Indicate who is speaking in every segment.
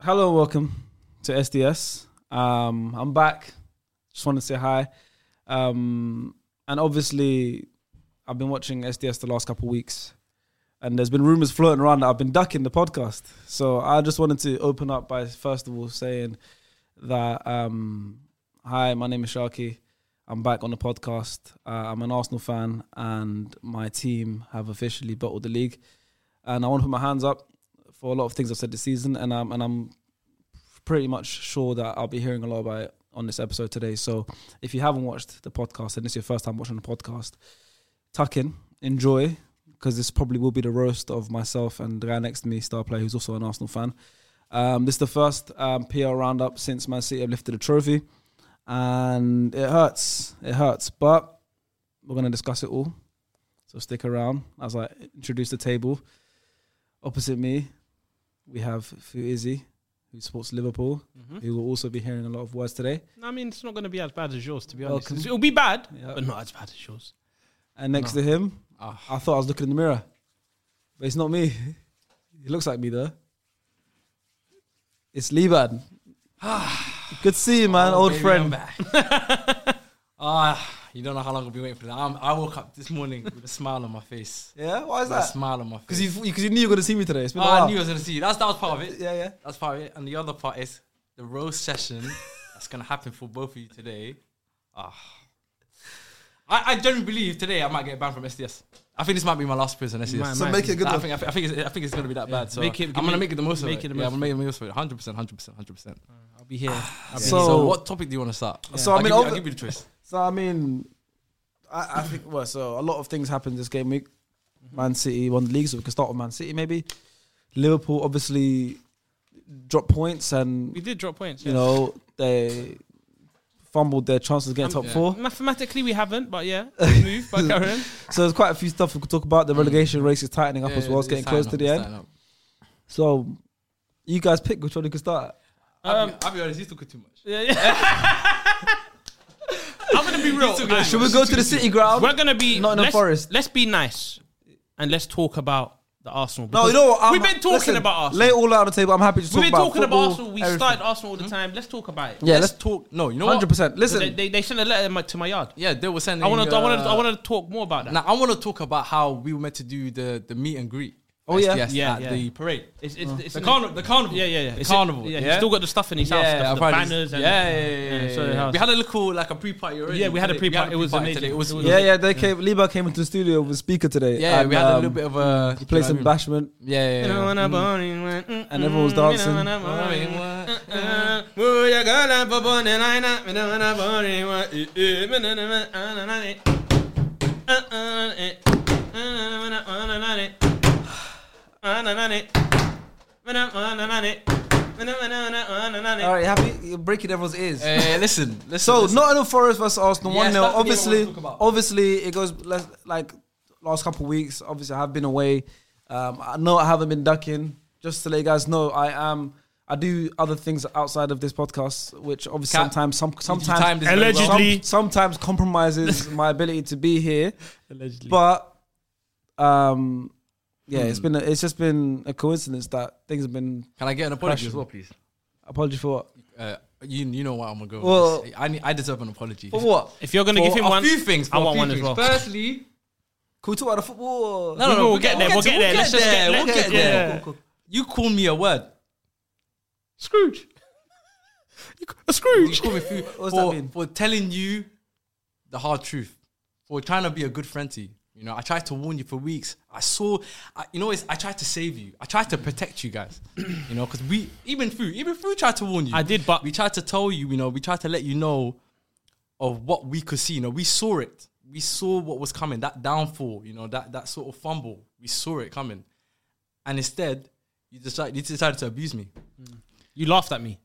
Speaker 1: Hello and welcome to SDS. Um, I'm back. Just want to say hi. Um, and obviously, I've been watching SDS the last couple of weeks, and there's been rumors floating around that I've been ducking the podcast. So I just wanted to open up by first of all saying that um, hi, my name is Sharky. I'm back on the podcast. Uh, I'm an Arsenal fan, and my team have officially bottled the league. And I want to put my hands up for a lot of things I've said this season, and I'm and I'm pretty much sure that I'll be hearing a lot about it on this episode today. So if you haven't watched the podcast and this is your first time watching the podcast, tuck in, enjoy, because this probably will be the roast of myself and the guy next to me, star player, who's also an Arsenal fan. Um, this is the first um, PR roundup since Man City have lifted a trophy, and it hurts. It hurts, but we're going to discuss it all. So stick around as I introduce the table. Opposite me, we have Fuizzi, who supports Liverpool,
Speaker 2: Mm-hmm.
Speaker 1: who will also be hearing a lot of words today.
Speaker 3: I mean, it's not going to be as bad as yours, to be honest.
Speaker 1: Welcome.
Speaker 3: It'll be bad,
Speaker 1: Yeah.
Speaker 3: but not as bad as yours.
Speaker 1: And next
Speaker 2: Ah.
Speaker 1: to him, I thought I was looking in the mirror, but it's not me. He looks like me though. It's Liban. Good to see you, man,
Speaker 2: Oh,
Speaker 1: old
Speaker 2: baby,
Speaker 1: friend.
Speaker 2: I'm back. Ah, you don't know how long I've been waiting for that. I'm, I woke up this morning with a smile on my face.
Speaker 1: Yeah, why is
Speaker 2: With a
Speaker 1: that?
Speaker 2: smile on my face.
Speaker 1: Because you, because you knew you were gonna see me today. It's been
Speaker 2: Oh,
Speaker 1: a while.
Speaker 2: I knew I was gonna see you. That's that was part of it.
Speaker 1: Yeah, yeah.
Speaker 2: That's part of it. And the other part is the roast session that's gonna happen for both of you today. Ah, I, I generally believe today I might get banned from SDS. I think this might be my last prison SDS.
Speaker 3: Might- So might make be. it
Speaker 1: good
Speaker 2: I
Speaker 1: one.
Speaker 2: think I, think- I think it's, I think it's gonna be that bad. So
Speaker 3: Make it-
Speaker 2: I'm gonna
Speaker 3: make-
Speaker 2: make it the most
Speaker 3: make it
Speaker 2: of it.
Speaker 3: the
Speaker 2: yeah,
Speaker 3: most
Speaker 2: I'm
Speaker 3: of
Speaker 2: gonna make it the most of it. Hundred percent, hundred percent, hundred percent.
Speaker 3: I'll be here. I'll be
Speaker 1: So-
Speaker 3: here.
Speaker 2: So what topic do you wanna start?
Speaker 1: So, I
Speaker 2: I'll
Speaker 1: mean,
Speaker 2: give you-
Speaker 1: over-
Speaker 2: I'll give you the choice.
Speaker 1: So I mean, I, I think well, so a lot of things happened this game week.
Speaker 2: Mm-hmm.
Speaker 1: Man City won the league, so we can start with Man City maybe. Liverpool obviously dropped points, and
Speaker 3: we did drop points.
Speaker 1: you
Speaker 3: yeah.
Speaker 1: know they fumbled their chances of getting top
Speaker 2: Yeah.
Speaker 1: four.
Speaker 3: Mathematically, we haven't, but yeah, we move by Karen.
Speaker 1: So there's quite a few stuff we could talk about. The relegation race is tightening up as well. It's getting close to the end.
Speaker 3: Um,
Speaker 1: So you guys pick which one you could start.
Speaker 2: I'll,
Speaker 3: Um,
Speaker 2: be, I'll be honest, he's talking too much.
Speaker 3: yeah, yeah. I'm gonna be real. Alright,
Speaker 1: Should we go to the city ground?
Speaker 3: We're gonna be
Speaker 1: Nottingham
Speaker 3: let's,
Speaker 1: Forest.
Speaker 3: Let's be nice and let's talk about the Arsenal.
Speaker 1: No, you
Speaker 3: because
Speaker 1: know what? I'm-
Speaker 3: we've been talking
Speaker 1: listen,
Speaker 3: about Arsenal.
Speaker 1: Lay it all out on the table. I'm happy to talk
Speaker 3: We've been
Speaker 1: about
Speaker 3: talking about
Speaker 1: football,
Speaker 3: Arsenal. We
Speaker 1: everything. Hmm?
Speaker 3: started Arsenal all the time. Let's talk about it.
Speaker 1: Yeah, let's
Speaker 2: Let's talk. No, you know
Speaker 1: hundred
Speaker 2: what?
Speaker 1: percent.
Speaker 3: They,
Speaker 1: Listen,
Speaker 3: they, they sent a letter in my- to my yard.
Speaker 2: Yeah, they were sending.
Speaker 3: I want to. I want to. I
Speaker 2: uh,
Speaker 3: want to talk more about that.
Speaker 2: Now I want to talk about how we were meant to do the the meet and greet.
Speaker 1: Oh, yeah.
Speaker 2: yes,
Speaker 3: Yeah,
Speaker 2: at
Speaker 3: yeah.
Speaker 2: the parade.
Speaker 3: It's, it's, it's
Speaker 2: The
Speaker 3: an-
Speaker 2: carnival- the carnival.
Speaker 3: Yeah, yeah, yeah.
Speaker 2: The
Speaker 3: It's
Speaker 2: carnival,
Speaker 3: yeah,
Speaker 2: yeah.
Speaker 3: he's still got the stuff in his house. stuff, the
Speaker 2: apparently-
Speaker 3: banners. And
Speaker 2: yeah, yeah, yeah, yeah,
Speaker 3: yeah, so
Speaker 2: yeah,
Speaker 3: it
Speaker 2: yeah.
Speaker 3: helps.
Speaker 2: We had a little like a pre-party already.
Speaker 3: Yeah, we had a
Speaker 2: today.
Speaker 3: pre-party. It was
Speaker 2: pre-party
Speaker 3: amazing.
Speaker 2: today. It was.
Speaker 3: It was
Speaker 1: yeah, yeah. They came. Leba came into the studio with a speaker today.
Speaker 2: Yeah,
Speaker 1: and,
Speaker 2: we had
Speaker 1: um,
Speaker 2: a little bit of a.
Speaker 1: He played some bashment.
Speaker 2: Yeah, yeah,
Speaker 3: You know,
Speaker 2: yeah.
Speaker 3: when I born, you went, mm,
Speaker 1: And everyone was
Speaker 3: mm, you know,
Speaker 1: dancing.
Speaker 3: when I
Speaker 2: Oh,
Speaker 3: born, you
Speaker 2: wait,
Speaker 3: went,
Speaker 2: what?
Speaker 3: uh, woo, ya gotta pop on the line up, you know, when I born, you went, eh, eh, na, na, na, na, na, na, na, na, uh, uh, eh, na, na, na, na, na, na, na, na, na, na, na, na, na, na, na, na, na, na, na, na, na, na.
Speaker 1: All right, happy. You're breaking everyone's ears.
Speaker 2: Eh, Listen, listen.
Speaker 1: So
Speaker 2: listen.
Speaker 1: Nottingham Forest versus Arsenal
Speaker 2: Yes,
Speaker 1: one 0
Speaker 2: that's the game I
Speaker 1: Obviously,
Speaker 2: wanna talk about.
Speaker 1: obviously it goes less, like last couple of weeks. Obviously, I have been away. Um, I know I haven't been ducking. Just to let you guys know, I am. I do other things outside of this podcast, which obviously
Speaker 2: Cap,
Speaker 1: sometimes some sometimes
Speaker 2: timed this very well.
Speaker 1: some-
Speaker 3: Allegedly.
Speaker 1: sometimes compromises my ability to be here. But um, yeah, it's
Speaker 2: Hmm.
Speaker 1: been a, it's just been a coincidence that things have been.
Speaker 2: Can I get an apology
Speaker 1: Pressure.
Speaker 2: as well, please?
Speaker 1: Apology for what?
Speaker 2: Uh, you you know what I'm gonna go. with
Speaker 1: Well-
Speaker 2: this. I need, I deserve an apology.
Speaker 1: For what?
Speaker 3: If you're gonna
Speaker 2: For
Speaker 3: give him
Speaker 2: a
Speaker 3: one,
Speaker 2: few things.
Speaker 3: I
Speaker 2: for a
Speaker 3: want
Speaker 2: few
Speaker 3: one as
Speaker 2: things.
Speaker 3: well.
Speaker 2: Firstly,
Speaker 1: Cool talk about the football.
Speaker 2: no, no, no,
Speaker 3: We'll get there, we'll get there, let's just get-
Speaker 2: We'll
Speaker 3: let's
Speaker 2: get
Speaker 3: get-
Speaker 2: there.
Speaker 3: yeah.
Speaker 2: Cool, cool, cool. You call me a word.
Speaker 3: Scrooge. A
Speaker 2: You
Speaker 3: Scrooge.
Speaker 2: call me few,
Speaker 1: What's that
Speaker 2: for,
Speaker 1: mean?
Speaker 2: for telling you the hard truth. For trying to be a good friend to you. You know, I tried to warn you for weeks. I saw, I, you know, it's, I tried to save you. I tried to protect you guys. You know, because we even through even through tried to warn you.
Speaker 3: I did, but-
Speaker 2: we tried to tell you. You know, we tried to let you know of what we could see. You know, we saw it. We saw what was coming. That downfall. You know, that that sort of fumble. We saw it coming, and instead you decide you decided to abuse me.
Speaker 3: You laughed at me.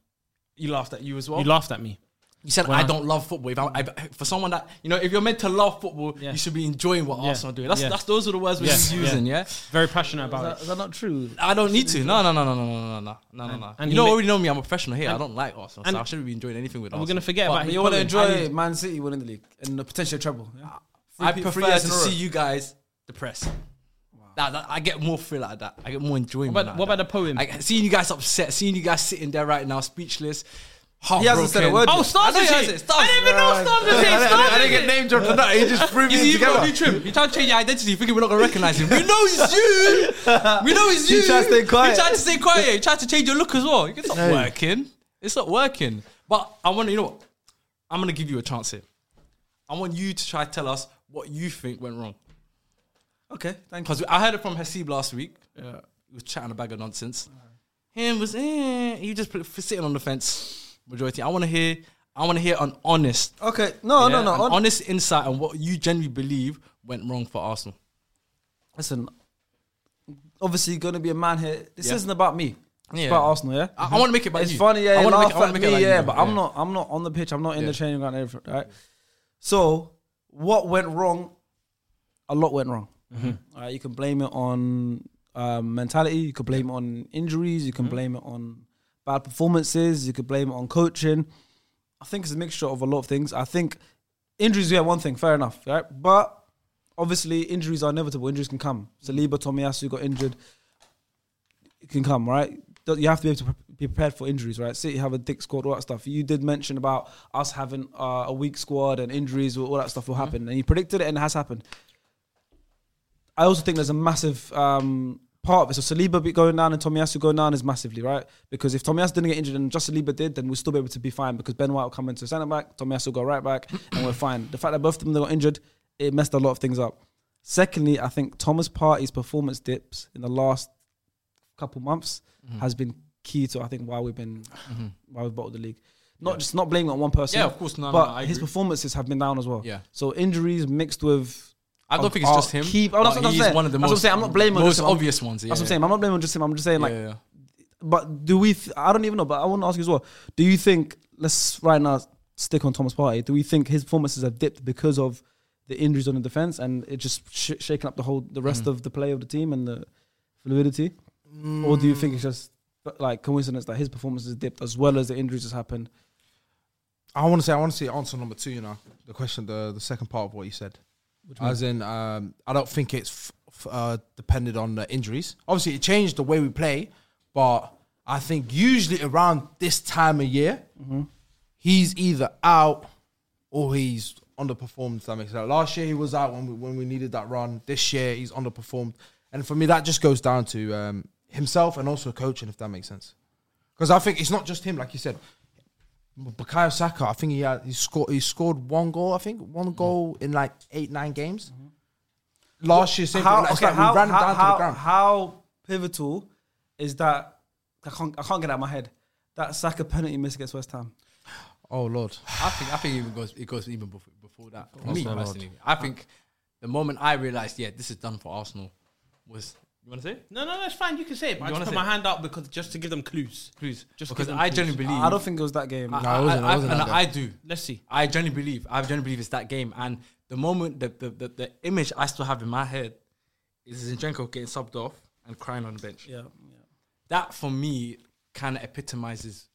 Speaker 2: You laughed at you as well.
Speaker 3: You laughed at me.
Speaker 2: You said
Speaker 3: When
Speaker 2: I
Speaker 3: I-
Speaker 2: don't love football. If I, I, for someone that you know, if you're meant to love football,
Speaker 3: Yeah.
Speaker 2: you should be enjoying what Arsenal are doing. That's,
Speaker 3: Yeah.
Speaker 2: that's those are the words we're
Speaker 3: Yeah. Yeah.
Speaker 2: using. Yeah.
Speaker 3: Very passionate
Speaker 1: Is
Speaker 3: about
Speaker 1: that,
Speaker 3: it.
Speaker 1: is that not true?
Speaker 2: I don't need to. No, no, no, no, no, no, no, no, no, no, no.
Speaker 3: and
Speaker 2: you
Speaker 3: he
Speaker 2: know,
Speaker 3: ma-
Speaker 2: already know me. I'm a professional here. I don't like Arsenal,
Speaker 3: and-
Speaker 2: so I shouldn't be enjoying anything with
Speaker 3: We're
Speaker 2: Arsenal.
Speaker 3: gonna forget
Speaker 1: But
Speaker 3: about
Speaker 1: you want to
Speaker 3: Higuain.
Speaker 1: enjoy
Speaker 3: I need-
Speaker 1: Man City winning the league and the potential treble. Yeah?
Speaker 2: I
Speaker 1: Three-
Speaker 2: prefer
Speaker 1: three years
Speaker 2: to
Speaker 1: in a row.
Speaker 2: see you guys depressed. That, that- I get more thrill out of that. I get more enjoyment.
Speaker 3: What about-
Speaker 2: out of
Speaker 3: what about
Speaker 2: that.
Speaker 3: the poem?
Speaker 2: Like, seeing you guys upset, seeing you guys sitting there right now, speechless.
Speaker 1: He hasn't said a
Speaker 2: heartbroken.
Speaker 1: word
Speaker 3: Oh, Stars
Speaker 2: I
Speaker 3: is
Speaker 2: didn't
Speaker 3: it?
Speaker 2: say it. Stars.
Speaker 3: I didn't even know Stars was it. Stars is it.
Speaker 2: name dropped on that. He just threw
Speaker 3: me
Speaker 2: you
Speaker 3: together.
Speaker 2: You trim. You trying to change your identity. You thinking we're not gonna recognize him? We know it's you. We know it's you.
Speaker 1: You tried to stay quiet.
Speaker 2: You tried to stay quiet. You tried to change your look as well. It's not working. It's not working. But I want to. You know what? I'm gonna give you a chance here. I want you to try to tell us what you think went wrong.
Speaker 1: Okay, thank you.
Speaker 2: Because I heard it from Hasib last week. Yeah. He was chatting a bag of nonsense. Him was eh, he just put- sitting on the fence. Majority. I want to hear. I want to hear an honest
Speaker 1: Okay, no,
Speaker 2: yeah,
Speaker 1: no,
Speaker 2: an
Speaker 1: no. On,
Speaker 2: honest insight Oh, on what you genuinely believe went wrong for Arsenal.
Speaker 1: listen, obviously you're gonna be a man here. This
Speaker 2: Yeah.
Speaker 1: isn't about me. It's
Speaker 2: Yeah.
Speaker 1: about Arsenal, yeah.
Speaker 2: I, want to make it about
Speaker 1: it's
Speaker 2: you.
Speaker 1: funny, yeah.
Speaker 2: I
Speaker 1: you
Speaker 2: wanna
Speaker 1: laugh
Speaker 2: make it- I wanna
Speaker 1: at
Speaker 2: make
Speaker 1: me,
Speaker 2: it about you,
Speaker 1: yeah,
Speaker 2: bro.
Speaker 1: but I'm not. I'm not on the pitch. I'm not in
Speaker 2: Yeah.
Speaker 1: the training ground. and Everything, right? So, what went wrong? A lot went wrong.
Speaker 2: Mm-hmm.
Speaker 1: All right, you can blame it on um, mentality. You can blame it on injuries. You can
Speaker 2: Mm-hmm.
Speaker 1: blame it on bad performances. You could blame it on coaching. I think it's a mixture of a lot of things. I think injuries, yeah, one thing, fair enough, right? But obviously, injuries are inevitable. Injuries can come. Saliba, Tomiyasu got injured. It can come, right? Don't- You have to be able to pre- be prepared for injuries, right? City have a thick squad, all that stuff. You did mention about us having uh, a weak squad and injuries, all all that stuff will happen. And you predicted it and it has happened. I also think there's a massive um, part of it. So Saliba be- going down and Tomiyasu going down is massively right because if Tomiyasu didn't get injured and just Saliba did, then we'll still be able to be fine because Ben White will come into centre back, Tomiyasu will go right back, and we're fine. The fact that both of them they got injured, it messed a lot of things up. Secondly, I think Thomas Partey's performance dips in the last couple months
Speaker 2: Mm-hmm.
Speaker 1: has been key to I think why we've been why we've bottled the league. Not just not blaming it on one person.
Speaker 2: Yeah, of course, no, no,
Speaker 1: but
Speaker 2: no, I
Speaker 1: his
Speaker 2: agree.
Speaker 1: performances have been down as well.
Speaker 2: Yeah.
Speaker 1: So injuries mixed with
Speaker 2: I don't
Speaker 1: of
Speaker 2: think it's
Speaker 1: our
Speaker 2: just him.
Speaker 1: Key, oh, that's
Speaker 2: but
Speaker 1: what I'm
Speaker 2: he's
Speaker 1: saying.
Speaker 2: one of the
Speaker 1: That's what I'm
Speaker 2: most
Speaker 1: saying. I'm not blaming
Speaker 2: most
Speaker 1: just him. I'm-
Speaker 2: obvious ones. Yeah,
Speaker 1: That's what I'm
Speaker 2: yeah.
Speaker 1: saying. I'm not blaming just him. I'm just saying like,
Speaker 2: yeah, yeah.
Speaker 1: but do we? Th- I don't even know. But I want to ask you as well. Do you think let's right now stick on Thomas Partey? Do we think his performances have dipped because of the injuries on the defense and it just sh- shaking up the whole the rest of the play of the team and the fluidity? Or do you think it's just like coincidence that his performances dipped as well as the injuries has happened?
Speaker 4: I want to say I want to see answer number two. You know, the question, the the second part of what you said, as in, um, I don't think it's f- f- uh, depended on the injuries. Obviously, it changed the way we play, but I think usually around this time of year, he's either out or he's underperformed. If that makes sense. Last year he was out when we when we needed that run. This year he's underperformed, and for me that just goes down to um, himself and also coaching. If that makes sense, because I think it's not just him, like you said. Bukayo Saka, I think he had, he scored he scored one goal. I think one goal in like eight nine games.
Speaker 1: Mm-hmm.
Speaker 4: Last year, same thing. Like, it's like we ran down to the ground.
Speaker 1: how pivotal is that? I can't I can't get out of my head that Saka penalty miss against West Ham.
Speaker 4: oh lord,
Speaker 2: I think I think it even goes it goes even before, before that. For me personally, I think the moment I realized, yeah, this is done for Arsenal, was you want to say?
Speaker 3: No, no, that's fine. You can say it. But I
Speaker 2: You
Speaker 3: just
Speaker 2: wanna
Speaker 3: put
Speaker 2: say
Speaker 3: my
Speaker 2: it?
Speaker 3: hand up because just to give them clues.
Speaker 2: Please, just
Speaker 3: Just
Speaker 2: because
Speaker 3: give them
Speaker 2: I
Speaker 3: clues.
Speaker 2: genuinely believe.
Speaker 1: I don't think it was that game.
Speaker 2: I-
Speaker 4: No, it wasn't-
Speaker 2: I-
Speaker 4: it wasn't
Speaker 2: I-
Speaker 4: that
Speaker 2: and I do.
Speaker 3: Let's see.
Speaker 2: I genuinely believe. I genuinely believe it's that game. And the moment the the, the, the image I still have in my head is Zinchenko getting subbed off and crying on the bench.
Speaker 1: Yeah,
Speaker 2: That for me kind of epitomizes.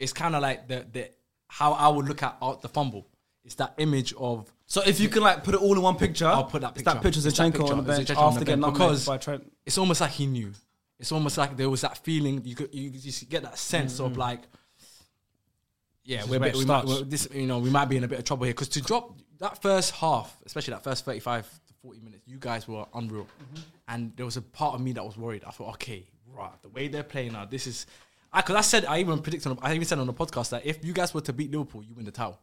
Speaker 2: It's kind of like the the how I would look at uh, the fumble. It's that image of
Speaker 1: So if you can like put it all in one picture,
Speaker 2: I'll put that
Speaker 1: it's
Speaker 2: picture.
Speaker 1: that picture of
Speaker 2: It's that
Speaker 1: Zinchenko
Speaker 2: picture
Speaker 1: on the
Speaker 2: of
Speaker 1: bench
Speaker 2: Zinchenko on
Speaker 1: after
Speaker 2: the
Speaker 1: getting
Speaker 2: bench
Speaker 1: knocked
Speaker 2: because-
Speaker 1: by Trent.
Speaker 2: it's almost like he knew. It's almost like there was that feeling you could you, just get that sense of like, yeah,
Speaker 3: Mm-hmm. is
Speaker 2: we're a
Speaker 3: where
Speaker 2: bit,
Speaker 3: it
Speaker 2: we might
Speaker 3: starts.
Speaker 2: we're- this you know we might be in a bit of trouble here because to drop that first half, especially that first thirty five to forty minutes, you guys were unreal,
Speaker 3: Mm-hmm.
Speaker 2: and there was a part of me that was worried. I thought, okay, right, the way they're playing now, this is. Because I, said I even predicted, on- I even said on the podcast that if you guys were to beat Liverpool, you win the title.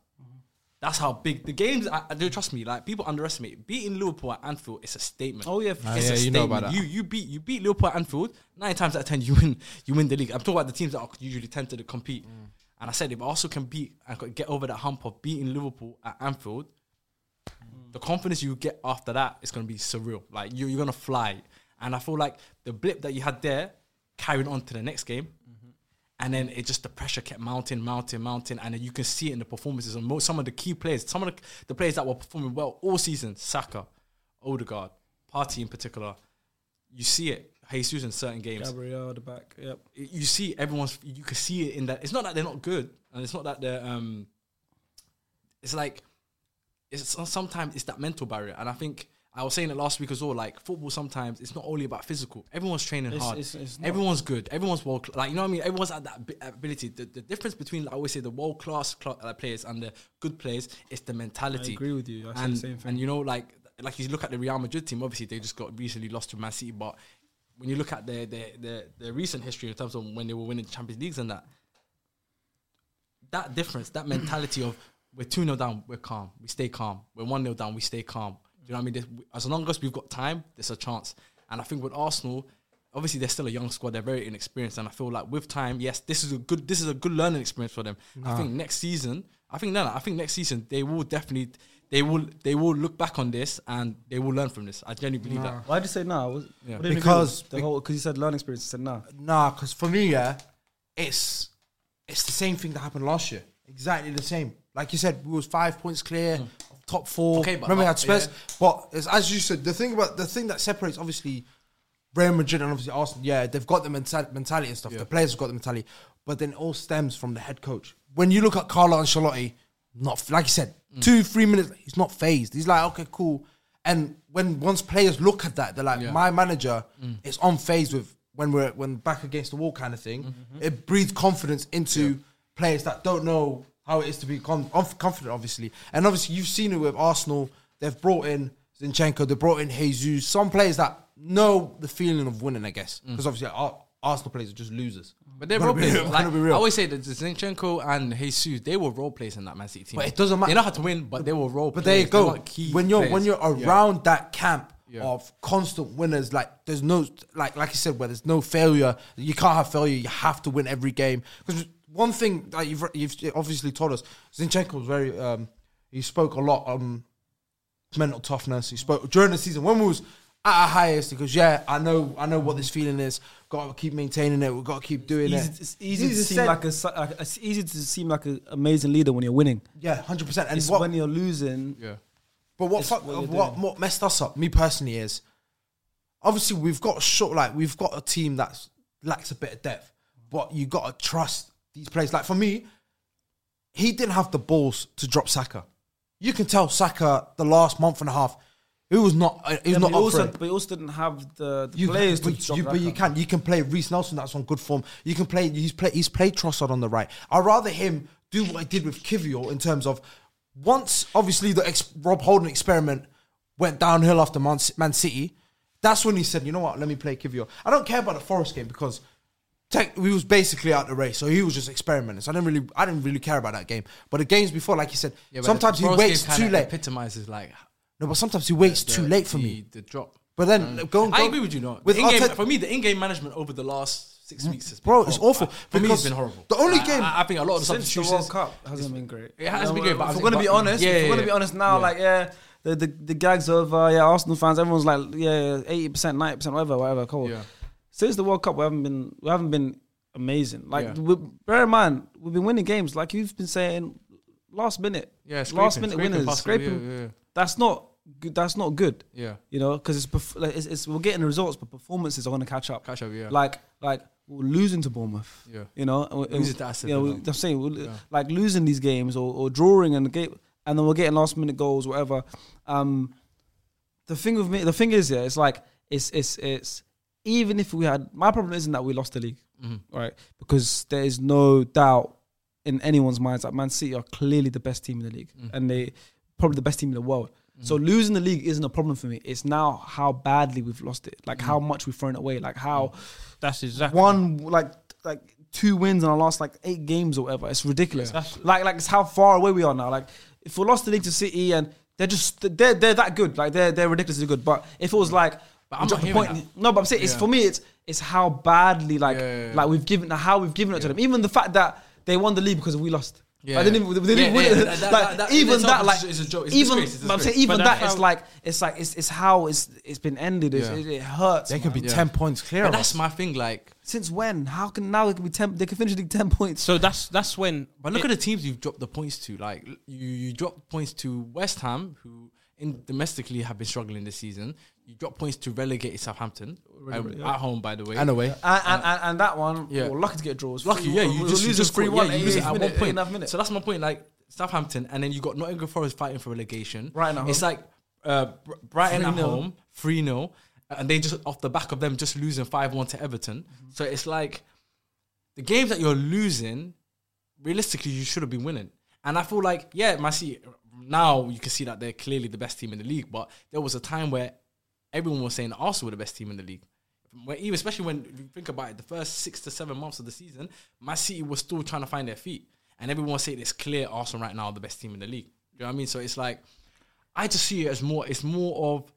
Speaker 2: That's how big the games. I, I do trust me. Like people underestimate it. beating Liverpool at Anfield. It's a statement.
Speaker 1: Oh, yeah,
Speaker 2: it's
Speaker 1: for
Speaker 2: a
Speaker 4: sure. yeah,
Speaker 2: statement.
Speaker 4: you
Speaker 2: You,
Speaker 4: know about that.
Speaker 2: you beat you beat Liverpool at Anfield nine times out of ten. You win you win the league. I'm talking about the teams that are usually tend to compete.
Speaker 4: Mm.
Speaker 2: And I said if Arsenal can beat and could get over that hump of beating Liverpool at Anfield,
Speaker 1: Mm.
Speaker 2: the confidence you get after that is going to be surreal. Like you, you're going to fly. And I feel like the blip that you had there carried on to the next game. And then it just the pressure kept mounting, mounting, mounting, and then you can see it in the performances of most, some of the key players, some of the, the players that were performing well all season, Saka, Odegaard, Party in particular. You see it, Jesus in certain games
Speaker 1: Gabriel at the back. Yep.
Speaker 2: you see everyone's you can see it in that it's not that they're not good and it's not that they're um it's like it's so- sometimes it's that mental barrier and i think i was saying it last week as well like football sometimes it's not only about physical everyone's training
Speaker 1: It's-
Speaker 2: hard
Speaker 1: it's- it's not.
Speaker 2: everyone's good everyone's world like you know what i mean everyone's at that abi- ability the, the difference between i always say the world class cl- uh, players and the good players is the mentality
Speaker 1: I agree with you. I say
Speaker 2: and,
Speaker 1: the same thing.
Speaker 2: and you know, like like you look at the Real Madrid team. Obviously, they just got recently lost to Man City, but when you look at their their their, their recent history in terms of when they were winning Champions Leagues and that, that difference, that mentality of we're 2 0 down, we're calm, we stay calm. We're 1 0 down, we stay calm. Do you know what I mean? There's- As long as we've got time, there's a chance. And I think with Arsenal, obviously they're still a young squad, they're very inexperienced. And I feel like with time, yes, this is a good this is a good learning experience for them. I think next season, I think no, no, I think next season they will definitely they will they will look back on this and they will learn from this. I genuinely believe that.
Speaker 1: Why did you say nah? Was,
Speaker 2: Yeah.
Speaker 1: what did you agree
Speaker 4: Because-
Speaker 1: with? the whole because you said learning experience. You said nah.
Speaker 4: Nah, because for me, yeah, it's it's the same thing that happened last year. Exactly the same. Like you said, we was five points clear, of top four.
Speaker 2: Hmm. Okay, but
Speaker 4: Remember we
Speaker 2: not-
Speaker 4: had Spurs,
Speaker 2: yeah.
Speaker 4: but it's, as you said, the thing about the thing that separates obviously Real Madrid and obviously Arsenal. Yeah, they've got the menta- mentality and stuff. The players have got the mentality, but then it all stems from the head coach. When you look at Carlo Ancelotti, not like you said, two three minutes, he's not phased. He's like, okay, cool. And when once players look at that, they're like, my manager is on phase with when we're when back against the wall kind of thing. It breeds confidence into players that don't know how it is to be con- of- confident, obviously. And obviously, you've seen it with Arsenal. They've brought in Zinchenko. They brought in Jesus. Some players that know the feeling of winning, I guess, because obviously Ar- Arsenal players are just losers.
Speaker 2: But they're
Speaker 4: Gotta
Speaker 2: role
Speaker 4: be
Speaker 2: players.
Speaker 4: real,
Speaker 2: Like,
Speaker 4: gotta be
Speaker 2: I
Speaker 4: real.
Speaker 2: always say that Zinchenko and Jesus, they were role players in that Man City team.
Speaker 4: But it doesn't matter.
Speaker 2: They know how to win, but they were role
Speaker 4: But there you
Speaker 2: players. They
Speaker 4: go.
Speaker 2: weren't key
Speaker 4: When you're when
Speaker 2: players.
Speaker 4: you're around that camp
Speaker 2: Yeah.
Speaker 4: of constant winners, like there's no like like you said, where there's no failure, you can't have failure. You have to win every game. Because one thing that you've you've obviously taught us, Zinchenko was very um, he spoke a lot on mental toughness. He spoke during the season when we was at our highest. He goes, "Yeah, I know, I know what this feeling is. Got to keep maintaining it. We've got to keep doing
Speaker 1: Easy,
Speaker 4: it."
Speaker 1: it's easy to seem
Speaker 4: said.
Speaker 1: like a, su- like a- it's easy to seem like an amazing leader when you're winning.
Speaker 4: yeah, hundred percent. And
Speaker 1: It's
Speaker 4: what,
Speaker 1: when you're losing.
Speaker 2: yeah.
Speaker 4: But what
Speaker 1: It's
Speaker 4: fuck,
Speaker 1: what you're
Speaker 4: what, what,
Speaker 1: doing.
Speaker 4: messed us up, me personally, is obviously we've got short like we've got a team that lacks a bit of depth, but you got to trust these players. Like for me, he didn't have the balls to drop Saka. You can tell Saka the last month and a half, he was not uh, he was
Speaker 1: Yeah,
Speaker 4: not
Speaker 1: but,
Speaker 4: up
Speaker 1: you also,
Speaker 4: for it.
Speaker 1: but you also didn't have the, the
Speaker 4: You
Speaker 1: players
Speaker 4: can,
Speaker 1: to
Speaker 4: but,
Speaker 1: drop
Speaker 4: you, but you
Speaker 1: Raka.
Speaker 4: can you can play Reese Nelson that's on good form. You can play he's play he's played Trossard on the right. I'd rather him do what I did with Kivio in terms of once obviously the ex- Rob Holden experiment went downhill after Man, Man City. That's when he said, you know what, let me play Kivio. I don't care about the Forest game because tech, we was basically out the race, so he was just experimenting. So I didn't really I didn't really care about that game. But the games before, like you said,
Speaker 2: Yeah, but
Speaker 4: sometimes
Speaker 2: the
Speaker 4: he
Speaker 2: Forest
Speaker 4: waits
Speaker 2: game
Speaker 4: too
Speaker 2: kinda
Speaker 4: late.
Speaker 2: Epitomizes like
Speaker 4: No, but sometimes he waits too
Speaker 2: the-
Speaker 4: late for
Speaker 2: the-
Speaker 4: me.
Speaker 2: The drop.
Speaker 4: But then go and
Speaker 2: I
Speaker 4: go-
Speaker 2: agree with you. No,
Speaker 4: with
Speaker 2: the in-game,
Speaker 4: Arteta- Mm.
Speaker 2: for me, the in-game management over the last six weeks has been
Speaker 4: Bro, it's
Speaker 2: horrible.
Speaker 4: awful,
Speaker 2: I- For me,
Speaker 4: because
Speaker 2: it's been horrible.
Speaker 4: the only
Speaker 2: I-
Speaker 4: game-
Speaker 2: I, I think a lot of the
Speaker 1: Since the
Speaker 2: substitutions.
Speaker 1: World Cup hasn't been great.
Speaker 2: It hasn't
Speaker 1: You
Speaker 2: been
Speaker 1: know,
Speaker 2: great, but I
Speaker 1: if
Speaker 2: think-
Speaker 1: we're gonna be
Speaker 2: but-
Speaker 1: honest,
Speaker 2: yeah,
Speaker 1: if
Speaker 2: yeah,
Speaker 1: we're gonna be
Speaker 2: yeah.
Speaker 1: honest now.
Speaker 2: Yeah.
Speaker 1: Like yeah, the, the the gag's over. Yeah, Arsenal fans, everyone's like yeah, eighty percent, ninety percent, whatever, whatever. Cool.
Speaker 2: Yeah.
Speaker 1: Since the World Cup, we haven't been we haven't been amazing. Like
Speaker 2: Yeah.
Speaker 1: we, bear in mind, we've been winning games. Like you've been saying, last minute,
Speaker 2: Yeah,
Speaker 1: last
Speaker 2: scraping,
Speaker 1: minute
Speaker 2: scraping
Speaker 1: winners,
Speaker 2: possibly,
Speaker 1: scraping.
Speaker 2: yeah, yeah.
Speaker 1: That's not good. That's not good.
Speaker 2: Yeah.
Speaker 1: You know, because it's, perf- like, it's it's we're getting the results, but performances are gonna catch up.
Speaker 2: Catch up, yeah.
Speaker 1: Like like we're losing to Bournemouth.
Speaker 2: Yeah.
Speaker 1: You know, and we- and
Speaker 2: Losing
Speaker 1: we-
Speaker 2: to Aston
Speaker 1: yeah, we-
Speaker 2: Villa.
Speaker 1: I'm saying we're, like losing these games or, or drawing and the game, and then we're getting last minute goals, whatever. Um, the thing with me, the thing is, yeah, it's like it's it's it's even if we had my problem isn't that we lost the league, right? Because there is no doubt in anyone's minds that Man City are clearly the best team in the league, and they probably the best team in the world. So losing the league isn't a problem for me. It's now how badly we've lost it, like how much we've thrown it away, like how
Speaker 3: That's exactly.
Speaker 1: one like like two wins in our last like eight games or whatever. It's ridiculous.
Speaker 3: Yeah. That's-
Speaker 1: Like like it's how far away we are now. Like if we lost the league to City and they're just they're they're that good. Like they're they're ridiculously good. But if it was like we
Speaker 2: But I'm not
Speaker 1: dropped the
Speaker 2: hearing
Speaker 1: No, but I'm saying it's
Speaker 2: Yeah.
Speaker 1: for me it's it's how badly like
Speaker 2: Yeah, yeah, yeah.
Speaker 1: like we've given how we've given it to them. Even the fact that they won the league because we lost.
Speaker 2: Yeah.
Speaker 1: I didn't even. They
Speaker 2: Yeah,
Speaker 1: didn't
Speaker 2: yeah,
Speaker 1: even-
Speaker 2: that- that-
Speaker 1: like
Speaker 2: that in
Speaker 1: even
Speaker 2: itself
Speaker 1: that,
Speaker 2: is-
Speaker 1: like
Speaker 2: is a joke. It's a
Speaker 1: even
Speaker 2: disgrace, it's a
Speaker 1: but I'm saying
Speaker 2: disgrace.
Speaker 1: even
Speaker 3: But
Speaker 1: that,
Speaker 3: that's
Speaker 1: it's
Speaker 3: how-
Speaker 1: like it's like it's it's how it's it's been ended. It's,
Speaker 2: Yeah.
Speaker 1: it, it hurts.
Speaker 4: They could be
Speaker 1: man.
Speaker 2: Yeah.
Speaker 4: ten points clear.
Speaker 2: But
Speaker 4: of
Speaker 2: that's
Speaker 4: us.
Speaker 2: my thing. Like,
Speaker 1: since when? How can now it can be ten? They can finish the league ten points.
Speaker 3: So that's that's when.
Speaker 2: but look
Speaker 3: it-
Speaker 2: at the teams you've dropped the points to. Like, l- you you dropped points to West Ham, who in domestically have been struggling this season. You dropped points to relegated Southampton um, at home, by the way.
Speaker 4: anyway.
Speaker 1: And, and, and, and that one,
Speaker 2: Yeah.
Speaker 1: we we're lucky to get a draw. It's
Speaker 2: lucky,
Speaker 1: we-
Speaker 2: yeah.
Speaker 1: we
Speaker 2: You
Speaker 1: were
Speaker 2: just
Speaker 1: losing
Speaker 2: you just
Speaker 1: three one
Speaker 2: yeah, you lose it at one point.
Speaker 1: Enough minute.
Speaker 2: So that's my point. Like Southampton, and then you got Nottingham Forest fighting for relegation.
Speaker 1: Brighton at
Speaker 2: it's
Speaker 1: home.
Speaker 2: like uh, Br- Brighton at
Speaker 1: 3-0.
Speaker 2: home, three 0 and they just off the back of them just losing five one to Everton.
Speaker 1: Mm-hmm.
Speaker 2: So it's like the games that you're losing, realistically, you should have been winning. And I feel like, yeah, Man City, now you can see that they're clearly the best team in the league, but there was a time where everyone was saying Arsenal were the best team in the league. When, even especially when you think about it, the first six to seven months of the season, Man City was still trying to find their feet. And everyone was saying it's clear Arsenal right now are the best team in the league. Do you know what I mean? So it's like, I just see it as more, it's more of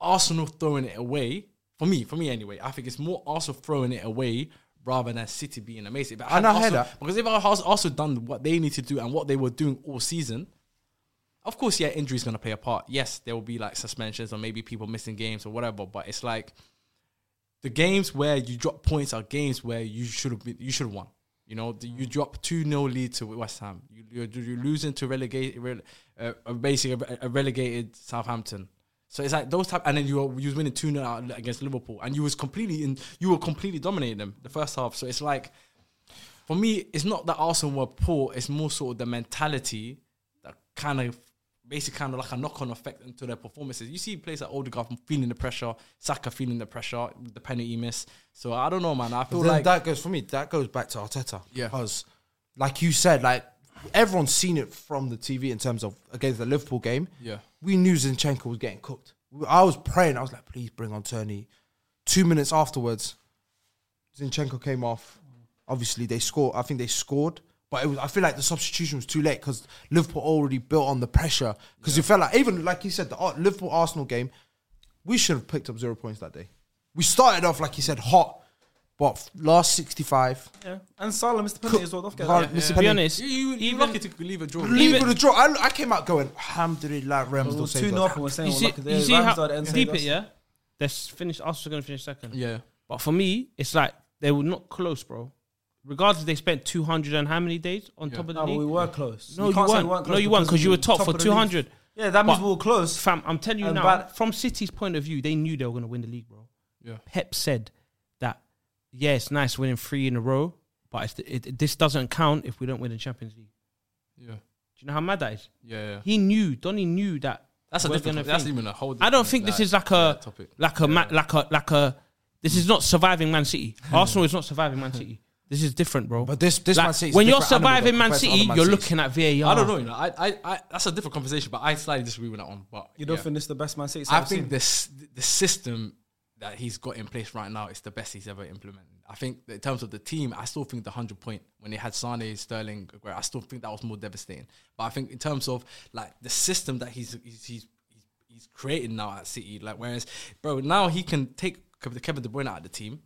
Speaker 2: Arsenal throwing it away. For me, for me anyway, I think it's more Arsenal throwing it away rather than City being amazing. But
Speaker 4: And I hear
Speaker 2: Arsenal-
Speaker 4: that.
Speaker 2: because if Arsenal also done what they need to do and what they were doing all season, of course, yeah, injuries going to play a part. Yes, there will be like suspensions or maybe people missing games or whatever. But it's like the games where you drop points are games where you should have been, you should have won. You know, the- you drop two 0 lead to West Ham. You, you're, you're losing to relegate, rele, uh, uh, basically a, a relegated Southampton. So it's like those type, and then you were, you was winning two 0 against Liverpool, and you was completely in, you were completely dominating them the first half. So it's like for me, it's not that Arsenal were poor. It's more sort of the mentality that kind of basically kind of like a knock-on effect into their performances. You see players like Odegaard feeling the pressure, Saka feeling the pressure, the penalty miss. So I don't know, man. I feel
Speaker 4: Then
Speaker 2: like
Speaker 4: that goes for me. That goes back to Arteta.
Speaker 2: Yeah.
Speaker 4: Because, like you said, like everyone's seen it from the TV in terms of against the Liverpool game.
Speaker 2: Yeah.
Speaker 4: We knew Zinchenko was getting cooked. I was praying. I was like, please bring on Tony. Two minutes afterwards, Zinchenko came off. Obviously, they scored. I think they scored. But it was, I feel like the substitution was too late because Liverpool already built on the pressure. Because you felt like, even like you said, the Ar- Liverpool Arsenal game, we should have picked up zero points that day. We started off, like you said, hot. But f- last 65,
Speaker 1: yeah. And Salah missed the penalty as well. Don't forget
Speaker 4: Val-
Speaker 1: that.
Speaker 4: Mr.
Speaker 3: To be
Speaker 4: Penny,
Speaker 3: honest,
Speaker 2: you, you, you
Speaker 3: even-
Speaker 2: lucky to leave a draw.
Speaker 4: leave
Speaker 3: even-
Speaker 4: with a draw. I, I came out going, Alhamdulillah, Rem
Speaker 1: It
Speaker 4: still
Speaker 1: was
Speaker 4: saved
Speaker 1: two 0
Speaker 4: us."
Speaker 1: and we're saying
Speaker 3: you
Speaker 1: we're
Speaker 3: see,
Speaker 1: lucky
Speaker 3: you
Speaker 1: there.
Speaker 3: see how
Speaker 1: Ramsdale and saved
Speaker 3: deep it,
Speaker 1: us.
Speaker 3: yeah. They're s- finished. Arsenal going to finish second.
Speaker 2: Yeah,
Speaker 3: But for me, it's like they were not close, bro. Regardless, they spent 200 and how many days on top of the
Speaker 1: No, but
Speaker 3: league?
Speaker 1: we were close.
Speaker 3: no, you,
Speaker 1: can't say we
Speaker 3: weren't.
Speaker 1: weren't
Speaker 3: No,
Speaker 1: close
Speaker 3: you weren't because you
Speaker 1: we
Speaker 3: were top,
Speaker 1: of
Speaker 3: for
Speaker 1: the league.
Speaker 3: 200.
Speaker 1: Yeah, that means
Speaker 3: But-
Speaker 1: we were close.
Speaker 3: Fam, I'm telling you
Speaker 1: And
Speaker 3: now,
Speaker 1: bad-
Speaker 3: from City's point of view, they knew they were going to win the league, bro.
Speaker 2: Yeah.
Speaker 3: Pep said that, yeah, it's nice winning three in a row, but it's it, it- this doesn't count if we don't win the Champions League.
Speaker 2: yeah,
Speaker 3: Do you know how mad that is?
Speaker 2: yeah. yeah.
Speaker 3: He knew, Donny knew that.
Speaker 2: That's a
Speaker 3: we're
Speaker 2: different.
Speaker 3: gonna
Speaker 2: That's
Speaker 3: think-
Speaker 2: even a whole.
Speaker 3: I don't
Speaker 2: different,
Speaker 3: think this is like a
Speaker 2: yeah, topic.
Speaker 3: like a ma- like a like a. This is not surviving Man City. Arsenal is not surviving Man City. This is different, bro.
Speaker 4: But this- this
Speaker 3: Like,
Speaker 4: Man City is
Speaker 3: when you're
Speaker 4: different animal
Speaker 3: surviving
Speaker 4: though
Speaker 3: Man
Speaker 4: compared to
Speaker 3: City,
Speaker 4: other Man
Speaker 3: you're
Speaker 4: Cities.
Speaker 3: looking at VAR.
Speaker 2: I don't know. You know, I, I, I, that's a different conversation. But I slightly disagree with that one. But
Speaker 1: You don't
Speaker 2: yeah.
Speaker 1: think this the best Man City.
Speaker 2: I
Speaker 1: I've
Speaker 2: think
Speaker 1: seen?
Speaker 2: this the system that he's got in place right now is the best he's ever implemented. I think that in terms of the team, I still think the hundred point when they had Sane, Sterling, Aguero, I still think that was more devastating. But I think in terms of like the system that he's he's he's, he's creating now at City, like whereas bro now he can take Kev- Kevin De Bruyne out of the team.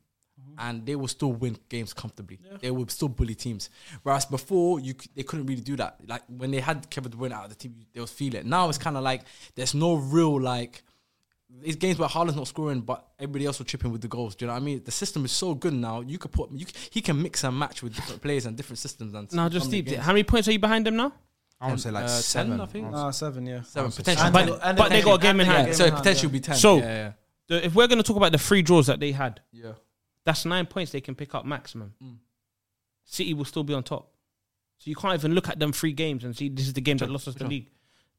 Speaker 2: And they will still win games comfortably. They will still bully teams. Whereas before, you c- they couldn't really do that. Like when they had Kevin De Bruyne out of the team, they was feel it. Now it's kind of like there's no real like it's games where Haaland's not scoring, but everybody else will chip in with the goals. Do you know what I mean? The system is so good now. You could put, you, c- he can mix and match with different players and different systems. And
Speaker 3: Now, just deep. How many points are you behind them now?
Speaker 4: I want to say like
Speaker 2: Uh, 10,
Speaker 4: seven.
Speaker 2: I think.
Speaker 1: Ah, seven, yeah.
Speaker 2: seven
Speaker 4: But-
Speaker 2: potential.
Speaker 3: But,
Speaker 1: And- and
Speaker 3: but they got
Speaker 1: potentially-
Speaker 3: a game in
Speaker 1: and
Speaker 3: hand.
Speaker 1: they
Speaker 2: so
Speaker 1: game in
Speaker 2: potential
Speaker 1: hand,
Speaker 2: be ten.
Speaker 3: So-
Speaker 2: yeah, yeah,
Speaker 3: So if we're going to talk about the three draws that they had,
Speaker 2: yeah.
Speaker 3: that's nine points they can pick up maximum. City will still be on top. So you can't even look at them three games and see this is the game that lost us the league.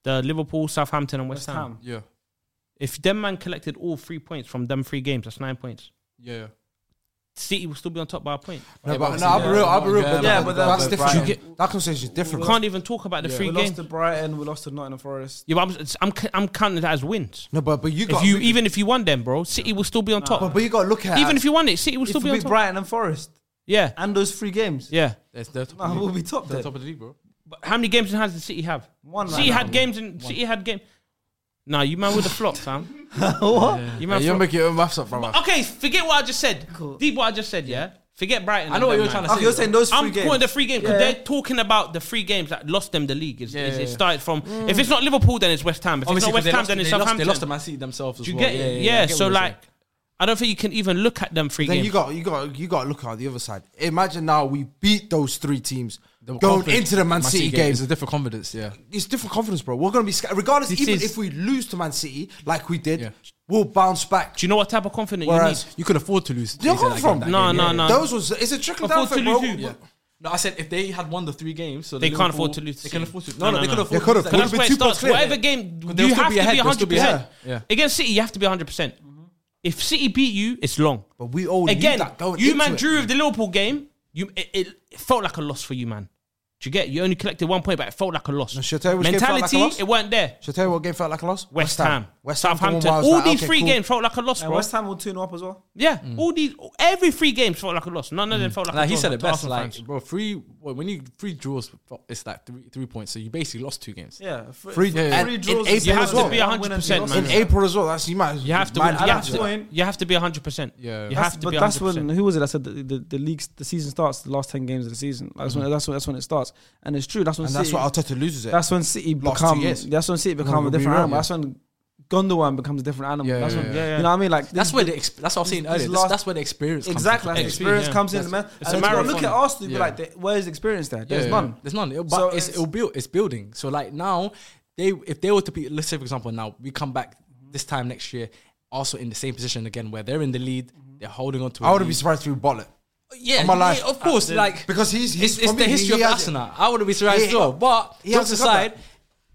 Speaker 3: The Liverpool, Southampton, and
Speaker 1: West
Speaker 3: West, Ham.
Speaker 1: Ham.
Speaker 2: yeah,
Speaker 3: If them man collected all three points from them three games, that's nine points.
Speaker 2: yeah, yeah.
Speaker 3: City will still be on top by a point.
Speaker 4: No, but,
Speaker 2: but
Speaker 4: no, I'll be real. I'll be real.
Speaker 2: yeah,
Speaker 4: but
Speaker 2: yeah,
Speaker 4: that-
Speaker 1: but
Speaker 4: that's
Speaker 1: that-
Speaker 4: different.
Speaker 3: Brighton.
Speaker 4: that conversation is
Speaker 3: We
Speaker 4: different.
Speaker 3: can't even talk about the
Speaker 2: Yeah.
Speaker 3: three
Speaker 1: We
Speaker 3: games.
Speaker 1: lost to Brighton. We lost to Nottingham Forest.
Speaker 3: Yeah, but I'm, it's- I'm, c- I'm counting that as wins.
Speaker 4: No, but but you got
Speaker 3: If you even if you won them, bro, City will still be on top.
Speaker 4: but, but you got to look at
Speaker 3: even if you won it, City will still
Speaker 1: If
Speaker 3: be
Speaker 1: we
Speaker 3: on
Speaker 1: beat
Speaker 3: top.
Speaker 1: Brighton and Forest
Speaker 3: Yeah,
Speaker 1: and those three games,
Speaker 3: yeah.
Speaker 2: That's they're top,
Speaker 1: nah,
Speaker 2: of the
Speaker 1: we'll be
Speaker 2: league.
Speaker 1: top
Speaker 2: They're
Speaker 1: there.
Speaker 2: top of the league, bro.
Speaker 3: But how many games in hand did City have?
Speaker 1: One.
Speaker 3: City
Speaker 1: right
Speaker 3: had games and City had game. Nah, you man would have flopped, fam.
Speaker 1: now. what?
Speaker 3: You man.
Speaker 4: you're
Speaker 3: flopped.
Speaker 4: making your own maths up, brother.
Speaker 3: Okay, forget what I just said. Deep what I just said. Yeah. Forget Brighton.
Speaker 2: I know what
Speaker 3: and them,
Speaker 2: you're trying
Speaker 3: man.
Speaker 2: to say.
Speaker 5: you're saying those three
Speaker 3: I'm
Speaker 5: games.
Speaker 3: calling the free game because they're talking about the three games that lost them the league. Is, is it
Speaker 2: yeah. Mm.
Speaker 3: started from? If it's not Liverpool, then it's West Ham. If
Speaker 2: obviously
Speaker 3: it's not
Speaker 2: 'cause
Speaker 3: West Ham,
Speaker 2: they,
Speaker 3: then it's
Speaker 2: lost, they, lost,
Speaker 3: Southampton.
Speaker 2: they lost to Man City themselves as
Speaker 3: Do you
Speaker 2: well.
Speaker 3: get it? Yeah.
Speaker 2: I get
Speaker 3: so
Speaker 2: what you're
Speaker 3: like, I don't think you can even look at them free
Speaker 4: Then
Speaker 3: games.
Speaker 4: you got you got you got to look at the other side. Imagine now we beat those three teams
Speaker 2: saying.
Speaker 4: going into the Man City,
Speaker 2: game.
Speaker 4: game.
Speaker 2: It's a different confidence, yeah.
Speaker 4: It's different confidence, bro. We're gonna be scared. regardless.
Speaker 3: This
Speaker 4: even
Speaker 3: is-
Speaker 4: if we lose to Man City, like we did,
Speaker 2: Yeah.
Speaker 4: we'll bounce back.
Speaker 3: Do you know what type of confidence
Speaker 4: Whereas
Speaker 3: you
Speaker 2: You could afford to lose.
Speaker 4: They're
Speaker 2: They said
Speaker 4: home
Speaker 2: that
Speaker 4: from-
Speaker 2: game,
Speaker 3: No,
Speaker 2: yeah,
Speaker 3: no,
Speaker 2: yeah.
Speaker 3: no.
Speaker 4: those was it's a trickle down
Speaker 3: Afford
Speaker 4: effect,
Speaker 3: to
Speaker 4: bro.
Speaker 3: lose you.
Speaker 2: Yeah. No, I said if they had won the three games, so
Speaker 3: They
Speaker 2: the
Speaker 3: can't
Speaker 2: Liverpool-
Speaker 3: afford to lose
Speaker 2: They
Speaker 3: to
Speaker 2: can
Speaker 3: City.
Speaker 2: afford to.
Speaker 3: No,
Speaker 2: No,
Speaker 3: no,
Speaker 2: no, they
Speaker 3: no.
Speaker 2: could
Speaker 3: They
Speaker 2: afford.
Speaker 4: could
Speaker 2: to-
Speaker 3: need?
Speaker 4: afford. Would've
Speaker 3: That's
Speaker 4: been
Speaker 3: where it
Speaker 4: two
Speaker 3: starts.
Speaker 4: points clear.
Speaker 3: Whatever game
Speaker 2: They'll
Speaker 3: you
Speaker 2: still
Speaker 3: have
Speaker 2: be
Speaker 3: to
Speaker 2: ahead,
Speaker 3: be
Speaker 2: they'll still
Speaker 3: 100
Speaker 2: be
Speaker 3: percent
Speaker 2: ahead. Yeah.
Speaker 3: against City. You have to be 100. percent If City beat you, it's long.
Speaker 4: Mm-hmm. But we all
Speaker 3: Again,
Speaker 4: knew that going
Speaker 3: you
Speaker 4: into
Speaker 3: man
Speaker 4: it.
Speaker 3: drew with the Liverpool game. You it, it, it felt like a loss for you, man. Do you get? it? You only collected one point, but it felt like a loss.
Speaker 4: No, should I tell you which game felt like a
Speaker 3: Mentality,
Speaker 4: loss?
Speaker 3: it weren't there.
Speaker 4: Should I tell you what game felt like a loss?
Speaker 3: West, Ham,
Speaker 4: West Ham.
Speaker 3: Southampton. All these three games felt like a loss,
Speaker 1: And
Speaker 3: bro.
Speaker 1: West Ham will 2 0 up as well.
Speaker 3: Yeah, all these, every three games felt like a loss. None of them felt like. a
Speaker 2: Mm. Like he
Speaker 3: draw
Speaker 2: said it
Speaker 3: to
Speaker 2: best.
Speaker 3: Arsenal
Speaker 2: Like
Speaker 3: fans.
Speaker 2: bro, three well, when you three draws, it's like three three points. So you basically lost two games.
Speaker 1: Yeah.
Speaker 4: Three- yeah, yeah. In
Speaker 1: as
Speaker 4: April
Speaker 1: well.
Speaker 4: as well. You have to be
Speaker 1: One win and
Speaker 3: 100%,
Speaker 1: two
Speaker 3: man.
Speaker 4: in
Speaker 1: losses.
Speaker 4: April as well. That's you might
Speaker 3: you have to,
Speaker 4: mind
Speaker 3: win, you
Speaker 4: that
Speaker 3: have
Speaker 4: as
Speaker 3: to,
Speaker 4: well.
Speaker 3: you have to be 100. percent
Speaker 2: Yeah.
Speaker 3: you
Speaker 1: That's-
Speaker 3: have to
Speaker 1: but
Speaker 3: be 100.
Speaker 1: that's when who was it that said the, the, the league the season starts the last ten games of the season. That's when that's when that's when it starts, and it's true. That's when
Speaker 4: And
Speaker 1: City,
Speaker 4: that's what Arteta loses it.
Speaker 1: that's when City
Speaker 4: Last two
Speaker 1: become
Speaker 4: years.
Speaker 1: that's when City become
Speaker 4: gonna
Speaker 1: a
Speaker 4: be
Speaker 1: different
Speaker 4: real,
Speaker 1: animal.
Speaker 4: yeah.
Speaker 1: That's when Gundogan becomes a different animal.
Speaker 2: Yeah,
Speaker 1: that's
Speaker 2: yeah,
Speaker 1: when,
Speaker 2: yeah.
Speaker 3: Yeah, yeah.
Speaker 1: you know what I mean. Like
Speaker 2: That's
Speaker 1: this-
Speaker 2: where the exp- that's what I was saying
Speaker 1: This
Speaker 2: earlier. That's,
Speaker 1: last-
Speaker 2: that's where the experience comes
Speaker 1: exactly
Speaker 2: From.
Speaker 1: like,
Speaker 3: Yeah.
Speaker 1: experience
Speaker 3: Yeah.
Speaker 1: comes in, man. And
Speaker 3: it's a
Speaker 1: if you Look at
Speaker 3: marathon.
Speaker 1: Arsenal, you'd
Speaker 2: Yeah.
Speaker 1: be like, the- where's the experience there? There's
Speaker 2: Yeah,
Speaker 1: none.
Speaker 2: There's none. It'll, but
Speaker 1: So
Speaker 2: it's,
Speaker 1: it's-
Speaker 2: it'll build. It's building. So like now, they if they were to be let's say for example now we come back this time next year also in the same position again where they're in the lead, they're holding on to. a
Speaker 4: I would have
Speaker 2: lead.
Speaker 4: been surprised if we bottle it.
Speaker 2: Yeah,
Speaker 4: on my life. Uh,
Speaker 2: yeah, of course. like
Speaker 4: Because he's- he's-
Speaker 2: it's, it's
Speaker 4: for
Speaker 2: the
Speaker 4: me,
Speaker 2: history
Speaker 4: he
Speaker 2: of
Speaker 4: has it.
Speaker 2: Arsenal. I would have been surprised
Speaker 4: He-
Speaker 2: as well. But
Speaker 4: he
Speaker 2: jokes
Speaker 4: hasn't got
Speaker 2: aside,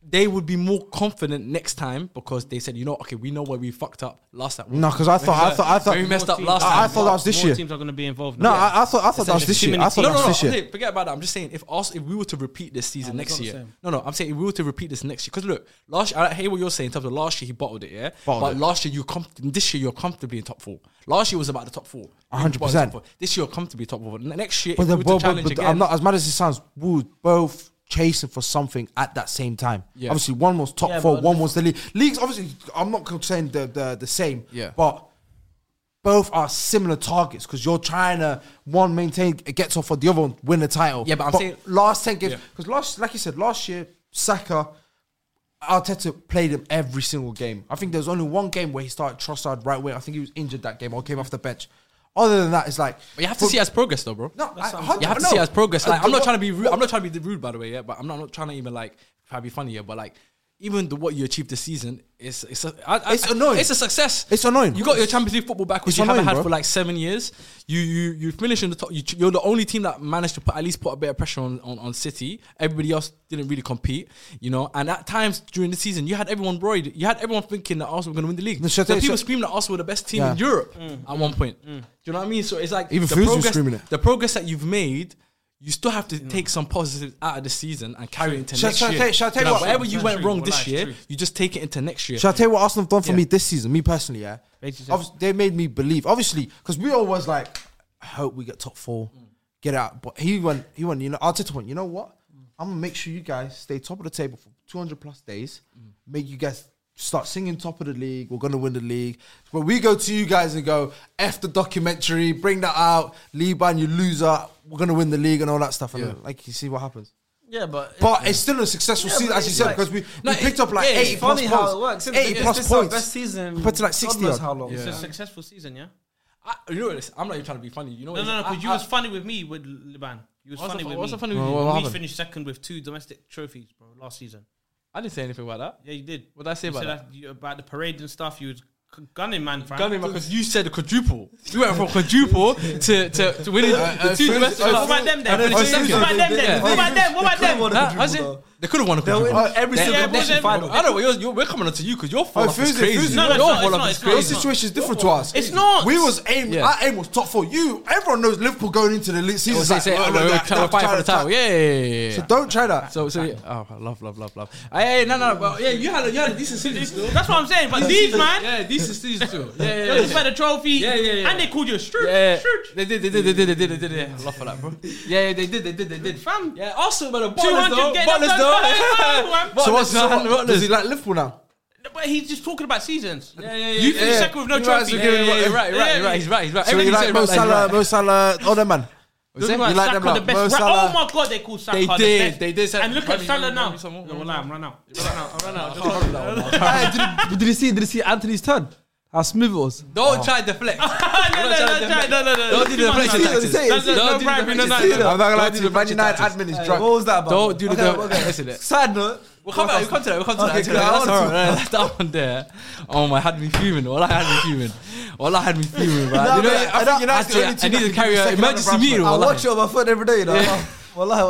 Speaker 2: they would be more confident next time because they said, you know, okay, we know where we fucked up last time.
Speaker 4: No, because I thought I thought I thought
Speaker 2: we messed up last
Speaker 4: I, I
Speaker 2: time.
Speaker 4: thought that was this
Speaker 3: More
Speaker 4: year.
Speaker 3: teams are going to be involved.
Speaker 4: No,
Speaker 3: now.
Speaker 4: I, I thought I thought that was
Speaker 3: Essentially,
Speaker 4: this
Speaker 3: too
Speaker 4: year.
Speaker 3: many
Speaker 4: I thought
Speaker 3: teams.
Speaker 2: no,
Speaker 4: that
Speaker 2: no,
Speaker 4: was
Speaker 2: no.
Speaker 4: this year.
Speaker 2: okay, forget about that. I'm just saying, if us, if we were to repeat this season next
Speaker 1: not the
Speaker 2: year,
Speaker 1: same.
Speaker 2: no, no, I'm saying if we were to repeat this next year, because look, last year, I hear what you're saying in terms of last year he bottled it, yeah,
Speaker 4: Bottled
Speaker 2: but
Speaker 4: it.
Speaker 2: last year you com- this year you're comfortably in top four. Last year was about the top four,
Speaker 4: A hundred
Speaker 2: You bottled the top
Speaker 4: percent.
Speaker 2: four. This year you're comfortably top four. Ne- Next year,
Speaker 4: But,
Speaker 2: if we
Speaker 4: the,
Speaker 2: were
Speaker 4: but,
Speaker 2: to
Speaker 4: but,
Speaker 2: challenge
Speaker 4: but
Speaker 2: again,
Speaker 4: I'm not as mad as it sounds. We were both chasing for something at that same time.
Speaker 2: Yeah.
Speaker 4: Obviously, one was top
Speaker 1: Yeah,
Speaker 4: four,
Speaker 1: but-
Speaker 4: one was the league. Leagues, obviously, I'm not saying the the, the same.
Speaker 2: Yeah.
Speaker 4: But both are similar targets because you're trying to one maintain it gets off for the other one win the title.
Speaker 2: Yeah, but I'm saying-
Speaker 4: last ten games
Speaker 2: Yeah.
Speaker 4: because last like you said last year Saka. Arteta played him every single game. I think there was only one game where he started Trossard right wing. I think he was injured that game or came off the bench. Other than that, it's like
Speaker 2: But you have to see as progress, though, bro.
Speaker 4: no, I,
Speaker 2: You have to
Speaker 4: no.
Speaker 2: see us progress. Like, I'm not
Speaker 4: Uh,
Speaker 2: trying to be rude. I'm not trying to be rude, by the way. Yeah, but I'm not, I'm not trying to even like try to be funny here. But like, even the, what you achieved this season, it's it's a, I, I-
Speaker 4: It's annoying.
Speaker 2: It's a success.
Speaker 4: It's annoying.
Speaker 2: You got your Champions League football back, which
Speaker 4: It's
Speaker 2: you haven't
Speaker 4: annoying,
Speaker 2: had
Speaker 4: bro.
Speaker 2: for like seven years. You you you finish in the top. You, ch- you're the only team that managed to put at least put a bit of pressure on, on on City. Everybody else didn't really compete, you know. And at times during the season, you had everyone worried. You had everyone thinking that Arsenal were going to win the league.
Speaker 4: No,
Speaker 2: so
Speaker 4: shut up,
Speaker 2: people
Speaker 4: shut-
Speaker 2: screaming that Arsenal were the best team in
Speaker 4: Yeah.
Speaker 2: Europe at one point. Do you know what I mean? So it's like
Speaker 4: Even
Speaker 2: the
Speaker 4: Fuse was
Speaker 2: progress,
Speaker 4: screaming it.
Speaker 2: the progress that you've made, you still have
Speaker 3: Mm.
Speaker 2: to take some positives out of the season and carry it into
Speaker 4: Shall-
Speaker 2: next
Speaker 4: shall I
Speaker 2: year.
Speaker 4: tell you- shall I tell you
Speaker 2: Like,
Speaker 4: what?
Speaker 2: Whatever you
Speaker 3: That's
Speaker 2: went
Speaker 3: true.
Speaker 2: wrong
Speaker 3: Well,
Speaker 2: this
Speaker 3: that's
Speaker 2: year,
Speaker 3: true.
Speaker 2: you just take it into next year.
Speaker 4: Shall I tell you what Arsenal have done for
Speaker 2: Yeah.
Speaker 4: me this season? Me personally, yeah.
Speaker 3: Basically,
Speaker 4: Obviously, they made me believe. Obviously, because we always like, I hope we get top four, get out. But he went, he went. You know, Arteta went. You know what? I'm gonna make sure you guys stay top of the table for 200 plus days. Make you guys start singing top of the league. We're gonna win the league. But we go to you guys and go f the documentary. Bring that out. Liban, you loser. We're gonna win the league and all that stuff. And then, like you see what happens.
Speaker 1: Yeah, but
Speaker 4: But it's still a successful
Speaker 1: Yeah,
Speaker 4: season,
Speaker 1: but
Speaker 4: as you
Speaker 1: it's
Speaker 4: said,
Speaker 1: like-
Speaker 4: because we,
Speaker 2: No,
Speaker 4: we picked up like
Speaker 2: yeah, it's
Speaker 4: 80 plus
Speaker 1: funny
Speaker 4: points.
Speaker 1: how it works. isn't it?
Speaker 4: 80
Speaker 1: It's-
Speaker 4: plus
Speaker 1: this is our
Speaker 4: points.
Speaker 1: best season.
Speaker 4: Compared to like
Speaker 1: God
Speaker 4: 60
Speaker 1: knows
Speaker 4: odd.
Speaker 1: how long.
Speaker 3: It's a successful season, yeah.
Speaker 2: I, you know this. I'm not even trying to be funny. You know
Speaker 3: No,
Speaker 2: what?
Speaker 3: no, no.
Speaker 2: I-
Speaker 3: Because you
Speaker 2: I-
Speaker 3: was funny with me with Liban. You was
Speaker 2: What's
Speaker 3: funny
Speaker 2: the-
Speaker 3: with
Speaker 2: what's
Speaker 3: me.
Speaker 2: the funny with
Speaker 4: Well,
Speaker 2: you?
Speaker 4: what
Speaker 3: we
Speaker 4: happened?
Speaker 3: finished second with two domestic trophies, bro, last season.
Speaker 2: I didn't say anything about that.
Speaker 3: Yeah, you did.
Speaker 2: What did I say
Speaker 3: you
Speaker 2: about
Speaker 3: said
Speaker 2: that?
Speaker 3: you- about the parade and stuff. You was c- gunning man, fam.
Speaker 2: Gunning because you said quadruple. You went from quadruple to to, to winning the two
Speaker 4: Fuse-
Speaker 2: domestic.
Speaker 4: uh,
Speaker 3: What about them then?
Speaker 2: And
Speaker 3: What
Speaker 2: then
Speaker 3: about
Speaker 2: Fuse-
Speaker 3: them then? What about them? What about them?
Speaker 2: Huh? How's it? They could have won a quadruple.
Speaker 4: win every
Speaker 2: They-
Speaker 4: single
Speaker 2: they-
Speaker 3: position
Speaker 2: they-
Speaker 3: final.
Speaker 2: I don't know. You're, you're, we're coming on to you because
Speaker 4: Oh,
Speaker 2: your fall off is
Speaker 4: Fuse- Fuse-
Speaker 2: crazy.
Speaker 4: No, no,
Speaker 2: Your
Speaker 3: it's not,
Speaker 2: fall
Speaker 3: it's
Speaker 2: off
Speaker 3: not,
Speaker 2: is
Speaker 3: it's not,
Speaker 4: Your
Speaker 3: it's
Speaker 2: crazy.
Speaker 3: not.
Speaker 4: situation is different to us.
Speaker 3: It's not.
Speaker 4: We was aim.
Speaker 2: Yeah.
Speaker 4: Our aim was top four. You, everyone knows Liverpool going into the league season.
Speaker 2: Say,
Speaker 4: it's
Speaker 2: say,
Speaker 4: like,
Speaker 2: oh,
Speaker 4: no, no,
Speaker 2: no, we're
Speaker 4: that-
Speaker 2: trying to
Speaker 4: that-
Speaker 2: fight for the
Speaker 4: that-
Speaker 2: title. Yeah, yeah, yeah, yeah, yeah.
Speaker 4: So don't try that.
Speaker 2: So, so yeah. Oh, love, love, love, love. Hey, no, no, but yeah, you had a, you had a decent season still.
Speaker 3: That's what I'm saying. But these man,
Speaker 2: Yeah, decent season still. Yeah,
Speaker 3: they
Speaker 2: yeah,
Speaker 3: was
Speaker 2: yeah.
Speaker 3: by the trophy,
Speaker 2: Yeah, yeah, yeah.
Speaker 3: and they called you a stroop.
Speaker 2: Yeah,
Speaker 3: stroop.
Speaker 2: they did, they did, they did, they did, they did, yeah. I love for that, bro. Yeah, yeah, they did, they did, they did.
Speaker 3: Fam.
Speaker 2: Yeah, Arsenal, man.
Speaker 3: 200
Speaker 2: Bottlers, though.
Speaker 3: get
Speaker 2: Bottlers,
Speaker 3: that
Speaker 2: though.
Speaker 3: done.
Speaker 2: Bottlers,
Speaker 4: So what's
Speaker 2: man,
Speaker 4: so what-
Speaker 2: Bottlers.
Speaker 4: Does he like Liverpool now?
Speaker 3: but he's just talking about seasons.
Speaker 2: Yeah, yeah, yeah.
Speaker 3: You
Speaker 2: yeah.
Speaker 3: finish second with no
Speaker 2: You're
Speaker 3: trophy.
Speaker 2: Right, yeah, yeah, yeah, you're right, you're right, you're right. He's right, he's right.
Speaker 4: So you
Speaker 2: Everything
Speaker 4: like
Speaker 2: said
Speaker 4: Mo
Speaker 2: about that, he's
Speaker 4: Salah,
Speaker 2: right.
Speaker 4: Mo Salah, all them man.
Speaker 2: Was it?
Speaker 3: Like
Speaker 4: You like
Speaker 3: Saka,
Speaker 4: them lot.
Speaker 3: the best.
Speaker 4: Mo
Speaker 3: ra-
Speaker 4: Salah.
Speaker 3: oh my god, they call Saka
Speaker 2: They
Speaker 3: the
Speaker 2: did,
Speaker 3: best.
Speaker 2: they did say-
Speaker 3: and look at
Speaker 2: Rami,
Speaker 3: Salah
Speaker 2: Rami,
Speaker 3: now.
Speaker 2: Rami, some more.
Speaker 3: No, well, I'm run out.
Speaker 1: Hey, did, did you see? Did you see Anthony's turn? How smooth it was.
Speaker 2: Don't try to deflect.
Speaker 3: No, no, no, no, no, no, no.
Speaker 2: Don't do the
Speaker 3: Come on,
Speaker 2: deflection
Speaker 3: Saka.
Speaker 1: tactics. Say it,
Speaker 3: That's
Speaker 1: say it.
Speaker 3: it,
Speaker 2: Don't
Speaker 3: No
Speaker 2: do
Speaker 3: bribery, no
Speaker 2: deflection
Speaker 3: nothing.
Speaker 2: tactics.
Speaker 4: I'm not gonna lie
Speaker 2: Don't
Speaker 4: to
Speaker 2: do
Speaker 4: you,
Speaker 2: the
Speaker 4: Man United
Speaker 2: tactics.
Speaker 4: admin is
Speaker 1: Hey,
Speaker 4: drunk.
Speaker 1: What was that about?
Speaker 2: Don't do the
Speaker 1: Okay, okay.
Speaker 2: Listen it.
Speaker 1: Sad note.
Speaker 2: We'll come back. We'll come to that. We'll come to
Speaker 1: Okay,
Speaker 2: that.
Speaker 1: good. I
Speaker 2: That's
Speaker 1: want
Speaker 2: all
Speaker 1: to.
Speaker 2: right. That one there. Oh my, had me fuming. All I had me fuming. All I had me fuming. Right?
Speaker 4: No,
Speaker 2: you know,
Speaker 4: but
Speaker 2: I,
Speaker 4: I don't-
Speaker 2: I, I,
Speaker 4: United's the only
Speaker 2: I
Speaker 4: team
Speaker 2: need
Speaker 4: that
Speaker 2: to
Speaker 4: can
Speaker 2: carry
Speaker 4: do
Speaker 2: an
Speaker 4: second round
Speaker 2: emergency
Speaker 4: of
Speaker 2: meeting.
Speaker 1: I
Speaker 2: Because
Speaker 1: watch it on my phone every day. You know.
Speaker 2: Yeah.
Speaker 1: Wallahi,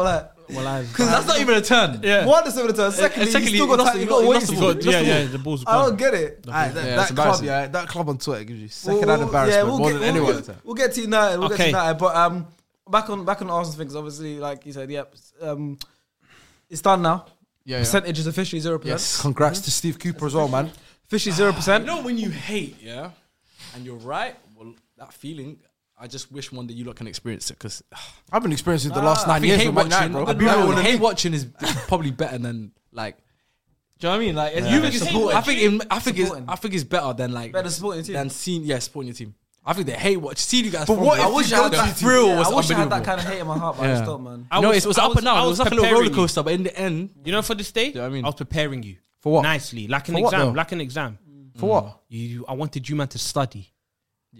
Speaker 1: wallahi.
Speaker 2: that's not even a turn.
Speaker 3: Yeah.
Speaker 1: One is over the turn. Secondly,
Speaker 2: secondly,
Speaker 1: you still
Speaker 2: you
Speaker 1: got
Speaker 2: lost-
Speaker 1: time.
Speaker 2: you
Speaker 1: You
Speaker 2: lost-
Speaker 1: got
Speaker 2: you
Speaker 1: wait
Speaker 2: lost
Speaker 1: for
Speaker 2: the
Speaker 1: it.
Speaker 2: ball.
Speaker 3: Yeah, yeah, the ball's
Speaker 1: I don't
Speaker 3: gone.
Speaker 1: get it.
Speaker 4: Aye,
Speaker 2: Yeah, it's
Speaker 4: that, that club,
Speaker 2: embarrassing.
Speaker 4: yeah, that club on Twitter gives you second-hand
Speaker 1: We'll-
Speaker 4: embarrassment more
Speaker 1: get-
Speaker 4: than anyone.
Speaker 1: We'll, get- we'll get to United. We'll get to
Speaker 3: Okay.
Speaker 1: United. But um, back on back on Arsenal things. Obviously, like you said, yep. Um, it's done now.
Speaker 2: Yeah, yeah.
Speaker 1: Percentage is officially zero percent.
Speaker 4: Congrats to Steve Cooper as well, man.
Speaker 1: Officially zero percent.
Speaker 2: You know when you hate, yeah, and you're right. Well, that feeling. I just wish one day you lot can experience it because
Speaker 4: I've been experiencing the last nine years
Speaker 2: hate
Speaker 4: with Man
Speaker 2: watching.
Speaker 4: United, bro.
Speaker 2: I'll be real, hate watching is probably better than like. Do you know what I mean? Like, you think it's
Speaker 3: Supporting.
Speaker 2: I think it, I think it's,
Speaker 1: Supporting.
Speaker 2: I think it's better than like
Speaker 1: Better supporting team.
Speaker 2: than seeing yeah supporting your team. I think they hate watch. See you guys.
Speaker 4: But
Speaker 2: from
Speaker 4: what
Speaker 2: there.
Speaker 4: if
Speaker 2: I
Speaker 4: you
Speaker 2: wish
Speaker 4: go
Speaker 2: I had
Speaker 4: back-
Speaker 2: that thrill
Speaker 1: Yeah,
Speaker 2: was
Speaker 1: I wish I had
Speaker 2: unbelievable.
Speaker 1: that kind of hate in my heart, but I
Speaker 2: Yeah.
Speaker 1: stopped, man.
Speaker 3: I
Speaker 2: no,
Speaker 3: was-
Speaker 2: it was
Speaker 3: I
Speaker 2: up
Speaker 3: was-
Speaker 2: and down.
Speaker 3: I
Speaker 2: It
Speaker 3: was
Speaker 2: was like a little
Speaker 3: preparing
Speaker 2: roller
Speaker 3: you.
Speaker 2: coaster, but in the end,
Speaker 3: You know, for this day,
Speaker 2: Do you know what I mean?
Speaker 3: was preparing you
Speaker 4: For what?
Speaker 3: nicely, like an
Speaker 4: For what,
Speaker 3: exam,
Speaker 4: though?
Speaker 3: like an exam.
Speaker 4: For what?
Speaker 3: You, you- I wanted you man to study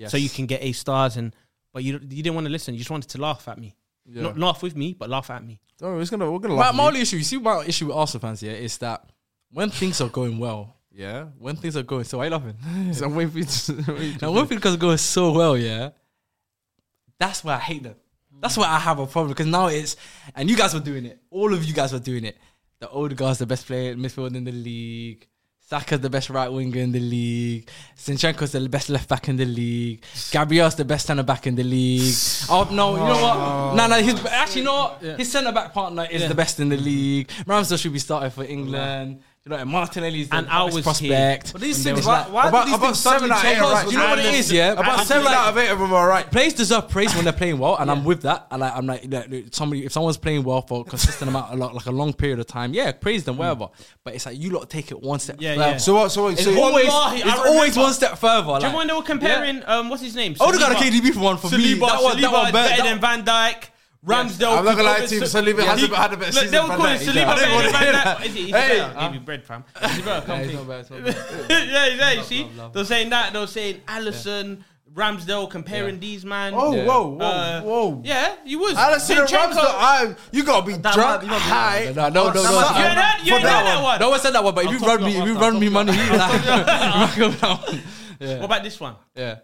Speaker 3: so you can get A stars, and but you, you didn't want to listen. You just wanted to laugh at me, not laugh with me, but laugh at me.
Speaker 4: Oh, it's gonna, we're gonna
Speaker 2: My,
Speaker 4: laugh.
Speaker 2: my only issue, you see, my issue with Arsenal fans, yeah, is that when things are going well, yeah, when things are going, so why you laughing?
Speaker 4: I'm waiting for you to- waiting
Speaker 2: now
Speaker 4: for
Speaker 2: when
Speaker 4: you.
Speaker 2: things are going so well, yeah, that's why I hate them. That's why I have a problem because now it's and you guys were doing it. All of you guys were doing it. The old guy's the best player in midfield in the league. Saka's the best right winger in the league. Sinchenko's the best left back in the league. Gabriel's the best centre back in the league. Oh no, you know
Speaker 3: Oh.
Speaker 2: what? No, no, his, actually, you know what? His centre back partner is the best in the league. Ramsdale should be starting for England. You know, and Martinelli's the
Speaker 3: And I
Speaker 2: hottest
Speaker 3: was here.
Speaker 2: prospect.
Speaker 3: But
Speaker 1: these
Speaker 3: things-
Speaker 1: why, why
Speaker 4: about-
Speaker 1: do these
Speaker 4: about
Speaker 1: things
Speaker 4: seven
Speaker 1: suddenly
Speaker 4: out of eight,
Speaker 1: change?
Speaker 4: right?
Speaker 2: Do you know what it is? Yeah,
Speaker 4: About
Speaker 2: I'm
Speaker 4: seven
Speaker 2: like-
Speaker 4: out of eight of them are right.
Speaker 2: players deserve praise when they're playing well, and I'm with that. And like, I'm like, like, look, somebody if someone's playing well for a consistent amount, a lot, like a long period of time, yeah, praise them, whatever. But it's like you lot take it one step.
Speaker 3: Yeah,
Speaker 2: further.
Speaker 3: yeah.
Speaker 4: So what? So what?
Speaker 2: It's
Speaker 4: so
Speaker 2: always,
Speaker 3: Wallahi, I
Speaker 2: it's always
Speaker 3: remember.
Speaker 2: one step further.
Speaker 3: Do you
Speaker 2: Like,
Speaker 3: remember when they were comparing um, what's his name?
Speaker 2: Odegaard and
Speaker 3: Saliba.
Speaker 2: KDB for one for me.
Speaker 3: Saliba,
Speaker 2: That one, that
Speaker 3: Saliba
Speaker 2: one
Speaker 3: is
Speaker 2: better.
Speaker 3: better
Speaker 2: That-
Speaker 3: than Van Dijk. Ramsdale.
Speaker 4: I'm not gonna lie
Speaker 3: Kukovic,
Speaker 4: to you,
Speaker 3: so-
Speaker 4: Saliba has
Speaker 3: He-
Speaker 4: a- had a
Speaker 3: Look,
Speaker 4: better season
Speaker 3: They were
Speaker 4: than
Speaker 3: calling
Speaker 4: Van Dijk.
Speaker 3: Saliba
Speaker 4: I
Speaker 3: better
Speaker 4: didn't
Speaker 3: than
Speaker 4: wanna
Speaker 3: Van
Speaker 4: hear
Speaker 3: Dijk.
Speaker 4: that.
Speaker 3: Is he- He's
Speaker 4: Hey.
Speaker 3: better. Give me bread, fam. He's better. Come
Speaker 2: It's
Speaker 3: clean.
Speaker 2: not bad, it's not bad.
Speaker 3: yeah, yeah. You see, they're saying that. They're saying Allison, Ramsdale, comparing these man.
Speaker 4: Oh,
Speaker 2: Yeah.
Speaker 4: whoa, whoa,
Speaker 3: Uh,
Speaker 4: whoa!
Speaker 3: Yeah, you was.
Speaker 4: Alisson and
Speaker 3: Zinchenko-
Speaker 4: Ramsdale, I- you gotta be
Speaker 1: That might-
Speaker 4: drunk
Speaker 1: you might be
Speaker 4: high.
Speaker 2: No, no, no, no.
Speaker 3: You ain't heard- you ain't heard that one.
Speaker 2: No one said that one, but if you run me, if you run me money, like,
Speaker 3: What about this one?
Speaker 2: yeah,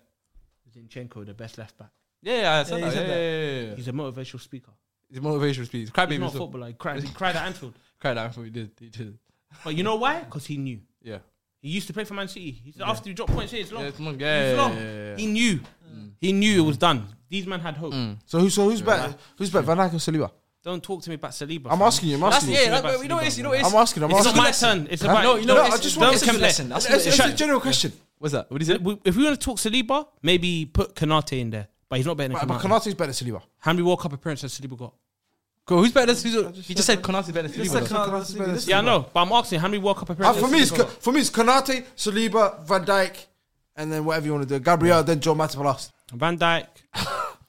Speaker 3: Zinchenko, the best left back.
Speaker 2: yeah, yeah, I
Speaker 3: Yeah,
Speaker 2: said that.
Speaker 3: you
Speaker 2: Yeah,
Speaker 3: said that.
Speaker 2: yeah, yeah, yeah.
Speaker 3: He's a motivational speaker.
Speaker 2: His motivational speech. Crybaby
Speaker 3: He's not
Speaker 2: was
Speaker 3: a
Speaker 2: still-
Speaker 3: footballer. He cried, he cried at Anfield.
Speaker 2: cried out for he did. He did.
Speaker 3: But you know why? Because he knew.
Speaker 2: Yeah.
Speaker 3: He used to play for Man City. He said, after you drop points here, it's long.
Speaker 2: Yeah, come on,
Speaker 3: It's
Speaker 2: yeah,
Speaker 3: long.
Speaker 2: yeah, yeah, Mm. yeah.
Speaker 3: He knew. He knew it was done. These men had hope.
Speaker 2: Mm.
Speaker 4: So who? So who's better? Who's better, Van Dijk or Saliba?
Speaker 3: Don't talk to me about Saliba.
Speaker 4: I'm
Speaker 3: fam.
Speaker 4: asking you. I'm
Speaker 2: That's
Speaker 4: asking you.
Speaker 2: yeah. That, but you know what it is. You know what it is.
Speaker 4: I'm asking. I'm
Speaker 3: It's
Speaker 4: asking.
Speaker 3: not my turn. It's about.
Speaker 2: No, you know
Speaker 4: No,
Speaker 2: it's,
Speaker 4: I just
Speaker 2: don't
Speaker 4: want-
Speaker 3: it's a
Speaker 2: compare.
Speaker 3: lesson.
Speaker 2: That's
Speaker 4: It's,
Speaker 2: what
Speaker 4: it's
Speaker 2: it
Speaker 4: a
Speaker 2: is.
Speaker 4: general question.
Speaker 2: What's that? What is it?
Speaker 3: We- If we want to talk Saliba, maybe put Kanate in there. But he's not better than
Speaker 4: But, but
Speaker 3: Kanate.
Speaker 4: Konate's better than Saliba.
Speaker 3: How many World Cup appearances has Saliba got?
Speaker 2: Cool. Who's better? Than, who's, he just said Konate better than
Speaker 1: It's
Speaker 2: Saliba. though.
Speaker 1: like Konate's better than
Speaker 3: Yeah, I know. But I'm asking how many World Cup
Speaker 4: Uh,
Speaker 3: appearances.
Speaker 4: for me,
Speaker 3: has
Speaker 4: it's
Speaker 3: Saliba
Speaker 4: Ko-
Speaker 3: got?
Speaker 4: for me, it's Konate, Saliba, Van Dijk, and then whatever you want to do. Gabriel, then Joe Matip last.
Speaker 3: Van Dijk,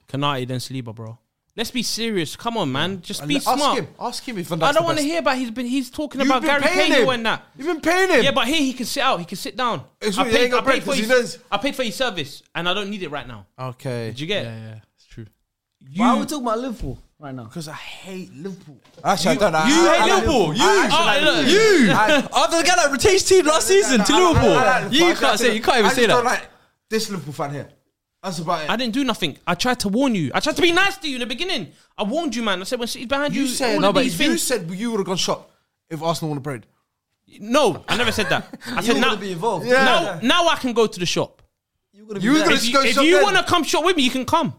Speaker 3: Kanate, then Saliba, bro. Let's be serious. Come on, man. Just be
Speaker 4: Uh, ask
Speaker 3: smart.
Speaker 4: him. Ask him if Van Dijk.
Speaker 3: I don't want to hear about he's been. He's talking about Gary Cahill and that.
Speaker 4: You've been paying him.
Speaker 3: Yeah, but here he can sit out. He can sit down.
Speaker 4: It's
Speaker 3: I
Speaker 4: what- he ain't
Speaker 3: paid, I
Speaker 4: got
Speaker 3: paid
Speaker 4: bread
Speaker 3: for
Speaker 4: 'cause he
Speaker 3: his,
Speaker 4: knows.
Speaker 3: I paid for his service, and I don't need it right now.
Speaker 4: okay.
Speaker 3: Did you get? it?
Speaker 2: Yeah, yeah, it's true.
Speaker 1: Why are we talking about Liverpool right now?
Speaker 4: Because I hate Liverpool. Actually, I don't. I-
Speaker 2: You
Speaker 4: I-
Speaker 2: hate
Speaker 4: I like
Speaker 2: Liverpool. You,
Speaker 4: I actually
Speaker 3: Oh,
Speaker 4: like
Speaker 3: look,
Speaker 4: Liverpool.
Speaker 2: you.
Speaker 4: I-
Speaker 2: After the guy that retained team last season to
Speaker 4: I- I- I- I
Speaker 2: Liverpool,
Speaker 4: like Liverpool. I
Speaker 2: you
Speaker 4: just
Speaker 2: can't say.
Speaker 4: don't-
Speaker 2: You can't even
Speaker 4: I
Speaker 2: say
Speaker 4: just don't
Speaker 2: that.
Speaker 4: like this Liverpool fan here. That's about it.
Speaker 3: I didn't do nothing. I tried to warn you. I tried to be nice to you in the beginning. I warned you, man. I said when City's behind you,
Speaker 4: You said
Speaker 3: all
Speaker 4: no,
Speaker 3: of
Speaker 4: but
Speaker 3: these
Speaker 4: you
Speaker 3: things.
Speaker 4: said you would have gone shot if Arsenal won the bread.
Speaker 3: no, I never said that. I
Speaker 1: You
Speaker 3: said
Speaker 1: were
Speaker 3: now,
Speaker 1: gonna be involved.
Speaker 4: Yeah.
Speaker 3: now, now I can go to the shop.
Speaker 1: You were gonna
Speaker 4: You were
Speaker 1: be
Speaker 4: gonna
Speaker 1: there.
Speaker 3: If
Speaker 4: go
Speaker 3: you, if
Speaker 4: shop
Speaker 3: you
Speaker 4: then.
Speaker 3: want to come shop with me, you can come.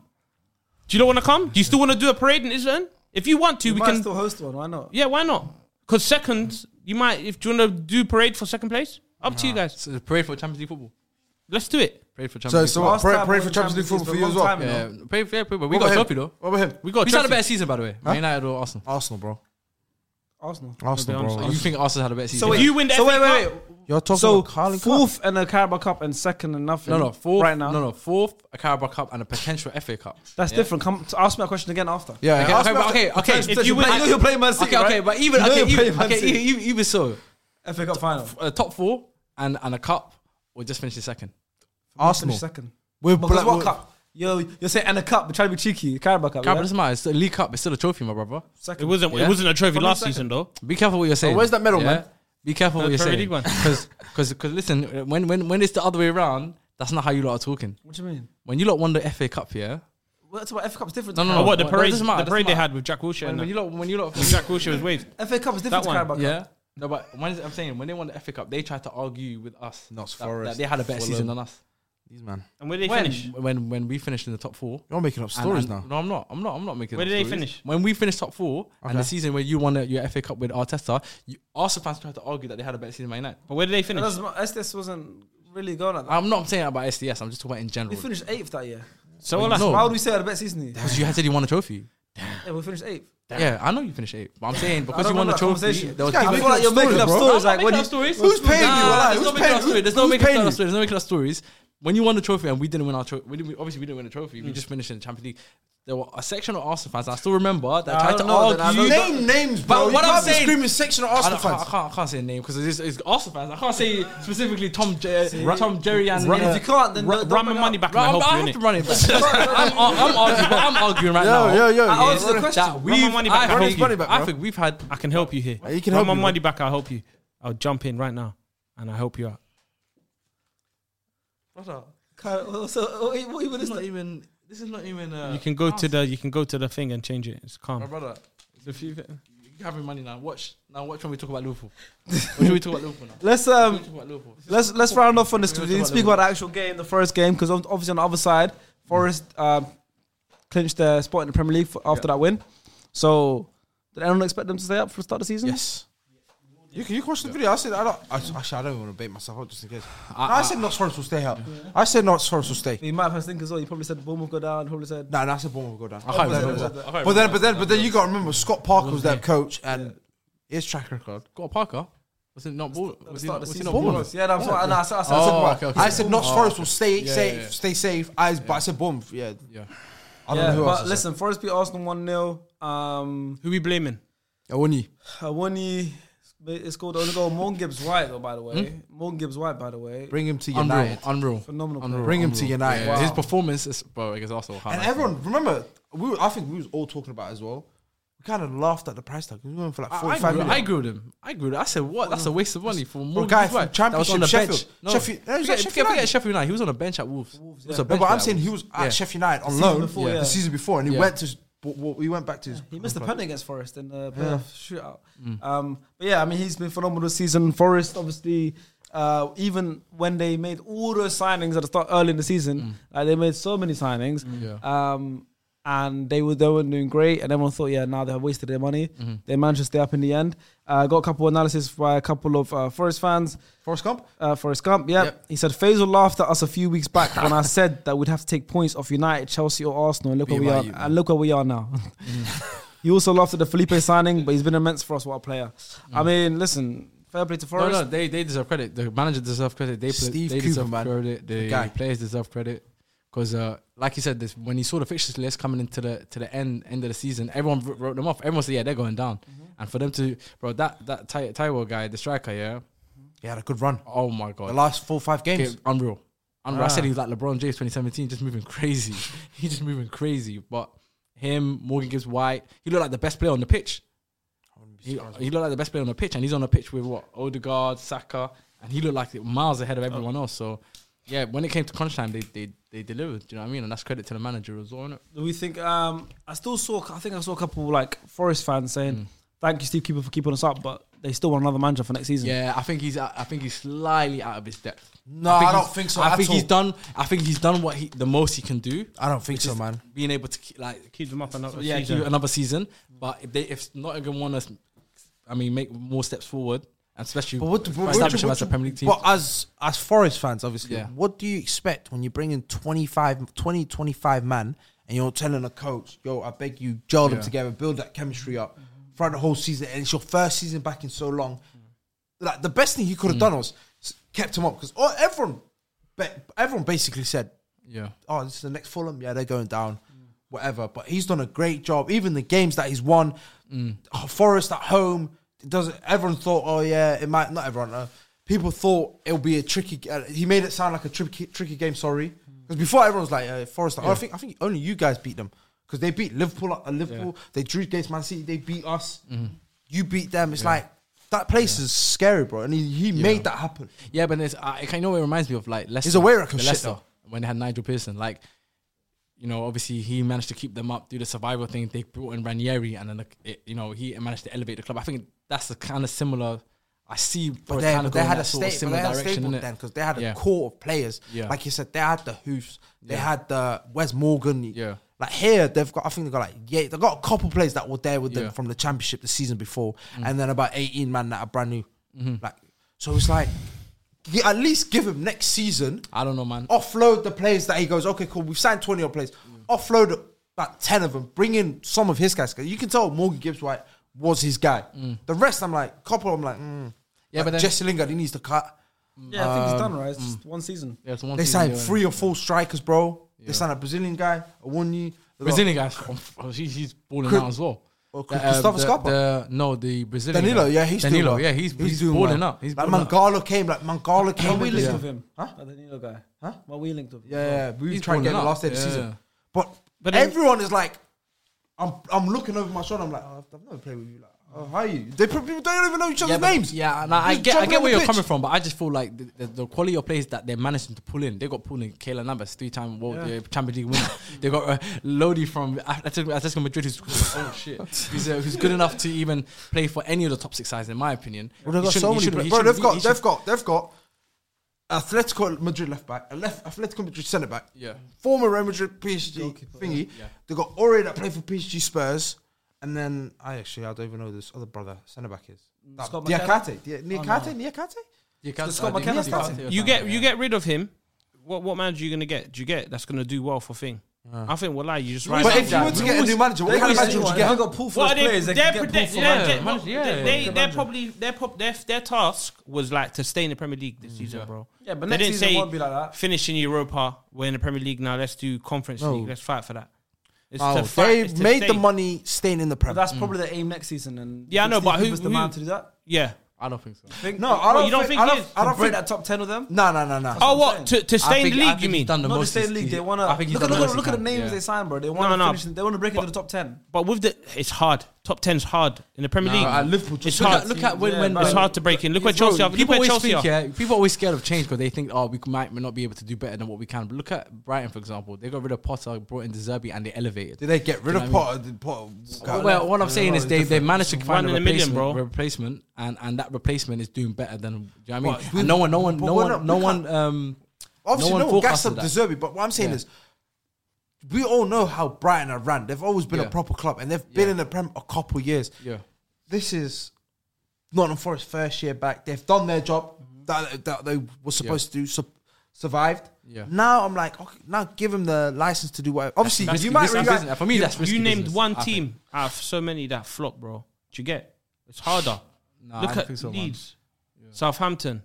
Speaker 3: Do you not want to come? Do you still want to do a parade in Israel? If you want to, we
Speaker 1: Might
Speaker 3: can.
Speaker 1: still host one. Why not?
Speaker 3: Yeah, why not? Because second, you might. If do you want to do parade for second place, up to you guys.
Speaker 2: So pray for Champions League football.
Speaker 3: Let's do it.
Speaker 2: Pray for
Speaker 4: So,
Speaker 2: Champions
Speaker 4: so
Speaker 2: League.
Speaker 4: what?
Speaker 1: Last
Speaker 4: Pray,
Speaker 1: time
Speaker 4: pray
Speaker 1: we
Speaker 4: for
Speaker 1: won
Speaker 4: Champions League
Speaker 1: Champions
Speaker 4: football
Speaker 1: Leall
Speaker 4: for you
Speaker 1: was
Speaker 4: as
Speaker 1: a long
Speaker 4: well.
Speaker 1: time ago.
Speaker 2: Yeah, pray, pray, pray. But we got
Speaker 4: What
Speaker 2: a
Speaker 4: about
Speaker 2: trophy
Speaker 4: him?
Speaker 2: though.
Speaker 4: What about him?
Speaker 3: We got.
Speaker 2: Who's had a
Speaker 3: trophy.
Speaker 2: better season, by the way? Man United or Arsenal?
Speaker 4: Arsenal, bro.
Speaker 1: Arsenal.
Speaker 4: Arsenal,
Speaker 3: Arsenal.
Speaker 4: bro.
Speaker 2: You think Arsenal had a better season?
Speaker 3: wait, you win the
Speaker 1: so
Speaker 3: FA
Speaker 1: wait, wait, wait.
Speaker 4: You're talking
Speaker 1: So
Speaker 4: about Carling Cup.
Speaker 1: fourth and a Carabao Cup and second and nothing.
Speaker 2: no, no, fourth.
Speaker 1: right now.
Speaker 2: no, no, fourth. A Carabao Cup and a potential FA Cup.
Speaker 1: That's different. Come to ask me that question again after.
Speaker 2: Okay,
Speaker 4: Yeah, yeah.
Speaker 2: okay,
Speaker 4: Arsenal-
Speaker 2: but okay, okay.
Speaker 3: If you win,
Speaker 1: you know you're playing Man City,
Speaker 2: okay, okay,
Speaker 1: right?
Speaker 2: but even
Speaker 1: You know
Speaker 2: okay,
Speaker 1: you're playing
Speaker 2: even,
Speaker 1: Man
Speaker 2: okay,
Speaker 1: City.
Speaker 2: even, even, even so,
Speaker 1: FA Cup final.
Speaker 2: uh, top four and and a cup will just finish second.
Speaker 1: Finish
Speaker 4: Arsenal.
Speaker 1: second.
Speaker 4: We're
Speaker 1: Because
Speaker 4: black-
Speaker 1: what
Speaker 4: we're-
Speaker 1: cup? You're, you're saying and a cup, but trying to be cheeky. Carabao Cup.
Speaker 2: Carabao
Speaker 1: yeah?
Speaker 2: doesn't matter. It's the League Cup. It's still a trophy, my brother.
Speaker 1: Second.
Speaker 3: It wasn't. It
Speaker 2: Yeah. Oh,
Speaker 3: wasn't a trophy
Speaker 1: Come on,
Speaker 3: last
Speaker 1: second.
Speaker 3: season though.
Speaker 2: Be careful what you're saying.
Speaker 4: where's that medal, man?
Speaker 2: Be careful
Speaker 3: Uh,
Speaker 2: what you're
Speaker 3: Premier
Speaker 2: saying.
Speaker 3: League one.
Speaker 2: Because because listen, when when when it's the other way around, that's not how you lot are talking.
Speaker 1: What do you mean?
Speaker 2: When you lot won the FA Cup, yeah.
Speaker 1: Well, that's about FA Cup's different.
Speaker 2: No,
Speaker 1: to
Speaker 2: no,
Speaker 3: Oh,
Speaker 2: no.
Speaker 3: what the
Speaker 2: Well, it
Speaker 3: parade?
Speaker 2: doesn't matter,
Speaker 3: The parade
Speaker 2: doesn't
Speaker 3: they
Speaker 2: matter.
Speaker 3: had with Jack Wilshere.
Speaker 2: When,
Speaker 3: and
Speaker 2: when
Speaker 3: that.
Speaker 2: you lot when you lot
Speaker 3: Jack Wilshere was waved.
Speaker 1: FA Cup is different
Speaker 3: That
Speaker 1: to
Speaker 3: one.
Speaker 1: Carabao Cup.
Speaker 2: yeah. No, but when is, I'm saying when they won the FA Cup, they tried to argue with us
Speaker 4: Notts
Speaker 2: that,
Speaker 4: Forest,
Speaker 2: that they had a better
Speaker 4: Fulham.
Speaker 2: season than us.
Speaker 4: These man.
Speaker 3: And where did they
Speaker 2: when,
Speaker 3: finish?
Speaker 2: when when we finished in the top four,
Speaker 4: You're making up
Speaker 2: And-
Speaker 4: stories
Speaker 2: and-
Speaker 4: now.
Speaker 2: No, I'm not. I'm not. I'm not making.
Speaker 3: Where
Speaker 2: up
Speaker 3: did they
Speaker 2: stories.
Speaker 3: finish?
Speaker 2: When we finished top four, and the
Speaker 4: Okay.
Speaker 2: season where you won the, your FA Cup with Arteta, you, Arsenal fans tried to argue that they had a better season than Man United.
Speaker 3: But where did they
Speaker 1: That
Speaker 3: finish?
Speaker 1: doesn't ma- SDS wasn't really going at that.
Speaker 2: I'm not saying that about SDS. I'm just talking about in general.
Speaker 1: We finished eighth that year.
Speaker 3: So
Speaker 2: Well,
Speaker 3: all I
Speaker 2: no.
Speaker 1: Why would we say that the best season?
Speaker 2: Because you had said you won a trophy.
Speaker 1: Yeah, we finished eighth.
Speaker 2: Yeah, I know you finished eighth, but I'm saying because you
Speaker 1: don't
Speaker 2: won the
Speaker 1: remember that
Speaker 2: trophy.
Speaker 1: conversation.
Speaker 2: There was
Speaker 4: This
Speaker 1: I
Speaker 4: guy-
Speaker 2: people-
Speaker 1: feel like you're making up
Speaker 4: Bro,
Speaker 1: stories. Like, what
Speaker 3: making
Speaker 1: do
Speaker 3: up stories.
Speaker 1: you-
Speaker 4: Who's paying you?
Speaker 2: Nah,
Speaker 4: Wallah,
Speaker 2: there's
Speaker 4: who's
Speaker 2: no making up
Speaker 4: paying you?
Speaker 2: stories. There's no
Speaker 4: Who's
Speaker 2: making
Speaker 4: paying
Speaker 2: up
Speaker 4: you?
Speaker 2: stories. There's no making up stories. When you won the trophy and we didn't win our trophy, we didn't, obviously we didn't win the trophy. We just finished in the Champions League. There were a section of Arsenal fans. I still remember that
Speaker 1: I
Speaker 2: tried to
Speaker 1: don't know, then I
Speaker 2: argue.
Speaker 1: know that-
Speaker 4: Name names,
Speaker 2: But
Speaker 4: bro.
Speaker 2: what
Speaker 4: you
Speaker 2: I'm
Speaker 4: can't be
Speaker 2: saying-
Speaker 4: screaming section of
Speaker 2: I,
Speaker 4: Arsenal
Speaker 2: don't- I, can't, I,
Speaker 4: fans.
Speaker 2: can't, I can't say a name because it's, it's Arsenal fans. I can't say specifically Tom, Jer- Tom Jerry, and
Speaker 1: Right,
Speaker 2: uh,
Speaker 1: If you can't, then don't- don't
Speaker 3: Ram
Speaker 1: bring
Speaker 3: and
Speaker 1: it
Speaker 3: money
Speaker 1: up.
Speaker 3: back
Speaker 2: Bro,
Speaker 3: might
Speaker 2: I'm-
Speaker 3: help
Speaker 2: I
Speaker 3: you
Speaker 2: have
Speaker 3: innit?
Speaker 2: to run it back. I'm, I'm, arguing, I'm arguing right now.
Speaker 4: Yo, yo, yo.
Speaker 1: I answered the
Speaker 4: Yeah.
Speaker 1: question.
Speaker 2: That we've,
Speaker 3: money
Speaker 2: I,
Speaker 3: back, run
Speaker 2: think,
Speaker 3: his money
Speaker 4: back,
Speaker 2: I
Speaker 4: bro.
Speaker 2: think we've had.
Speaker 3: I can help you here.
Speaker 4: You can
Speaker 3: Run
Speaker 4: help
Speaker 3: my
Speaker 4: me,
Speaker 3: money back. I'll help you. I'll jump in right now, and I'll help you out.
Speaker 1: Car- So, what- what even is
Speaker 2: This is not
Speaker 1: that?
Speaker 2: Oh, even. This is not even. Uh,
Speaker 3: You can go to the. You can go to the thing and change it. It's
Speaker 2: My
Speaker 3: calm.
Speaker 2: brother,
Speaker 3: If you-
Speaker 2: you have your money now. Watch now. Watch when we talk about Liverpool. When should we talk about Liverpool now?
Speaker 1: Let's
Speaker 2: When
Speaker 1: um,
Speaker 2: we talk about Liverpool.
Speaker 1: let's let's round off on this
Speaker 2: We're
Speaker 1: because
Speaker 2: gonna
Speaker 1: we didn't
Speaker 2: talk about
Speaker 1: speak about the actual game, the first game, because obviously on the other side, Forest um, clinched their spot in the Premier League for, after that win. So, did anyone expect them to stay up for the start of the season?
Speaker 4: Yes. You can, you can watch the video. I said I don't. I, actually, I don't even want to bait myself up just in case. I,
Speaker 2: I-
Speaker 4: said Notts Forest will stay out. I said Notts Forest will stay.
Speaker 1: You might have had think as well. You probably said Bournemouth go down. Probably said
Speaker 4: No, no, I said Bournemouth will go down.
Speaker 2: can't
Speaker 4: But then-
Speaker 2: remember. I can't
Speaker 4: But then, but then, but then you got to remember Scott Parker was their coach and his track record.
Speaker 2: Got a Parker. Was it not ball?
Speaker 1: at the
Speaker 2: Was he
Speaker 1: start
Speaker 2: not?
Speaker 1: of the
Speaker 2: Was he
Speaker 1: season.
Speaker 2: not
Speaker 4: Bournemouth.
Speaker 2: ball?
Speaker 1: Yeah, no, I'm sorry. No, I said, I said,
Speaker 4: I said,
Speaker 2: Oh,
Speaker 4: Bournemouth.
Speaker 2: okay, okay.
Speaker 4: I said Notts Forest will stay
Speaker 2: Yeah,
Speaker 4: safe,
Speaker 2: yeah, yeah.
Speaker 4: stay safe. I, But I said Bournemouth. Yeah,
Speaker 2: Yeah.
Speaker 4: I don't
Speaker 1: yeah,
Speaker 4: know who
Speaker 1: but
Speaker 4: else.
Speaker 1: listen, Forest beat Arsenal one 0 Um,
Speaker 3: Who we blaming?
Speaker 4: I said. Awoni.
Speaker 1: Awani it's called only goal. Morgan Gibbs White, though, by the way.
Speaker 4: Hmm?
Speaker 1: Morgan Gibbs White, by the way.
Speaker 4: bring him to
Speaker 2: Unreal.
Speaker 4: United.
Speaker 2: Unreal.
Speaker 1: Phenomenal.
Speaker 2: Unreal.
Speaker 1: player.
Speaker 4: Bring him to United.
Speaker 2: Yeah, His
Speaker 4: Wow.
Speaker 2: performance is, bro, I guess also. how
Speaker 4: And
Speaker 2: nice.
Speaker 4: everyone, remember, we were, I think we was all talking about it as well. We kind of laughed at the price tag. We were going for like
Speaker 2: I- I,
Speaker 4: 45
Speaker 2: agree,
Speaker 4: million.
Speaker 2: I agree with him. I agree with him. I said, what? That's a waste of money for
Speaker 4: For a
Speaker 2: more
Speaker 4: guy from Championship Sheffield.
Speaker 2: No.
Speaker 4: Sheffield- no, he was
Speaker 2: forget, forget,
Speaker 4: at Sheffield
Speaker 2: forget
Speaker 4: United.
Speaker 2: Sheffield United. He was on the bench at Wolves. Wolves
Speaker 1: yeah.
Speaker 2: was a
Speaker 4: No,
Speaker 2: bench
Speaker 4: but
Speaker 2: player
Speaker 4: I'm saying
Speaker 2: Wolves.
Speaker 4: he was at
Speaker 2: Yeah.
Speaker 4: Sheffield United on
Speaker 1: season
Speaker 4: loan
Speaker 1: before, yeah.
Speaker 4: the season before, and he
Speaker 2: Yeah.
Speaker 4: went to. his- w- w- He went back to his.
Speaker 1: He missed the penalty against Forest in the playoff shootout. Um, but yeah, I mean, he's been phenomenal this season. Forest, obviously, uh, even when they made all those signings at the start early in the season, like they made so many signings. Um, and they were they were doing great, and everyone thought, yeah, now they've wasted their money. They managed to stay up in the end. Uh, got a couple of analysis by a couple of uh, Forest fans.
Speaker 4: Forrest Gump.
Speaker 1: uh, for his Gump. Yep.
Speaker 4: Yep.
Speaker 1: He said Faisal laughed at us a few weeks back when I said that we'd have to take points off United, Chelsea, or Arsenal, and look where we are.
Speaker 2: BYU, man.
Speaker 1: and look where we are now. he also laughed at the Felipe signing, but he's been immense for us. What a player! I mean, listen, fair play to
Speaker 2: No,
Speaker 1: Forest.
Speaker 2: no, they, they deserve credit. The manager deserves credit. They, play,
Speaker 4: Steve
Speaker 2: they
Speaker 4: Cooper,
Speaker 2: deserve
Speaker 4: man.
Speaker 2: credit. The,
Speaker 4: The guy.
Speaker 2: players deserve credit. Because, uh, like you said, this when he saw the fixtures list coming into the to the end end of the season, everyone wr- wrote them off. Everyone said, "Yeah, they're going down."
Speaker 4: Mm-hmm.
Speaker 2: And for them to, bro, that that Ty- Taiwo guy, the striker, yeah,
Speaker 4: He had a good run.
Speaker 2: oh my god,
Speaker 4: The last four five
Speaker 2: Okay,
Speaker 4: games. Ah.
Speaker 2: unreal. unreal. I said he was like LeBron James 2017, just moving crazy. He's just moving crazy. But him, Morgan Gibbs White, he looked like the best player on the pitch. He, he looked like the best player on the pitch, and he's on the pitch with what Odegaard, Saka, and he looked like miles ahead of everyone else. So, yeah, when it came to crunch time, they they, they delivered. Do you know what I mean? And that's credit to the manager as well. Innit?
Speaker 1: Do we think? Um, I still saw. I think I saw a couple like Forest fans saying, "Thank you, Steve Cooper, for keeping us up," but they still want another manager for next season.
Speaker 2: Yeah, I think he's out- I think he's slightly out of his depth.
Speaker 4: No, I don't
Speaker 2: he's-
Speaker 4: think so
Speaker 2: I
Speaker 4: at
Speaker 2: think
Speaker 4: all.
Speaker 2: he's done. I think he's done what he the most he can do.
Speaker 4: I don't think so, man.
Speaker 2: Being able to keep, like
Speaker 3: Keep them up and up.
Speaker 2: yeah, keep it another season. But if they if Nottingham want to, I mean, make more steps forward, and especially
Speaker 4: But what, what, what,
Speaker 2: establish them as a Premier League team.
Speaker 4: But as as Forest fans, obviously,
Speaker 2: Yeah.
Speaker 4: what do you expect when you bring in 25, 20, 25 man and you're telling a coach, yo, I beg you, gel them
Speaker 2: Yeah.
Speaker 4: together, build that chemistry up. throughout the whole season, and it's your first season back in so long. Like the best thing he could have
Speaker 2: Mm.
Speaker 4: done was s- kept him up because everyone, ba- everyone basically said,
Speaker 2: Yeah.
Speaker 4: "Oh, this is the next Fulham. Yeah, they're going down, whatever." But he's done a great job. Even the games that he's won, oh, Forest at home, it doesn't. Everyone thought, "Oh yeah, it might." Not everyone. Uh, people thought it'll be a tricky. Uh, he made it sound like a tricky, tricky game. Sorry, because before everyone was like, uh, "Forest." at- Oh, I think I think only you guys beat them because they beat Liverpool. Uh, Liverpool. They drew against Man City. They beat us. You beat them. It's like that place is scary, bro. And he, he made that happen.
Speaker 2: Yeah, but it's, I, I know it reminds me of like Leicester.
Speaker 4: He's a weird record
Speaker 2: the
Speaker 4: shit,
Speaker 2: Leicester
Speaker 4: though.
Speaker 2: when they had Nigel Pearson. Like, you know, obviously he managed to keep them up, do the survival thing. They brought in Ranieri, and then like, it, you know he managed to elevate the club. I think that's the kind of similar. I see,
Speaker 4: But
Speaker 2: Forest
Speaker 4: they,
Speaker 2: kind of
Speaker 4: but they
Speaker 2: going
Speaker 4: had
Speaker 2: that
Speaker 4: a
Speaker 2: sort of
Speaker 4: state, but they had a stable
Speaker 2: innit?
Speaker 4: then because they had a
Speaker 2: Yeah.
Speaker 4: core of players.
Speaker 2: Yeah.
Speaker 4: Like you said, they had the Hoofs, they had the Wes Morgan.
Speaker 2: Yeah.
Speaker 4: Like here, they've got. I think they got like yeah, they got a couple players that were there with them
Speaker 2: Yeah. Mm.
Speaker 4: from the championship the season before, and then about eighteen man that are brand new.
Speaker 2: Mm-hmm.
Speaker 4: Like so, it's like g- at least give him next season.
Speaker 2: I don't know, man.
Speaker 4: Oh, Offload the players that he goes. Okay, cool. We've signed twenty odd players. Offload about ten of them. Bring in some of his guys. 'Cause You can tell Morgan Gibbs White was his guy. The rest, I'm like, couple. I'm like, mm.
Speaker 2: Yeah,
Speaker 4: Like,
Speaker 2: but then-
Speaker 4: Jesse Lingard, he needs to cut.
Speaker 1: Yeah, I think he's done, right? It's just one season.
Speaker 2: There's one
Speaker 4: They
Speaker 2: season
Speaker 4: signed
Speaker 2: there, innit?
Speaker 4: three or four strikers, bro. They signed a Brazilian guy, a one year. They got-
Speaker 2: Brazilian guys. Oh, she, she's balling
Speaker 4: Cri-
Speaker 2: out as well.
Speaker 4: Oh, Cri-
Speaker 2: The, um,
Speaker 4: Gustavo
Speaker 2: the-
Speaker 4: Scarpa?
Speaker 2: the- no, the Brazilian
Speaker 4: Danilo,
Speaker 2: guy.
Speaker 4: yeah, he's doing
Speaker 2: Danilo,
Speaker 4: well.
Speaker 2: yeah, he's he's,
Speaker 4: doing
Speaker 2: balling
Speaker 4: well.
Speaker 2: up. He's
Speaker 4: like
Speaker 2: balling up.
Speaker 4: Mangala came, like Mangala
Speaker 1: How
Speaker 4: came.
Speaker 1: we
Speaker 4: with
Speaker 1: linked
Speaker 4: yeah.
Speaker 1: with him?
Speaker 4: Huh?
Speaker 1: That Danilo guy.
Speaker 4: Huh?
Speaker 1: Well, we linked with him.
Speaker 4: Yeah, yeah, we
Speaker 2: He's
Speaker 4: tried to get
Speaker 2: balling
Speaker 4: him
Speaker 2: up.
Speaker 4: last day of the
Speaker 2: Yeah.
Speaker 4: season, but,
Speaker 3: But then-
Speaker 4: everyone is like, I'm I'm looking over my shoulder. I'm like, oh, I've never played with you. Like, oh, how are you? They probably don't even know each other's
Speaker 2: yeah, but-
Speaker 4: names.
Speaker 2: Yeah, and I
Speaker 4: Just
Speaker 2: get, I
Speaker 4: jumping
Speaker 2: get
Speaker 4: on
Speaker 2: where
Speaker 4: the
Speaker 2: you're
Speaker 4: pitch.
Speaker 2: coming from, but I just feel like the, the, the quality of players that they're managing to pull in, they got pulled in Kayla Navas, three-time World uh, Champions League winner. they got uh, Lodi from Atletico Atletico Madrid, who's oh shit, who's, uh, who's good enough to even play for any of the top six sides, in my opinion.
Speaker 4: Well, they've
Speaker 2: He
Speaker 4: got
Speaker 2: shouldn't-
Speaker 4: so
Speaker 2: he
Speaker 4: many.
Speaker 2: shouldn't-
Speaker 4: players.
Speaker 2: he
Speaker 4: Bro,
Speaker 2: shouldn't-
Speaker 4: they've
Speaker 2: he
Speaker 4: got,
Speaker 2: should-
Speaker 4: they've got, they've got. Atletico Madrid left back, a left Atletico Madrid centre back,
Speaker 2: Yeah.
Speaker 4: former Real Madrid PSG thingy. They got Ori that played for PSG Spurs, and then I actually I don't even know who this other brother centre back is. That-
Speaker 1: Scott
Speaker 4: Diakate, Di- Niakate, Niakate.
Speaker 2: You can't-
Speaker 1: Scott
Speaker 2: I think
Speaker 1: McKenna's
Speaker 2: you
Speaker 1: got
Speaker 2: can't-
Speaker 1: it.
Speaker 3: You get you get rid of him. What what manager you gonna get? Do you get that's gonna do well for thing? I think well, like you just rise
Speaker 4: But
Speaker 3: up
Speaker 4: if you
Speaker 3: that.
Speaker 4: were to get a new manager, what kind of manager would you
Speaker 1: If
Speaker 4: get?
Speaker 1: you got Paul
Speaker 3: Well,
Speaker 1: Forest
Speaker 3: they,
Speaker 1: players, they
Speaker 3: their
Speaker 1: can get Paul
Speaker 3: predict-
Speaker 1: Forest.
Speaker 3: yeah,
Speaker 2: Yeah,
Speaker 3: they-
Speaker 2: man, yeah,
Speaker 3: they-
Speaker 2: yeah.
Speaker 3: they-
Speaker 2: Good
Speaker 3: Their probably their, prob- their their task was like to stay in the Premier League
Speaker 2: Mm,
Speaker 3: this season, bro.
Speaker 1: Yeah, but
Speaker 3: They
Speaker 1: next
Speaker 3: didn't
Speaker 1: season
Speaker 3: say,
Speaker 1: won't be like that.
Speaker 3: Finish in Europa. We're in the Premier League now. Let's do Conference League. Let's fight for that. It's
Speaker 4: Oh,
Speaker 3: to fight-
Speaker 4: they
Speaker 3: it's to
Speaker 4: made the
Speaker 3: stay.
Speaker 4: money staying in the
Speaker 1: But
Speaker 4: Premier.
Speaker 1: that's probably the aim next season. And
Speaker 3: Yeah, I know,
Speaker 1: Steve
Speaker 3: but who-
Speaker 1: Cooper's the
Speaker 3: who-
Speaker 1: man to do that?
Speaker 3: Yeah.
Speaker 2: I don't think so.
Speaker 4: No, I
Speaker 3: Well,
Speaker 4: don't.
Speaker 3: you don't
Speaker 4: think,
Speaker 3: think
Speaker 4: I
Speaker 3: he
Speaker 4: don't,
Speaker 3: is?
Speaker 4: I don't
Speaker 1: Break that
Speaker 4: think.
Speaker 1: top ten of them.
Speaker 4: No, no, no, no.
Speaker 3: Oh,
Speaker 1: saying.
Speaker 3: what to, to
Speaker 2: I
Speaker 3: stay in
Speaker 2: think-
Speaker 3: the
Speaker 2: I
Speaker 3: league?
Speaker 2: think
Speaker 3: You
Speaker 2: he's
Speaker 3: mean?
Speaker 2: done the
Speaker 1: Not the
Speaker 2: most
Speaker 1: same
Speaker 2: this
Speaker 1: league. They
Speaker 2: season.
Speaker 1: want
Speaker 2: I think
Speaker 1: to
Speaker 2: he's
Speaker 1: look at
Speaker 2: done the
Speaker 1: look at
Speaker 2: most
Speaker 1: look at
Speaker 2: he
Speaker 1: the
Speaker 2: can.
Speaker 1: names
Speaker 2: Yeah.
Speaker 1: they signed, bro. They want to
Speaker 3: No, no.
Speaker 1: finish. They want to break into the top ten.
Speaker 3: But with the, it's hard. Top 10's hard in the Premier League.
Speaker 4: uh, Liverpool just-
Speaker 3: it's
Speaker 2: Look
Speaker 3: hard.
Speaker 2: at, look at when,
Speaker 1: Yeah,
Speaker 2: when
Speaker 1: but-
Speaker 3: it's hard to break in. Look where
Speaker 2: Bro,
Speaker 3: Chelsea are. Look
Speaker 2: people
Speaker 3: where
Speaker 2: always
Speaker 3: Chelsea
Speaker 2: think,
Speaker 3: are.
Speaker 2: yeah, people are always scared of change because they think, oh, we c- might not be able to do better than what we can. But look at Brighton, for example. They got rid of Potter, brought in De Zerbi, and they elevated.
Speaker 4: Did they get rid
Speaker 2: Do you
Speaker 4: of
Speaker 2: know what
Speaker 4: Potter? Did Potter walk out?
Speaker 2: well, what I'm saying is they,
Speaker 4: different.
Speaker 2: they managed to find a
Speaker 3: in a million,
Speaker 2: replacement,
Speaker 3: bro.
Speaker 2: replacement and, and that replacement is doing better than, do you know what I mean?
Speaker 4: But we-
Speaker 2: and no one, no one,
Speaker 4: but
Speaker 2: no
Speaker 4: we're
Speaker 2: one,
Speaker 4: not-
Speaker 2: no
Speaker 4: we
Speaker 2: one, um,
Speaker 4: Obviously, no, one gassed
Speaker 2: forecasted
Speaker 4: up
Speaker 2: that.
Speaker 4: Deserby, but what I'm saying
Speaker 2: Yeah.
Speaker 4: is, we all know how Brighton are ran. They've always been
Speaker 2: Yeah.
Speaker 4: a proper club, and they've been
Speaker 2: Yeah.
Speaker 4: in the Prem a couple of years.
Speaker 2: Yeah.
Speaker 4: This is Nottingham Forest first year back. They've done their job that, that they were supposed to do, su- survived.
Speaker 2: Yeah.
Speaker 4: Now I'm like, okay, now give them the license to do whatever. Obviously,
Speaker 2: That's
Speaker 4: you
Speaker 2: risky
Speaker 4: might
Speaker 2: business.
Speaker 4: regret-
Speaker 2: For me, that's risky
Speaker 3: You named
Speaker 2: business,
Speaker 3: one
Speaker 2: I think.
Speaker 3: team out of so many that flop, bro. Do you get? It's harder.
Speaker 2: Nah, I
Speaker 3: Look
Speaker 2: don't
Speaker 3: at
Speaker 2: think so, man.
Speaker 3: Leeds, Southampton.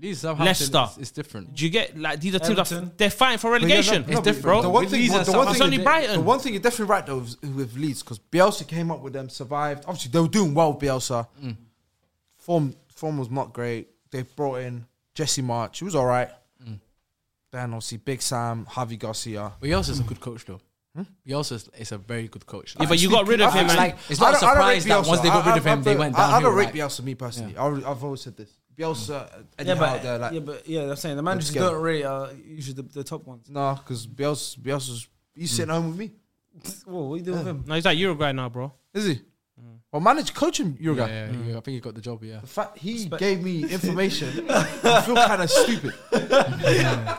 Speaker 2: Leeds, Southampton,
Speaker 3: Leicester.
Speaker 2: It's, it's different.
Speaker 3: Do you get like these are teams
Speaker 1: Everton.
Speaker 3: that they're fighting for
Speaker 4: But yeah, no,
Speaker 3: relegation?
Speaker 4: no, but
Speaker 2: different,
Speaker 4: The
Speaker 3: bro.
Speaker 4: one
Speaker 2: With
Speaker 4: thing,
Speaker 2: Leeds
Speaker 4: the
Speaker 2: and
Speaker 4: one
Speaker 3: Southampton,
Speaker 4: thing-
Speaker 3: only Brighton.
Speaker 4: the one thing you're definitely right though is with Leeds because Bielsa came up with them, survived. Obviously, they were doing well. with Bielsa form form was not great. They brought in Jesse March, who was all right. Then obviously Big Sam, Javi Garcia.
Speaker 2: Bielsa's a good coach, though. Bielsa is- is a very good coach.
Speaker 3: Yeah, but you got rid of him,
Speaker 2: It's
Speaker 3: man.
Speaker 2: like it's not a
Speaker 4: I don't- I don't rate
Speaker 2: surprise that
Speaker 4: Bielsa.
Speaker 2: once they got
Speaker 4: I-
Speaker 2: rid of
Speaker 4: I-
Speaker 2: him, they
Speaker 4: I-
Speaker 2: went
Speaker 4: I, I
Speaker 2: down.
Speaker 4: don't rate Bielsa, Mm. me personally. I've, I've always said this. Bielsa, uh, anyhow, they're like,
Speaker 1: yeah, but yeah, I'm saying the managers
Speaker 4: together.
Speaker 1: don't rate uh, usually the, the top ones.
Speaker 4: no, because Bielsa, Bielsa's, he's sitting home with me,
Speaker 1: Whoa, what are you doing with him?
Speaker 3: No, he's like Uruguay now, bro.
Speaker 4: is he? Well, manage, coach him, Uruguay.
Speaker 2: Yeah, yeah, yeah, I think he got the job. Yeah,
Speaker 4: The fact he gave me information, I feel kind of stupid.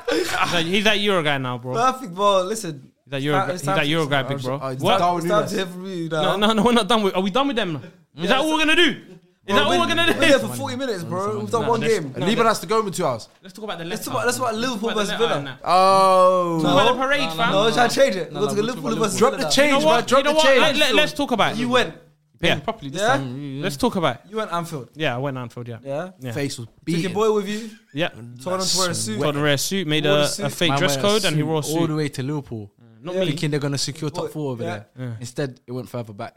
Speaker 3: He's like, he's like Uruguay now, bro.
Speaker 1: Perfect, bro. Listen,
Speaker 3: He's like Uruguay,
Speaker 1: it's
Speaker 3: he's
Speaker 1: time
Speaker 3: like
Speaker 1: to-
Speaker 3: Uruguay, big bro.
Speaker 4: Uh, it's
Speaker 3: What?
Speaker 4: Darwin
Speaker 1: it's time
Speaker 4: Nunes.
Speaker 1: to hear from you
Speaker 3: No,
Speaker 1: now.
Speaker 3: no, no, we're not done with. Are we done with them? now? Is that all we're gonna do? Is that all we're gonna
Speaker 1: We're there
Speaker 3: do?
Speaker 1: for 40 minutes, bro. We've done
Speaker 3: No,
Speaker 1: one
Speaker 3: let's-
Speaker 1: game.
Speaker 4: And Liban has to go in two hours.
Speaker 3: Let's talk about the.
Speaker 1: Let's
Speaker 3: Leicester.
Speaker 1: talk about- let's talk about Liverpool
Speaker 3: Let's talk
Speaker 1: versus
Speaker 3: about the
Speaker 1: Villa.
Speaker 3: Leicester
Speaker 4: Oh,
Speaker 3: and that. Talk about the parade, fam.
Speaker 1: No, should I change it? We'll
Speaker 2: No, no,
Speaker 1: go to
Speaker 2: we'll talk
Speaker 1: Liverpool
Speaker 2: about
Speaker 1: versus
Speaker 2: Liverpool.
Speaker 4: drop the
Speaker 1: Villa now.
Speaker 3: You
Speaker 4: change,
Speaker 3: know
Speaker 4: man.
Speaker 3: what?
Speaker 4: Drop
Speaker 3: You know
Speaker 4: the
Speaker 3: what?
Speaker 4: change.
Speaker 3: Let, us talk about it.
Speaker 1: You went.
Speaker 2: Paying
Speaker 3: Yeah.
Speaker 2: properly this
Speaker 1: Yeah?
Speaker 2: time.
Speaker 3: Let's talk about it.
Speaker 1: You went Anfield,
Speaker 3: Yeah, I went Anfield. Yeah,
Speaker 1: yeah?
Speaker 3: Yeah.
Speaker 4: Face was
Speaker 1: Took your
Speaker 4: beaten.
Speaker 1: boy with you,
Speaker 3: yeah.
Speaker 1: told him to wear a suit.
Speaker 3: Told him to wear a suit, made
Speaker 1: Wore the
Speaker 3: a,
Speaker 1: suit.
Speaker 3: a fake
Speaker 2: Man
Speaker 3: dress
Speaker 2: wear a
Speaker 3: code, and he
Speaker 2: suit
Speaker 3: wore a
Speaker 2: all
Speaker 3: suit. Mm.
Speaker 2: the way to Liverpool,
Speaker 3: Not
Speaker 1: Yeah.
Speaker 3: me.
Speaker 2: thinking they're gonna secure top
Speaker 1: Boy,
Speaker 2: four over
Speaker 1: yeah.
Speaker 2: there. Instead, it went further back.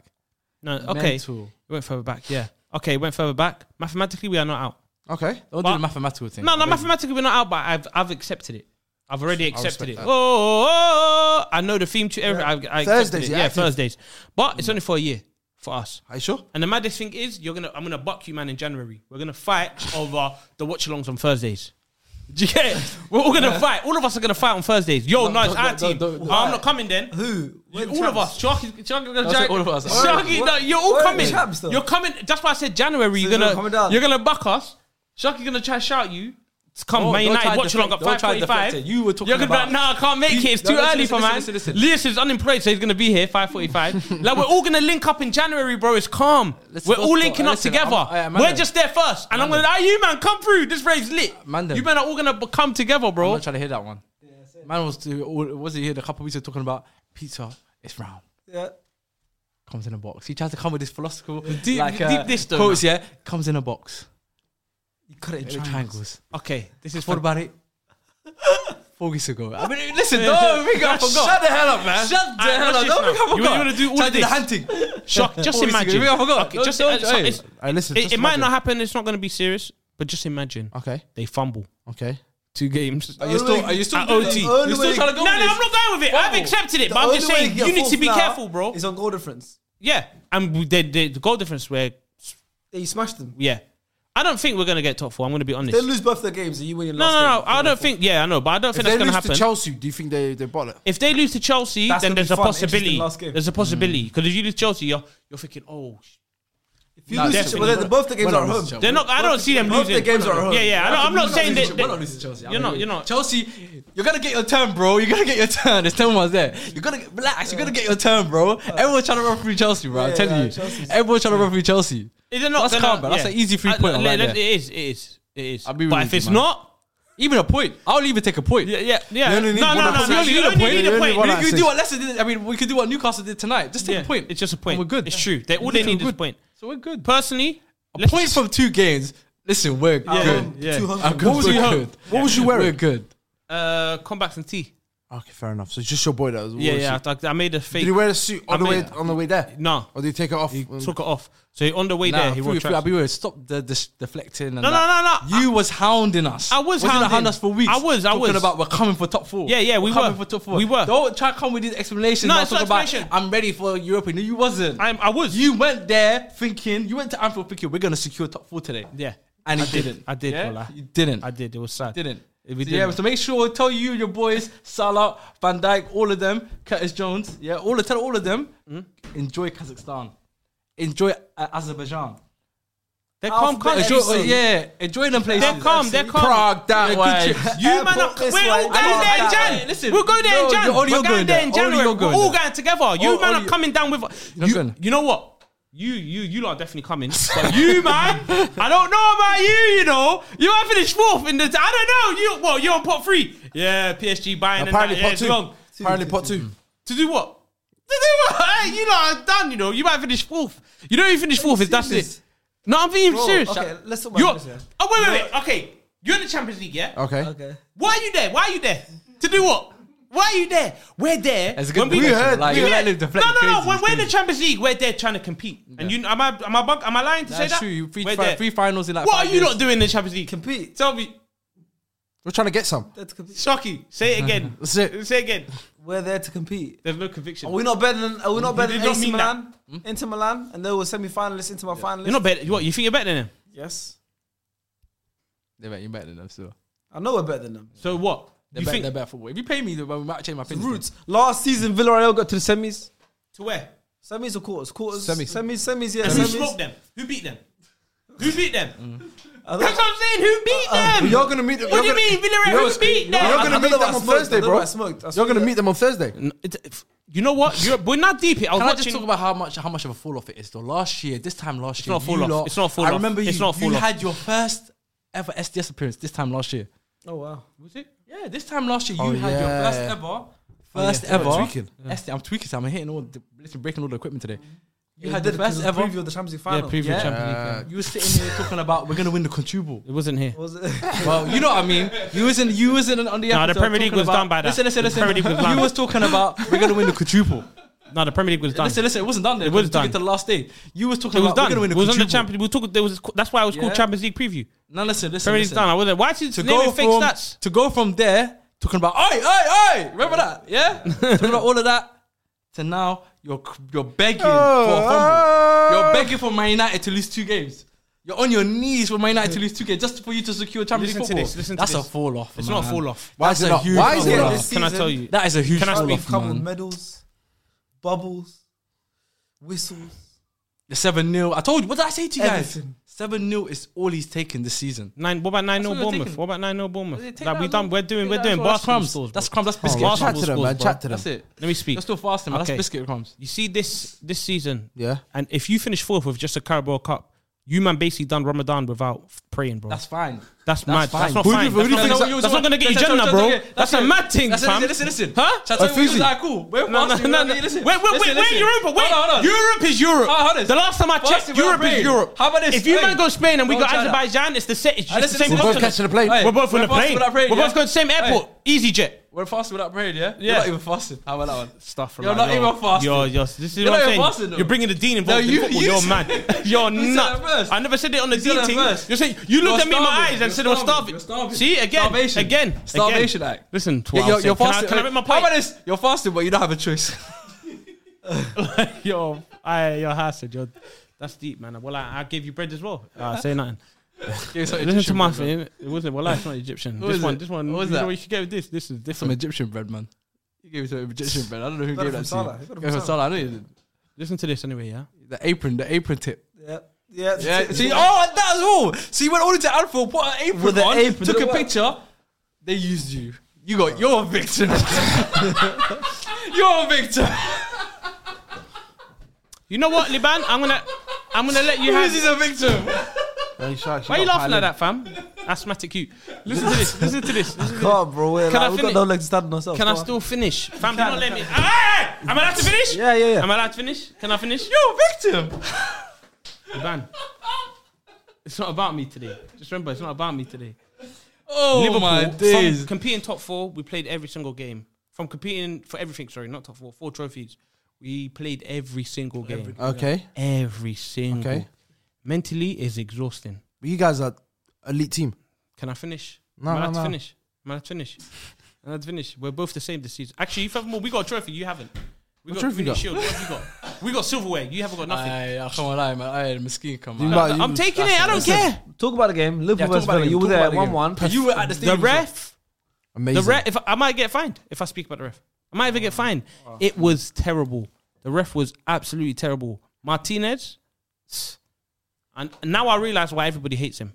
Speaker 3: No, Mm. okay.
Speaker 2: Mental.
Speaker 3: Went further back. Yeah. Okay, went further back. Mathematically, we are not out.
Speaker 4: Okay.
Speaker 2: Don't do
Speaker 3: But-
Speaker 2: the mathematical thing.
Speaker 3: No, no,
Speaker 2: Don't-
Speaker 3: mathematically we're not out, but I've I've accepted it. I've already accepted it.
Speaker 4: respect
Speaker 3: Oh,
Speaker 4: that.
Speaker 3: oh, oh, oh, I know the theme to every. I, I Mm.
Speaker 4: Thursdays,
Speaker 3: Thursdays,
Speaker 4: you're
Speaker 3: yeah,
Speaker 4: active.
Speaker 3: Thursdays. But it's only for a year for us.
Speaker 4: Are you sure?
Speaker 3: And the maddest thing is, you're gonna I'm gonna buck you, man, in January. We're gonna fight over the watch-alongs on Thursdays. Do you get it? We're all gonna fight. All of us are gonna fight on Thursdays. Yo, no, it's
Speaker 2: don't-
Speaker 3: our
Speaker 2: don't-
Speaker 3: team.
Speaker 2: don't- don't-
Speaker 3: Oh, I'm not coming then.
Speaker 1: Who?
Speaker 3: You- all of us. Sharky, Sharky,
Speaker 2: That's
Speaker 3: Sharky,
Speaker 2: all of us.
Speaker 3: Sharky,
Speaker 1: What-
Speaker 3: no, you're all
Speaker 1: what are
Speaker 3: coming.
Speaker 1: the chaps, though?
Speaker 3: you're coming. That's why I said January.
Speaker 1: So
Speaker 3: you're
Speaker 1: you're coming
Speaker 3: gonna
Speaker 1: down?
Speaker 3: you're gonna buck us. Sharky's gonna try to shout you. to Come,
Speaker 2: Don't-
Speaker 3: Man
Speaker 2: Oh, don't
Speaker 3: United,
Speaker 2: try
Speaker 3: watch along at
Speaker 2: deflect- don't
Speaker 3: five
Speaker 2: try
Speaker 3: forty-five.
Speaker 2: deflect it. You were talking
Speaker 3: You're gonna
Speaker 2: about-
Speaker 3: be like, nah, I can't make it. It's
Speaker 2: No,
Speaker 3: too
Speaker 2: listen,
Speaker 3: early
Speaker 2: listen,
Speaker 3: for man.
Speaker 2: listen, listen, listen.
Speaker 3: Lewis is unemployed, so he's gonna be here five forty-five. like we're all gonna link up in January, bro. It's calm.
Speaker 2: Let's-
Speaker 3: we're
Speaker 2: let's
Speaker 3: all
Speaker 2: go.
Speaker 3: linking up
Speaker 2: Listen,
Speaker 3: together.
Speaker 2: I'm- I am-
Speaker 3: we're
Speaker 2: Mandem.
Speaker 3: just there first, and I'm gonna. Are you man? Come through. This rave's lit.
Speaker 2: Mandem.
Speaker 3: You men are all gonna b- come together,
Speaker 2: I'm
Speaker 3: bro.
Speaker 2: not trying to hear that one. Man was to, all- was he here a couple of weeks ago talking about pizza? It's round.
Speaker 1: Yeah.
Speaker 2: Comes in a box. He tried to come with this philosophical
Speaker 3: Deep-
Speaker 2: like,
Speaker 3: deep
Speaker 2: uh,
Speaker 3: this though,
Speaker 2: quotes. Yeah, comes in a box.
Speaker 1: You cut it in
Speaker 2: Little triangles.
Speaker 3: Okay, this is
Speaker 2: What
Speaker 3: for
Speaker 2: about it? Four weeks ago. I mean, listen, don't think I forgot.
Speaker 3: Shut
Speaker 2: the hell up, man. Shut the
Speaker 3: Alright,
Speaker 2: hell
Speaker 3: watch
Speaker 2: up.
Speaker 3: this
Speaker 2: Don't think
Speaker 3: now.
Speaker 2: I forgot.
Speaker 3: You- you wanna do all
Speaker 2: Tried
Speaker 3: of
Speaker 2: do the
Speaker 3: this?
Speaker 2: hunting.
Speaker 3: Shock. Just
Speaker 2: Four weeks ago.
Speaker 3: imagine.
Speaker 2: Maybe I forgot.
Speaker 3: Okay,
Speaker 2: Don't-
Speaker 3: just
Speaker 2: don't-
Speaker 3: it's-
Speaker 2: hey.
Speaker 3: it's-
Speaker 4: Hey, listen,
Speaker 3: it,
Speaker 4: just
Speaker 3: it might
Speaker 4: imagine.
Speaker 3: not happen. It's not going to be serious. But just imagine
Speaker 4: Okay.
Speaker 3: they fumble
Speaker 4: Okay.
Speaker 3: two games.
Speaker 2: Are you still? Are you still
Speaker 3: At
Speaker 2: doing
Speaker 3: OT.
Speaker 2: it?
Speaker 1: The only
Speaker 2: You still
Speaker 1: way-
Speaker 2: trying to
Speaker 3: No,
Speaker 2: go?
Speaker 3: no,
Speaker 2: with
Speaker 3: I'm
Speaker 2: this?
Speaker 3: not going with it. I've accepted it,
Speaker 1: The
Speaker 3: but I'm just
Speaker 1: only way
Speaker 3: saying
Speaker 1: get
Speaker 3: you need
Speaker 1: fourth
Speaker 3: to be
Speaker 1: now
Speaker 3: careful, bro.
Speaker 1: Is on goal difference.
Speaker 3: Yeah, and we- they, they, the goal difference where
Speaker 1: Yeah, you smashed them.
Speaker 3: yeah, I don't think we're going to get top four. I'm going to be honest.
Speaker 1: They
Speaker 3: No, no,
Speaker 1: lose both their games, and you win your last game.
Speaker 3: no. I don't think. Yeah, I know, but I don't
Speaker 4: If
Speaker 3: think
Speaker 4: they
Speaker 3: that's going
Speaker 4: lose
Speaker 3: to
Speaker 4: to
Speaker 3: happen.
Speaker 4: Chelsea, do you think they they bottle it?
Speaker 3: If they lose to Chelsea,
Speaker 1: That's
Speaker 3: then
Speaker 1: gonna be
Speaker 3: there's a
Speaker 1: fun, interesting
Speaker 3: possibility.
Speaker 1: last game.
Speaker 3: There's a possibility because if you lose Chelsea, you're you're thinking, oh,
Speaker 1: If you
Speaker 2: No,
Speaker 1: lose,
Speaker 3: definitely.
Speaker 1: to, well, then both the games
Speaker 2: We're
Speaker 1: are at
Speaker 2: not
Speaker 1: home.
Speaker 2: losing to
Speaker 3: they're not. I don't see them
Speaker 1: both their
Speaker 3: losing.
Speaker 1: games are at home.
Speaker 3: Yeah, yeah. I know, I'm not saying that.
Speaker 2: We're not losing to Chelsea. I
Speaker 3: You're
Speaker 2: mean,
Speaker 3: not- you're not.
Speaker 2: Chelsea, you're gonna get your turn, bro. You're gonna get your turn. There's ten ones there. You're gonna get, relax. You're gonna get your turn, bro. Everyone's trying to run through Chelsea, bro. I'm
Speaker 1: Yeah,
Speaker 2: telling
Speaker 1: yeah,
Speaker 2: you.
Speaker 1: Chelsea's-
Speaker 2: Everyone's trying to run through Chelsea.
Speaker 3: Is it not?
Speaker 2: That's
Speaker 3: gonna-
Speaker 2: calm, but that's an easy three
Speaker 3: I-
Speaker 2: point
Speaker 3: le-
Speaker 2: right
Speaker 3: le- It
Speaker 2: there.
Speaker 3: is. It is. It is.
Speaker 2: I'll be
Speaker 3: but
Speaker 2: real
Speaker 3: if
Speaker 2: with
Speaker 3: it's
Speaker 2: you, man.
Speaker 3: not,
Speaker 2: Even a point. I'll even take a point.
Speaker 3: yeah, yeah, yeah.
Speaker 4: You only need
Speaker 3: no, no,
Speaker 4: one
Speaker 3: no, no.
Speaker 4: assist.
Speaker 3: You
Speaker 4: You only
Speaker 3: only need a
Speaker 4: need
Speaker 3: point.
Speaker 4: one
Speaker 3: You-
Speaker 2: We
Speaker 4: assist.
Speaker 2: could do what Leicester did. I mean, we could do what Newcastle did tonight. Just take
Speaker 3: yeah,
Speaker 2: a point.
Speaker 3: It's just a point.
Speaker 2: And we're good.
Speaker 3: It's true. They all they
Speaker 2: Listen,
Speaker 3: need is
Speaker 2: we're
Speaker 3: a point.
Speaker 2: So we're good.
Speaker 3: Personally,
Speaker 2: A
Speaker 3: let's
Speaker 2: point
Speaker 3: just-
Speaker 2: from two games. Listen, we're good.
Speaker 3: yeah. Um,
Speaker 1: Two home
Speaker 2: I'm
Speaker 1: games.
Speaker 2: good.
Speaker 4: What was
Speaker 2: we're
Speaker 4: you home?
Speaker 2: good.
Speaker 4: What was you
Speaker 2: We're
Speaker 4: wearing?
Speaker 2: good.
Speaker 3: uh, comebacks and tea.
Speaker 4: Okay, fair enough. So it's just your boy that was.
Speaker 3: Yeah, yeah. I, I made a fake.
Speaker 4: Did he wear a suit on
Speaker 3: I
Speaker 4: the way
Speaker 3: mean-
Speaker 4: on the way there?
Speaker 3: no,
Speaker 4: Or did he take it off? when-
Speaker 3: took it off. So on the way
Speaker 2: Nah,
Speaker 3: there, he
Speaker 2: free-
Speaker 3: wore
Speaker 2: free- I'll
Speaker 3: tracksuit.
Speaker 2: be real. Stop the, the deflecting. And
Speaker 3: no,
Speaker 2: that.
Speaker 3: no, no.
Speaker 2: You was hounding us.
Speaker 3: I was
Speaker 2: Wasn't it
Speaker 3: hounding.
Speaker 2: hound us for weeks.
Speaker 3: I was, I
Speaker 2: talking
Speaker 3: was.
Speaker 2: about we're coming for top four.
Speaker 3: Yeah, yeah, we
Speaker 2: we're coming
Speaker 3: were.
Speaker 2: for top four.
Speaker 3: We were.
Speaker 2: Don't try to come with these explanations.
Speaker 3: No,
Speaker 2: No,
Speaker 3: it's
Speaker 2: talk
Speaker 3: not
Speaker 2: about
Speaker 3: explanation.
Speaker 2: I'm ready for Europe. No, you wasn't.
Speaker 3: I'm- I was.
Speaker 2: You went there thinking you went to Anfield thinking we're gonna secure top four today.
Speaker 3: Yeah,
Speaker 2: and
Speaker 3: I
Speaker 2: you
Speaker 3: did.
Speaker 2: didn't.
Speaker 3: I did,
Speaker 2: Yeah?
Speaker 3: wallah.
Speaker 2: You didn't.
Speaker 3: I did. It was sad.
Speaker 2: didn't.
Speaker 3: If we
Speaker 2: So,
Speaker 3: did
Speaker 2: yeah, so make sure tell you and your boys Salah, Van Dijk, all of them, Curtis Jones, yeah, all of tell all of them,
Speaker 3: Hmm?
Speaker 2: enjoy Kazakhstan, enjoy uh, Azerbaijan,
Speaker 3: They're calm, calm.
Speaker 2: enjoy,
Speaker 3: They're
Speaker 2: oh, yeah, enjoy them places.
Speaker 3: calm. They're calm.
Speaker 4: Prague that
Speaker 2: Yeah,
Speaker 4: way.
Speaker 2: good
Speaker 3: You man, are,
Speaker 1: Airport
Speaker 3: we're
Speaker 1: this
Speaker 3: all
Speaker 1: way,
Speaker 3: going
Speaker 1: airport
Speaker 3: there in
Speaker 1: that
Speaker 3: Jan.
Speaker 2: way. Listen,
Speaker 3: we'll go there in Jan.
Speaker 2: no, you're- only
Speaker 3: we're
Speaker 2: you're
Speaker 3: going
Speaker 2: going
Speaker 3: there in
Speaker 2: there. Only
Speaker 3: January.
Speaker 2: you're
Speaker 3: We're
Speaker 2: going
Speaker 3: all
Speaker 2: there.
Speaker 3: going together. You
Speaker 2: Only-
Speaker 3: man are
Speaker 2: only-
Speaker 3: coming down with.
Speaker 2: You're not
Speaker 3: You,
Speaker 2: going.
Speaker 3: you know what? You you you lot are definitely coming. But you man, I don't know about you. You know, you might finish fourth in the. I don't know. You well, you're on pot three. Yeah, PSG buying. and that,
Speaker 4: Apparently
Speaker 3: yeah,
Speaker 4: pot
Speaker 3: it's
Speaker 4: two.
Speaker 3: wrong.
Speaker 4: Apparently pot two.
Speaker 3: To do what? To do what? Hey, you lot are done, you know. You might finish fourth. You know you finish fourth if that's
Speaker 1: serious?
Speaker 3: it. No, I'm being
Speaker 1: Bro,
Speaker 3: serious.
Speaker 1: okay, let's talk about
Speaker 3: You're,
Speaker 1: this, yeah.
Speaker 3: oh, wait, wait, wait. Okay. You're in the Champions League, yeah?
Speaker 4: Okay.
Speaker 1: Okay.
Speaker 3: Why are you there? Why are you there? To do what? Why are you there? We're there.
Speaker 2: It's a
Speaker 3: When
Speaker 2: good
Speaker 3: we-
Speaker 2: deflection. Like,
Speaker 3: we-
Speaker 2: you let them
Speaker 3: no,
Speaker 2: deflect
Speaker 3: no, no.
Speaker 2: crazy,
Speaker 3: When
Speaker 2: it's
Speaker 3: we're in the
Speaker 2: crazy.
Speaker 3: Champions League, we're there trying to compete. And you, am I, am I, bug, am I lying to say
Speaker 2: That's
Speaker 3: that?
Speaker 2: true. You three,
Speaker 3: We're
Speaker 2: fi-
Speaker 3: there.
Speaker 2: three finals in like
Speaker 3: What
Speaker 2: five
Speaker 3: are you
Speaker 2: years.
Speaker 3: not doing in the Champions League?
Speaker 1: Compete.
Speaker 3: Tell me,
Speaker 4: We're trying to get some.
Speaker 1: They're to compete.
Speaker 3: Shocky. Say it again.
Speaker 4: That's it.
Speaker 3: say it again.
Speaker 1: We're there to compete.
Speaker 3: There's no conviction.
Speaker 1: Are we not better than? Are we not Hmm? better
Speaker 3: did
Speaker 1: than
Speaker 3: not
Speaker 1: AC
Speaker 3: mean that.
Speaker 1: Milan, Inter Milan, and they were semi-finalists, Inter my finalists?
Speaker 3: You're not better. What you think you're better than them?
Speaker 1: Yes,
Speaker 2: They're better, you're better than them still.
Speaker 1: I know we're better than them.
Speaker 3: So what?
Speaker 2: They're,
Speaker 3: you
Speaker 2: better,
Speaker 3: think
Speaker 2: they're better football. If you pay me, then we might change my opinion.
Speaker 1: Roots. Last season, Villarreal got to the semis.
Speaker 3: to where?
Speaker 1: Semis or quarters? Quarters.
Speaker 4: Semis.
Speaker 1: Semis. Semis. Yeah.
Speaker 3: And who
Speaker 1: Semis.
Speaker 3: smoked them? Who beat them? Who beat them?
Speaker 2: Mm.
Speaker 1: I
Speaker 3: That's
Speaker 1: don't-
Speaker 3: what I'm saying. Who beat them?
Speaker 2: Uh-uh.
Speaker 4: But You're gonna meet them.
Speaker 3: What do
Speaker 4: you're
Speaker 3: you mean,
Speaker 4: gonna-
Speaker 3: Villarreal? Who beat them?
Speaker 4: You're
Speaker 1: I
Speaker 4: gonna
Speaker 1: don't
Speaker 4: meet
Speaker 1: know
Speaker 4: them
Speaker 1: about
Speaker 4: on
Speaker 1: smoked, I
Speaker 4: Thursday,
Speaker 1: don't know
Speaker 4: bro.
Speaker 1: about smoked. I
Speaker 4: You're gonna
Speaker 1: smoked.
Speaker 4: meet them on Thursday.
Speaker 3: No, it- f- you know what? You're, we're not deep here. I was
Speaker 2: Can I
Speaker 3: watching.
Speaker 2: just talk about how much how much of a fall off it is though? Last year, this time last year,
Speaker 3: not a fall
Speaker 2: you
Speaker 3: off.
Speaker 2: lot-
Speaker 3: It's not a fall
Speaker 2: I
Speaker 3: off.
Speaker 2: remember you,
Speaker 3: It's not a fall
Speaker 2: you
Speaker 3: off.
Speaker 2: had your first ever SDS appearance this time last year.
Speaker 1: Oh wow.
Speaker 3: was it?
Speaker 2: Yeah, this time last year you
Speaker 4: Oh,
Speaker 2: had your
Speaker 4: yeah.
Speaker 2: first ever, first
Speaker 4: yeah.
Speaker 2: ever.
Speaker 4: Tweaking.
Speaker 2: Mm. Tweaking. I'm tweaking. so I'm hitting all, the, literally breaking all the equipment today. You had the best
Speaker 1: preview
Speaker 2: ever.
Speaker 1: of the Champions League final.
Speaker 3: Yeah, preview
Speaker 2: Yeah.
Speaker 3: Champions League. game.
Speaker 2: You were sitting here talking about we're gonna win the Contubo.
Speaker 3: It wasn't here.
Speaker 1: Was it?
Speaker 2: Well, you know what I mean. You wasn't. You wasn't on the.
Speaker 3: Nah, the
Speaker 2: episode
Speaker 3: Premier League
Speaker 2: talking
Speaker 3: was
Speaker 2: about-
Speaker 3: done by that.
Speaker 2: Listen, listen,
Speaker 3: The
Speaker 2: listen.
Speaker 3: Premier League was done.
Speaker 2: You was talking about we're gonna win the Contubo.
Speaker 3: No, the Premier League was done.
Speaker 2: Listen, listen. It wasn't done. Then,
Speaker 3: It was
Speaker 2: we took
Speaker 3: done.
Speaker 2: It to the last day. You was talking
Speaker 3: It was
Speaker 2: about we're
Speaker 3: done.
Speaker 2: gonna win
Speaker 3: It
Speaker 2: the
Speaker 3: was on the
Speaker 2: Contubo.
Speaker 3: Champions. We took. There was. That's why it was
Speaker 2: Yeah.
Speaker 3: called Champions League preview.
Speaker 2: No, listen, listen.
Speaker 3: Premier League's
Speaker 2: listen.
Speaker 3: done. I wasn't. Why is
Speaker 2: to
Speaker 3: it
Speaker 2: go
Speaker 3: naming
Speaker 2: from
Speaker 3: fake stats?
Speaker 2: to go from there talking about oi oi oi remember that yeah talking about all of that to now you're c- you're begging
Speaker 3: Oh,
Speaker 2: for a fumble you're begging for Man United to lose two games you're on your knees for Man United to lose two games just for you to secure Champions
Speaker 3: Listen to
Speaker 2: League football
Speaker 3: this, listen to
Speaker 2: that's
Speaker 3: this.
Speaker 2: a fall off
Speaker 3: It's
Speaker 2: man.
Speaker 3: not a fall off.
Speaker 4: Why is
Speaker 2: That's
Speaker 4: it
Speaker 2: a
Speaker 4: not?
Speaker 2: huge
Speaker 4: Why is it
Speaker 2: fall
Speaker 4: not?
Speaker 2: off.
Speaker 4: This
Speaker 3: Can I
Speaker 1: season-
Speaker 3: tell you?
Speaker 2: that is a huge
Speaker 3: Can I
Speaker 2: fall
Speaker 3: speak?
Speaker 2: off
Speaker 1: Come with
Speaker 2: man.
Speaker 1: medals, bubbles, whistles.
Speaker 2: the 7-0 I told you what did I say to you guys
Speaker 1: Everything.
Speaker 2: 7-0 is all he's taken this season
Speaker 3: Nine. What about nine 0
Speaker 2: what they're
Speaker 3: Bournemouth?
Speaker 2: taking.
Speaker 3: What about nine 0 Bournemouth?
Speaker 2: Take
Speaker 3: Like
Speaker 2: that
Speaker 3: we done.
Speaker 2: as
Speaker 3: We're
Speaker 2: well.
Speaker 3: doing.
Speaker 2: Take
Speaker 3: We're
Speaker 2: that
Speaker 3: doing
Speaker 2: as well. That's
Speaker 3: basketball
Speaker 2: crumbs.
Speaker 3: scores. bro.
Speaker 2: That's crumbs. That's
Speaker 4: on,
Speaker 2: biscuit.
Speaker 4: chat
Speaker 2: crumbs.
Speaker 4: to them, man, chat to them.
Speaker 2: That's it.
Speaker 3: Let me speak.
Speaker 2: Let's do fast man. That's
Speaker 3: Okay.
Speaker 2: biscuit crumbs.
Speaker 3: You see this this season,
Speaker 4: Yeah.
Speaker 3: and if you finish fourth with just a Carabao Cup, you man basically done Ramadan without f- praying, bro.
Speaker 2: That's
Speaker 3: That's
Speaker 2: fine.
Speaker 3: that's,
Speaker 2: that's
Speaker 3: mad.
Speaker 2: fine.
Speaker 3: That's not
Speaker 2: Who do you-
Speaker 3: fine.
Speaker 2: who do you
Speaker 3: that's
Speaker 2: think-
Speaker 3: not,
Speaker 2: that's-
Speaker 3: that's not gonna get you
Speaker 2: that's-
Speaker 3: Jannah,
Speaker 2: that's-
Speaker 3: bro.
Speaker 2: that's-
Speaker 3: That's, a mad thing,
Speaker 2: Listen,
Speaker 3: fam.
Speaker 2: listen, listen.
Speaker 3: Huh?
Speaker 2: Shout out to
Speaker 4: Oh,
Speaker 2: everyone who's
Speaker 4: Fuzi.
Speaker 2: like, cool. We're
Speaker 3: No, no,
Speaker 2: fasting,
Speaker 3: no,
Speaker 2: we're
Speaker 3: no.
Speaker 2: not-
Speaker 3: Wait,
Speaker 2: listen,
Speaker 3: wait, wait,
Speaker 2: listen,
Speaker 3: wait,
Speaker 2: listen.
Speaker 3: Europa, wait.
Speaker 2: Hold on, hold on.
Speaker 3: Europe is Europe.
Speaker 2: Oh, hold on.
Speaker 3: The last time I checked,
Speaker 2: Fasting, we're
Speaker 3: Europe
Speaker 2: brave.
Speaker 3: is Europe.
Speaker 2: How about this?
Speaker 3: If you
Speaker 2: Hey,
Speaker 3: man go Spain and we
Speaker 2: go
Speaker 3: got
Speaker 2: China.
Speaker 3: Azerbaijan, it's the set. It's
Speaker 2: Hey,
Speaker 3: just the same
Speaker 2: listen, listen,
Speaker 4: We're both
Speaker 3: continent.
Speaker 4: catching the plane.
Speaker 2: Hey.
Speaker 3: We're both on the
Speaker 2: We're
Speaker 3: plane.
Speaker 2: fasting without praying,
Speaker 3: We're
Speaker 2: yeah?
Speaker 3: both going to the same airport. Easy jet.
Speaker 2: We're fasting without praying, yeah?
Speaker 3: Yeah.
Speaker 2: You're not even fasting. How about that one?
Speaker 3: stuff.
Speaker 2: You're not even fasting.
Speaker 3: Oh, You're, you're, this is
Speaker 2: You're not
Speaker 3: what
Speaker 2: even
Speaker 3: I'm
Speaker 2: fasting,
Speaker 3: saying.
Speaker 2: though.
Speaker 3: You're bringing the dean involved
Speaker 2: No,
Speaker 3: in
Speaker 2: you-
Speaker 3: football.
Speaker 2: you
Speaker 3: You're
Speaker 2: said-
Speaker 3: mad. You're
Speaker 2: You said
Speaker 3: nuts.
Speaker 2: that first.
Speaker 3: I never said it on the
Speaker 2: said
Speaker 3: dean
Speaker 2: that
Speaker 3: thing.
Speaker 2: first.
Speaker 3: You're saying you looked
Speaker 2: You're
Speaker 3: at me in my
Speaker 2: starving.
Speaker 3: eyes and
Speaker 2: You're
Speaker 3: said I was
Speaker 2: starving.
Speaker 3: starving.
Speaker 2: You're starving.
Speaker 3: See again,
Speaker 2: Starvation.
Speaker 3: again, again.
Speaker 2: Starvation act.
Speaker 3: Listen, to
Speaker 2: Yeah,
Speaker 3: what
Speaker 2: you're,
Speaker 3: you're,
Speaker 2: you're
Speaker 3: can, I,
Speaker 2: fasting.
Speaker 3: can I make my
Speaker 2: How about
Speaker 3: point?
Speaker 2: this? You're fasting, but you don't have a choice.
Speaker 3: Yo, I, your hastard. You're, that's deep, man. Well, I, I gave you bread as well. Uh, say nothing.
Speaker 2: It's like
Speaker 3: Listen to
Speaker 2: Egyptian
Speaker 3: my
Speaker 2: bread, man.
Speaker 3: thing. It wasn't. Well, it's not Egyptian.
Speaker 2: What
Speaker 3: this
Speaker 2: is
Speaker 3: one,
Speaker 2: it?
Speaker 3: this one.
Speaker 2: What was
Speaker 3: you know
Speaker 2: that?
Speaker 3: What you should get with this? This is
Speaker 2: Some
Speaker 3: different.
Speaker 2: Egyptian bread, man. You gave it some Egyptian bread. I don't know who
Speaker 1: Got it
Speaker 2: gave
Speaker 1: from Salah.
Speaker 2: that to you. Got
Speaker 1: He
Speaker 2: it
Speaker 1: got it
Speaker 2: from
Speaker 1: from Salah.
Speaker 2: Salah. I know you did.
Speaker 3: Listen to this anyway, yeah.
Speaker 2: The apron, the apron tip.
Speaker 1: Yeah, yeah.
Speaker 2: Yeah. See, oh, that's all. So you went all into Anfield, put an apron
Speaker 1: With an
Speaker 2: on,
Speaker 1: apron,
Speaker 2: took
Speaker 1: look
Speaker 2: a
Speaker 1: what-
Speaker 2: picture. They used you. You got you're a victim. you're a victim.
Speaker 3: You know what, Liban? I'm gonna, I'm gonna let you have.
Speaker 2: Who's is a victim?
Speaker 3: Why are you laughing like that, fam? Asthmatic you. Listen to this. Listen to this. Listen to this.
Speaker 1: God, bro, we're
Speaker 3: Can I
Speaker 1: like, we've got
Speaker 3: finish?
Speaker 1: no legs standing ourselves.
Speaker 3: Can I
Speaker 1: Go on.
Speaker 3: still finish? Fam, do not let me. Ah! Am I allowed to finish?
Speaker 1: Yeah, yeah, yeah.
Speaker 3: Am I allowed to finish? Can I finish?
Speaker 2: You're a victim.
Speaker 3: Ban. It's not about me today. Just remember, it's not about me today.
Speaker 2: Oh my days.
Speaker 3: From competing top four, we played every single game. From competing for everything, sorry, not top four, four trophies. We played every single game.
Speaker 4: Okay.
Speaker 3: Every, single.
Speaker 4: Okay.
Speaker 3: Mentally is exhausting.
Speaker 4: But you guys are elite team.
Speaker 3: Can I finish?
Speaker 4: No,
Speaker 3: Am I
Speaker 4: no,
Speaker 3: allowed
Speaker 4: no.
Speaker 3: to finish? Am I allowed to finish? Am I allowed to finish? We're both the same this season. Actually, furthermore, we got a trophy. You haven't. We
Speaker 4: What
Speaker 3: got
Speaker 4: trophy you
Speaker 3: Community
Speaker 4: got?
Speaker 3: Shield. What have you got? We got silverware. You haven't got nothing.
Speaker 2: I, I can't lie, man. I had Mesquite come
Speaker 4: You
Speaker 2: out.
Speaker 4: might-
Speaker 3: I'm taking it. I don't care.
Speaker 1: Talk about the game. Liverpool
Speaker 2: talk
Speaker 1: versus
Speaker 2: about the
Speaker 1: Villa.
Speaker 2: game,
Speaker 1: You were
Speaker 2: talk
Speaker 1: there
Speaker 2: about the game.
Speaker 1: one-one.
Speaker 2: You were at
Speaker 3: The
Speaker 2: the stadium.
Speaker 3: ref. The
Speaker 4: Amazing.
Speaker 3: ref. If I, I might get fined if I speak about the ref. I might even
Speaker 4: Oh.
Speaker 3: get fined. It was terrible. The ref was absolutely terrible. Martinez. tss. And now I realize why everybody hates him.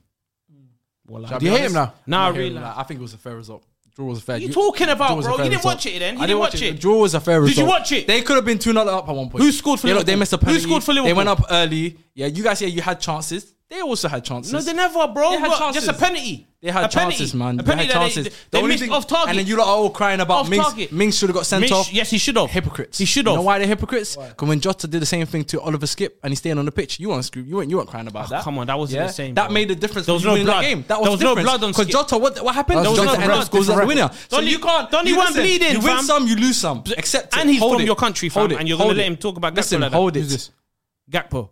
Speaker 3: Well,
Speaker 4: Do you hate him now?
Speaker 3: Now I
Speaker 2: I, hear you,
Speaker 3: realize.
Speaker 2: like, I think it was a fair result. Draw was a fair.
Speaker 3: What are you
Speaker 2: you-
Speaker 3: talking
Speaker 2: draw
Speaker 3: about,
Speaker 2: was a
Speaker 3: bro?
Speaker 2: fair
Speaker 3: You didn't
Speaker 2: result.
Speaker 3: watch it then. You
Speaker 2: I
Speaker 3: didn't watch it.
Speaker 2: Draw was a fair result.
Speaker 3: you watch it?
Speaker 2: They could have been 2 0 up at one point.
Speaker 3: Who scored for
Speaker 2: they, look, they
Speaker 3: Liverpool?
Speaker 2: missed a
Speaker 3: Who
Speaker 2: penalty.
Speaker 3: scored for
Speaker 2: They went
Speaker 3: Liverpool?
Speaker 2: up early. Yeah, you guys here, you had chances. They also had chances.
Speaker 3: No, they never, bro.
Speaker 2: They had
Speaker 3: Look,
Speaker 2: chances.
Speaker 3: Just a penalty.
Speaker 2: They had
Speaker 3: a penalty.
Speaker 2: chances, man.
Speaker 3: A
Speaker 2: They
Speaker 3: penalty
Speaker 2: had
Speaker 3: that
Speaker 2: chances.
Speaker 3: They,
Speaker 2: The
Speaker 3: they
Speaker 2: only
Speaker 3: missed
Speaker 2: thing-
Speaker 3: off target.
Speaker 2: And then you lot are all crying about
Speaker 3: Off
Speaker 2: Minks.
Speaker 3: target.
Speaker 2: Minks should have got sent
Speaker 3: Minks-
Speaker 2: off.
Speaker 3: Yes, he should have.
Speaker 2: Hypocrites.
Speaker 3: He should
Speaker 2: You
Speaker 3: have.
Speaker 2: know why they're hypocrites? Because when Jota did the same thing to Oliver Skip and he's staying on the pitch, you weren't screwed. You weren't. You weren't crying about that.
Speaker 3: come on, that wasn't
Speaker 2: Yeah?
Speaker 3: the same,
Speaker 2: That
Speaker 3: bro.
Speaker 2: made a difference.
Speaker 3: There
Speaker 2: for
Speaker 3: was
Speaker 2: you
Speaker 3: no
Speaker 2: winning that
Speaker 3: blood.
Speaker 2: game. That was
Speaker 3: There was no
Speaker 2: different.
Speaker 3: blood on
Speaker 2: Because
Speaker 3: Skip.
Speaker 2: Jota, what, what happened?
Speaker 4: There was
Speaker 2: Jota
Speaker 4: no
Speaker 2: ended
Speaker 4: blood.
Speaker 2: up scores as a
Speaker 4: Different
Speaker 2: winner. So
Speaker 3: Donny-
Speaker 2: you can't.
Speaker 3: Donny
Speaker 2: you
Speaker 3: won
Speaker 2: listen,
Speaker 3: bleeding,
Speaker 2: You win
Speaker 3: fam.
Speaker 2: some, you lose some. Accept it.
Speaker 3: And he's
Speaker 2: Hold
Speaker 3: from
Speaker 2: it.
Speaker 3: your country,
Speaker 2: Hold
Speaker 3: fam,
Speaker 2: it.
Speaker 3: and you're gonna
Speaker 2: Hold
Speaker 3: let
Speaker 2: it.
Speaker 3: him talk about Gakpo
Speaker 2: Listen,
Speaker 3: like that.
Speaker 2: hold
Speaker 4: Who's
Speaker 2: it.
Speaker 4: this?
Speaker 3: Gakpo.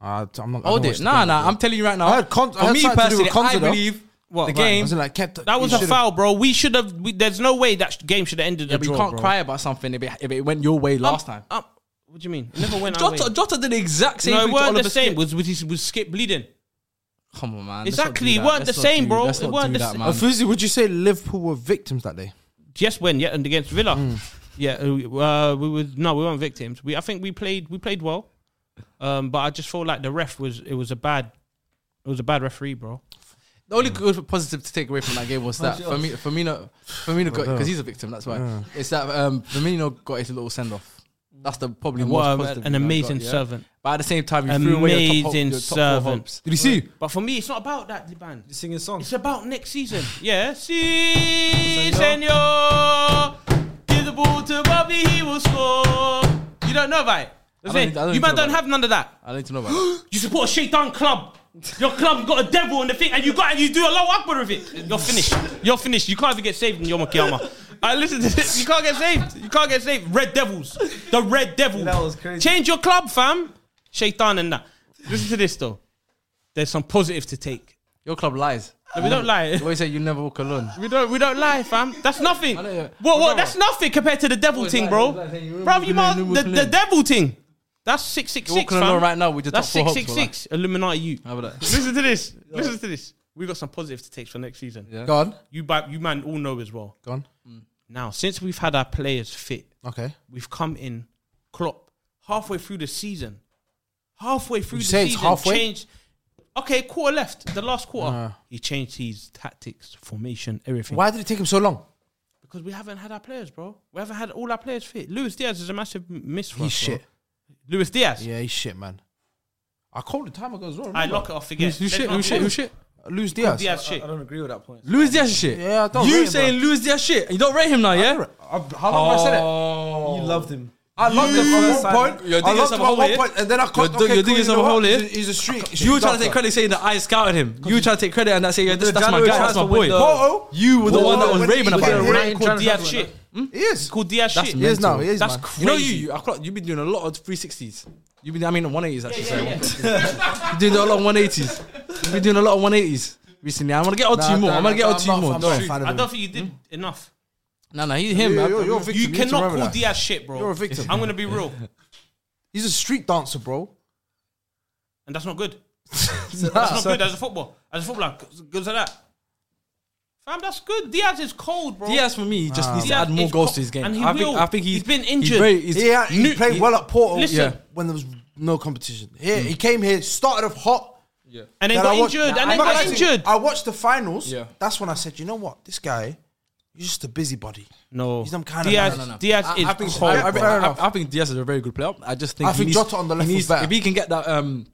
Speaker 4: Uh, t- I'm not. I
Speaker 2: Hold
Speaker 4: don't watch
Speaker 2: it.
Speaker 4: the
Speaker 2: Nah,
Speaker 4: game,
Speaker 2: nah.
Speaker 4: bro.
Speaker 2: I'm telling you right now.
Speaker 4: I had con- I
Speaker 2: for
Speaker 4: had
Speaker 2: me
Speaker 4: something to do with
Speaker 2: personally, I
Speaker 4: Conza, though.
Speaker 2: believe
Speaker 3: What,
Speaker 2: the
Speaker 3: right.
Speaker 2: game.
Speaker 4: Wasn't like kept.
Speaker 3: That was
Speaker 4: you
Speaker 3: a
Speaker 4: should've-
Speaker 3: foul, bro. We should have. we- There's no way that sh- game should have ended.
Speaker 2: Yeah,
Speaker 3: a
Speaker 2: but
Speaker 3: draw,
Speaker 2: you can't
Speaker 3: bro.
Speaker 2: cry about something if it, if it went your way last time.
Speaker 3: Um, what do you mean? It never went our way.
Speaker 2: Jota, Jota did the exact same
Speaker 3: No,
Speaker 2: thing
Speaker 3: it
Speaker 2: to
Speaker 3: weren't
Speaker 2: Oliver
Speaker 3: the same.
Speaker 2: Skip.
Speaker 3: Was was, his- was Skip bleeding?
Speaker 2: Come on, man.
Speaker 3: Exactly, it weren't the same, bro. It weren't the same.
Speaker 2: Um,
Speaker 4: Uh, Fuzi, would you say Liverpool were victims that day?
Speaker 3: Yes, when yeah, and against Villa. Yeah, uh, we were no, we weren't victims. We I think we played we played well, um, but I just felt like the ref was it was a bad, it was a bad referee, bro.
Speaker 2: The only good positive to take away from that game was that Firmino, Firmino, Firmino got because he's a victim. That's why it's that um, Firmino got his little send off. That's the probably
Speaker 3: what
Speaker 2: most
Speaker 3: a-
Speaker 2: positive
Speaker 3: an
Speaker 2: thing I've
Speaker 3: amazing
Speaker 2: got, yeah.
Speaker 3: servant.
Speaker 2: But at the same time, you threw away your top, hope,
Speaker 3: Amazing
Speaker 2: your top four
Speaker 3: servant.
Speaker 2: hopes.
Speaker 4: Did you see?
Speaker 3: But for me, it's not about that, Liban.
Speaker 1: You singing songs.
Speaker 3: It's about next season. Yeah. Si, senor. Give the ball to Bobby, he will score. You don't know about it. I'm
Speaker 2: don't
Speaker 3: saying,
Speaker 2: need- I don't
Speaker 3: you
Speaker 2: need
Speaker 3: man
Speaker 2: to
Speaker 3: don't
Speaker 2: know
Speaker 3: have none of that.
Speaker 2: I don't need to know about that.
Speaker 3: You support a shaitan club. Your club got a devil in the thing, and you got and you do a low upward with it. You're finished. You're finished. You can't even get saved in Yom Kiyama. I listen to this. You can't get saved. You can't get saved. Red Devils. The Red Devil.
Speaker 1: That was crazy.
Speaker 3: Change your club, fam. Shaitan and that. Listen to this though. There's some positive to take.
Speaker 2: Your club lies.
Speaker 3: No, we don't lie.
Speaker 2: You always say you never walk alone.
Speaker 3: We don't we don't lie, fam. That's nothing.
Speaker 2: I know, yeah.
Speaker 3: What what?
Speaker 2: No, no.
Speaker 3: That's nothing compared to the devil
Speaker 2: it's
Speaker 3: thing,
Speaker 2: like-
Speaker 3: bro.
Speaker 2: it's like saying you
Speaker 3: Bro,
Speaker 2: remove
Speaker 3: you
Speaker 2: Muslim,
Speaker 3: might
Speaker 2: remove
Speaker 3: the, the
Speaker 2: Muslim.
Speaker 3: devil thing. That's six six
Speaker 2: You're
Speaker 3: six,
Speaker 2: walking alone
Speaker 3: fam.
Speaker 2: right now with your
Speaker 3: That's
Speaker 2: top
Speaker 3: six
Speaker 2: four
Speaker 3: six
Speaker 2: hopes, wallah.
Speaker 3: six. Illuminati, you.
Speaker 2: How about that?
Speaker 3: Listen to this. Listen to this. We got some positive to take for next season.
Speaker 4: Go on.
Speaker 3: You by, you man all know as well.
Speaker 4: Go on.
Speaker 3: Now, since we've had our players fit,
Speaker 4: Okay.
Speaker 3: we've come in Klopp halfway through the season. Halfway through
Speaker 4: You
Speaker 3: the
Speaker 4: say it's
Speaker 3: season,
Speaker 4: halfway?
Speaker 3: changed. Okay, quarter left. The last quarter,
Speaker 4: Nah.
Speaker 3: he changed his tactics, formation, everything.
Speaker 4: Why did it take him so long?
Speaker 3: Because we haven't had our players, bro. We haven't had all our players fit. Luis Diaz is a massive m- miss for
Speaker 4: He's
Speaker 3: us. bro.
Speaker 4: shit.
Speaker 3: Luis Diaz.
Speaker 4: Yeah, he's shit, man. I called it time ago as well.
Speaker 3: I
Speaker 4: remember?
Speaker 3: lock it off again.
Speaker 2: Who shit? Who shit? Who shit?
Speaker 4: Luis Diaz.
Speaker 3: Diaz shit.
Speaker 1: I don't agree with that point.
Speaker 2: Luis Diaz shit.
Speaker 4: Yeah, I don't rate
Speaker 2: You
Speaker 4: him,
Speaker 2: saying Luis Diaz shit? and You don't rate him now, yeah?
Speaker 4: I've- How long have I said it?
Speaker 3: Oh.
Speaker 1: You loved him.
Speaker 4: I loved him at
Speaker 1: You're
Speaker 4: one point.
Speaker 2: digging
Speaker 4: I loved him
Speaker 2: yourself a
Speaker 4: at
Speaker 2: hole
Speaker 4: one
Speaker 2: here.
Speaker 4: point, and then I caught.
Speaker 2: You're dig-
Speaker 4: okay,
Speaker 2: you're
Speaker 4: cool,
Speaker 2: digging
Speaker 4: you know
Speaker 2: yourself a
Speaker 4: what?
Speaker 2: hole here.
Speaker 4: He's a- He's a street.
Speaker 2: You were trying to take credit saying that I scouted him. You were trying to take credit and I say, yeah, this, that's my
Speaker 1: January
Speaker 2: guy, that's my
Speaker 1: transfer
Speaker 2: boy.
Speaker 1: window-
Speaker 4: Photo?
Speaker 2: uh, You were the one that was
Speaker 4: When
Speaker 2: raving
Speaker 4: he
Speaker 2: about
Speaker 4: came
Speaker 2: him.
Speaker 4: here-
Speaker 1: Ryan
Speaker 3: Called
Speaker 1: Transfer
Speaker 3: Diaz shit.
Speaker 4: He is.
Speaker 3: Called Diaz shit.
Speaker 4: He is now. He is,
Speaker 3: That's
Speaker 4: man.
Speaker 3: crazy.
Speaker 2: You know you, you, I clock- you've been doing a lot of 360s. You've been, I mean, 180s actually. sorry. You've been doing a lot of 180s. You've been doing a lot of 180s recently. I'm gonna get out to
Speaker 4: Nah,
Speaker 2: you more.
Speaker 4: nah,
Speaker 2: I'm gonna get
Speaker 4: nah,
Speaker 2: out to you
Speaker 4: I'm not-
Speaker 2: more.
Speaker 4: I'm not
Speaker 2: Don't-
Speaker 4: a fan of
Speaker 3: I
Speaker 4: him.
Speaker 3: don't think you did
Speaker 2: Hmm?
Speaker 3: enough.
Speaker 2: Nah, nah, he's him.
Speaker 4: You're-
Speaker 2: man.
Speaker 4: you're- you're a victim.
Speaker 3: You
Speaker 4: need to
Speaker 3: cannot
Speaker 4: remember
Speaker 3: call
Speaker 4: that.
Speaker 3: Diaz shit, bro.
Speaker 4: You're a victim.
Speaker 3: I'm gonna be real,
Speaker 4: He's a street dancer, bro.
Speaker 3: and that's not good. That's not good as a football. As a footballer, goes like that. Fam, that's good. Diaz is cold, bro.
Speaker 2: Diaz for me just needs to
Speaker 3: Diaz
Speaker 2: add more
Speaker 3: is
Speaker 2: goals
Speaker 3: co-
Speaker 2: to his game.
Speaker 3: and he
Speaker 2: I think
Speaker 3: will.
Speaker 2: I think he's,
Speaker 3: He's been
Speaker 2: He's
Speaker 3: injured.
Speaker 2: very, he's,
Speaker 4: Yeah, he
Speaker 3: New-
Speaker 4: played well at Porto.
Speaker 3: Listen.
Speaker 4: yeah, when there was no competition. Here, he came here, started off hot.
Speaker 3: and then
Speaker 4: Then
Speaker 3: got
Speaker 4: I watched-
Speaker 3: injured,
Speaker 4: I'm
Speaker 3: and then got
Speaker 4: not gonna lie to you,
Speaker 3: injured.
Speaker 4: I watched the finals.
Speaker 2: Yeah.
Speaker 4: That's when I said, you know what, this guy, he's just a busybody.
Speaker 3: No,
Speaker 4: He's some kind of
Speaker 3: Diaz.
Speaker 4: man. No, no, no.
Speaker 3: Diaz
Speaker 2: I,
Speaker 3: is
Speaker 2: I think,
Speaker 3: cold.
Speaker 2: I, I,
Speaker 3: bro.
Speaker 2: think-
Speaker 4: Fair
Speaker 2: I-
Speaker 4: enough.
Speaker 2: I think Diaz is a very good player. I just think
Speaker 4: I
Speaker 2: he
Speaker 4: think
Speaker 2: needs-
Speaker 4: Jota on the
Speaker 2: he
Speaker 4: left was
Speaker 2: needs-
Speaker 4: better.
Speaker 2: If he can get that um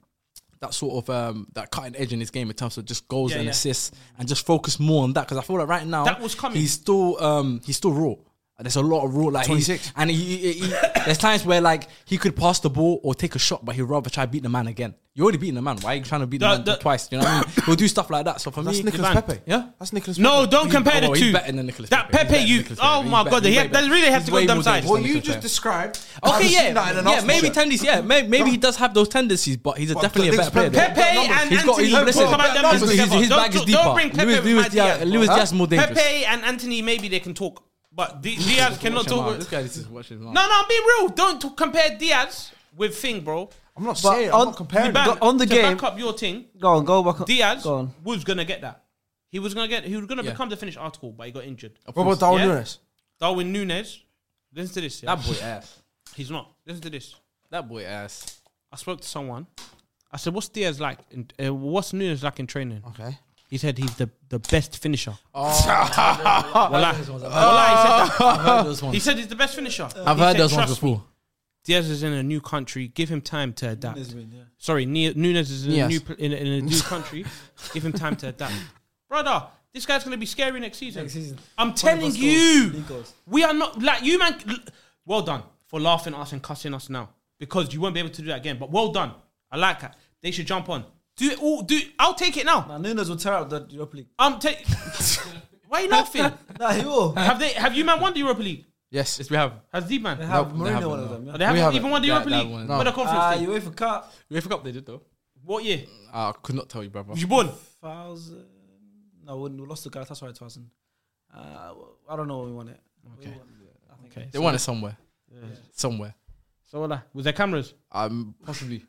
Speaker 2: that sort of um that cutting edge in his game in terms of just goals
Speaker 3: Yeah,
Speaker 2: and
Speaker 3: yeah.
Speaker 2: assists and just focus more on that because I feel like right now
Speaker 3: That was coming.
Speaker 2: He's still um he's still raw. And There's a lot of raw like he's,
Speaker 4: 26.
Speaker 2: and he, he- he- there's times where like he could pass the ball or take a shot, but he'd rather try to beat the man again. You're already beating the man. Why are you trying to beat the,
Speaker 3: The-
Speaker 2: man
Speaker 3: the-
Speaker 2: twice? You know what I mean? He'll do stuff like that. So for
Speaker 4: That's
Speaker 2: me,
Speaker 4: Nicolas
Speaker 3: Ivan.
Speaker 4: Pepe.
Speaker 2: Yeah?
Speaker 4: that's Nicolas.
Speaker 3: No,
Speaker 4: Pepe.
Speaker 3: don't compare
Speaker 2: Oh,
Speaker 3: the
Speaker 2: he's
Speaker 3: two.
Speaker 2: better than Nicolas
Speaker 3: that
Speaker 2: Pepe. He's
Speaker 3: Pepe,
Speaker 2: better than
Speaker 3: you.
Speaker 2: Nicolas Pepe.
Speaker 3: Oh
Speaker 2: He's
Speaker 3: my
Speaker 2: better.
Speaker 3: god, they
Speaker 2: He's
Speaker 3: have,
Speaker 2: way
Speaker 3: they really
Speaker 2: better.
Speaker 3: have to
Speaker 2: He's
Speaker 3: go
Speaker 2: way
Speaker 3: dumb
Speaker 2: more
Speaker 3: sides.
Speaker 2: dangerous.
Speaker 4: What
Speaker 2: Nicolas
Speaker 4: you
Speaker 2: Pepe.
Speaker 4: just described. I've
Speaker 2: Okay,
Speaker 4: seen
Speaker 2: yeah,
Speaker 4: that in an
Speaker 2: yeah.
Speaker 4: Arsenal
Speaker 2: Maybe
Speaker 4: shirt.
Speaker 2: tendencies, yeah, maybe, maybe he does have those tendencies, but he's a
Speaker 4: But
Speaker 2: definitely a
Speaker 4: the
Speaker 2: better
Speaker 4: thing's
Speaker 2: player.
Speaker 4: Pepe-
Speaker 3: Pepe
Speaker 4: Pepe
Speaker 3: and
Speaker 4: numbers.
Speaker 2: He's got-
Speaker 3: Anthony.
Speaker 2: he's- listen,
Speaker 3: come out them
Speaker 2: his- his-
Speaker 3: together.
Speaker 2: his
Speaker 3: Don't-
Speaker 2: bag is
Speaker 3: don't
Speaker 2: deeper.
Speaker 3: bring Pepe
Speaker 2: Luis-
Speaker 3: with
Speaker 2: Luis
Speaker 3: my
Speaker 2: Diaz-
Speaker 3: Diaz.
Speaker 2: Luis Diaz more dangerous.
Speaker 3: Pepe and Anthony, maybe they can talk, but Di- Diaz cannot talk.
Speaker 2: This guy this is watching.
Speaker 3: No, no, I'm being real. Don't t- compare Diaz with Thing, bro.
Speaker 4: I'm not
Speaker 1: But
Speaker 4: saying.
Speaker 1: on-
Speaker 4: I'm not comparing.
Speaker 3: Ban,
Speaker 1: Go- on the
Speaker 3: to
Speaker 1: game-
Speaker 3: back up your thing.
Speaker 1: Go on, go back. on-
Speaker 3: Diaz
Speaker 1: Go on.
Speaker 3: was gonna get that. He was gonna get. He was gonna
Speaker 2: Yeah.
Speaker 3: become the finished article, but he got injured.
Speaker 4: Robert Darwin
Speaker 3: Yeah.
Speaker 4: Nunes.
Speaker 3: Darwin Nunes. Listen to this. Yeah?
Speaker 2: That boy ass.
Speaker 3: He's not. Listen to this.
Speaker 2: That boy ass.
Speaker 3: I spoke to someone. I said, "What's Diaz like? In, uh, what's Nunes like in training?"
Speaker 2: Oh.
Speaker 4: Okay.
Speaker 3: He said he's the, the best finisher. Oh, Wallah. Wallah, he, said that. he said he's the best finisher.
Speaker 2: Ah. I've
Speaker 3: He
Speaker 2: heard
Speaker 3: said,
Speaker 2: those ones
Speaker 3: "Trust
Speaker 2: before.
Speaker 3: Diaz is in a new country. Give him time to adapt. Sorry, Ne- Nunes is in a
Speaker 2: Yes.
Speaker 3: new pl- in a, in a new country. Give him time to adapt, brother. This guy's gonna be scary next season. I'm telling you, we are not like you, man. l- Well done for laughing at us and cussing us now because you won't be able to do that again. But well done. I like that. They should jump on. Do it all. Do. I'll take it now.
Speaker 1: And Nunes will tear up the Europa League.
Speaker 3: I'm taking. Why are you laughing?
Speaker 1: Nah, he will. They
Speaker 3: have they? Have you man won the Europa League?
Speaker 2: Yes, yes, we have.
Speaker 3: Has Z man?
Speaker 1: have
Speaker 2: they haven't,
Speaker 1: Mourinho one of
Speaker 2: no.
Speaker 1: them.
Speaker 3: They
Speaker 1: yeah.
Speaker 3: haven't
Speaker 4: haven't.
Speaker 3: even won the
Speaker 2: That-
Speaker 3: Europa
Speaker 2: that
Speaker 3: League.
Speaker 2: one.
Speaker 3: What a conference
Speaker 1: Ah,
Speaker 3: league.
Speaker 1: UEFA Cup.
Speaker 2: We forgot they did though.
Speaker 3: What year?
Speaker 2: Ah, I could not tell you, brother.
Speaker 3: Was you born?
Speaker 1: thousand. No, we we lost to Galatasaray thousand. Uh, I don't know when we won it. Okay.
Speaker 3: Okay.
Speaker 2: They won it somewhere. Somewhere.
Speaker 3: So what? Was there cameras?
Speaker 2: Um, possibly.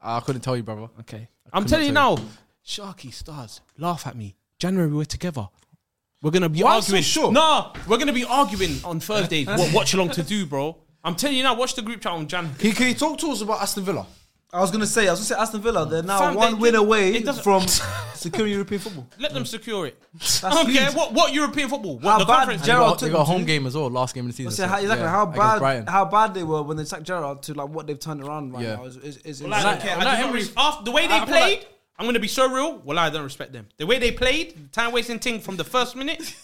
Speaker 2: Ah, I couldn't tell you, brother.
Speaker 3: Okay. I'm
Speaker 2: couldn't
Speaker 3: telling you
Speaker 2: tell
Speaker 3: now, Sharky stars laugh at me. January we're together. We're gonna be
Speaker 4: Why so
Speaker 3: arguing.
Speaker 4: sure?
Speaker 3: No, we're gonna be arguing on Thursdays. what watch along to do, bro? I'm telling you now. Watch the group chat on Jan.
Speaker 4: Can, can you talk to us about Aston Villa?
Speaker 1: I was gonna say, I was gonna say Aston Villa. They're now
Speaker 3: Fam,
Speaker 1: one
Speaker 3: they-
Speaker 1: win
Speaker 3: it
Speaker 1: away
Speaker 3: doesn't-
Speaker 1: from securing European football.
Speaker 3: Let them secure it. I don't
Speaker 1: Leeds.
Speaker 3: care what what European football. What
Speaker 1: How
Speaker 3: the
Speaker 1: bad
Speaker 3: conference?
Speaker 2: They
Speaker 1: Gerrard-
Speaker 2: got,
Speaker 1: took
Speaker 2: they got a
Speaker 1: them
Speaker 2: home
Speaker 1: to-
Speaker 2: game as well last game of the season.
Speaker 1: So
Speaker 2: so,
Speaker 1: how, exactly
Speaker 2: yeah,
Speaker 1: how
Speaker 2: against
Speaker 1: bad
Speaker 2: Brighton.
Speaker 1: how bad they were when they sacked Gerrard to like what they've turned around right
Speaker 2: Yeah.
Speaker 1: now is, is, is,
Speaker 3: Well, I don't
Speaker 1: insane.
Speaker 3: care.
Speaker 2: I'm
Speaker 3: I
Speaker 2: not
Speaker 3: do not
Speaker 2: Henry.
Speaker 3: res- after the way they
Speaker 2: I feel
Speaker 3: played,
Speaker 2: like-
Speaker 3: I'm gonna be so real. Well, I don't respect them. The way they played, the time wasting thing from the first minute.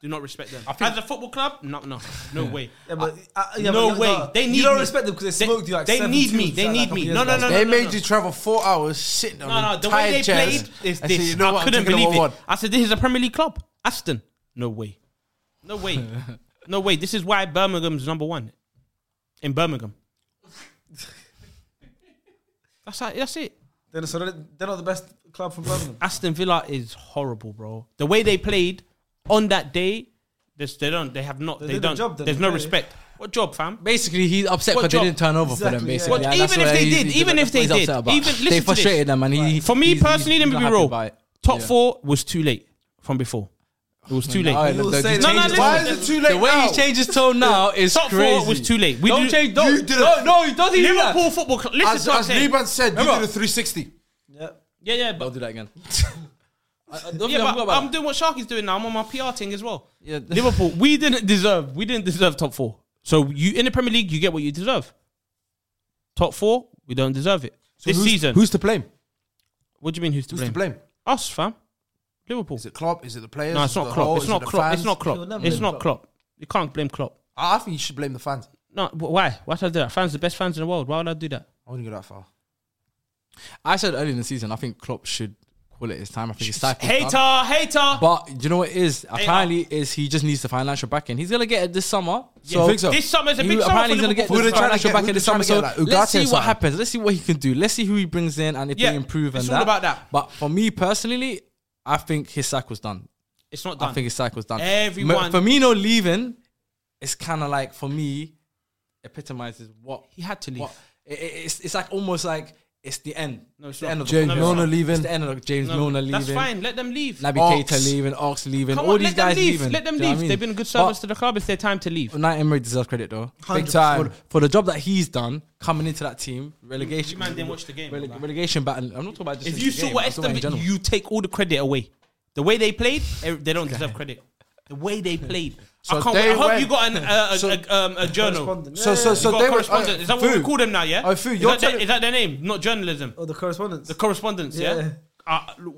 Speaker 3: do not respect them.
Speaker 2: think-
Speaker 3: As a football club, no, no, no way.
Speaker 1: Yeah, but, uh, yeah,
Speaker 3: no
Speaker 1: but you're
Speaker 3: way.
Speaker 1: not-
Speaker 3: They need
Speaker 1: You don't
Speaker 3: me.
Speaker 1: respect them because they
Speaker 3: They-
Speaker 1: smoked you like
Speaker 3: they
Speaker 1: seven
Speaker 3: need me.
Speaker 1: twos,
Speaker 3: They
Speaker 1: like,
Speaker 3: need
Speaker 1: a couple
Speaker 3: me.
Speaker 1: years
Speaker 3: No, no,
Speaker 1: back.
Speaker 3: no,
Speaker 4: They
Speaker 3: no,
Speaker 4: made
Speaker 3: no.
Speaker 4: you travel four hours sitting on
Speaker 3: No, no, the way
Speaker 4: tired
Speaker 3: they
Speaker 4: chairs.
Speaker 3: played is
Speaker 4: I
Speaker 3: this.
Speaker 4: said, you know
Speaker 3: I
Speaker 4: what, I'm
Speaker 3: couldn't
Speaker 4: taking
Speaker 3: believe
Speaker 4: number
Speaker 3: it.
Speaker 4: one.
Speaker 3: I said, this is a Premier League club. Aston. No way. No way. no way. This is why Birmingham's number one in Birmingham. that's, how, that's it.
Speaker 1: Then so they're they're not the best club from Birmingham.
Speaker 3: Aston Villa is horrible, bro. The way they played on that day, this, they don't. They have not. They,
Speaker 1: did the
Speaker 3: don't.
Speaker 1: job, didn't
Speaker 3: there's no
Speaker 1: they?
Speaker 3: respect. What job, fam?
Speaker 2: Basically, he's upset
Speaker 3: What
Speaker 2: because they
Speaker 3: job?
Speaker 2: didn't turn over for them.
Speaker 1: Exactly, yeah.
Speaker 2: Basically,
Speaker 1: What-
Speaker 2: Yeah, that's
Speaker 3: even if
Speaker 2: what
Speaker 3: they
Speaker 2: he's-
Speaker 3: did,
Speaker 2: he's-
Speaker 3: even
Speaker 2: that's
Speaker 3: if
Speaker 2: what
Speaker 3: they
Speaker 2: he's upset
Speaker 3: did,
Speaker 2: about.
Speaker 3: even- listen to
Speaker 2: they
Speaker 3: this.
Speaker 2: frustrated them, and he.
Speaker 3: For me
Speaker 2: he's- he's
Speaker 3: personally, let me
Speaker 2: not
Speaker 3: be
Speaker 2: happy
Speaker 3: real.
Speaker 2: about it.
Speaker 3: Top
Speaker 2: Yeah.
Speaker 3: four was too late from before. It was too late.
Speaker 2: Alright,
Speaker 1: will
Speaker 2: the- the-
Speaker 1: say that-
Speaker 2: the change
Speaker 3: No, no,
Speaker 2: is-
Speaker 3: listen,
Speaker 4: Why is it too late
Speaker 2: The way
Speaker 4: now?
Speaker 2: he changes tone now is
Speaker 3: Top
Speaker 2: crazy.
Speaker 3: four was too late. We
Speaker 2: don't
Speaker 3: do-
Speaker 2: change. Don't,
Speaker 4: You did
Speaker 2: no,
Speaker 4: it.
Speaker 2: no, he doesn't do that.
Speaker 3: Liverpool Football Club. Listen
Speaker 4: As,
Speaker 3: to what I'm
Speaker 4: as
Speaker 3: saying.
Speaker 4: Liban said, you
Speaker 2: Remember?
Speaker 4: did a 360.
Speaker 1: Yeah.
Speaker 3: Yeah, yeah,
Speaker 2: I'll
Speaker 3: but,
Speaker 2: do that again. I, I don't
Speaker 3: yeah,
Speaker 2: think I
Speaker 3: but
Speaker 2: forgot
Speaker 3: I'm
Speaker 2: about
Speaker 3: doing what Sharky's doing now. I'm on my PR thing as well.
Speaker 2: Yeah.
Speaker 3: Liverpool, we didn't deserve. We didn't deserve top four. So you in the Premier League, you get what you deserve. Top four, we don't deserve it this
Speaker 4: who's,
Speaker 3: season.
Speaker 4: Who's to blame?
Speaker 3: what do you mean? Who's to
Speaker 4: Who's
Speaker 3: blame?
Speaker 4: to blame?
Speaker 3: Us, fam. Liverpool.
Speaker 4: Is it Klopp? Is it the players?
Speaker 3: no,
Speaker 4: Is
Speaker 3: it's
Speaker 4: it
Speaker 3: not
Speaker 4: the
Speaker 3: Klopp.
Speaker 4: whole-
Speaker 3: It's
Speaker 4: is it
Speaker 3: not
Speaker 4: the
Speaker 3: Klopp. It's
Speaker 4: fans?
Speaker 3: not
Speaker 1: You'll
Speaker 3: Klopp.
Speaker 1: never
Speaker 3: It's
Speaker 1: blame
Speaker 3: not Klopp. You can't blame Klopp.
Speaker 4: I I think you should blame the fans.
Speaker 3: No, wh- why? Why should I do that? Fans, the best fans in the world. Why would I do that?
Speaker 4: I wouldn't go that far.
Speaker 2: I said earlier in the season, I think Klopp should call it his time. I think it's time. for his time.
Speaker 3: Hater, hater.
Speaker 2: But do you know what it is?
Speaker 3: Hey,
Speaker 2: Apparently, is he just needs the financial backing. He's gonna get it this summer.
Speaker 3: Yeah,
Speaker 2: So
Speaker 3: think so. this summer's a
Speaker 2: He-
Speaker 3: big summer for
Speaker 2: Apparently, he's gonna
Speaker 3: Liverpool.
Speaker 2: get
Speaker 4: Who
Speaker 2: the
Speaker 4: they trying to
Speaker 2: financial
Speaker 4: get? Who
Speaker 2: backing this
Speaker 4: they
Speaker 2: summer.
Speaker 4: trying
Speaker 2: So
Speaker 4: to get? Like
Speaker 2: let's see
Speaker 4: Ugarte or
Speaker 2: what
Speaker 4: something?
Speaker 2: happens. Let's see what he can do. Let's see who he brings in and if
Speaker 3: Yeah,
Speaker 2: they improve.
Speaker 3: it's
Speaker 2: and
Speaker 3: all
Speaker 2: that.
Speaker 3: about that.
Speaker 2: But for me personally, I think his cycle's done.
Speaker 3: It's not done.
Speaker 2: I think his cycle's done.
Speaker 3: Everyone-
Speaker 2: M- Firmino leaving is kind of like for me epitomizes what
Speaker 3: He had to leave.
Speaker 2: what- it- it- it's it's like almost like it's the end.
Speaker 3: No, it's
Speaker 2: the
Speaker 3: not.
Speaker 2: end of the
Speaker 4: James
Speaker 2: contract.
Speaker 3: Milner
Speaker 4: leaving.
Speaker 2: It's the end of the James
Speaker 3: No,
Speaker 2: Milner leaving.
Speaker 3: that's fine. Let them leave.
Speaker 2: Naby
Speaker 4: Ox.
Speaker 2: Keita leaving, Ox leaving,
Speaker 3: Come
Speaker 2: all
Speaker 3: on,
Speaker 2: these
Speaker 3: let them
Speaker 2: guys
Speaker 3: leave.
Speaker 2: leaving.
Speaker 3: Let them
Speaker 2: Do you know
Speaker 3: leave.
Speaker 2: what I mean?
Speaker 3: They've been a good service to the club. It's their time to leave.
Speaker 2: But Unai Emery deserves credit though.
Speaker 4: Big time.
Speaker 2: For, for the job that he's done, coming into that team, relegation.
Speaker 3: You man didn't watch the game,
Speaker 2: releg-
Speaker 3: man.
Speaker 2: relegation battle. I'm not talking about just.
Speaker 3: If
Speaker 2: in
Speaker 3: you
Speaker 2: the
Speaker 3: saw
Speaker 2: game,
Speaker 3: what
Speaker 2: I'm
Speaker 3: Aston
Speaker 2: talking about in
Speaker 3: Villa,
Speaker 2: general.
Speaker 3: you take all the credit away. The way they played, eh, they don't deserve credit. The way they played.
Speaker 4: So
Speaker 3: I can't.
Speaker 4: they
Speaker 3: Wait. I hope
Speaker 4: went-
Speaker 3: you got an, uh, a,
Speaker 4: So-
Speaker 3: a, um, a journal.
Speaker 1: Correspondent.
Speaker 4: So,
Speaker 1: Yeah,
Speaker 4: so,
Speaker 1: yeah,
Speaker 4: so
Speaker 3: you got a
Speaker 4: they were.
Speaker 3: correspondent.
Speaker 4: uh,
Speaker 3: is that what we
Speaker 4: Fu,
Speaker 3: call them now? Yeah.
Speaker 4: Oh, Fu,
Speaker 3: is,
Speaker 4: you're
Speaker 3: that their,
Speaker 4: telling-
Speaker 3: is that their name? Not journalism.
Speaker 1: yeah. Oh, the correspondence.
Speaker 3: The correspondence. Yeah.
Speaker 1: Yeah.
Speaker 3: Uh, look,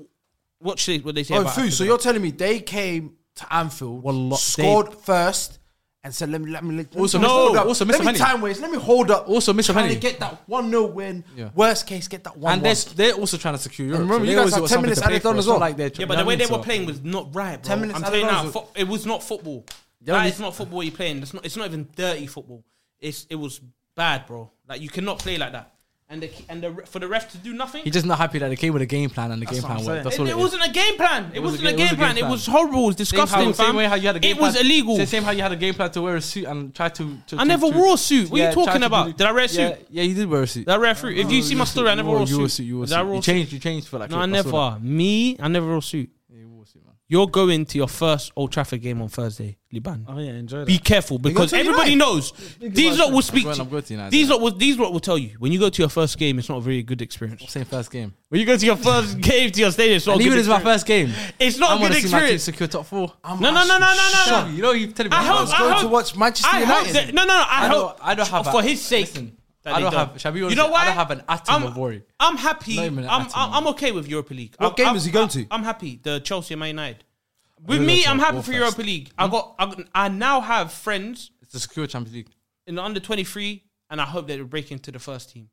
Speaker 3: watch this, what they say.
Speaker 4: Oh,
Speaker 3: about
Speaker 4: Fu,
Speaker 3: Aston
Speaker 4: so
Speaker 3: Villa.
Speaker 4: you're telling me they came to Anfield,
Speaker 2: Wallah,
Speaker 4: scored first, and said, "Let me, let me, let me
Speaker 2: Also,
Speaker 4: let me
Speaker 2: no,
Speaker 4: hold up.
Speaker 2: also
Speaker 4: let
Speaker 2: Mr.
Speaker 4: me
Speaker 2: Henry.
Speaker 4: time waste, let me hold up."
Speaker 2: Also, Mr.
Speaker 4: trying
Speaker 2: Henry.
Speaker 4: to get that one 0 win.
Speaker 2: Yeah.
Speaker 4: Worst case, get that one.
Speaker 2: and they're, they're also trying to secure Europe.
Speaker 4: remember,
Speaker 2: so
Speaker 4: you
Speaker 2: they always
Speaker 4: guys had
Speaker 2: got
Speaker 4: 10
Speaker 2: something
Speaker 4: minutes
Speaker 2: to play
Speaker 4: added on
Speaker 2: for.
Speaker 4: as
Speaker 2: It's not
Speaker 4: well.
Speaker 2: Like they're-
Speaker 3: Yeah,
Speaker 2: you know
Speaker 3: but the
Speaker 2: what
Speaker 3: way
Speaker 2: I
Speaker 3: they
Speaker 2: mean?
Speaker 3: were
Speaker 2: So-
Speaker 3: playing was not right, bro.
Speaker 4: 10 minutes
Speaker 3: I'm
Speaker 4: added
Speaker 3: telling you
Speaker 4: on
Speaker 3: now,
Speaker 4: was-
Speaker 3: fo- it was not football. That is not football you're playing. It's not. It's not even dirty football. It's it was bad, bro. Like you cannot play like that. And the and the re- for the ref to do nothing.
Speaker 2: He's just not happy that they came with a game plan and the game
Speaker 4: what I'm
Speaker 2: plan
Speaker 4: saying.
Speaker 2: worked. That's
Speaker 3: it,
Speaker 2: all
Speaker 3: it
Speaker 2: it is.
Speaker 3: wasn't a game plan. It, wasn't, a game, plan. It
Speaker 2: plan.
Speaker 3: was horrible. It was disgusting,
Speaker 2: same, how,
Speaker 3: fam.
Speaker 2: same way how you had a game
Speaker 3: it was
Speaker 2: plan-
Speaker 3: illegal.
Speaker 2: Same, same how you had a game plan to wear a suit and try to. to
Speaker 3: I never
Speaker 2: to,
Speaker 3: wore a suit. What are you
Speaker 2: try
Speaker 3: talking
Speaker 2: to
Speaker 3: about?
Speaker 2: do-
Speaker 3: Did I wear a
Speaker 2: Yeah,
Speaker 3: suit?
Speaker 2: Yeah, you did wear a suit.
Speaker 3: Did I wear a fruit? If you see my story, I never wore a
Speaker 2: You wore a
Speaker 3: suit.
Speaker 2: suit. You wore a
Speaker 3: Did I
Speaker 2: suit.
Speaker 3: wore a
Speaker 2: You
Speaker 3: suit?
Speaker 2: changed. You changed for like.
Speaker 3: No, I
Speaker 2: saw that.
Speaker 3: never. Me, I never wore a suit.
Speaker 2: Yeah, you wore a suit, man.
Speaker 3: You're going to your first Old Trafford game on Thursday, Liban.
Speaker 1: Oh yeah, enjoy that.
Speaker 3: Be careful because
Speaker 4: to
Speaker 3: everybody
Speaker 4: United.
Speaker 3: knows these lot will speak.
Speaker 2: going-
Speaker 3: to-
Speaker 2: I'm going to United.
Speaker 3: These lot will these lot will tell you when you go to your first game, it's not a very good experience.
Speaker 2: Same first game.
Speaker 3: When you go to your first game to your stadium, it's not.
Speaker 2: And
Speaker 3: a
Speaker 2: even
Speaker 3: good
Speaker 2: it's my
Speaker 3: experience.
Speaker 2: first game.
Speaker 3: It's not
Speaker 2: I'm
Speaker 3: a good
Speaker 2: gonna see my team
Speaker 3: experience.
Speaker 2: secure top four. I'm
Speaker 3: No, no, no, no, no,
Speaker 2: shocked.
Speaker 3: no,
Speaker 2: You
Speaker 3: no.
Speaker 2: know, you're telling me.
Speaker 3: I hope.
Speaker 2: was
Speaker 3: I
Speaker 4: going
Speaker 3: hope
Speaker 4: to watch Manchester
Speaker 3: I hope
Speaker 4: United.
Speaker 3: that- no, no, no. I,
Speaker 2: I
Speaker 3: hope.
Speaker 2: don't- I don't have
Speaker 3: for
Speaker 2: a-
Speaker 3: his sake.
Speaker 2: Listen,
Speaker 3: that
Speaker 2: I
Speaker 3: they
Speaker 2: don't have- shall we
Speaker 3: You
Speaker 2: honest,
Speaker 3: know
Speaker 2: I
Speaker 3: why?
Speaker 2: don't have an atom
Speaker 3: I'm-
Speaker 2: of worry.
Speaker 3: I'm happy.
Speaker 2: Not
Speaker 3: I'm,
Speaker 2: even an
Speaker 3: I'm,
Speaker 2: atom.
Speaker 3: I'm okay with Europa League.
Speaker 4: What
Speaker 3: I'm-
Speaker 4: game
Speaker 3: I'm-
Speaker 4: is he going to?
Speaker 3: I'm happy. The Chelsea and Man United. With
Speaker 2: gonna go
Speaker 3: me,
Speaker 2: to
Speaker 3: I'm
Speaker 2: a
Speaker 3: happy
Speaker 2: war
Speaker 3: for
Speaker 2: fest.
Speaker 3: Europa League.
Speaker 2: Hmm?
Speaker 3: I got. I got- I now have friends
Speaker 2: It's a secure Champions League.
Speaker 3: in the under 23, and I hope that they break into the first team.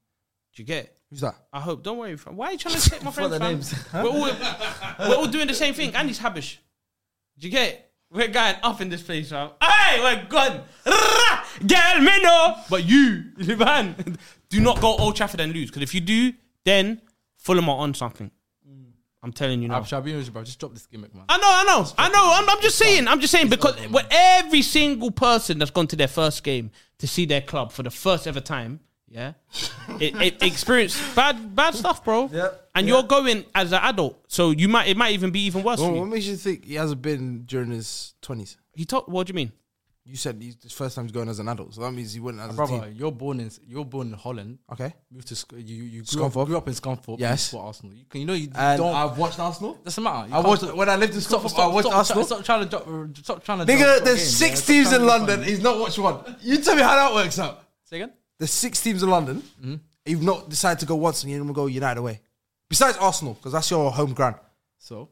Speaker 3: Do you get? it?
Speaker 4: Who's that?
Speaker 3: I hope. Don't worry. Fam. Why are you trying to take my friends?
Speaker 1: their
Speaker 3: fam?
Speaker 1: names.
Speaker 3: We're, all, we're all doing the same thing. And he's Habish. Do you get it? We're going up in this place, fam. Hey, we're gone. Rah! Girl, me no. But you, Liban, do not go Old Trafford and lose. Because if you do, then Fulham are on something. I'm telling you now.
Speaker 2: I'm shall I be honest, with you, bro. Just drop this gimmick, man.
Speaker 3: I know, I know, I know. I'm, I'm just saying. I'm just saying because when every single person that's gone to their first game to see their club for the first ever time, yeah, it, it experienced bad bad stuff, bro.
Speaker 1: Yep,
Speaker 3: And
Speaker 1: yeah.
Speaker 3: you're going as an adult, so you might it might even be even worse
Speaker 4: Well,
Speaker 3: for
Speaker 4: what
Speaker 3: you.
Speaker 4: makes you think he hasn't been during his twenties?
Speaker 3: He told. What do you mean?
Speaker 4: You said he's the first time he's going as an adult, so that means he went as a
Speaker 2: Brother,
Speaker 4: teen.
Speaker 2: you're born in you're born in Holland.
Speaker 4: Okay.
Speaker 2: Moved to Sc- you you grew up,
Speaker 4: Scunthorpe.
Speaker 2: grew up in Scunthorpe.
Speaker 4: Yes.
Speaker 2: for Arsenal. You, can, you know you
Speaker 4: And
Speaker 2: don't.
Speaker 4: I've watched Arsenal.
Speaker 2: doesn't matter. You
Speaker 4: I
Speaker 2: can't-
Speaker 4: watched when I lived in
Speaker 2: Stop,
Speaker 4: Stockholm.
Speaker 2: stop,
Speaker 4: I watched
Speaker 2: stop,
Speaker 4: Arsenal.
Speaker 2: Stop, stop trying to drop. uh, Stop trying to. drop-
Speaker 4: Nigga,
Speaker 2: drop
Speaker 4: there's
Speaker 2: games,
Speaker 4: six
Speaker 2: yeah. Stop
Speaker 4: teams
Speaker 2: trying
Speaker 4: in
Speaker 2: to drop
Speaker 4: London.
Speaker 2: games.
Speaker 4: He's not watched one. You tell me how that works out.
Speaker 2: Say again.
Speaker 4: There's six teams in London.
Speaker 3: Mm-hmm.
Speaker 4: You've not decided to go once, and you're gonna go United away. Besides Arsenal, because that's your home ground.
Speaker 2: So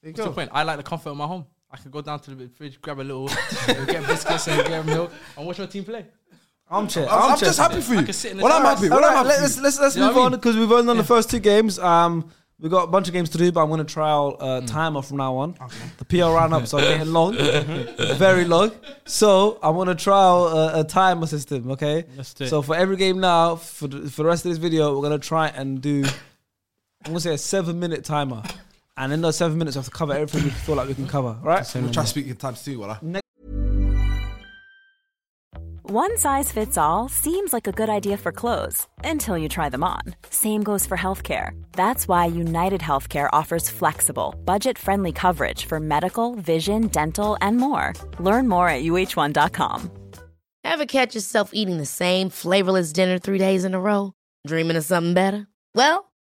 Speaker 4: There you
Speaker 2: what's the
Speaker 4: go.
Speaker 2: point? I like the comfort of my home. I could go down to the fridge, grab a little, get biscuits and get milk, and watch my team play.
Speaker 1: Armchair.
Speaker 4: I'm, I'm
Speaker 1: armchair
Speaker 4: just happy
Speaker 1: today.
Speaker 4: for you.
Speaker 2: can sit in the
Speaker 4: Well, I'm
Speaker 2: terrace.
Speaker 4: happy. Well, I'm
Speaker 1: Alright,
Speaker 4: happy.
Speaker 1: let's let's let's
Speaker 2: You know
Speaker 1: move
Speaker 2: what I
Speaker 1: on
Speaker 2: mean?
Speaker 1: because we've only done the first two games. Um, we got a bunch of games to do, but I'm going to trial
Speaker 2: Hmm.
Speaker 1: uh, timer from now on. The PR ran up, so I'm getting long, very long. So I'm going to trial a, a timer system. Okay.
Speaker 3: Let's do it.
Speaker 1: So for every game now, for the, for the rest of this video, we're going to try and do. I'm going to say a seven minute timer, and in those seven minutes, we have to cover everything we feel like we can cover. All right.
Speaker 4: We'll try to speak in times too, well.
Speaker 5: One size fits all seems like a good idea for clothes until you try them on. Same goes for healthcare. That's why United Healthcare offers flexible, budget friendly coverage for medical, vision, dental, and more. Learn more at uh1.com.
Speaker 6: Ever catch yourself eating the same flavorless dinner three days in a row? Dreaming of something better? Well,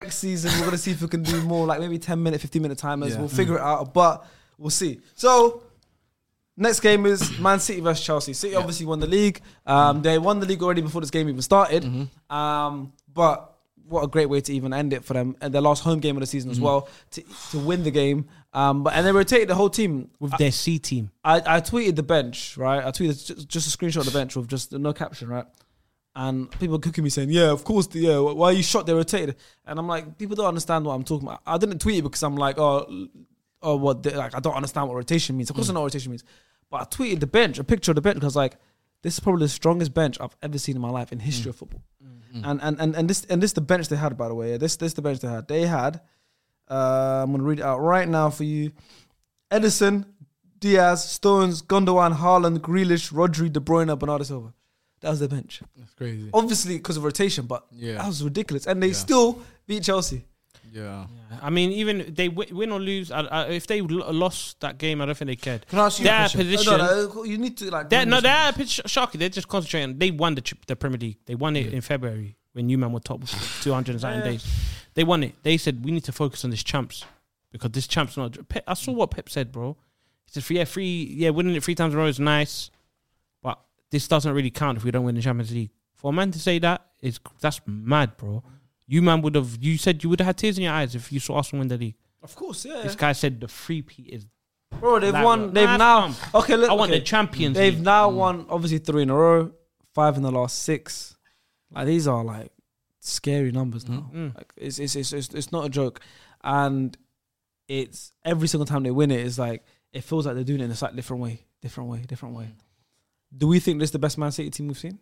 Speaker 1: next season we're gonna see if we can do more like maybe 10 minute 15 minute timers we'll figure it out but we'll see so next game is man city versus chelsea city obviously won the league um, they won the league already before this game even started um, but what a great way to even end it for them and their last home game of the season as well to, to win the game um, but and they rotated the whole team
Speaker 3: with their C team.
Speaker 1: I, I tweeted the bench, right? I tweeted ju- just, a screenshot of the bench with just no caption, right? And people were cooking me saying, "Yeah, of course, the, yeah. Why are you shot? They rotated." And I'm like, people don't understand what I'm talking about. I didn't tweet it because I'm like, "Oh, l- oh, what? the- Like, I don't understand what rotation means." Of course, I know what rotation means. But I tweeted the bench, a picture of the bench, because like, this is probably the strongest bench I've ever seen in my life in history of football. And, and and and this and this the bench they had, by the way. This this the bench they had. They had. Uh, I'm gonna read it out right now for you. Edison, Diaz, Stones, Gondowan, Haaland, Grealish, Rodri, De Bruyne, Bernardo Silva. That was their bench.
Speaker 2: That's crazy.
Speaker 1: Obviously, because of rotation, but
Speaker 2: Yeah.
Speaker 1: that was ridiculous. And they still beat Chelsea.
Speaker 2: Yeah.
Speaker 3: I mean, even they wi- win or lose. I, I, if they lo- lost that game, I don't think they cared.
Speaker 4: Can I ask you a
Speaker 3: their
Speaker 4: question?
Speaker 1: No,
Speaker 3: position?
Speaker 1: no, no, you need to like.
Speaker 3: They're, no,
Speaker 1: this-
Speaker 3: they're pitch shocking. They're just concentrating. They won the, tri- the Premier League. They won it in February when Newman were top with 200 and something days. They won it. They said we need to focus on this champs because this champs not. Pep, I saw what Pep said, bro. He said, "Yeah, three, yeah, winning it three times in a row is nice, but this doesn't really count if we don't win the Champions League." For a man to say that is that's mad, bro. You man would have. You said you would have had tears in your eyes if you saw Arsenal win the league.
Speaker 1: Of course, yeah.
Speaker 3: This guy said the three P is.
Speaker 1: Bro, they've
Speaker 3: Like,
Speaker 1: won.
Speaker 3: look,
Speaker 1: They've
Speaker 3: I've
Speaker 1: now.
Speaker 3: come.
Speaker 1: Okay, look.
Speaker 3: I want
Speaker 1: okay.
Speaker 3: the Champions
Speaker 1: They've
Speaker 3: League. Mm.
Speaker 1: now won obviously three in a row, five in the last six. Like these are like scary numbers
Speaker 3: Mm.
Speaker 1: now. Like it's, it's it's it's it's not a joke, and it's every single time they win it, it's like it feels like they're doing it in a slightly different way, different way, different way. Do we think this is the best Man City team we've seen?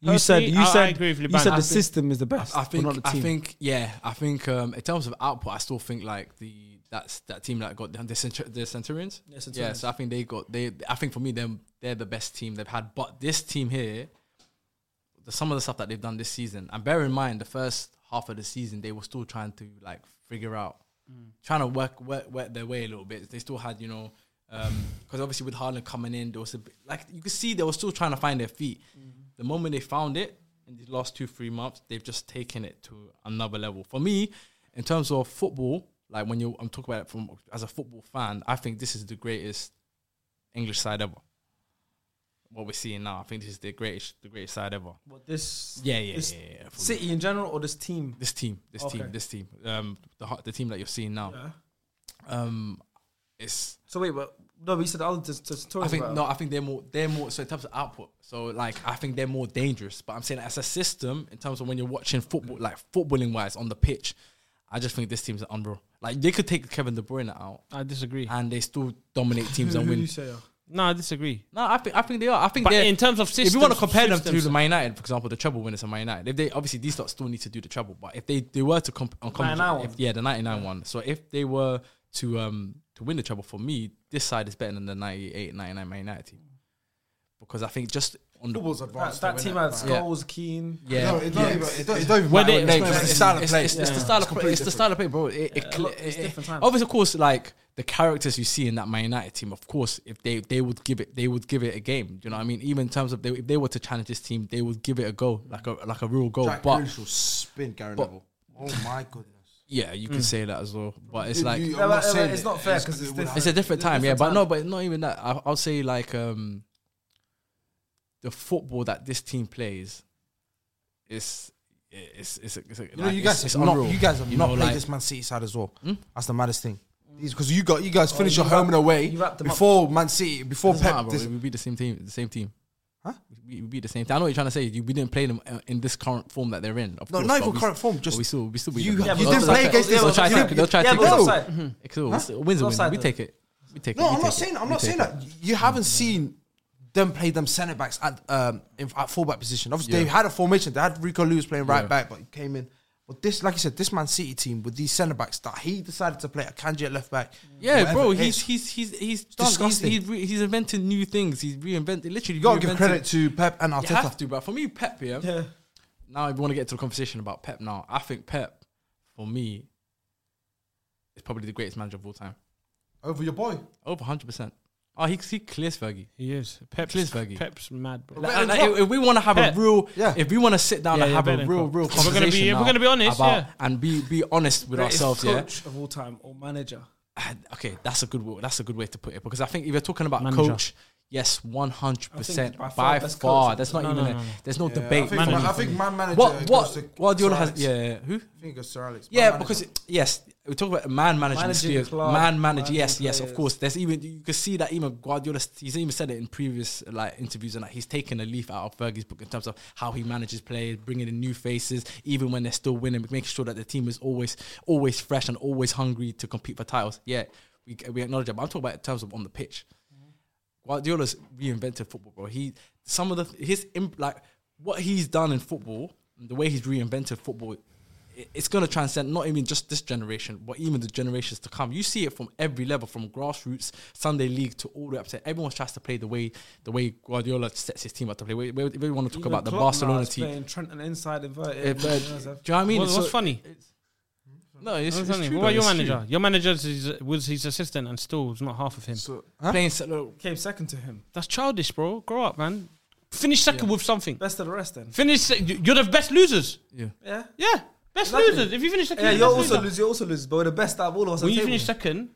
Speaker 1: You said
Speaker 3: Personally,
Speaker 1: you
Speaker 3: I- I
Speaker 1: said
Speaker 3: agree with
Speaker 1: you
Speaker 3: Liban.
Speaker 1: said
Speaker 3: I
Speaker 1: the
Speaker 3: think-
Speaker 1: system is the best.
Speaker 2: I think.
Speaker 1: but not the
Speaker 2: I
Speaker 1: team.
Speaker 2: think. Yeah. I think. Um, in terms of output, I still think like the that's that team that got down the, Centur- the Centurions.
Speaker 1: Yeah,
Speaker 2: Yeah.
Speaker 1: Centurions.
Speaker 2: So I think they got they. I think for me, them they're the best team they've had. But this team here, the, some of the stuff that they've done this season, and bear in mind the first half of the season, they were still trying to like figure out,
Speaker 1: Mm.
Speaker 2: trying to work work, work their way a little bit. They still had you know. Because obviously with Haaland coming in, there was a bit, like you could see they were still trying to find their feet. The moment they found it in these last two three months, they've just taken it to another level. For me, in terms of football, like when you I'm talking about it from as a football fan, I think this is the greatest English side ever. What we're seeing now, I think this is the greatest the greatest side ever.
Speaker 1: But this
Speaker 2: Yeah, yeah,
Speaker 1: this
Speaker 2: yeah, yeah, yeah, for me.
Speaker 1: City in general or this team.
Speaker 2: This team, this
Speaker 1: Okay.
Speaker 2: team, this team, um, the ho- the team that you're seeing now, um, it's
Speaker 1: So wait, but no, but you said the other to, to, to
Speaker 2: I think no, I think they're more they're more so in terms of output. So like I think they're more dangerous. But I'm saying as a system, in terms of when you're watching football, like footballing wise on the pitch, I just think this team's unreal. Like they could take Kevin De Bruyne out
Speaker 3: I disagree.
Speaker 2: and they still dominate teams and win.
Speaker 3: No, I disagree.
Speaker 2: No, I think I think they are. I think
Speaker 3: But
Speaker 2: they're-
Speaker 3: in terms of
Speaker 2: if you want to
Speaker 3: systems-
Speaker 2: compare them to
Speaker 3: systems-
Speaker 2: the Man United, for example, the treble winners of Man United, if they obviously these lot still need to do the treble, but if they, they were to comp, on comp
Speaker 1: 99 one.
Speaker 2: if, yeah, the ninety nine one. So if they were to um to win the treble, for me, this side is better than the 98, 99 Man United team because I think just on the
Speaker 4: Football's advanced.
Speaker 1: that
Speaker 4: though,
Speaker 1: team
Speaker 4: innit?
Speaker 1: had
Speaker 4: Like,
Speaker 1: Scholes, Keane.
Speaker 2: yeah.
Speaker 4: No, it don't even- it don't- it don't even
Speaker 3: When
Speaker 4: matter
Speaker 3: they-
Speaker 4: what name,
Speaker 2: No, it's-
Speaker 4: it's the
Speaker 2: it's-
Speaker 4: style of
Speaker 2: it's-
Speaker 4: play.
Speaker 2: It's, it's the style of play.
Speaker 4: completely
Speaker 2: It's the
Speaker 4: different.
Speaker 2: style of play, bro. It, it,
Speaker 1: a lot- it's
Speaker 2: it-
Speaker 1: different times.
Speaker 2: Obviously, of course, like the characters you see in that Man United team. Of course, if they they would give it, they would give it a game. Do you know what I mean? Even in terms of they, if they were to challenge this team, they would give it a go, like a like a real goal.
Speaker 4: Jack
Speaker 2: but
Speaker 4: Grealish will spin Gary
Speaker 2: but-
Speaker 4: Neville. Oh my goodness.
Speaker 2: yeah, you can say that as well. But it's
Speaker 4: Mm. You-
Speaker 2: like
Speaker 4: you- I'm
Speaker 1: Yeah,
Speaker 4: not
Speaker 1: but-
Speaker 4: saying
Speaker 1: it's
Speaker 4: it.
Speaker 1: not fair 'cause it's
Speaker 4: would
Speaker 1: different.
Speaker 2: it's a different
Speaker 1: It's a
Speaker 2: time, yeah.
Speaker 1: different
Speaker 2: But
Speaker 1: time.
Speaker 2: no, but not even that. I, I'll say like um, the football that this team plays is it's it's, it's,
Speaker 4: You know, you guys
Speaker 2: it's,
Speaker 4: have not,
Speaker 2: unreal.
Speaker 4: you guys have
Speaker 2: You
Speaker 4: not
Speaker 2: know,
Speaker 4: played
Speaker 2: like- Hmm?
Speaker 4: this Man City side as well. That's the maddest thing. Because you got you guys
Speaker 2: Oh,
Speaker 4: finish your home and away
Speaker 1: you wrapped them up.
Speaker 4: before Man City, before
Speaker 2: Doesn't matter,
Speaker 4: Pep.
Speaker 2: bro.
Speaker 4: dis-
Speaker 2: we beat the same team. The same team.
Speaker 4: Huh?
Speaker 2: We, we beat the same team. I know what you're trying to say. You, we didn't play them uh, in this current form that they're in. Of
Speaker 4: No,
Speaker 2: course,
Speaker 4: not
Speaker 2: but
Speaker 4: even
Speaker 2: we-
Speaker 4: current form,
Speaker 2: but
Speaker 4: just
Speaker 2: we still, we still beat
Speaker 4: you-
Speaker 2: them.
Speaker 4: you
Speaker 2: They'll-
Speaker 4: didn't
Speaker 2: they'll
Speaker 4: play
Speaker 2: try-
Speaker 4: against
Speaker 2: They'll
Speaker 4: them.
Speaker 2: try
Speaker 4: You
Speaker 2: to
Speaker 4: didn't-
Speaker 2: they'll try
Speaker 1: yeah,
Speaker 2: to
Speaker 1: but it's
Speaker 2: take
Speaker 1: offside.
Speaker 2: it. Cool. It's a Win's a win.
Speaker 1: offside
Speaker 2: We
Speaker 1: though.
Speaker 2: take it. We take.
Speaker 4: No,
Speaker 2: we
Speaker 4: I'm
Speaker 2: take
Speaker 4: not
Speaker 2: it.
Speaker 4: saying I'm
Speaker 2: We
Speaker 4: not
Speaker 2: take
Speaker 4: saying
Speaker 2: it.
Speaker 4: that. You haven't seen them play them centre backs at um in, at fullback position. Obviously, they
Speaker 2: Yeah.
Speaker 4: had a formation. They had Rico Lewis playing right
Speaker 2: Yeah.
Speaker 4: back, but he came in. But this, like you said, this Man City team with these centre backs that he decided to play at Kanji at left back.
Speaker 2: Yeah,
Speaker 4: whatever
Speaker 2: bro.
Speaker 4: it
Speaker 2: He's
Speaker 4: is.
Speaker 2: he's he's he's done. He's,
Speaker 4: disgusting.
Speaker 2: he's, re, he's invented new things. He's reinvented. Literally,
Speaker 4: you gotta give credit to Pep and
Speaker 2: You have
Speaker 4: Arteta.
Speaker 2: to, but for me, Pep. Yeah. Now I want to get to a conversation about Pep. Now I think Pep, for me, is probably the greatest manager of all time.
Speaker 4: Over your boy.
Speaker 2: Over hundred percent. Oh, he he clears Fergie.
Speaker 3: He is. Pep's,
Speaker 2: Please, Fergie.
Speaker 3: Pep's mad, bro.
Speaker 2: Like, like, if, if we want to have
Speaker 3: Pep.
Speaker 2: a real,
Speaker 4: Yeah.
Speaker 2: if we want to sit down
Speaker 3: Yeah,
Speaker 2: and
Speaker 3: yeah,
Speaker 2: have a
Speaker 3: Bellingham.
Speaker 2: real, real
Speaker 3: If we're gonna be-
Speaker 2: conversation,
Speaker 3: if we're
Speaker 2: now
Speaker 3: gonna be honest,
Speaker 2: about,
Speaker 3: yeah.
Speaker 2: and be be honest with
Speaker 1: Greatest
Speaker 2: ourselves, yeah.
Speaker 1: coach of all time or manager.
Speaker 2: Okay, that's a good wo- that's a good way to put it because I think if you're talking about
Speaker 3: Manager.
Speaker 2: coach, yes, one hundred percent
Speaker 1: I think by
Speaker 2: by
Speaker 1: far
Speaker 2: far.
Speaker 1: best coach.
Speaker 2: There's not
Speaker 3: No,
Speaker 2: even
Speaker 3: no,
Speaker 2: a,
Speaker 3: no, no.
Speaker 2: there's no
Speaker 4: I
Speaker 2: debate.
Speaker 4: think, my, I
Speaker 3: Manager.
Speaker 4: think my manager.
Speaker 2: What
Speaker 4: goes to
Speaker 2: what Guardiola
Speaker 4: Sir
Speaker 2: has?
Speaker 4: Alex.
Speaker 2: Yeah, yeah, who?
Speaker 4: I think it goes to Sir Alex. My
Speaker 2: Yeah,
Speaker 4: manager.
Speaker 2: because it- yes, we talk about man management
Speaker 1: Managing
Speaker 2: skills,
Speaker 1: club,
Speaker 2: man manager.
Speaker 1: managing
Speaker 2: Yes, yes, of
Speaker 1: players.
Speaker 2: course. There's even you can see that even Guardiola. He's even said it in previous like interviews, and like, he's taken a leaf out of Fergie's book in terms of how he manages players, bringing in new faces, even when they're still winning, making sure that the team is always always fresh and always hungry to compete for titles. Yeah, we we acknowledge that, but I'm talking about in terms of on the pitch. Guardiola's reinvented football, bro. He some of the his imp, like what he's done in football, the way he's reinvented football, i- it's gonna transcend not even just this generation, but even the generations to come. You see it from every level, from grassroots Sunday league to all the way up to everyone tries to play the way the way Guardiola sets his team up to play. We, we, we want to talk
Speaker 1: Even
Speaker 2: about the
Speaker 1: Klopp now
Speaker 2: Barcelona
Speaker 1: is
Speaker 2: team.
Speaker 1: playing Trent and inside
Speaker 2: Eh,
Speaker 1: inverted.
Speaker 2: but- do you know what I mean?
Speaker 3: What-
Speaker 2: So-
Speaker 3: what's funny?
Speaker 2: No, it's,
Speaker 3: What's
Speaker 2: it's
Speaker 3: funny?
Speaker 2: true
Speaker 3: What
Speaker 2: though,
Speaker 3: about your
Speaker 2: it's true.
Speaker 3: manager? Your manager was his assistant and still was not half of him.
Speaker 4: So, huh?
Speaker 2: Playing se- look,
Speaker 1: Came second to him.
Speaker 3: That's childish, bro. Grow up, man. Finish second with something.
Speaker 1: Best of the rest then.
Speaker 3: Finish. se- you- You're the best losers.
Speaker 2: yeah.
Speaker 1: Yeah.
Speaker 3: Yeah, best
Speaker 1: Exactly.
Speaker 3: losers. If you finish second,
Speaker 1: Yeah,
Speaker 3: you're
Speaker 1: you're
Speaker 3: the best
Speaker 1: also
Speaker 3: loser.
Speaker 1: lose. You also lose, but we're the best out of all of us.
Speaker 3: When
Speaker 1: on the
Speaker 3: you
Speaker 1: table.
Speaker 3: finish second,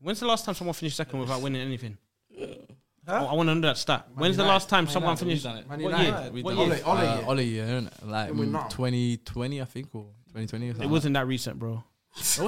Speaker 3: when's the last time someone finished second without winning anything?
Speaker 1: Huh?
Speaker 3: Oh, I want to know that stat. when's the
Speaker 2: United.
Speaker 3: last time
Speaker 2: Man
Speaker 3: someone
Speaker 2: United, we've
Speaker 3: finished?
Speaker 2: done it.
Speaker 3: What
Speaker 2: Man
Speaker 3: year?
Speaker 2: We've
Speaker 3: What
Speaker 2: done
Speaker 3: year?
Speaker 4: Ole-
Speaker 2: it.
Speaker 4: Ole
Speaker 2: Uh,
Speaker 4: year.
Speaker 2: Ole year, innit? like
Speaker 4: We're
Speaker 2: mm,
Speaker 4: not.
Speaker 2: 2020, I think, or 2020. Or something.
Speaker 3: It wasn't that recent, bro.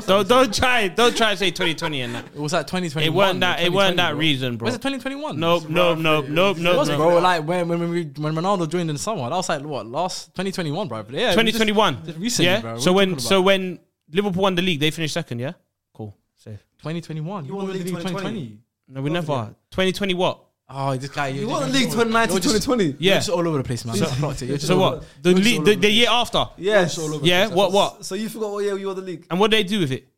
Speaker 3: Don't don't try don't try to say 2020 and that.
Speaker 2: It was like 2021.
Speaker 3: It weren't that- it weren't that
Speaker 2: 2020,
Speaker 3: reason, bro.
Speaker 2: Was it 2021?
Speaker 3: Nope, nope, nope, nope,
Speaker 2: It
Speaker 3: nope.
Speaker 2: was,
Speaker 3: nope.
Speaker 2: bro. Like when when we, when Ronaldo joined in the summer, that was like what last 2021, bro. But yeah, it was just-
Speaker 3: 2021.
Speaker 2: just recently,
Speaker 3: yeah.
Speaker 2: bro. What
Speaker 3: So
Speaker 2: are you
Speaker 3: when
Speaker 2: talking
Speaker 3: so
Speaker 2: about?
Speaker 3: when Liverpool won the league, they finished second. Yeah. Cool. Safe.
Speaker 2: 2021, you won the league 2020.
Speaker 3: No, we never. 2020 what?
Speaker 2: Oh, this guy, you
Speaker 1: You won the league 2019, 2020.
Speaker 3: Yeah.
Speaker 2: You're just all over the place, man. So,
Speaker 3: So what? The league the, the year after.
Speaker 1: Yes.
Speaker 3: Yeah. What what?
Speaker 1: So you forgot oh, what year you won the league?
Speaker 3: And what did they do with it?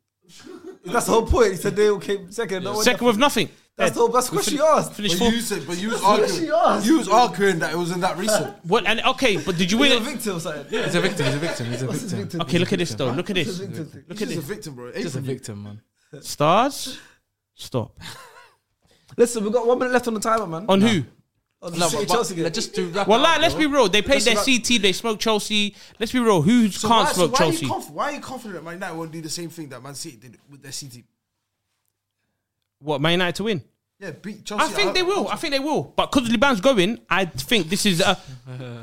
Speaker 1: That's the whole point. He said they all came second. no one-
Speaker 3: Second with nothing.
Speaker 1: That's the whole. That's the question you asked.
Speaker 3: Finished
Speaker 4: But
Speaker 3: fourth.
Speaker 4: you said, but you was
Speaker 1: she
Speaker 4: arguing,
Speaker 1: asked.
Speaker 4: you was arguing that it was in that recent.
Speaker 3: What? And okay, but did you
Speaker 1: You're a
Speaker 3: win it?
Speaker 1: victim or something. Yeah.
Speaker 2: He's a victim. He's a victim. He's a
Speaker 1: It's a
Speaker 2: victim.
Speaker 1: victim.
Speaker 3: Okay, look at this though. Look at
Speaker 1: It's
Speaker 3: this.
Speaker 1: a victim.
Speaker 3: Look at
Speaker 4: He's a
Speaker 3: this.
Speaker 4: victim, bro.
Speaker 2: He's a victim, man.
Speaker 3: Stars. Stop.
Speaker 1: Listen, we've got one minute left on the timer, man.
Speaker 3: On who?
Speaker 1: On
Speaker 2: No,
Speaker 1: the
Speaker 2: but,
Speaker 1: City
Speaker 2: but
Speaker 1: Chelsea game.
Speaker 2: just to wrap
Speaker 3: Well,
Speaker 2: it up,
Speaker 3: like, let's
Speaker 2: bro.
Speaker 3: be real. They played
Speaker 4: Just
Speaker 3: their
Speaker 4: about-
Speaker 3: CT. They smoked Chelsea. Let's be real. Who can't
Speaker 4: why,
Speaker 3: smoke
Speaker 4: why Are
Speaker 3: Chelsea?
Speaker 4: you conf- why are you confident Man United won't do the same thing that Man City did with their City?
Speaker 3: What Man United to win?
Speaker 4: Yeah, beat Chelsea.
Speaker 3: I think they will. I think they will. But because Liban's going, I think this is. A,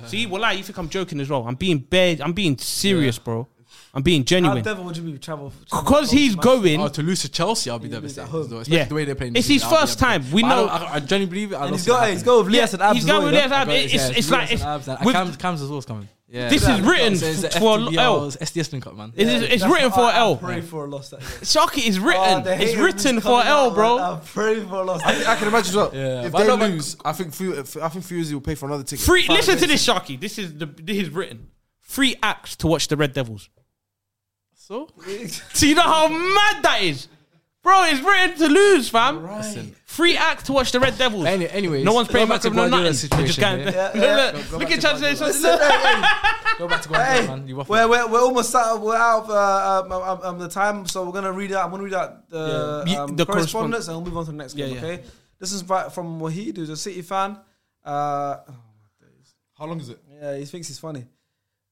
Speaker 3: see, well, like, you think I'm joking as well? I'm being bad. I'm being serious, bro. I'm being
Speaker 1: How
Speaker 3: genuine.
Speaker 1: devil would you be travel?
Speaker 3: Because he's going.
Speaker 2: Oh, to lose to Chelsea, I'll be
Speaker 1: Yeah,
Speaker 2: devastated.
Speaker 1: home.
Speaker 2: though, especially
Speaker 3: yeah,
Speaker 2: the way they're playing.
Speaker 3: it's his
Speaker 2: this season, I'll be
Speaker 3: first time.
Speaker 2: devastated.
Speaker 3: We
Speaker 2: But I
Speaker 3: know.
Speaker 2: don't- I, I genuinely believe it. I
Speaker 1: And
Speaker 2: don't
Speaker 1: he's
Speaker 2: see
Speaker 1: got
Speaker 2: it
Speaker 1: he's
Speaker 2: happening.
Speaker 1: got with Lias and Abs.
Speaker 3: He's
Speaker 1: as well,
Speaker 3: going with
Speaker 1: you know?
Speaker 3: Lias Abs.
Speaker 2: But
Speaker 3: It's,
Speaker 2: yeah,
Speaker 3: it's
Speaker 2: it's
Speaker 3: like
Speaker 2: Leeds
Speaker 3: it's,
Speaker 2: and Abs and- and
Speaker 3: with-
Speaker 2: Cams, Cams as well is coming. Yeah,
Speaker 3: this is written
Speaker 2: So it's a
Speaker 3: for
Speaker 2: FTBL,
Speaker 3: L.
Speaker 2: it's SDS link up, man.
Speaker 3: It's, it's, it's written for
Speaker 1: I- I
Speaker 3: L.
Speaker 1: Pray for a loss. that year.
Speaker 3: Sharky is
Speaker 1: Oh,
Speaker 3: written.
Speaker 1: the
Speaker 3: it's
Speaker 1: haters
Speaker 3: written
Speaker 1: is
Speaker 3: for
Speaker 1: coming
Speaker 3: L,
Speaker 1: out,
Speaker 3: bro.
Speaker 1: man. I pray for a loss. that year.
Speaker 4: I can imagine as well.
Speaker 2: Yeah,
Speaker 4: if
Speaker 2: but
Speaker 4: they
Speaker 2: no, but-
Speaker 4: lose, I think Fu- I think Fuzi will pay for another ticket.
Speaker 3: Free.
Speaker 4: Five
Speaker 3: Listen to
Speaker 4: minutes.
Speaker 3: this, Sharky. This is the this is written. Free acts to watch the Red Devils.
Speaker 2: So
Speaker 3: So you know how mad that is. Bro, it's written to lose, fam. Free act to watch the Red Devils.
Speaker 2: Any- anyways,
Speaker 3: no one's
Speaker 2: go
Speaker 3: paying
Speaker 2: back
Speaker 3: back
Speaker 2: to
Speaker 3: up no
Speaker 2: Guardiola's
Speaker 3: nothing. They just
Speaker 2: situation,
Speaker 3: can't.
Speaker 2: yeah.
Speaker 3: Look, look,
Speaker 4: Go
Speaker 3: look
Speaker 4: back
Speaker 3: at
Speaker 4: to
Speaker 3: Chad saying
Speaker 4: Guardiola.
Speaker 3: something.
Speaker 1: Listen, hey, hey.
Speaker 2: Go back to
Speaker 1: Hey,
Speaker 2: Guardiola, man. You waffle.
Speaker 1: we're, we're, we're almost out of, we're out of uh, um, um, um, the time, so we're gonna read out. I'm gonna read out the,
Speaker 3: Yeah.
Speaker 1: um,
Speaker 3: The
Speaker 1: correspondence, and we'll move on to the next game.
Speaker 3: yeah.
Speaker 1: Okay, this is by, from Wahid, who's a City fan. Uh,
Speaker 4: How long is it?
Speaker 1: yeah, he thinks he's funny.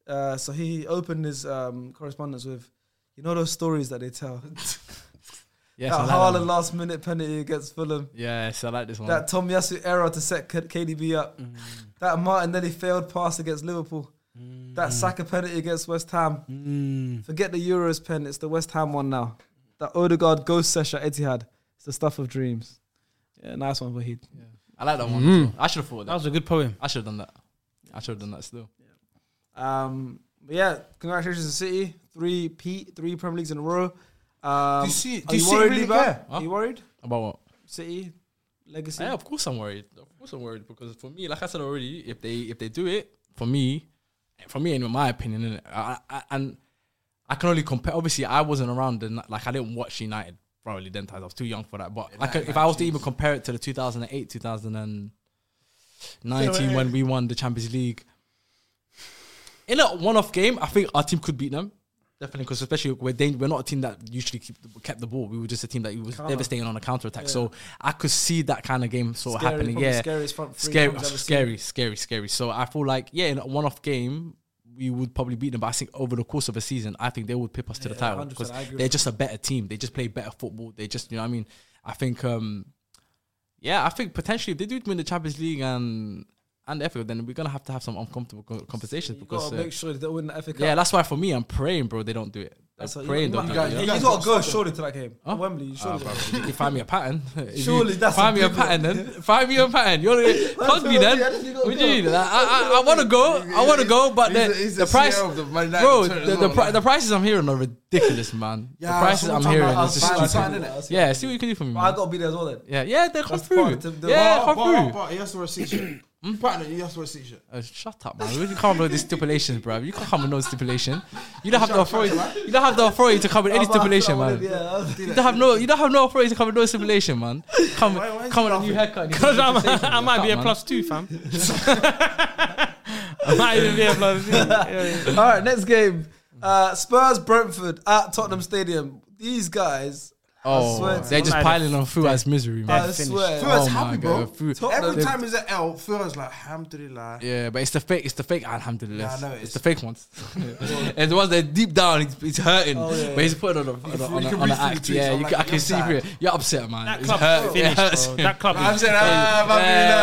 Speaker 1: Uh, so he opened his um, correspondence with, you know, those stories that they tell.
Speaker 2: Yes,
Speaker 1: that
Speaker 2: I like that
Speaker 1: uh, Haaland
Speaker 2: one.
Speaker 1: last minute penalty against Fulham.
Speaker 2: Yes, I like this one.
Speaker 1: That Tom Yasu error to set K- KDB up.
Speaker 2: Mm.
Speaker 1: That Martinelli failed pass against Liverpool.
Speaker 2: Mm.
Speaker 1: That Saka penalty against West Ham. Forget the Euros pen. It's the West Ham one now. That Odegaard ghost session at Etihad. It's the stuff of dreams. Yeah, nice one, Wahid.
Speaker 2: I like that one. as well. I should have thought of
Speaker 3: That
Speaker 2: that.
Speaker 3: was a good poem.
Speaker 2: I should have done that. I should have done that still.
Speaker 1: Um, but yeah, congratulations to City. Three P, three Premier Leagues in a row. Um,
Speaker 4: Do you see-
Speaker 1: are
Speaker 4: do
Speaker 1: you
Speaker 4: you see
Speaker 1: worried,
Speaker 4: really
Speaker 1: Liba?
Speaker 4: care?
Speaker 1: Are you worried?
Speaker 2: About what?
Speaker 1: City legacy.
Speaker 2: Yeah, of course I'm worried. Of course I'm worried because for me, like I said already, if they if they do it for me, for me in my opinion, innit, I, I, and I can only compare. Obviously, I wasn't around and like I didn't watch United probably then times. I was too young for that. But like if I was to even compare it to the 2008, 2019 when we won the Champions League, in a one-off game, I think our team could beat them. Definitely, because especially we're dang- we're not a team that usually keep the, kept the ball. We were just a team that was devastating on a counter attack. So I could see that kind of game sort
Speaker 1: Scary,
Speaker 2: of happening.
Speaker 1: probably
Speaker 2: Yeah,
Speaker 1: scariest front three
Speaker 2: scary,
Speaker 1: games I've ever
Speaker 2: scary, scary, scary. So I feel like yeah, in a one-off game, we would probably beat them. But I think over the course of a season, I think they would pip us to the title
Speaker 1: 100%,
Speaker 2: because
Speaker 1: I agree
Speaker 2: they're
Speaker 1: with
Speaker 2: just a better team. They just play better football. They just you know what I mean. I think um yeah, I think potentially if they do win the Champions League and and the FA, Cup, then we're gonna have to have some uncomfortable co- conversations
Speaker 1: You
Speaker 2: because
Speaker 1: gotta
Speaker 2: uh,
Speaker 1: make sure that they win the FA Cup.
Speaker 2: yeah, that's why for me, I'm praying, bro. They don't do it. I'm
Speaker 1: So
Speaker 2: praying.
Speaker 1: you,
Speaker 2: don't
Speaker 1: you,
Speaker 2: do it,
Speaker 1: guys,
Speaker 2: yeah.
Speaker 1: you guys gotta go surely to that game. Wembley,
Speaker 2: Ah,
Speaker 1: you surely.
Speaker 2: If you find me a pattern. if you
Speaker 1: Surely that's a
Speaker 2: find me a
Speaker 1: big
Speaker 2: pattern. Then find me a pattern. You're Cosby then.
Speaker 4: I think you gotta
Speaker 2: What do
Speaker 4: go.
Speaker 2: you need? Like, I, I, I want to go. I want to go, but
Speaker 4: He's
Speaker 2: the,
Speaker 4: the- he's
Speaker 2: the
Speaker 1: E
Speaker 4: the
Speaker 2: price,
Speaker 4: CEO of the Man United
Speaker 2: bro.
Speaker 4: turn as
Speaker 2: The, the,
Speaker 4: well,
Speaker 2: pri-
Speaker 4: like.
Speaker 2: the prices I'm hearing are ridiculous, man. the prices I'm hearing is just stupid. Yeah, see what you can do for me,
Speaker 1: I
Speaker 2: man.
Speaker 1: gotta be there as well then.
Speaker 2: Yeah, yeah, they come
Speaker 1: That's part
Speaker 2: through.
Speaker 1: of the- the-
Speaker 2: Yeah,
Speaker 4: But,
Speaker 2: come
Speaker 4: but,
Speaker 2: through.
Speaker 4: but he has to wear a seizure.
Speaker 3: Hmm?
Speaker 4: Partner, he has to wear a seizure.
Speaker 2: Uh, shut up, man. You can't come with these stipulations, bro. You can't come with no stipulation. You don't have the authority. You don't have the authority to come with any
Speaker 1: But I-
Speaker 2: stipulation,
Speaker 1: I
Speaker 2: man.
Speaker 1: wanted- Yeah,
Speaker 2: You don't have no, you don't have no authority to come with no simulation, man. Come,
Speaker 4: Why- why is
Speaker 2: come
Speaker 4: he
Speaker 2: with a new haircut.
Speaker 3: Because I might be a plus two, fam. I might even be a plus two. Yeah, yeah.
Speaker 1: All right, next game. Uh, Spurs Brentford at Tottenham Stadium. These guys, I swear
Speaker 2: Oh,
Speaker 1: to
Speaker 2: they're
Speaker 1: God.
Speaker 2: just piling on through as misery,
Speaker 1: I
Speaker 2: man.
Speaker 1: swear.
Speaker 4: Phil is
Speaker 2: Oh my
Speaker 4: happy, bro.
Speaker 2: God, Phil-
Speaker 4: Every
Speaker 2: Tottenham.
Speaker 4: time he's at L, Phil is like, alhamdulillah.
Speaker 2: Yeah, but it's the fake, it's the fake. Alhamdulillah,
Speaker 4: Yeah, I know it
Speaker 2: it's
Speaker 4: is.
Speaker 2: the fake ones. and the ones that deep down, it's, it's hurting,
Speaker 1: yeah.
Speaker 2: but he's putting on a on a, on
Speaker 4: You
Speaker 2: a,
Speaker 4: can
Speaker 2: on a
Speaker 4: read through
Speaker 2: act.
Speaker 4: the tweets,
Speaker 2: Yeah,
Speaker 4: I'm
Speaker 2: you
Speaker 4: like,
Speaker 2: can, I can
Speaker 4: you're
Speaker 2: see
Speaker 4: sad.
Speaker 2: through it. You're upset, man.
Speaker 3: That
Speaker 2: It's
Speaker 3: club
Speaker 2: hurt.
Speaker 3: finished,
Speaker 2: It
Speaker 3: bro.
Speaker 2: hurts.
Speaker 3: That club
Speaker 4: I'm
Speaker 3: is
Speaker 4: saying, ah,
Speaker 2: Yeah, yeah,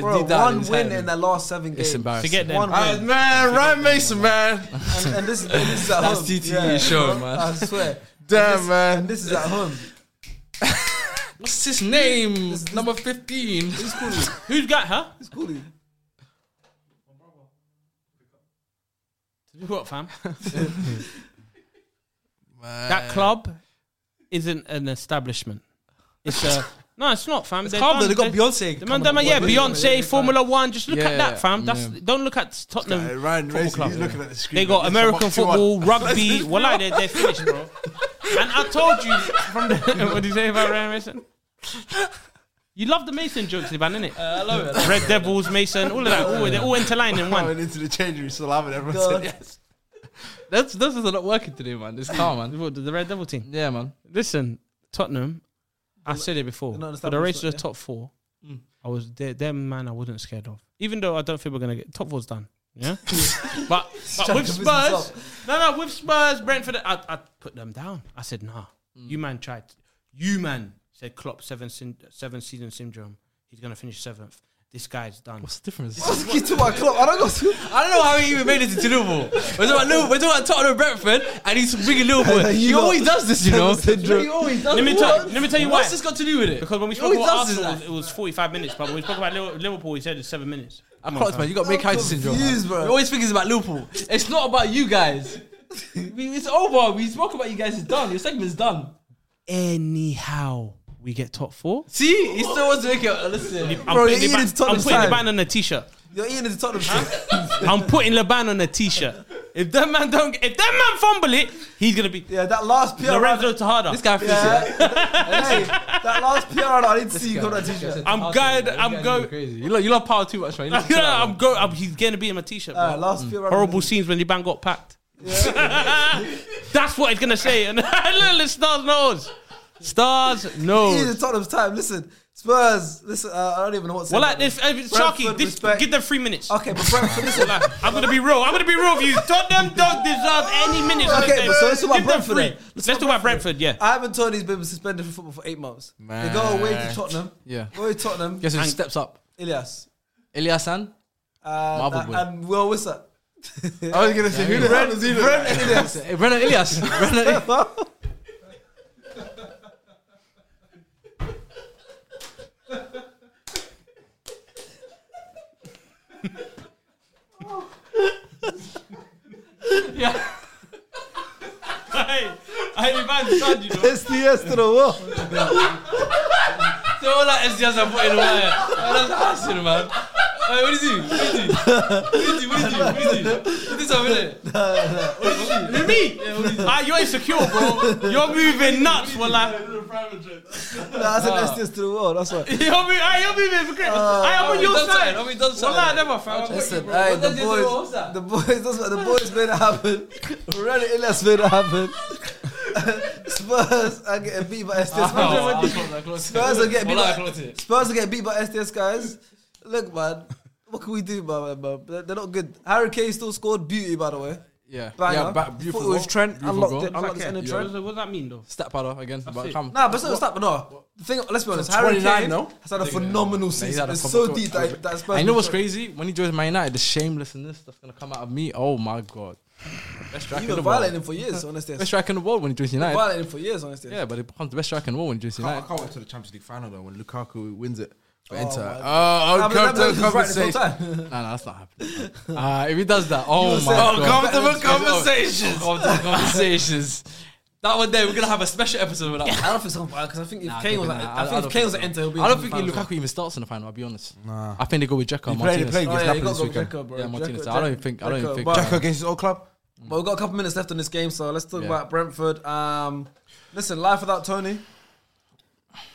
Speaker 2: but
Speaker 1: bro,
Speaker 2: deep down,
Speaker 1: one
Speaker 2: it's
Speaker 1: win
Speaker 2: hurting.
Speaker 1: in the last seven games.
Speaker 2: It's
Speaker 3: to
Speaker 2: embarrassing.
Speaker 3: get them.
Speaker 1: One
Speaker 4: Ah,
Speaker 1: win,
Speaker 4: Man, Ryan Mason, man.
Speaker 1: and, and this, and this is at
Speaker 2: That's
Speaker 1: home.
Speaker 2: DTE showing, man.
Speaker 1: I swear.
Speaker 4: Damn,
Speaker 1: And
Speaker 4: man.
Speaker 1: this is at home.
Speaker 2: What's his name? Number fifteen.
Speaker 3: Who's got her?
Speaker 1: It's cool.
Speaker 3: Who got fam?
Speaker 2: Uh,
Speaker 3: That club isn't an establishment. It's a no. It's not fam. It's
Speaker 2: club that they got Beyonce
Speaker 3: The man,
Speaker 2: coming
Speaker 3: the man,
Speaker 2: up
Speaker 3: yeah,
Speaker 2: with.
Speaker 3: Beyonce, Formula One. Just look at
Speaker 2: Yeah,
Speaker 3: that, fam. That's
Speaker 2: yeah.
Speaker 3: don't look at Tottenham.
Speaker 4: Uh, Ryan
Speaker 3: Football
Speaker 4: Mason,
Speaker 3: club,
Speaker 4: he's
Speaker 3: yeah.
Speaker 4: looking at the screen.
Speaker 3: They got
Speaker 4: like,
Speaker 3: American
Speaker 4: this is about
Speaker 3: football,
Speaker 4: 2-1.
Speaker 3: rugby. well, like, they're, they're finished, bro. And I told you from the what did you say about Ryan Mason? You love the Mason jokes, Ivan, innit? Uh, I love it. Red Devils, Mason, all of that. All, they're all interlined in
Speaker 4: I
Speaker 3: one.
Speaker 4: went into the change room, still having everyone
Speaker 1: God.
Speaker 4: said yes.
Speaker 2: That's those are not working today, man. It's calm, man.
Speaker 3: What, The Red Devil team.
Speaker 2: Yeah, man.
Speaker 3: Listen, Tottenham. I said it before.
Speaker 1: not
Speaker 3: For the race to the
Speaker 1: established,
Speaker 3: top four,
Speaker 2: Mm.
Speaker 3: I was their them man. I wasn't scared of, even though I don't think we're gonna get top four's done. Yeah, but, but with
Speaker 1: to piss
Speaker 3: Spurs, no, no, with Spurs, Brentford, I, I put them down. I said, nah,
Speaker 2: Mm.
Speaker 3: you man tried. You man said Klopp seven sin, seven season syndrome. He's gonna finish seventh. This guy's done.
Speaker 2: What's the difference?
Speaker 1: Get to my club. I don't go.
Speaker 2: I don't know how he even made it to Liverpool. We're talking about, Liverpool, we're talking about Tottenham Brentford, and he's bringing Liverpool.
Speaker 1: You
Speaker 2: He
Speaker 1: lot-
Speaker 2: always does this, you know.
Speaker 1: Syndrome.
Speaker 2: He always does
Speaker 3: Let me
Speaker 2: this.
Speaker 3: tell-
Speaker 2: What?
Speaker 3: let me tell you
Speaker 2: What's
Speaker 3: why.
Speaker 2: this got to do with it?
Speaker 3: Because when we
Speaker 2: He
Speaker 3: spoke
Speaker 2: always
Speaker 3: about
Speaker 2: does this,
Speaker 3: Arsenal, it was,
Speaker 2: like-
Speaker 3: it was forty-five minutes. But when we spoke about Liver- Liverpool, he said it's seven minutes.
Speaker 2: I'm cross, man. You got May County syndrome.
Speaker 1: confused,
Speaker 2: Man.
Speaker 1: bro.
Speaker 2: You always think it's about Liverpool. It's not about you guys. We- it's over. We spoke about you guys. It's done. Your segment's done.
Speaker 3: Anyhow, we get top four.
Speaker 2: See, he still wants to make it. uh, Listen,
Speaker 3: I'm
Speaker 1: Bro,
Speaker 3: putting
Speaker 1: you're eating
Speaker 3: Leban-
Speaker 1: Tottenham
Speaker 3: I'm putting
Speaker 1: side.
Speaker 3: Leban on a t-shirt.
Speaker 1: You're eating into Tottenham.
Speaker 3: I'm putting Leban on a t-shirt. If that man don't, if that man fumble it, he's gonna be
Speaker 1: Yeah, that last PR.
Speaker 3: Lorenzo Tejada.
Speaker 2: This guy thinks
Speaker 1: Yeah.
Speaker 2: it.
Speaker 1: hey, that last PR, I didn't see you got that t-shirt.
Speaker 3: I'm going. I'm going.
Speaker 2: Crazy. You love, you love power too much, man. You need to chill out,
Speaker 3: I'm
Speaker 2: man.
Speaker 3: going. I'm, he's gonna be in my t-shirt. bro.
Speaker 1: Uh, last PR.
Speaker 3: Horrible scenes when the band got packed. That's what it's gonna say. And little stars knows. Stars
Speaker 1: It
Speaker 3: knows.
Speaker 1: is Tottenham's time. Listen, Spurs. Listen, uh, I don't even know what. to say
Speaker 3: Well,
Speaker 1: about
Speaker 3: like this, uh,
Speaker 1: Brentford,
Speaker 3: Sharky, this,
Speaker 1: respect.
Speaker 3: give them three minutes.
Speaker 1: Okay, but Brentford. Listen,
Speaker 3: Like, I'm gonna be real. I'm gonna be real with you. Tottenham don't deserve any minutes.
Speaker 1: Okay,
Speaker 3: with them.
Speaker 1: but so let's talk about
Speaker 3: Give them
Speaker 1: Brentford
Speaker 3: three.
Speaker 1: then.
Speaker 3: Let's, talk about Brentford. Yeah,
Speaker 1: Ivan Tony's been suspended for football for eight months. They go away to Tottenham.
Speaker 2: Yeah.
Speaker 1: Go away to Tottenham.
Speaker 2: Guess who steps up?
Speaker 1: Ilias.
Speaker 2: Ilyasan.
Speaker 1: Uh,
Speaker 2: Marvel boy.
Speaker 1: and Will Wissa.
Speaker 4: I was gonna say who the hell does he look
Speaker 1: Brent
Speaker 4: like?
Speaker 1: and Ilias.
Speaker 2: Eh, Brennan Ilyas. Brennan Ilyas.
Speaker 3: Hey, hey, the man's son, you know.
Speaker 1: SDS to the wall.
Speaker 2: So all that SDS I put in the wire. That's harassing, man. Hey, what is he? What is he? What is he? What is he? What is he? What is this over there?
Speaker 3: With me? Ah, you're insecure, bro. You're moving nuts. Well, like,
Speaker 1: That's an SDS to the wall. That's what.
Speaker 3: you're moving. Ah, you're moving insecure. I
Speaker 1: Oh,
Speaker 3: am on your side.
Speaker 2: I mean, done
Speaker 3: Well,
Speaker 2: something.
Speaker 3: like, never found.
Speaker 1: Listen, hey, the
Speaker 2: does this-
Speaker 1: boys,
Speaker 2: what's that?
Speaker 1: the boys, that's what the boys made it happen. Ren and Ilias made it happen. Spurs are getting beat by SDS. Spurs are getting beat
Speaker 2: Well, I
Speaker 1: by
Speaker 2: close it.
Speaker 1: Spurs are getting beat by SDS guys. Look, man, what can we do, man? man? They're they're not good. Harry Kane still scored beauty, by the way.
Speaker 2: Yeah.
Speaker 1: Banger.
Speaker 2: Yeah, ba-
Speaker 1: Thought
Speaker 2: beautiful.
Speaker 1: It was Trent.
Speaker 2: Beautiful
Speaker 1: unlocked
Speaker 2: goal.
Speaker 1: it. Unlocked
Speaker 3: Okay.
Speaker 1: it in the
Speaker 3: What
Speaker 1: Trent.
Speaker 3: does what does that mean, though?
Speaker 2: Step powder again. But
Speaker 3: it.
Speaker 2: come.
Speaker 1: Nah, but it's not stop. No, the thing. Let's be honest. Harry
Speaker 4: 29
Speaker 1: Kane
Speaker 4: no?
Speaker 1: has had a phenomenal
Speaker 2: he's
Speaker 1: season.
Speaker 2: had a
Speaker 1: It's
Speaker 2: proper-
Speaker 1: so deep that that Spurs.
Speaker 2: And you know what's crazy? When he joins Man United, the shamelessness that's gonna come out of me. Oh my god. Best
Speaker 1: You've
Speaker 2: striker in the
Speaker 1: been
Speaker 2: world.
Speaker 1: violating him for years on
Speaker 2: Best
Speaker 1: SDS.
Speaker 2: striker in the world when he joins United.
Speaker 1: Violating him for years on SDS.
Speaker 2: Yeah, but it becomes the best striker in the world when he joins
Speaker 4: I
Speaker 2: United.
Speaker 4: can't wait till the Champions League final though when Lukaku wins it. for
Speaker 1: my
Speaker 4: Inter.
Speaker 1: God.
Speaker 4: Oh,
Speaker 1: I
Speaker 4: oh,
Speaker 1: mean, that
Speaker 4: come
Speaker 1: bloke is
Speaker 4: to a
Speaker 1: right the whole
Speaker 4: conversation.
Speaker 1: time.
Speaker 2: Nah, nah, that's not happening. Uh, if he does that, oh my
Speaker 1: saying-
Speaker 2: god.
Speaker 4: Comfortable
Speaker 2: conversations. Oh, Comfortable conversations. That one day we're gonna have a special episode with that.
Speaker 1: I don't think so because I think if
Speaker 2: Nah,
Speaker 1: Kane was
Speaker 2: nah,
Speaker 1: like, I
Speaker 2: I- I
Speaker 1: think
Speaker 2: don't
Speaker 1: if Kane
Speaker 2: think
Speaker 1: was at
Speaker 2: so.
Speaker 1: Inter, he'll be.
Speaker 2: I don't
Speaker 1: in
Speaker 2: think
Speaker 1: the final.
Speaker 2: Lukaku even starts in the final. I'll be honest. Nah. I think they go with Jacko.
Speaker 4: He played- he
Speaker 2: Martinez.
Speaker 4: played
Speaker 1: Oh, yeah,
Speaker 4: against
Speaker 1: you
Speaker 4: Napoli
Speaker 1: got
Speaker 4: this
Speaker 1: to go with
Speaker 4: weekend.
Speaker 1: Dzeko, bro.
Speaker 2: Yeah, Martinez.
Speaker 1: Dzeko,
Speaker 2: I don't
Speaker 1: Dzeko,
Speaker 2: think. I don't
Speaker 1: Dzeko.
Speaker 2: think.
Speaker 1: But-
Speaker 4: Jack against his old club.
Speaker 1: But we've got a couple minutes left in this game, so let's talk
Speaker 2: Yeah.
Speaker 1: about Brentford. Um, listen, life without Tony.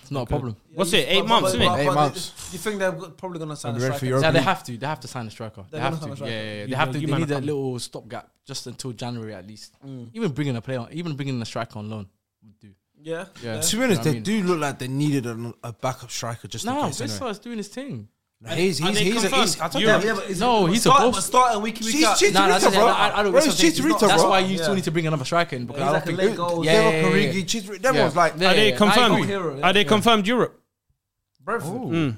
Speaker 2: It's not a problem.
Speaker 3: What's it? Eight
Speaker 1: But-
Speaker 3: months,
Speaker 1: but-
Speaker 3: isn't
Speaker 1: but-
Speaker 3: it?
Speaker 4: Eight
Speaker 1: but
Speaker 4: months.
Speaker 1: You think they're go- probably going to sign
Speaker 4: Be
Speaker 1: a
Speaker 4: ready for
Speaker 1: striker?
Speaker 2: Yeah,
Speaker 4: Europe.
Speaker 2: they have to. They have to sign a striker. They
Speaker 1: They're
Speaker 2: have
Speaker 1: gonna sign
Speaker 2: to.
Speaker 1: a
Speaker 2: Yeah,
Speaker 1: striker.
Speaker 2: yeah, yeah. They
Speaker 3: You
Speaker 2: have
Speaker 3: man-
Speaker 2: to.
Speaker 3: you
Speaker 2: They
Speaker 3: man
Speaker 2: need
Speaker 3: are
Speaker 2: a
Speaker 3: coming.
Speaker 2: little stopgap just until January at least. Even bringing a player, on, even bringing a striker on loan would do.
Speaker 1: Yeah.
Speaker 2: Yeah.
Speaker 4: To be honest,
Speaker 2: You know what I
Speaker 4: they
Speaker 2: mean?
Speaker 4: do look like they needed an- a backup striker just in
Speaker 2: No,
Speaker 4: case.
Speaker 2: Bissau
Speaker 4: Anyway.
Speaker 2: is doing his thing.
Speaker 4: He's
Speaker 3: Are
Speaker 4: he's
Speaker 3: they
Speaker 4: he's a- he's. I
Speaker 3: confirmed?
Speaker 4: told you,
Speaker 3: Europe?
Speaker 1: Yeah, but is
Speaker 2: No,
Speaker 1: it-
Speaker 2: he's
Speaker 1: start,
Speaker 2: supposed-
Speaker 1: but Start and week in, week
Speaker 4: She's
Speaker 1: out.
Speaker 4: cheating
Speaker 2: No, no, that's,
Speaker 4: bro.
Speaker 2: I, I don't
Speaker 4: Bro,
Speaker 2: think
Speaker 4: it's
Speaker 2: he's
Speaker 4: Chicharito,
Speaker 2: not- that's
Speaker 4: bro.
Speaker 2: why you
Speaker 1: Yeah.
Speaker 2: still need to bring another striker in because
Speaker 1: He's
Speaker 2: I don't
Speaker 1: like a
Speaker 2: think
Speaker 1: late goal.
Speaker 2: Yeah, yeah, yeah, yeah.
Speaker 4: Karigi, Chicharito. Them
Speaker 2: Yeah.
Speaker 4: was like
Speaker 2: Yeah,
Speaker 3: Are they
Speaker 2: yeah, yeah. I
Speaker 3: confirmed?
Speaker 2: agree.
Speaker 1: Hero, yeah.
Speaker 3: Are they confirmed Europe?
Speaker 1: Brentford.
Speaker 3: Mm.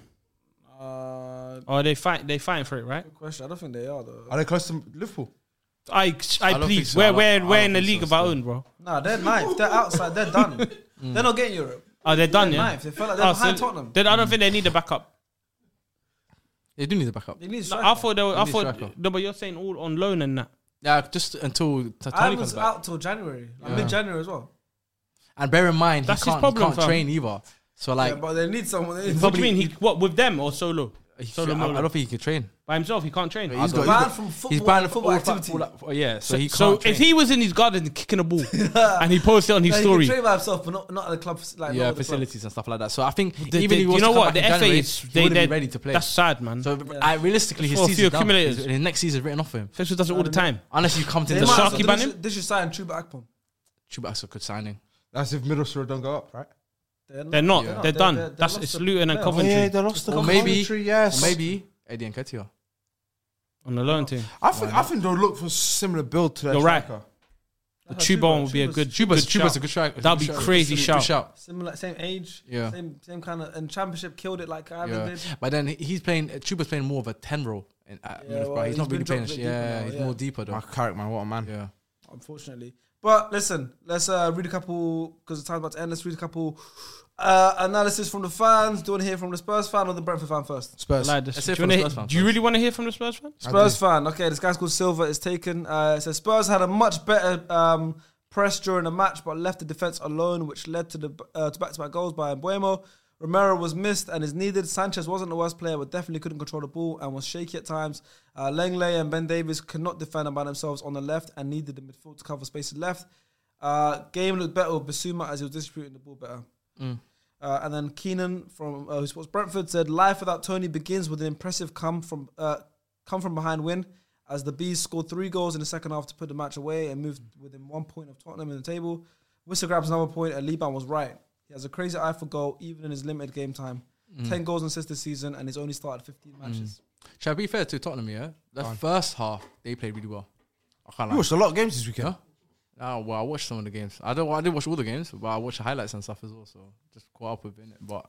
Speaker 1: Uh,
Speaker 3: Or they fight? They fighting for it, right?
Speaker 1: good question. I don't think they are though.
Speaker 4: Are they close to Liverpool?
Speaker 3: I, I,
Speaker 2: don't think
Speaker 3: please.
Speaker 2: so. I
Speaker 3: We're,
Speaker 2: don't- I
Speaker 3: we're,
Speaker 2: don't
Speaker 3: we're in a
Speaker 2: think so
Speaker 3: league of our own, bro.
Speaker 1: Nah, they're ninth. They're outside. They're done. They're not getting Europe.
Speaker 3: Oh, they're done,
Speaker 1: They're
Speaker 3: yeah.
Speaker 1: ninth. They fell like they're
Speaker 3: Oh, so
Speaker 1: behind Tottenham.
Speaker 3: Then I don't think they need a backup.
Speaker 2: They do need a backup.
Speaker 1: They need a
Speaker 3: No,
Speaker 1: striker.
Speaker 3: I thought they were. I
Speaker 2: need striker.
Speaker 3: thought no, but you're saying all on loan and that.
Speaker 2: Yeah, just until T-
Speaker 1: I
Speaker 2: Tony comes
Speaker 1: was
Speaker 2: back.
Speaker 1: out till January, like mid-January as well.
Speaker 2: And bear in mind,
Speaker 3: That's his
Speaker 2: he can't,
Speaker 3: problem,
Speaker 2: he can't
Speaker 3: fam.
Speaker 2: train either. So like,
Speaker 1: yeah, but they need someone. They need
Speaker 3: What do
Speaker 2: Probably-
Speaker 3: you mean? He what with them or solo?
Speaker 2: he-
Speaker 3: Solo
Speaker 2: I, I
Speaker 3: Molo.
Speaker 2: don't think he can train.
Speaker 3: by himself. He can't train.
Speaker 2: He's
Speaker 1: banned from football.
Speaker 2: he's banned from
Speaker 1: football
Speaker 2: all
Speaker 1: activity.
Speaker 2: football. act- Yeah, so he can't.
Speaker 3: So
Speaker 2: train.
Speaker 3: if he was in his garden kicking a ball and he posted on his
Speaker 1: Yeah,
Speaker 3: story,
Speaker 1: He can train by himself, but not, not at the club. Like,
Speaker 2: yeah,
Speaker 1: not at the club.
Speaker 2: facilities and stuff like that. So I think
Speaker 3: they-
Speaker 2: even
Speaker 3: they-
Speaker 2: if he was
Speaker 3: you
Speaker 2: to
Speaker 3: know
Speaker 2: come
Speaker 3: what
Speaker 2: back
Speaker 3: the
Speaker 2: in
Speaker 3: FA
Speaker 2: January,
Speaker 3: is
Speaker 2: he
Speaker 3: they
Speaker 2: wouldn't
Speaker 3: they
Speaker 2: be ready to play.
Speaker 3: That's sad, man.
Speaker 2: so I, realistically, his
Speaker 3: For a few
Speaker 2: season's done.
Speaker 3: accumulators.
Speaker 2: His, his next season's written off for him.
Speaker 3: Fesco does it all the time.
Speaker 2: Unless you come to
Speaker 1: They
Speaker 2: the
Speaker 1: might as
Speaker 3: Sharky
Speaker 1: well- they
Speaker 3: ban
Speaker 1: should-
Speaker 3: him?
Speaker 1: They should sign Chuba Akpom.
Speaker 2: Chubac's a good signing.
Speaker 4: That's if Middlesbrough don't go up, right?
Speaker 3: They're not.
Speaker 2: Yeah.
Speaker 3: They're,
Speaker 1: They're-
Speaker 3: done.
Speaker 1: they're- they're
Speaker 3: That's
Speaker 1: lost
Speaker 3: it's
Speaker 1: the
Speaker 3: Luton and
Speaker 1: playoffs.
Speaker 3: Coventry
Speaker 4: they lost
Speaker 2: Or maybe-
Speaker 4: Coventry,
Speaker 2: Or
Speaker 4: yes.
Speaker 2: maybe Eddie Nketiah.
Speaker 3: on the loan team.
Speaker 4: I think I think they'll look for similar build to that
Speaker 3: You're right.
Speaker 4: striker.
Speaker 3: Chuba one would be a
Speaker 1: Uh, Chuba's-
Speaker 3: good.
Speaker 2: Chuba's,
Speaker 3: good
Speaker 2: Chuba's
Speaker 3: shout.
Speaker 2: a good shout.
Speaker 3: That'd be
Speaker 2: Good
Speaker 3: crazy
Speaker 2: Good
Speaker 3: shout.
Speaker 1: Similar, same age.
Speaker 2: Yeah.
Speaker 1: Same, same kind of. And Championship killed it like Ivan
Speaker 2: Yeah.
Speaker 1: did.
Speaker 2: But then he's playing, Chuba's playing more of a 10 role. In, at
Speaker 1: Yeah,
Speaker 2: Middlesbrough.
Speaker 1: well,
Speaker 2: he's,
Speaker 1: he's
Speaker 2: not
Speaker 1: been
Speaker 2: really playing.
Speaker 1: dropped a bit
Speaker 2: Yeah,
Speaker 1: deeper now,
Speaker 2: he's
Speaker 1: yeah.
Speaker 2: more deeper though.
Speaker 4: My Carrick, man, what a man.
Speaker 2: Yeah.
Speaker 1: Unfortunately, but listen, let's uh, read a couple because the time's about to end. Let's read a couple uh, analysis from the fans. Do you want to hear from the Spurs fan or the Brentford fan first?
Speaker 4: Spurs.
Speaker 3: Like this.
Speaker 2: Let's
Speaker 3: Do
Speaker 2: hear
Speaker 3: you
Speaker 2: from the
Speaker 3: wanna-
Speaker 2: Spurs fan
Speaker 3: do you really want to hear from the Spurs fan?
Speaker 1: Spurs fan. Okay, this guy's called Silva. Is taken. Uh, it says Spurs had a much better um, press during the match, but left the defense alone, which led to the uh, to back-to-back goals by Embuemo. Romero was missed and is needed. Sanchez wasn't the worst player, but definitely couldn't control the ball and was shaky at times. Uh, Langley and Ben Davis could not defend by themselves on the left and needed the midfield to cover spaces left. Uh, game looked better with Basuma as he was distributing the ball better. Uh, and then Keenan from uh, who supports Brentford said, "Life without Tony begins with an impressive come from uh, come from behind win, as the bees scored three goals in the second half to put the match away and moved within one point of Tottenham in the table. Whistle grabs another point, and Liban was right. He has a crazy eye for goal, even in his limited game time.
Speaker 3: Mm.
Speaker 1: Ten goals and assists this season, and he's only started 15 matches.
Speaker 2: Shall I be fair to Tottenham? Yeah, the first half they played really well. I can't
Speaker 4: You
Speaker 2: lie.
Speaker 4: watched a lot of games this weekend.
Speaker 2: Ah, well, I watched some of the games. I don't. I didn't watch all the games, but I watched the highlights and stuff as well. So just caught up with it. innit? But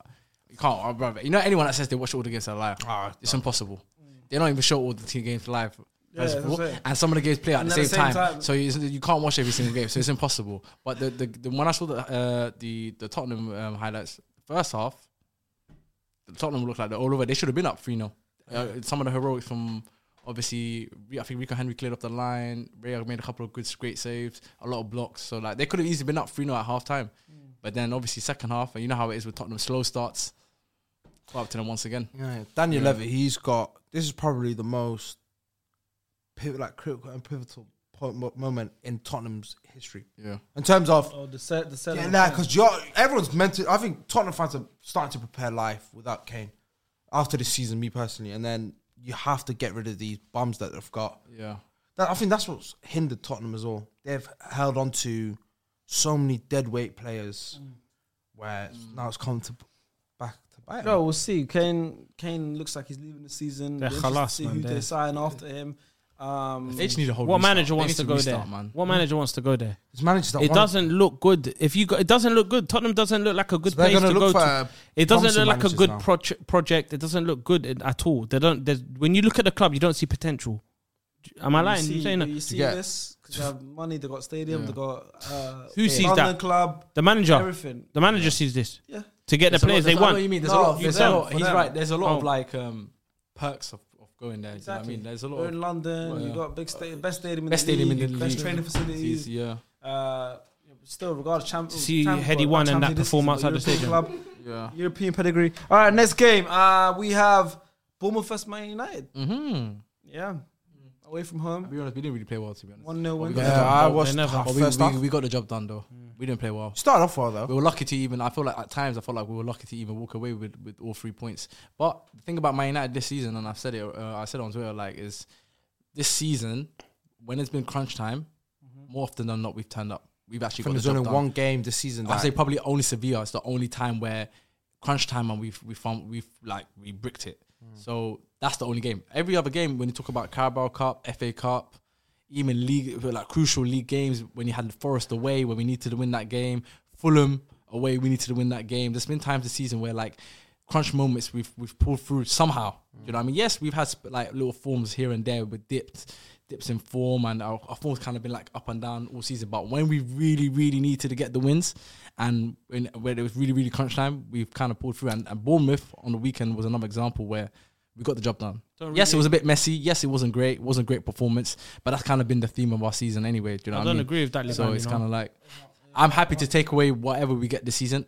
Speaker 2: you can't, uh, brother. You know, anyone that says they watch all the games are live, it's impossible. They don't even show all the team games live. As
Speaker 1: that's
Speaker 2: well.
Speaker 1: it.
Speaker 2: and some of the games play at
Speaker 1: And at
Speaker 2: the same,
Speaker 1: the same
Speaker 2: time,
Speaker 1: time-
Speaker 2: so it's, you can't watch every single game, so it's impossible. But the, the, the when I saw the uh, the the Tottenham um, highlights, first half, the Tottenham looked like they're all over. They should have been up three 0 uh, Some of the heroics from obviously, I think Rico Henry cleared up the line. Ray made a couple of good, great saves, a lot of blocks. So like they could have easily been up three 0 at half time.
Speaker 1: Mm.
Speaker 2: But then obviously second half, and you know how it is with Tottenham, slow starts. Caught up to them once again.
Speaker 4: Yeah, Daniel Levy, he's got this is probably the most pivot, like critical and pivotal point, mo- moment in Tottenham's history
Speaker 2: Yeah,
Speaker 4: in terms of
Speaker 1: Oh, the set, the set.
Speaker 4: yeah, nah, because you're everyone's meant to. I think Tottenham fans are starting to prepare life without Kane after this season. Me personally, and then you have to get rid of these bums that they've got.
Speaker 2: yeah,
Speaker 4: That, I think that's what's hindered Tottenham as well. They've held on to so many dead weight players,
Speaker 2: Mm.
Speaker 4: where it's- now it's come to back to bite.
Speaker 1: No,
Speaker 4: them.
Speaker 1: we'll see. Kane Kane looks like he's leaving the season.
Speaker 3: They're
Speaker 1: We'll just
Speaker 3: khalas,
Speaker 1: see
Speaker 3: man,
Speaker 1: who they
Speaker 3: they're-
Speaker 1: sign after him. Um,
Speaker 2: they just need a whole.
Speaker 3: What
Speaker 2: restart.
Speaker 3: manager
Speaker 2: They
Speaker 3: wants
Speaker 2: need
Speaker 3: to go
Speaker 2: restart,
Speaker 3: there?
Speaker 2: man?
Speaker 3: What manager wants to go there?
Speaker 4: It's managed that
Speaker 3: It
Speaker 4: one-
Speaker 3: doesn't look good. If you go, it doesn't look good. Tottenham doesn't look like a good
Speaker 4: So they're
Speaker 3: place
Speaker 4: gonna
Speaker 3: to go
Speaker 4: look for, uh,
Speaker 3: to. It doesn't
Speaker 4: promising
Speaker 3: look like a
Speaker 4: managers
Speaker 3: good
Speaker 4: now.
Speaker 3: proje- project. It doesn't look good at- at all. They don't. there's- When you look at the club, you don't see potential. Am I lying?
Speaker 1: You see,
Speaker 3: You saying that?
Speaker 1: you see
Speaker 4: Yeah.
Speaker 1: this? 'Cause they have money, they got stadium, they got uh,
Speaker 3: Who sees
Speaker 1: London
Speaker 3: that?
Speaker 1: club,
Speaker 3: the manager?
Speaker 1: everything.
Speaker 3: The manager sees this
Speaker 1: Yeah,
Speaker 3: to get the
Speaker 2: There's a lot-
Speaker 3: players they
Speaker 2: there's a lot- I know what
Speaker 3: want.
Speaker 2: you mean? There's
Speaker 1: No,
Speaker 2: a lot.
Speaker 1: for
Speaker 2: There's a
Speaker 1: them,
Speaker 2: lot.
Speaker 1: for
Speaker 2: He's
Speaker 1: them.
Speaker 2: right. There's a lot of
Speaker 3: Oh.
Speaker 2: like um, perks of, of going there. do
Speaker 1: exactly.
Speaker 2: You know what I mean, there's a lot.
Speaker 1: We're
Speaker 2: of
Speaker 1: in London.
Speaker 2: Well,
Speaker 1: You
Speaker 2: yeah.
Speaker 1: got big sta- best stadium in
Speaker 2: best
Speaker 1: the
Speaker 2: stadium in
Speaker 1: league,
Speaker 2: the
Speaker 1: best
Speaker 2: league.
Speaker 1: training facilities.
Speaker 2: Yeah,
Speaker 1: Uh, still, regardless, champ.
Speaker 3: See
Speaker 1: champ-
Speaker 3: Heady
Speaker 1: well,
Speaker 3: One and
Speaker 1: champion
Speaker 3: that
Speaker 1: this is
Speaker 3: performance
Speaker 1: a
Speaker 3: at the
Speaker 1: European
Speaker 3: stadium.
Speaker 1: club,
Speaker 2: yeah.
Speaker 1: European pedigree. All right, next game. Uh, we have Bournemouth vs Man United.
Speaker 2: Mm-hmm.
Speaker 1: Yeah, away from
Speaker 2: To
Speaker 1: home,
Speaker 2: be honest, we didn't really play well. To be honest,
Speaker 1: one 0
Speaker 2: But we
Speaker 1: win.
Speaker 2: got the
Speaker 4: Yeah,
Speaker 2: job
Speaker 4: I
Speaker 2: done.
Speaker 4: watched
Speaker 3: never-
Speaker 4: half
Speaker 2: But
Speaker 4: first
Speaker 2: we,
Speaker 4: half.
Speaker 2: we, we got the job done though. We didn't play well.
Speaker 4: Started off well
Speaker 2: We
Speaker 4: though.
Speaker 2: were lucky to even. I feel like at times I felt like we were lucky to even walk away with, with all three points. But the thing about Man United this season, and I've said it, uh, I said it on Twitter, like is this season when it's been crunch time,
Speaker 3: Mm-hmm.
Speaker 2: more often than not we've turned up. We've actually
Speaker 4: I think
Speaker 2: got
Speaker 4: there's
Speaker 2: the job
Speaker 4: only
Speaker 2: done.
Speaker 4: one game this season.
Speaker 2: I
Speaker 4: That
Speaker 2: say probably only Sevilla. It's the only time where crunch time and we've we found we've like we bricked it. So that's the only game. Every other game, when you talk about Carabao Cup, FA Cup, even league like crucial league games, when you had Forest away, when we needed to win that game, Fulham away, we needed to win that game. There's been times this season where like crunch moments we've we've pulled through somehow. Do You know what I mean? Yes, we've had sp- like little forms here and there with dipped dips in form and our, our form's kind of been like up and down all season. But when we really, really needed to get the wins and when, when it was really, really crunch time, we've kind of pulled through. And, and Bournemouth on the weekend was another example where we got the job done. yes, it was a bit messy. Yes, it wasn't great. It wasn't great performance. But that's kind of been the theme of our season anyway. Do you know
Speaker 3: I
Speaker 2: what
Speaker 3: don't
Speaker 2: mean?
Speaker 3: agree with that.
Speaker 2: So
Speaker 3: Liban,
Speaker 2: it's
Speaker 3: you know.
Speaker 2: kind of like, I'm happy to take away whatever we get this season.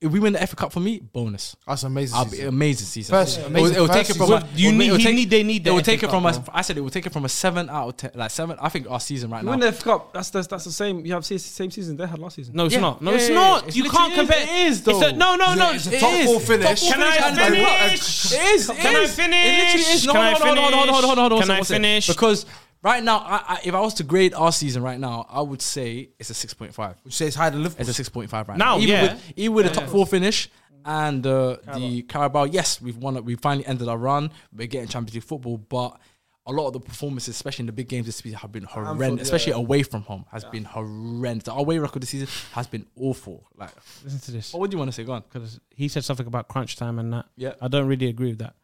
Speaker 2: If we win the FA Cup for me, bonus.
Speaker 4: that's an amazing.
Speaker 2: I'll be
Speaker 4: season.
Speaker 2: amazing season.
Speaker 4: First-
Speaker 2: It will-
Speaker 4: amazing
Speaker 2: it will take
Speaker 4: first
Speaker 2: it from
Speaker 4: season.
Speaker 2: a-
Speaker 3: You
Speaker 2: it will
Speaker 3: need- he
Speaker 2: take-
Speaker 3: need- they need
Speaker 2: It
Speaker 3: the
Speaker 2: will take
Speaker 3: FA
Speaker 2: it from
Speaker 3: Cup,
Speaker 2: us. I said it will take it from a seven out of ten, like seven. I think our season right
Speaker 1: You
Speaker 2: now.
Speaker 1: win the FA Cup. That's the, that's the same. You have the same season they had last season.
Speaker 3: No, it's
Speaker 2: Yeah.
Speaker 3: not. No,
Speaker 2: Yeah,
Speaker 3: it's
Speaker 2: yeah,
Speaker 3: not.
Speaker 2: yeah. It's
Speaker 3: you can't
Speaker 2: literally
Speaker 3: compare.
Speaker 2: is. It
Speaker 3: It's
Speaker 2: is,
Speaker 3: a-
Speaker 2: though.
Speaker 3: no, no, no.
Speaker 4: it's a
Speaker 3: it
Speaker 4: top
Speaker 3: is.
Speaker 4: four finish.
Speaker 3: Can I
Speaker 2: and it's-
Speaker 3: finish?
Speaker 2: It is. It
Speaker 3: Can I
Speaker 2: is.
Speaker 3: finish?
Speaker 2: It literally is. No,
Speaker 3: Can I
Speaker 2: no, no, no, no, no, no, no, no, no.
Speaker 3: Can I
Speaker 2: What's it?
Speaker 3: finish?
Speaker 2: Because right now, I, I, if I was to grade our season right now, I would say it's a six point five.
Speaker 4: Which says higher than Liverpool.
Speaker 2: It's a six point five right
Speaker 3: Now,
Speaker 2: now. even
Speaker 3: yeah.
Speaker 2: with, even with a top four finish and uh, the Carabao, yes, we've won. it. We finally ended our run. We're getting Champions League football, but a lot of the performances, especially in the big games this season, have been horrendous. especially away from home, has been horrendous. Our away record this season has been awful. Like,
Speaker 3: Listen to this.
Speaker 2: what do you want to say? Go on.
Speaker 3: because he said something about crunch time and that.
Speaker 2: Yeah.
Speaker 3: I don't really agree with that.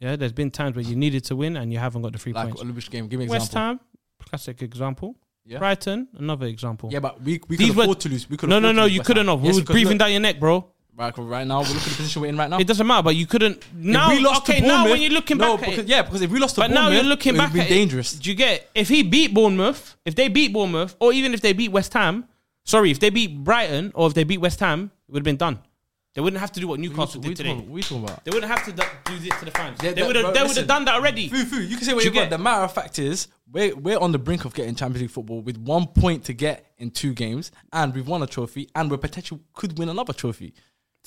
Speaker 3: Yeah, there's been times where you needed to win and you haven't got the three
Speaker 2: Like,
Speaker 3: points.
Speaker 2: which game? Give me an
Speaker 3: West
Speaker 2: example.
Speaker 3: Ham, classic example.
Speaker 2: Yeah.
Speaker 3: Brighton, another example.
Speaker 2: Yeah, but we we
Speaker 3: These
Speaker 2: could
Speaker 3: were-
Speaker 2: afford to lose. We could
Speaker 3: no,
Speaker 2: afford
Speaker 3: no,
Speaker 2: to
Speaker 3: no,
Speaker 2: lose
Speaker 3: you
Speaker 2: West
Speaker 3: couldn't
Speaker 2: Ham.
Speaker 3: have.
Speaker 2: Yes,
Speaker 3: we were
Speaker 2: because
Speaker 3: breathing
Speaker 2: look-
Speaker 3: down your neck, bro.
Speaker 2: Right, right now, we're looking at the position we're in right now.
Speaker 3: It doesn't matter, but you couldn't.
Speaker 2: If
Speaker 3: Now,
Speaker 2: we lost to
Speaker 3: okay, now when
Speaker 2: Bournemouth-
Speaker 3: you're looking
Speaker 2: no,
Speaker 3: back, at
Speaker 2: because-
Speaker 3: it,
Speaker 2: yeah, because if we lost to
Speaker 3: but now
Speaker 2: Bournemouth,
Speaker 3: you're looking
Speaker 2: it would
Speaker 3: back
Speaker 2: be
Speaker 3: at
Speaker 2: dangerous.
Speaker 3: It, do you get if he beat Bournemouth, if they beat Bournemouth, or even if they beat West Ham, sorry, if they beat Brighton or if they beat West Ham, it would have been done. They wouldn't have to do what Newcastle
Speaker 2: we
Speaker 3: did today.
Speaker 2: talking, we talking about?
Speaker 3: They wouldn't have to do this to the fans.
Speaker 2: Yeah,
Speaker 3: they
Speaker 2: that-
Speaker 3: would have.
Speaker 2: bro,
Speaker 3: They would
Speaker 2: listen.
Speaker 3: have done that already.
Speaker 2: Foo, foo, you can say what
Speaker 3: Do
Speaker 2: you,
Speaker 3: you
Speaker 2: got.
Speaker 3: get-
Speaker 2: The matter of fact is, we're, we're on the brink of getting Champions League football with one point to get in two games, and we've won a trophy, and we potentially could win another trophy.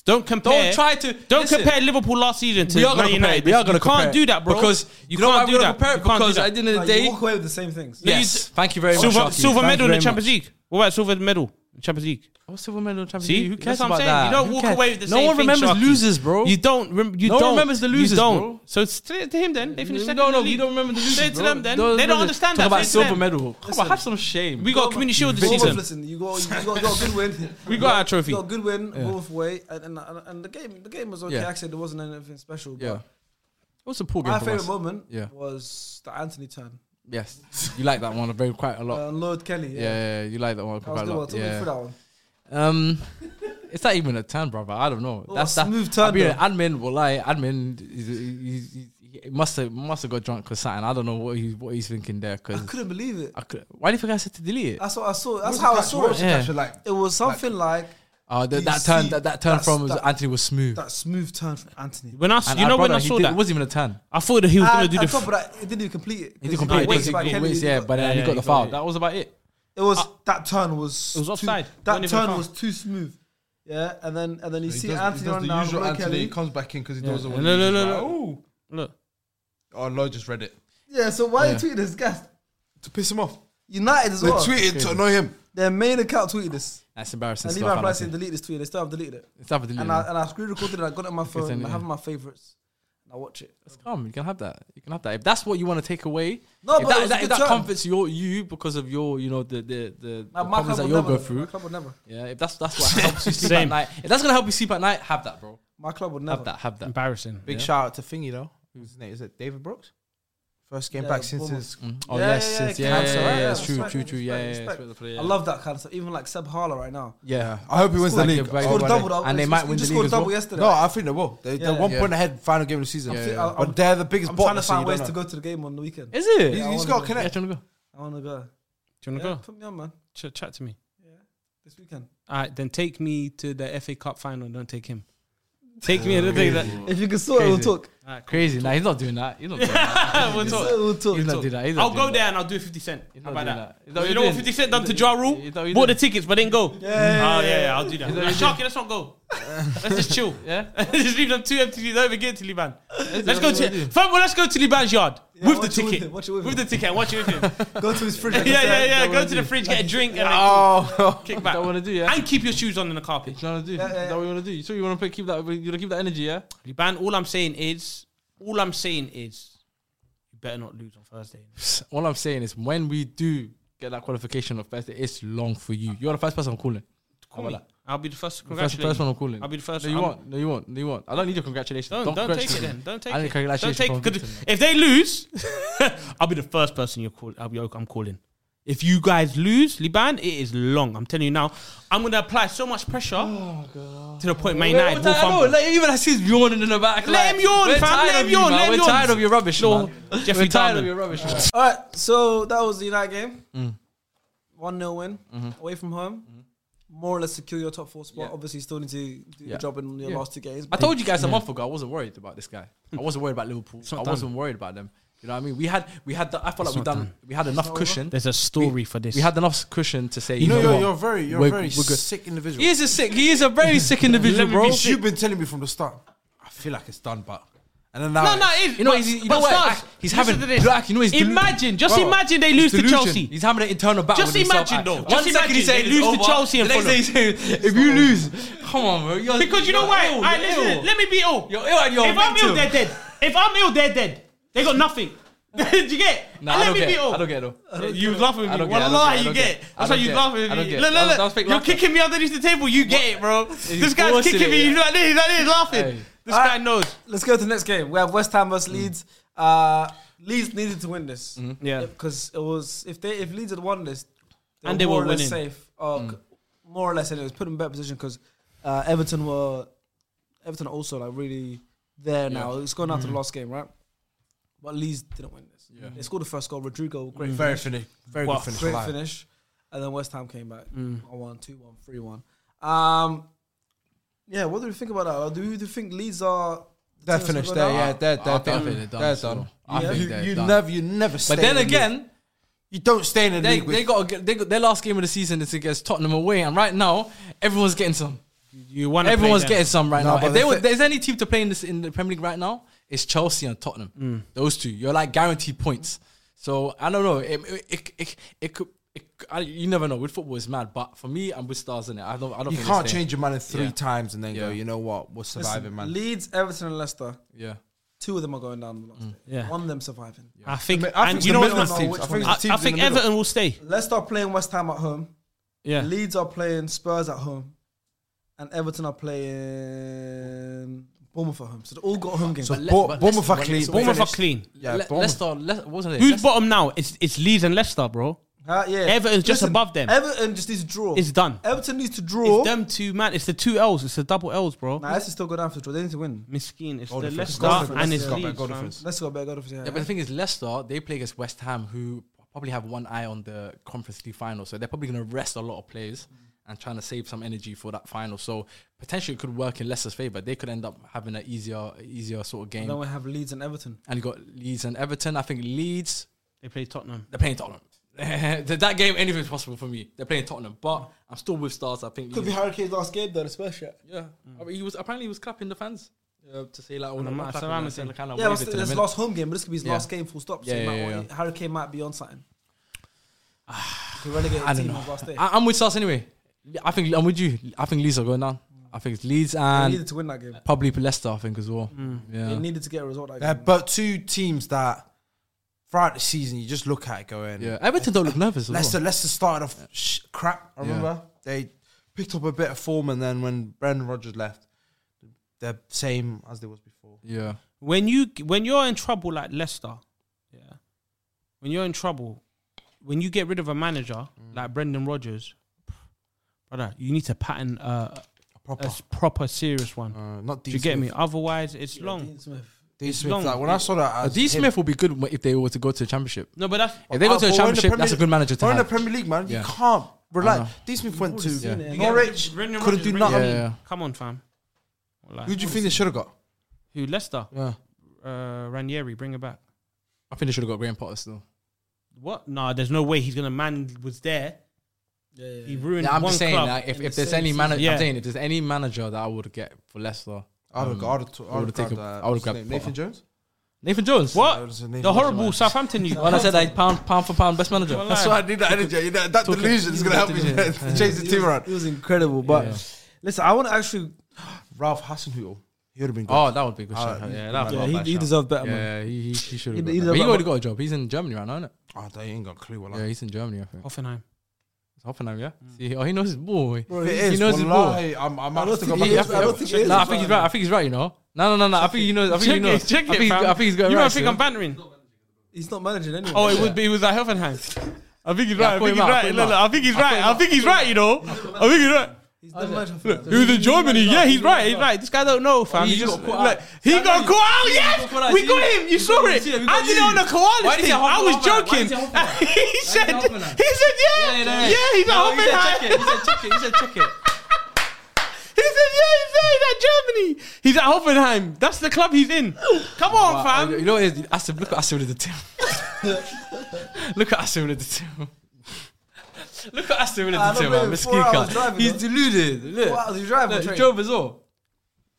Speaker 3: Don't compare.
Speaker 2: Don't try to-
Speaker 3: Don't
Speaker 2: listen.
Speaker 3: compare Liverpool last season to
Speaker 2: we are
Speaker 3: Man
Speaker 2: going to compare.
Speaker 3: United.
Speaker 2: it. We are going to
Speaker 3: you can't do that, bro.
Speaker 2: Because
Speaker 3: you,
Speaker 2: know why
Speaker 3: can't
Speaker 2: we're
Speaker 3: do
Speaker 2: gonna
Speaker 3: that.
Speaker 2: compare it?
Speaker 3: you can't do
Speaker 2: Because
Speaker 3: that.
Speaker 2: at the end of the
Speaker 1: Like, you
Speaker 2: day,
Speaker 1: walk away with the same things.
Speaker 3: No, you
Speaker 2: yes.
Speaker 3: d-
Speaker 2: Thank you very
Speaker 3: silver,
Speaker 2: much. Sharky.
Speaker 3: silver
Speaker 2: Thank
Speaker 3: medal
Speaker 2: you
Speaker 3: in the
Speaker 2: very
Speaker 3: Champions
Speaker 2: much.
Speaker 3: League. What about silver medal in Champions League?
Speaker 2: What's silver medal in Champions
Speaker 3: See,
Speaker 2: League? Who
Speaker 3: that's
Speaker 2: cares
Speaker 3: what I'm
Speaker 2: about
Speaker 3: saying.
Speaker 2: that?
Speaker 3: You don't
Speaker 2: Who
Speaker 3: walk
Speaker 2: cares?
Speaker 3: away with the
Speaker 2: no
Speaker 3: same
Speaker 2: one
Speaker 3: thing,
Speaker 2: remembers
Speaker 3: Sharky.
Speaker 2: losers, bro.
Speaker 3: You don't. Rem- you
Speaker 2: No one
Speaker 3: don't.
Speaker 2: remembers the
Speaker 3: you
Speaker 2: losers,
Speaker 3: don't.
Speaker 2: bro.
Speaker 3: So it's to, to him then. They finished second.
Speaker 2: no,
Speaker 3: in
Speaker 2: no,
Speaker 3: the
Speaker 2: you
Speaker 3: league.
Speaker 2: don't remember the losers.
Speaker 3: Say it to
Speaker 2: bro.
Speaker 3: them then. They don't
Speaker 2: remember-
Speaker 3: understand
Speaker 2: Talk
Speaker 3: that.
Speaker 2: about
Speaker 3: Say it to
Speaker 2: silver
Speaker 3: them.
Speaker 2: medal. Come on, have some shame.
Speaker 3: We got a community shield this
Speaker 2: Bournemouth,
Speaker 3: season.
Speaker 1: Listen, you got you got, you got a good win.
Speaker 3: We got our trophy.
Speaker 1: You got a good win, Bournemouth away, and, and and and the game the game was okay.
Speaker 2: Yeah.
Speaker 1: Actually, there wasn't anything special. But
Speaker 2: Yeah. It was a poor game
Speaker 1: My
Speaker 2: from
Speaker 1: favorite
Speaker 2: us.
Speaker 1: moment
Speaker 2: Yeah.
Speaker 1: was the Anthony turn.
Speaker 2: Yes. You like that one very quite a lot.
Speaker 1: Uh, Lord Kelly.
Speaker 2: Yeah, yeah, yeah, you like that one
Speaker 1: I
Speaker 2: quite
Speaker 1: was
Speaker 2: a
Speaker 1: doing well.
Speaker 2: lot.
Speaker 1: Took me through
Speaker 2: Yeah.
Speaker 1: that one.
Speaker 2: Um, it's not even a turn, brother. I don't know.
Speaker 1: Well,
Speaker 2: That's
Speaker 1: a
Speaker 2: that.
Speaker 1: smooth
Speaker 2: I
Speaker 1: turn,
Speaker 2: mean, admin will lie. Admin is- is- is- he must have must have got drunk or something. I don't know what he what he's thinking there.
Speaker 1: I
Speaker 2: Cause
Speaker 1: couldn't believe it.
Speaker 2: I could, why do you think I said to delete it?
Speaker 1: That's what I saw. That's how I saw it.
Speaker 2: Yeah.
Speaker 4: Like,
Speaker 1: It was something like
Speaker 2: Uh, that,
Speaker 1: you
Speaker 2: that turn
Speaker 1: see,
Speaker 2: that, that turn
Speaker 1: that's-
Speaker 2: from was-
Speaker 1: that-
Speaker 2: Anthony was smooth.
Speaker 1: that smooth turn from Anthony.
Speaker 3: When I, s-
Speaker 2: And
Speaker 3: you
Speaker 2: our
Speaker 3: know when
Speaker 2: brother,
Speaker 3: I
Speaker 2: he
Speaker 3: saw
Speaker 2: did-
Speaker 3: that,
Speaker 2: It wasn't even a turn.
Speaker 3: I thought that he was gonna
Speaker 1: And
Speaker 3: do
Speaker 1: on
Speaker 3: the.
Speaker 1: top of
Speaker 3: f-
Speaker 1: that, it didn't even complete it.
Speaker 2: He did
Speaker 3: No,
Speaker 2: complete
Speaker 3: wait,
Speaker 2: it.
Speaker 3: he
Speaker 2: but
Speaker 3: got-
Speaker 2: he-
Speaker 1: Kelly,
Speaker 2: wait,
Speaker 1: he
Speaker 2: Yeah,
Speaker 1: got-
Speaker 2: but
Speaker 3: Yeah,
Speaker 2: then he
Speaker 3: yeah,
Speaker 2: got
Speaker 3: he got
Speaker 2: the foul.
Speaker 3: it.
Speaker 2: That was about it.
Speaker 1: It was that turn was
Speaker 3: It was
Speaker 1: too-
Speaker 3: offside. Wasn't
Speaker 1: That
Speaker 3: even
Speaker 1: turn
Speaker 3: foul.
Speaker 1: was too smooth. Yeah, and then and then you
Speaker 4: he
Speaker 1: see
Speaker 4: does- he
Speaker 1: Anthony
Speaker 4: does
Speaker 1: on
Speaker 4: the
Speaker 1: down.
Speaker 4: usual
Speaker 1: Lord
Speaker 4: Anthony. He
Speaker 1: Kelly.
Speaker 4: comes back in because he does the
Speaker 3: No,
Speaker 4: one.
Speaker 3: no, no, no, Look,
Speaker 4: Oh, Lloyd just read it
Speaker 1: Yeah, so why
Speaker 2: Yeah.
Speaker 1: you tweet this, guys?
Speaker 4: to piss him off.
Speaker 1: United as
Speaker 4: They
Speaker 1: well.
Speaker 4: tweeted to annoy him.
Speaker 1: Their main account tweeted this.
Speaker 2: That's embarrassing
Speaker 1: And
Speaker 2: stuff.
Speaker 1: Levi Price
Speaker 2: honestly.
Speaker 1: said delete this tweet. They still have deleted it.
Speaker 2: It's definitely
Speaker 1: And I and I screen recorded it. I got it on my phone.
Speaker 2: then,
Speaker 1: and I
Speaker 2: yeah.
Speaker 1: have my favorites. And I watch it.
Speaker 2: It's calm. You can have that. You can have that. If that's what you want to take away,
Speaker 1: No, but it
Speaker 2: if that,
Speaker 1: was
Speaker 2: if
Speaker 1: a
Speaker 2: that, if
Speaker 1: good
Speaker 2: that
Speaker 1: turn.
Speaker 2: comforts your you because of your, you know, the the the,
Speaker 1: My-
Speaker 2: the
Speaker 1: my
Speaker 2: problems
Speaker 1: club
Speaker 2: that
Speaker 1: will
Speaker 2: you'll
Speaker 1: never-
Speaker 2: go through.
Speaker 1: My club would never.
Speaker 2: Yeah, if that's that's what helps you sleep
Speaker 3: Same.
Speaker 2: at night, if that's gonna help you sleep at night, have that, bro.
Speaker 1: My club would
Speaker 2: Have
Speaker 1: never.
Speaker 2: that. Have that.
Speaker 3: embarrassing.
Speaker 4: Big
Speaker 2: Yeah.
Speaker 4: shout out to Thingy though. Who's name? Is it David Brooks? First game
Speaker 1: Yeah,
Speaker 4: back since
Speaker 1: Bournemouth.
Speaker 4: his
Speaker 2: Mm. Oh
Speaker 1: Yeah,
Speaker 2: yes,
Speaker 1: yeah,
Speaker 2: yes,
Speaker 1: yeah,
Speaker 2: yeah,
Speaker 1: it
Speaker 2: yeah,
Speaker 1: counts,
Speaker 2: yeah,
Speaker 1: alright, yeah,
Speaker 2: It's true,
Speaker 1: respect,
Speaker 2: true, true. Yeah, yeah,
Speaker 1: respect,
Speaker 2: yeah.
Speaker 1: respect.
Speaker 2: it's worth the play, yeah.
Speaker 1: I love that kind of stuff. Even like Seb Harla right now.
Speaker 2: Yeah,
Speaker 4: I hope he wins the
Speaker 2: Like,
Speaker 4: league.
Speaker 2: yeah, right,
Speaker 4: Oh,
Speaker 1: Scored
Speaker 2: right,
Speaker 4: well,
Speaker 1: double.
Speaker 2: right.
Speaker 1: that
Speaker 2: And they
Speaker 1: was-
Speaker 2: might
Speaker 1: he
Speaker 2: win the
Speaker 1: just
Speaker 2: league
Speaker 1: scored
Speaker 2: as well.
Speaker 1: double yesterday.
Speaker 4: No, I think they will. They,
Speaker 1: Yeah,
Speaker 4: they're one
Speaker 1: yeah.
Speaker 4: point ahead final game of the season.
Speaker 1: I'm, thi-
Speaker 4: But
Speaker 1: I'm,
Speaker 4: they're the biggest
Speaker 1: I'm trying to
Speaker 4: bottlers, so
Speaker 1: find
Speaker 4: you
Speaker 1: ways
Speaker 4: don't
Speaker 1: to
Speaker 4: know.
Speaker 1: go to the game on the weekend.
Speaker 2: Is it?
Speaker 4: He's-
Speaker 1: I
Speaker 4: he's
Speaker 1: wanna
Speaker 4: got
Speaker 1: go.
Speaker 4: to connect.
Speaker 2: Yeah, do you wanna go?
Speaker 1: I want to go.
Speaker 3: Do you wanna
Speaker 1: Yeah,
Speaker 3: go?
Speaker 1: put me on, man.
Speaker 3: Ch- chat to me.
Speaker 1: This weekend.
Speaker 3: All right, then take me to the FA Cup final. Don't take him. Take me and don't take that.
Speaker 1: If you can sort it, we'll
Speaker 2: Crazy.
Speaker 1: talk.
Speaker 3: All right, cool.
Speaker 2: Crazy. Nah, he's not doing that. He's not doing that.
Speaker 3: We'll talk.
Speaker 1: Sort it, We'll talk.
Speaker 2: He's not
Speaker 3: talk.
Speaker 2: doing that. He's not
Speaker 3: I'll
Speaker 2: doing
Speaker 3: go there and I'll do 50 Cent. How
Speaker 2: not
Speaker 3: about that?
Speaker 2: doing that. No,
Speaker 3: you
Speaker 2: you
Speaker 3: know what
Speaker 2: didn't.
Speaker 3: 50 Cent done
Speaker 2: You
Speaker 3: to
Speaker 2: didn't.
Speaker 3: Ja Rule?
Speaker 2: You- no, you
Speaker 3: Bought the
Speaker 2: didn't.
Speaker 3: tickets but didn't go.
Speaker 1: Yeah.
Speaker 3: oh, yeah, yeah, I'll do that. Like, Sharky, let's not go. Let's just chill. Yeah? just leave them two empty. Don't even get to Liban. Let's go to Fam, well, let's go to Liban's yard
Speaker 1: watch
Speaker 3: with the
Speaker 1: it with
Speaker 3: ticket.
Speaker 1: him, watch it with
Speaker 3: with
Speaker 1: him.
Speaker 3: the ticket. Watch it with him.
Speaker 1: Go to his fridge.
Speaker 3: yeah,
Speaker 1: like I
Speaker 3: yeah,
Speaker 1: said.
Speaker 3: yeah. Go to the fridge, get a drink, and then
Speaker 2: Oh,
Speaker 3: kick back.
Speaker 2: Don't wanna do, yeah.
Speaker 3: And keep your shoes on in the carpet.
Speaker 2: Do you want to do? Is that what you want to do? So you want to keep that? You want to keep that energy, yeah?
Speaker 3: Liban, all I'm saying is, all I'm saying is, you better not lose on Thursday.
Speaker 2: All I'm saying is, when we do get that qualification of first, it's long for you. You're the first person I'm calling. How
Speaker 3: Call
Speaker 2: about
Speaker 3: me.
Speaker 2: that?
Speaker 3: I'll be the first to
Speaker 2: The First,
Speaker 3: congratulate
Speaker 2: first
Speaker 3: you.
Speaker 2: one I'm calling.
Speaker 3: I'll be the first
Speaker 2: No, you
Speaker 3: one.
Speaker 2: won't. No, you won't. No, you won't. I don't need your congratulations.
Speaker 3: Don't, don't, take it
Speaker 2: congratulate
Speaker 3: then.
Speaker 2: me.
Speaker 3: Don't take
Speaker 2: I need
Speaker 3: it. Don't
Speaker 2: congratulations.
Speaker 3: take
Speaker 2: from
Speaker 3: because
Speaker 2: Victor, man.
Speaker 3: if they lose, I'll be the first person you call. I'll be, I'm calling. If you guys lose, Liban, it is long. I'm telling you now. I'm gonna apply so much pressure to the point. Man
Speaker 2: Oh, Wait,
Speaker 3: United
Speaker 2: what
Speaker 3: will
Speaker 2: the- I know,
Speaker 3: fumble.
Speaker 2: like, even I see he's yawning in the back.
Speaker 3: Let
Speaker 2: like,
Speaker 3: him yawn,
Speaker 2: we're
Speaker 3: fam,
Speaker 2: tired
Speaker 3: let
Speaker 2: of
Speaker 3: him
Speaker 2: you,
Speaker 3: yawn,
Speaker 2: man.
Speaker 3: let him
Speaker 2: We're
Speaker 3: yawn.
Speaker 2: tired of your rubbish,
Speaker 3: No,
Speaker 2: man.
Speaker 3: Jeffrey
Speaker 2: We're tired
Speaker 3: Dahmer.
Speaker 2: of your rubbish, man.
Speaker 1: All right. So that was the United game.
Speaker 2: Mm.
Speaker 1: One 0 win away from home. More or less secure your top four spot.
Speaker 2: Mm-hmm. Yeah.
Speaker 1: Obviously, you still need to do
Speaker 2: Yeah.
Speaker 1: the job in your
Speaker 2: Yeah.
Speaker 1: last two games.
Speaker 2: I told you guys a month ago I wasn't worried about this guy. I wasn't worried about Liverpool. I
Speaker 3: not
Speaker 2: wasn't worried about them. You know what I mean? We had we had the, I felt like we
Speaker 3: not
Speaker 2: done,
Speaker 3: done.
Speaker 2: we had enough cushion.
Speaker 3: There's a story for this.
Speaker 2: We had enough cushion to say.
Speaker 4: You know,
Speaker 2: what?
Speaker 4: you're, you're very, you're
Speaker 2: We're-
Speaker 4: very
Speaker 2: we're good.
Speaker 4: sick individual.
Speaker 2: He is a sick. He is a very sick individual, bro.
Speaker 4: You've been telling me from the start. I feel like it's done, but and then now
Speaker 3: No, no,
Speaker 4: it's-
Speaker 3: it is.
Speaker 2: You know,
Speaker 3: but,
Speaker 2: he's- you
Speaker 3: but
Speaker 2: know what?
Speaker 3: Stars,
Speaker 2: He's
Speaker 3: listen
Speaker 2: having-
Speaker 3: to this.
Speaker 2: you know, you know he's delu-
Speaker 3: imagine, just
Speaker 2: Bro,
Speaker 3: imagine they lose
Speaker 2: It's
Speaker 3: to
Speaker 2: delusion.
Speaker 3: Chelsea.
Speaker 2: He's having an internal battle.
Speaker 3: Just
Speaker 2: with himself.
Speaker 3: imagine, though.
Speaker 2: One
Speaker 3: Just
Speaker 2: second
Speaker 3: imagine
Speaker 2: he's saying
Speaker 3: they lose
Speaker 2: it's
Speaker 3: to
Speaker 2: over.
Speaker 3: Chelsea and
Speaker 2: The next day he's saying, if you lose, come on, bro. You're,
Speaker 3: Because you know
Speaker 2: you're
Speaker 3: why?
Speaker 2: ill,
Speaker 3: Alright,
Speaker 2: you're
Speaker 3: listen,
Speaker 2: ill.
Speaker 3: let me be ill.
Speaker 2: You're ill and you're a
Speaker 3: if I'm
Speaker 2: victim.
Speaker 3: ill, they're dead. If I'm ill, they're dead. They got nothing. Did you get?
Speaker 2: Nah,
Speaker 3: And
Speaker 2: I
Speaker 3: let
Speaker 2: don't
Speaker 3: me
Speaker 2: get.
Speaker 3: be
Speaker 2: it.
Speaker 3: ill.
Speaker 2: I don't get it. though.
Speaker 3: You was laughing
Speaker 2: I
Speaker 3: at me.
Speaker 2: don't
Speaker 3: What
Speaker 2: get it, I
Speaker 3: a
Speaker 2: don't
Speaker 3: lie
Speaker 2: get it, I
Speaker 3: you
Speaker 2: don't
Speaker 3: get.
Speaker 2: get it, I
Speaker 3: That's why
Speaker 2: don't
Speaker 3: you was
Speaker 2: get it,
Speaker 3: laughing
Speaker 2: I
Speaker 3: at
Speaker 2: don't
Speaker 3: me.
Speaker 2: get it.
Speaker 3: Look,
Speaker 2: That
Speaker 3: look,
Speaker 2: was- that
Speaker 3: look.
Speaker 2: was fake
Speaker 3: You're
Speaker 2: laughter.
Speaker 3: kicking me underneath the table. You get it, bro. This guy's
Speaker 2: forcing
Speaker 3: kicking
Speaker 2: it,
Speaker 3: me.
Speaker 2: yeah.
Speaker 3: He's like this. He's like this, laughing.
Speaker 2: Hey.
Speaker 3: This guy knows.
Speaker 1: Let's go to the next game. We have West Ham versus Leeds. Uh, Leeds needed to win this.
Speaker 3: Yeah.
Speaker 1: because it was if they if Leeds had won this, they
Speaker 3: And
Speaker 1: and
Speaker 3: they
Speaker 1: were more
Speaker 3: were
Speaker 1: or less
Speaker 3: winning.
Speaker 1: safe, or c- more or less, and it was put in better position because uh, Everton were Everton are also like really there now. It's gone out
Speaker 3: Mm.
Speaker 1: to the last game, right? But Leeds didn't win this. They scored the first goal. Rodrigo, great,
Speaker 3: Mm.
Speaker 4: very finished, very
Speaker 3: Well,
Speaker 4: good finish.
Speaker 1: great
Speaker 4: Lion.
Speaker 3: Mm.
Speaker 1: finish, and then West Ham came back. One one, two one, three one. Um, Yeah, what do we think about that? Like, do you do you think Leeds are the
Speaker 4: They're
Speaker 1: team that's
Speaker 4: finished.
Speaker 1: gonna
Speaker 4: They're
Speaker 1: go
Speaker 4: yeah,
Speaker 1: down?
Speaker 4: they're they're
Speaker 2: I think
Speaker 4: done.
Speaker 2: they're done
Speaker 4: They're
Speaker 2: still.
Speaker 4: done.
Speaker 2: I
Speaker 4: You-
Speaker 2: think
Speaker 4: you-
Speaker 2: they're
Speaker 4: you
Speaker 2: done.
Speaker 4: never you never. stay
Speaker 2: But then
Speaker 4: in the league.
Speaker 2: again,
Speaker 4: you don't stay in the
Speaker 2: they,
Speaker 4: league. with-
Speaker 2: they got a, they got their last game of the season is against Tottenham away, and right now everyone's getting some.
Speaker 3: You want
Speaker 2: Everyone's getting some right
Speaker 4: No,
Speaker 2: now.
Speaker 4: but
Speaker 2: If they
Speaker 4: the
Speaker 2: were,
Speaker 4: thi-
Speaker 2: there's any team to play in this in the Premier League right now, it's Chelsea and Tottenham.
Speaker 4: Mm.
Speaker 2: Those two, you're like guaranteed points. So I don't know. It it it, it, it could. It, I, you never know. With football, it's mad. But for me, I'm with stars in it. I don't. I don't.
Speaker 4: you
Speaker 2: think
Speaker 4: can't
Speaker 2: it's there.
Speaker 4: change your man in three
Speaker 2: Yeah.
Speaker 4: times and then go.
Speaker 2: Yeah.
Speaker 4: You know what? We're
Speaker 1: Listen,
Speaker 4: surviving, man.
Speaker 1: Leeds, Everton, and Leicester.
Speaker 2: Yeah.
Speaker 1: Two of them are going down. The last day.
Speaker 3: Mm. Yeah.
Speaker 1: One of them surviving.
Speaker 3: I think,
Speaker 4: I think
Speaker 3: and
Speaker 4: it's
Speaker 3: you
Speaker 4: the
Speaker 3: know
Speaker 4: middle
Speaker 3: what?
Speaker 4: ones teams.
Speaker 1: which
Speaker 4: I think
Speaker 1: one?
Speaker 3: I,
Speaker 4: it's the
Speaker 3: I
Speaker 4: teams in
Speaker 3: think
Speaker 4: the middle.
Speaker 3: Everton will stay.
Speaker 1: Leicester are playing West Ham at home.
Speaker 3: Yeah,
Speaker 1: Leeds are playing Spurs at home, and Everton are playing Bournemouth at home. So they all got home games.
Speaker 4: So
Speaker 2: Le-
Speaker 4: Bo-
Speaker 2: but
Speaker 4: Bournemouth
Speaker 2: Leicester-
Speaker 4: are clean.
Speaker 2: Leicester-
Speaker 3: Bournemouth are
Speaker 2: Leicester-
Speaker 3: clean.
Speaker 4: Yeah,
Speaker 2: Le-
Speaker 4: Bournemouth.
Speaker 2: Leicester. Le- wasn't it?
Speaker 3: Who's
Speaker 2: Leicester-
Speaker 3: bottom now? It's it's Leeds and Leicester, bro.
Speaker 1: Uh, yeah,
Speaker 3: Everton's just above them.
Speaker 1: Everton just needs to draw.
Speaker 3: It's done.
Speaker 1: Everton needs to draw.
Speaker 3: It's them two man. It's the two L's. It's the double L's, bro.
Speaker 1: Nah, Leicester still go down for the draw. They need to win.
Speaker 3: Miskin. It's
Speaker 4: Goal
Speaker 3: the
Speaker 4: difference.
Speaker 3: Leicester
Speaker 4: Goal difference.
Speaker 3: and it's
Speaker 4: Got better
Speaker 3: Leeds.
Speaker 4: goal
Speaker 3: fam.
Speaker 4: difference.
Speaker 1: Leicester got better. Go for
Speaker 2: Yeah, but the thing is, Leicester they play against West Ham, who probably have one eye on the Conference League final, so they're probably going to rest a lot of players and trying to save some energy for that final. So potentially it could work in Leicester's favor. They could end up having an easier, easier sort of game.
Speaker 1: Then we have Leeds and Everton.
Speaker 2: And you got Leeds and Everton. I think Leeds
Speaker 3: They play Tottenham.
Speaker 2: they're playing Tottenham. That- that game, anything's possible for me. They're playing Tottenham, but I'm still with Stars. I think. Leeds-
Speaker 1: Hurricanes last game though. The Spurs shit.
Speaker 2: yeah, I mean, he was apparently he was clapping the fans uh, to say like, oh,
Speaker 3: And
Speaker 2: no,
Speaker 3: I'm
Speaker 2: not
Speaker 3: not-
Speaker 2: clapping,
Speaker 3: Saramason.
Speaker 2: and saying, like, kind of
Speaker 1: Yeah,
Speaker 2: wave
Speaker 1: that's
Speaker 2: it to the
Speaker 1: his
Speaker 2: middle.
Speaker 1: last home game, but this could be his
Speaker 2: Yeah.
Speaker 1: last game. Full stop. So
Speaker 2: Yeah,
Speaker 1: he might
Speaker 2: yeah,
Speaker 1: want-
Speaker 2: yeah.
Speaker 1: Hurricane might be on something. He relegated
Speaker 2: I
Speaker 1: team
Speaker 2: don't
Speaker 1: on his last day.
Speaker 2: I, I'm with Sus anyway. I think I'm with you. I think Leeds are going down. I think it's Leeds
Speaker 1: They
Speaker 2: and
Speaker 1: needed to win that game.
Speaker 2: probably Leicester. I think as well. Yeah.
Speaker 1: They needed to get a result. That
Speaker 4: Yeah,
Speaker 1: game.
Speaker 4: but two teams that throughout the season you just look at it going.
Speaker 2: yeah, Everton don't look nervous. as
Speaker 4: Leicester
Speaker 2: well.
Speaker 4: Leicester started off sh- crap. I
Speaker 2: Yeah.
Speaker 4: remember they picked up a bit of form, and then when Brendan Rodgers left, they're same as they was before.
Speaker 2: Yeah,
Speaker 3: When you when you're in trouble like Leicester, yeah. When you're in trouble, when you get rid of a manager
Speaker 4: Mm.
Speaker 3: like Brendan Rodgers, brother, you need to pattern uh, a
Speaker 4: Proper,
Speaker 3: s- proper serious one.
Speaker 4: uh, not
Speaker 3: Do
Speaker 4: Dean
Speaker 3: you get me?
Speaker 4: Smith.
Speaker 3: Otherwise, it's long.
Speaker 1: Dean Smith.
Speaker 4: Dean
Speaker 3: It's
Speaker 4: Smith,
Speaker 3: long.
Speaker 4: like, when I saw that, as
Speaker 2: D.
Speaker 4: him-
Speaker 2: Smith will be good if they were to go to the championship.
Speaker 3: No, but that's
Speaker 2: If they go to the
Speaker 4: Uh, but we're in the
Speaker 2: championship,
Speaker 4: Premier
Speaker 2: that's a
Speaker 4: League-
Speaker 2: good manager to
Speaker 4: We're in the
Speaker 2: have.
Speaker 4: Premier League, man.
Speaker 2: Yeah.
Speaker 4: You can't
Speaker 2: know.
Speaker 4: relax. Dean Smith went to
Speaker 1: seen it.
Speaker 4: Norwich,
Speaker 3: Brendan
Speaker 4: couldn't do
Speaker 3: Rodgers,
Speaker 4: nothing.
Speaker 2: yeah, yeah.
Speaker 3: come on, fam. Like,
Speaker 4: Who do you think they should have got?
Speaker 3: who Leicester?
Speaker 4: Yeah.
Speaker 3: Uh, Ranieri, bring it back.
Speaker 2: I think they should have got Graham Potter still.
Speaker 3: What? Nah, there's no way he's gonna. Man was there.
Speaker 1: Yeah, yeah,
Speaker 3: He ruined
Speaker 2: Yeah, I'm
Speaker 3: one
Speaker 2: just saying
Speaker 3: club.
Speaker 2: like, if,
Speaker 1: in
Speaker 2: if
Speaker 1: the
Speaker 2: there's
Speaker 1: same
Speaker 2: any
Speaker 1: season.
Speaker 2: manager,
Speaker 3: Yeah.
Speaker 2: I'm saying if there's any manager that I would get for Leicester,
Speaker 4: I would have
Speaker 2: Um,
Speaker 4: got. I uh, would have.
Speaker 2: I would've taken- I would've grabbed
Speaker 4: Nathan
Speaker 2: Potter.
Speaker 4: Jones.
Speaker 2: Nathan Jones.
Speaker 4: I
Speaker 3: What?
Speaker 4: would've said Nathan
Speaker 3: The
Speaker 4: Jones.
Speaker 3: horrible Southampton you.
Speaker 2: When I said like pound pound for pound best manager.
Speaker 3: Well,
Speaker 2: That's
Speaker 3: like-
Speaker 2: why.
Speaker 4: I need that energy. You know, that
Speaker 2: Took it.
Speaker 4: delusion is gonna help me
Speaker 2: Yeah.
Speaker 4: to change
Speaker 1: It
Speaker 4: the team
Speaker 1: was-
Speaker 4: around.
Speaker 1: It was incredible, but
Speaker 2: Yeah.
Speaker 1: listen, I want to actually.
Speaker 4: Ralph Hasenhutel, he would have been. Good.
Speaker 2: Oh, that would be a good.
Speaker 4: Uh,
Speaker 2: shot. Yeah, that
Speaker 1: Yeah,
Speaker 2: would
Speaker 1: he,
Speaker 2: be
Speaker 1: he
Speaker 2: a bad shot.
Speaker 1: deserved better, man.
Speaker 2: Yeah, he, he, he should
Speaker 1: He-
Speaker 2: have.
Speaker 1: he
Speaker 2: He,
Speaker 1: does
Speaker 2: he
Speaker 1: that
Speaker 2: already
Speaker 1: well.
Speaker 2: got a job. He's in Germany right now, isn't it?
Speaker 4: Oh, they ain't got a clue. What
Speaker 2: Yeah, he's in Germany, I think.
Speaker 3: Hoffenheim.
Speaker 2: It's Hoffenheim, yeah. See, oh, he knows his boy.
Speaker 4: It
Speaker 2: he,
Speaker 4: is,
Speaker 2: knows his boy.
Speaker 4: wallahi, I'm, I'm
Speaker 1: I
Speaker 4: about
Speaker 1: don't
Speaker 4: to go
Speaker 1: think
Speaker 4: back.
Speaker 1: he is.
Speaker 4: to
Speaker 1: I don't
Speaker 4: the-
Speaker 1: think he is.
Speaker 2: No, I think he's right. I think he's right. You know. No, no, no, no. I think you know. I think you
Speaker 3: Check
Speaker 2: know.
Speaker 3: it, check
Speaker 2: I
Speaker 3: it,
Speaker 2: think,
Speaker 3: fam.
Speaker 2: I think he's got. it
Speaker 3: You
Speaker 2: right,
Speaker 3: don't think
Speaker 2: so-
Speaker 3: I'm bantering?
Speaker 1: He's not managing anyway.
Speaker 3: Oh, it would be. It was at Hoffenheim. I think he's
Speaker 2: Yeah,
Speaker 3: right. I
Speaker 2: call
Speaker 3: think
Speaker 2: him
Speaker 3: he's
Speaker 2: out,
Speaker 3: right.
Speaker 2: call him
Speaker 3: Look, look,
Speaker 2: out.
Speaker 3: I think he's right. I think he's right. You know. I think he's right.
Speaker 1: He's not managing. for
Speaker 3: He was in Germany. Yeah, he's right. He's right. This guy don't know, fam.
Speaker 2: He
Speaker 3: He
Speaker 2: just
Speaker 3: just
Speaker 2: got caught
Speaker 3: like,
Speaker 2: out.
Speaker 3: he
Speaker 2: Stand
Speaker 3: got
Speaker 2: up.
Speaker 3: caught out.
Speaker 2: He
Speaker 3: Yes,
Speaker 2: got caught out.
Speaker 3: we
Speaker 2: See?
Speaker 3: got him. You
Speaker 2: We
Speaker 3: saw
Speaker 2: got
Speaker 3: it.
Speaker 2: you. We
Speaker 3: I
Speaker 2: got
Speaker 3: did it
Speaker 2: you.
Speaker 3: on the koala
Speaker 2: Why did he
Speaker 3: thing.
Speaker 2: say
Speaker 3: I was
Speaker 2: Hoffenheim? Why
Speaker 3: joking.
Speaker 2: did he say Hoffenheim?
Speaker 3: He
Speaker 2: Why
Speaker 3: said. He
Speaker 2: did he say Hoffenheim?
Speaker 3: said yeah. Yeah, he's at
Speaker 2: No, Oh, he said
Speaker 3: Hoffenheim.
Speaker 2: check it. He said check it. He said check it.
Speaker 3: He said, yeah, he's there. He's at Germany. He's at Hoffenheim. That's the club he's in. Come on,
Speaker 2: But, uh,
Speaker 3: fam.
Speaker 2: You know what it is? Asif, look at Asif with the team. look at Asif with the team. Look at Asif with
Speaker 1: Ah,
Speaker 2: the
Speaker 1: no,
Speaker 2: team,
Speaker 1: bro,
Speaker 2: man.
Speaker 1: four
Speaker 2: Mesquita.
Speaker 1: hours driving,
Speaker 2: He's
Speaker 1: though.
Speaker 2: deluded. Look.
Speaker 1: Four hours, he's driving,
Speaker 2: Look, he
Speaker 1: Trey.
Speaker 2: drove as well.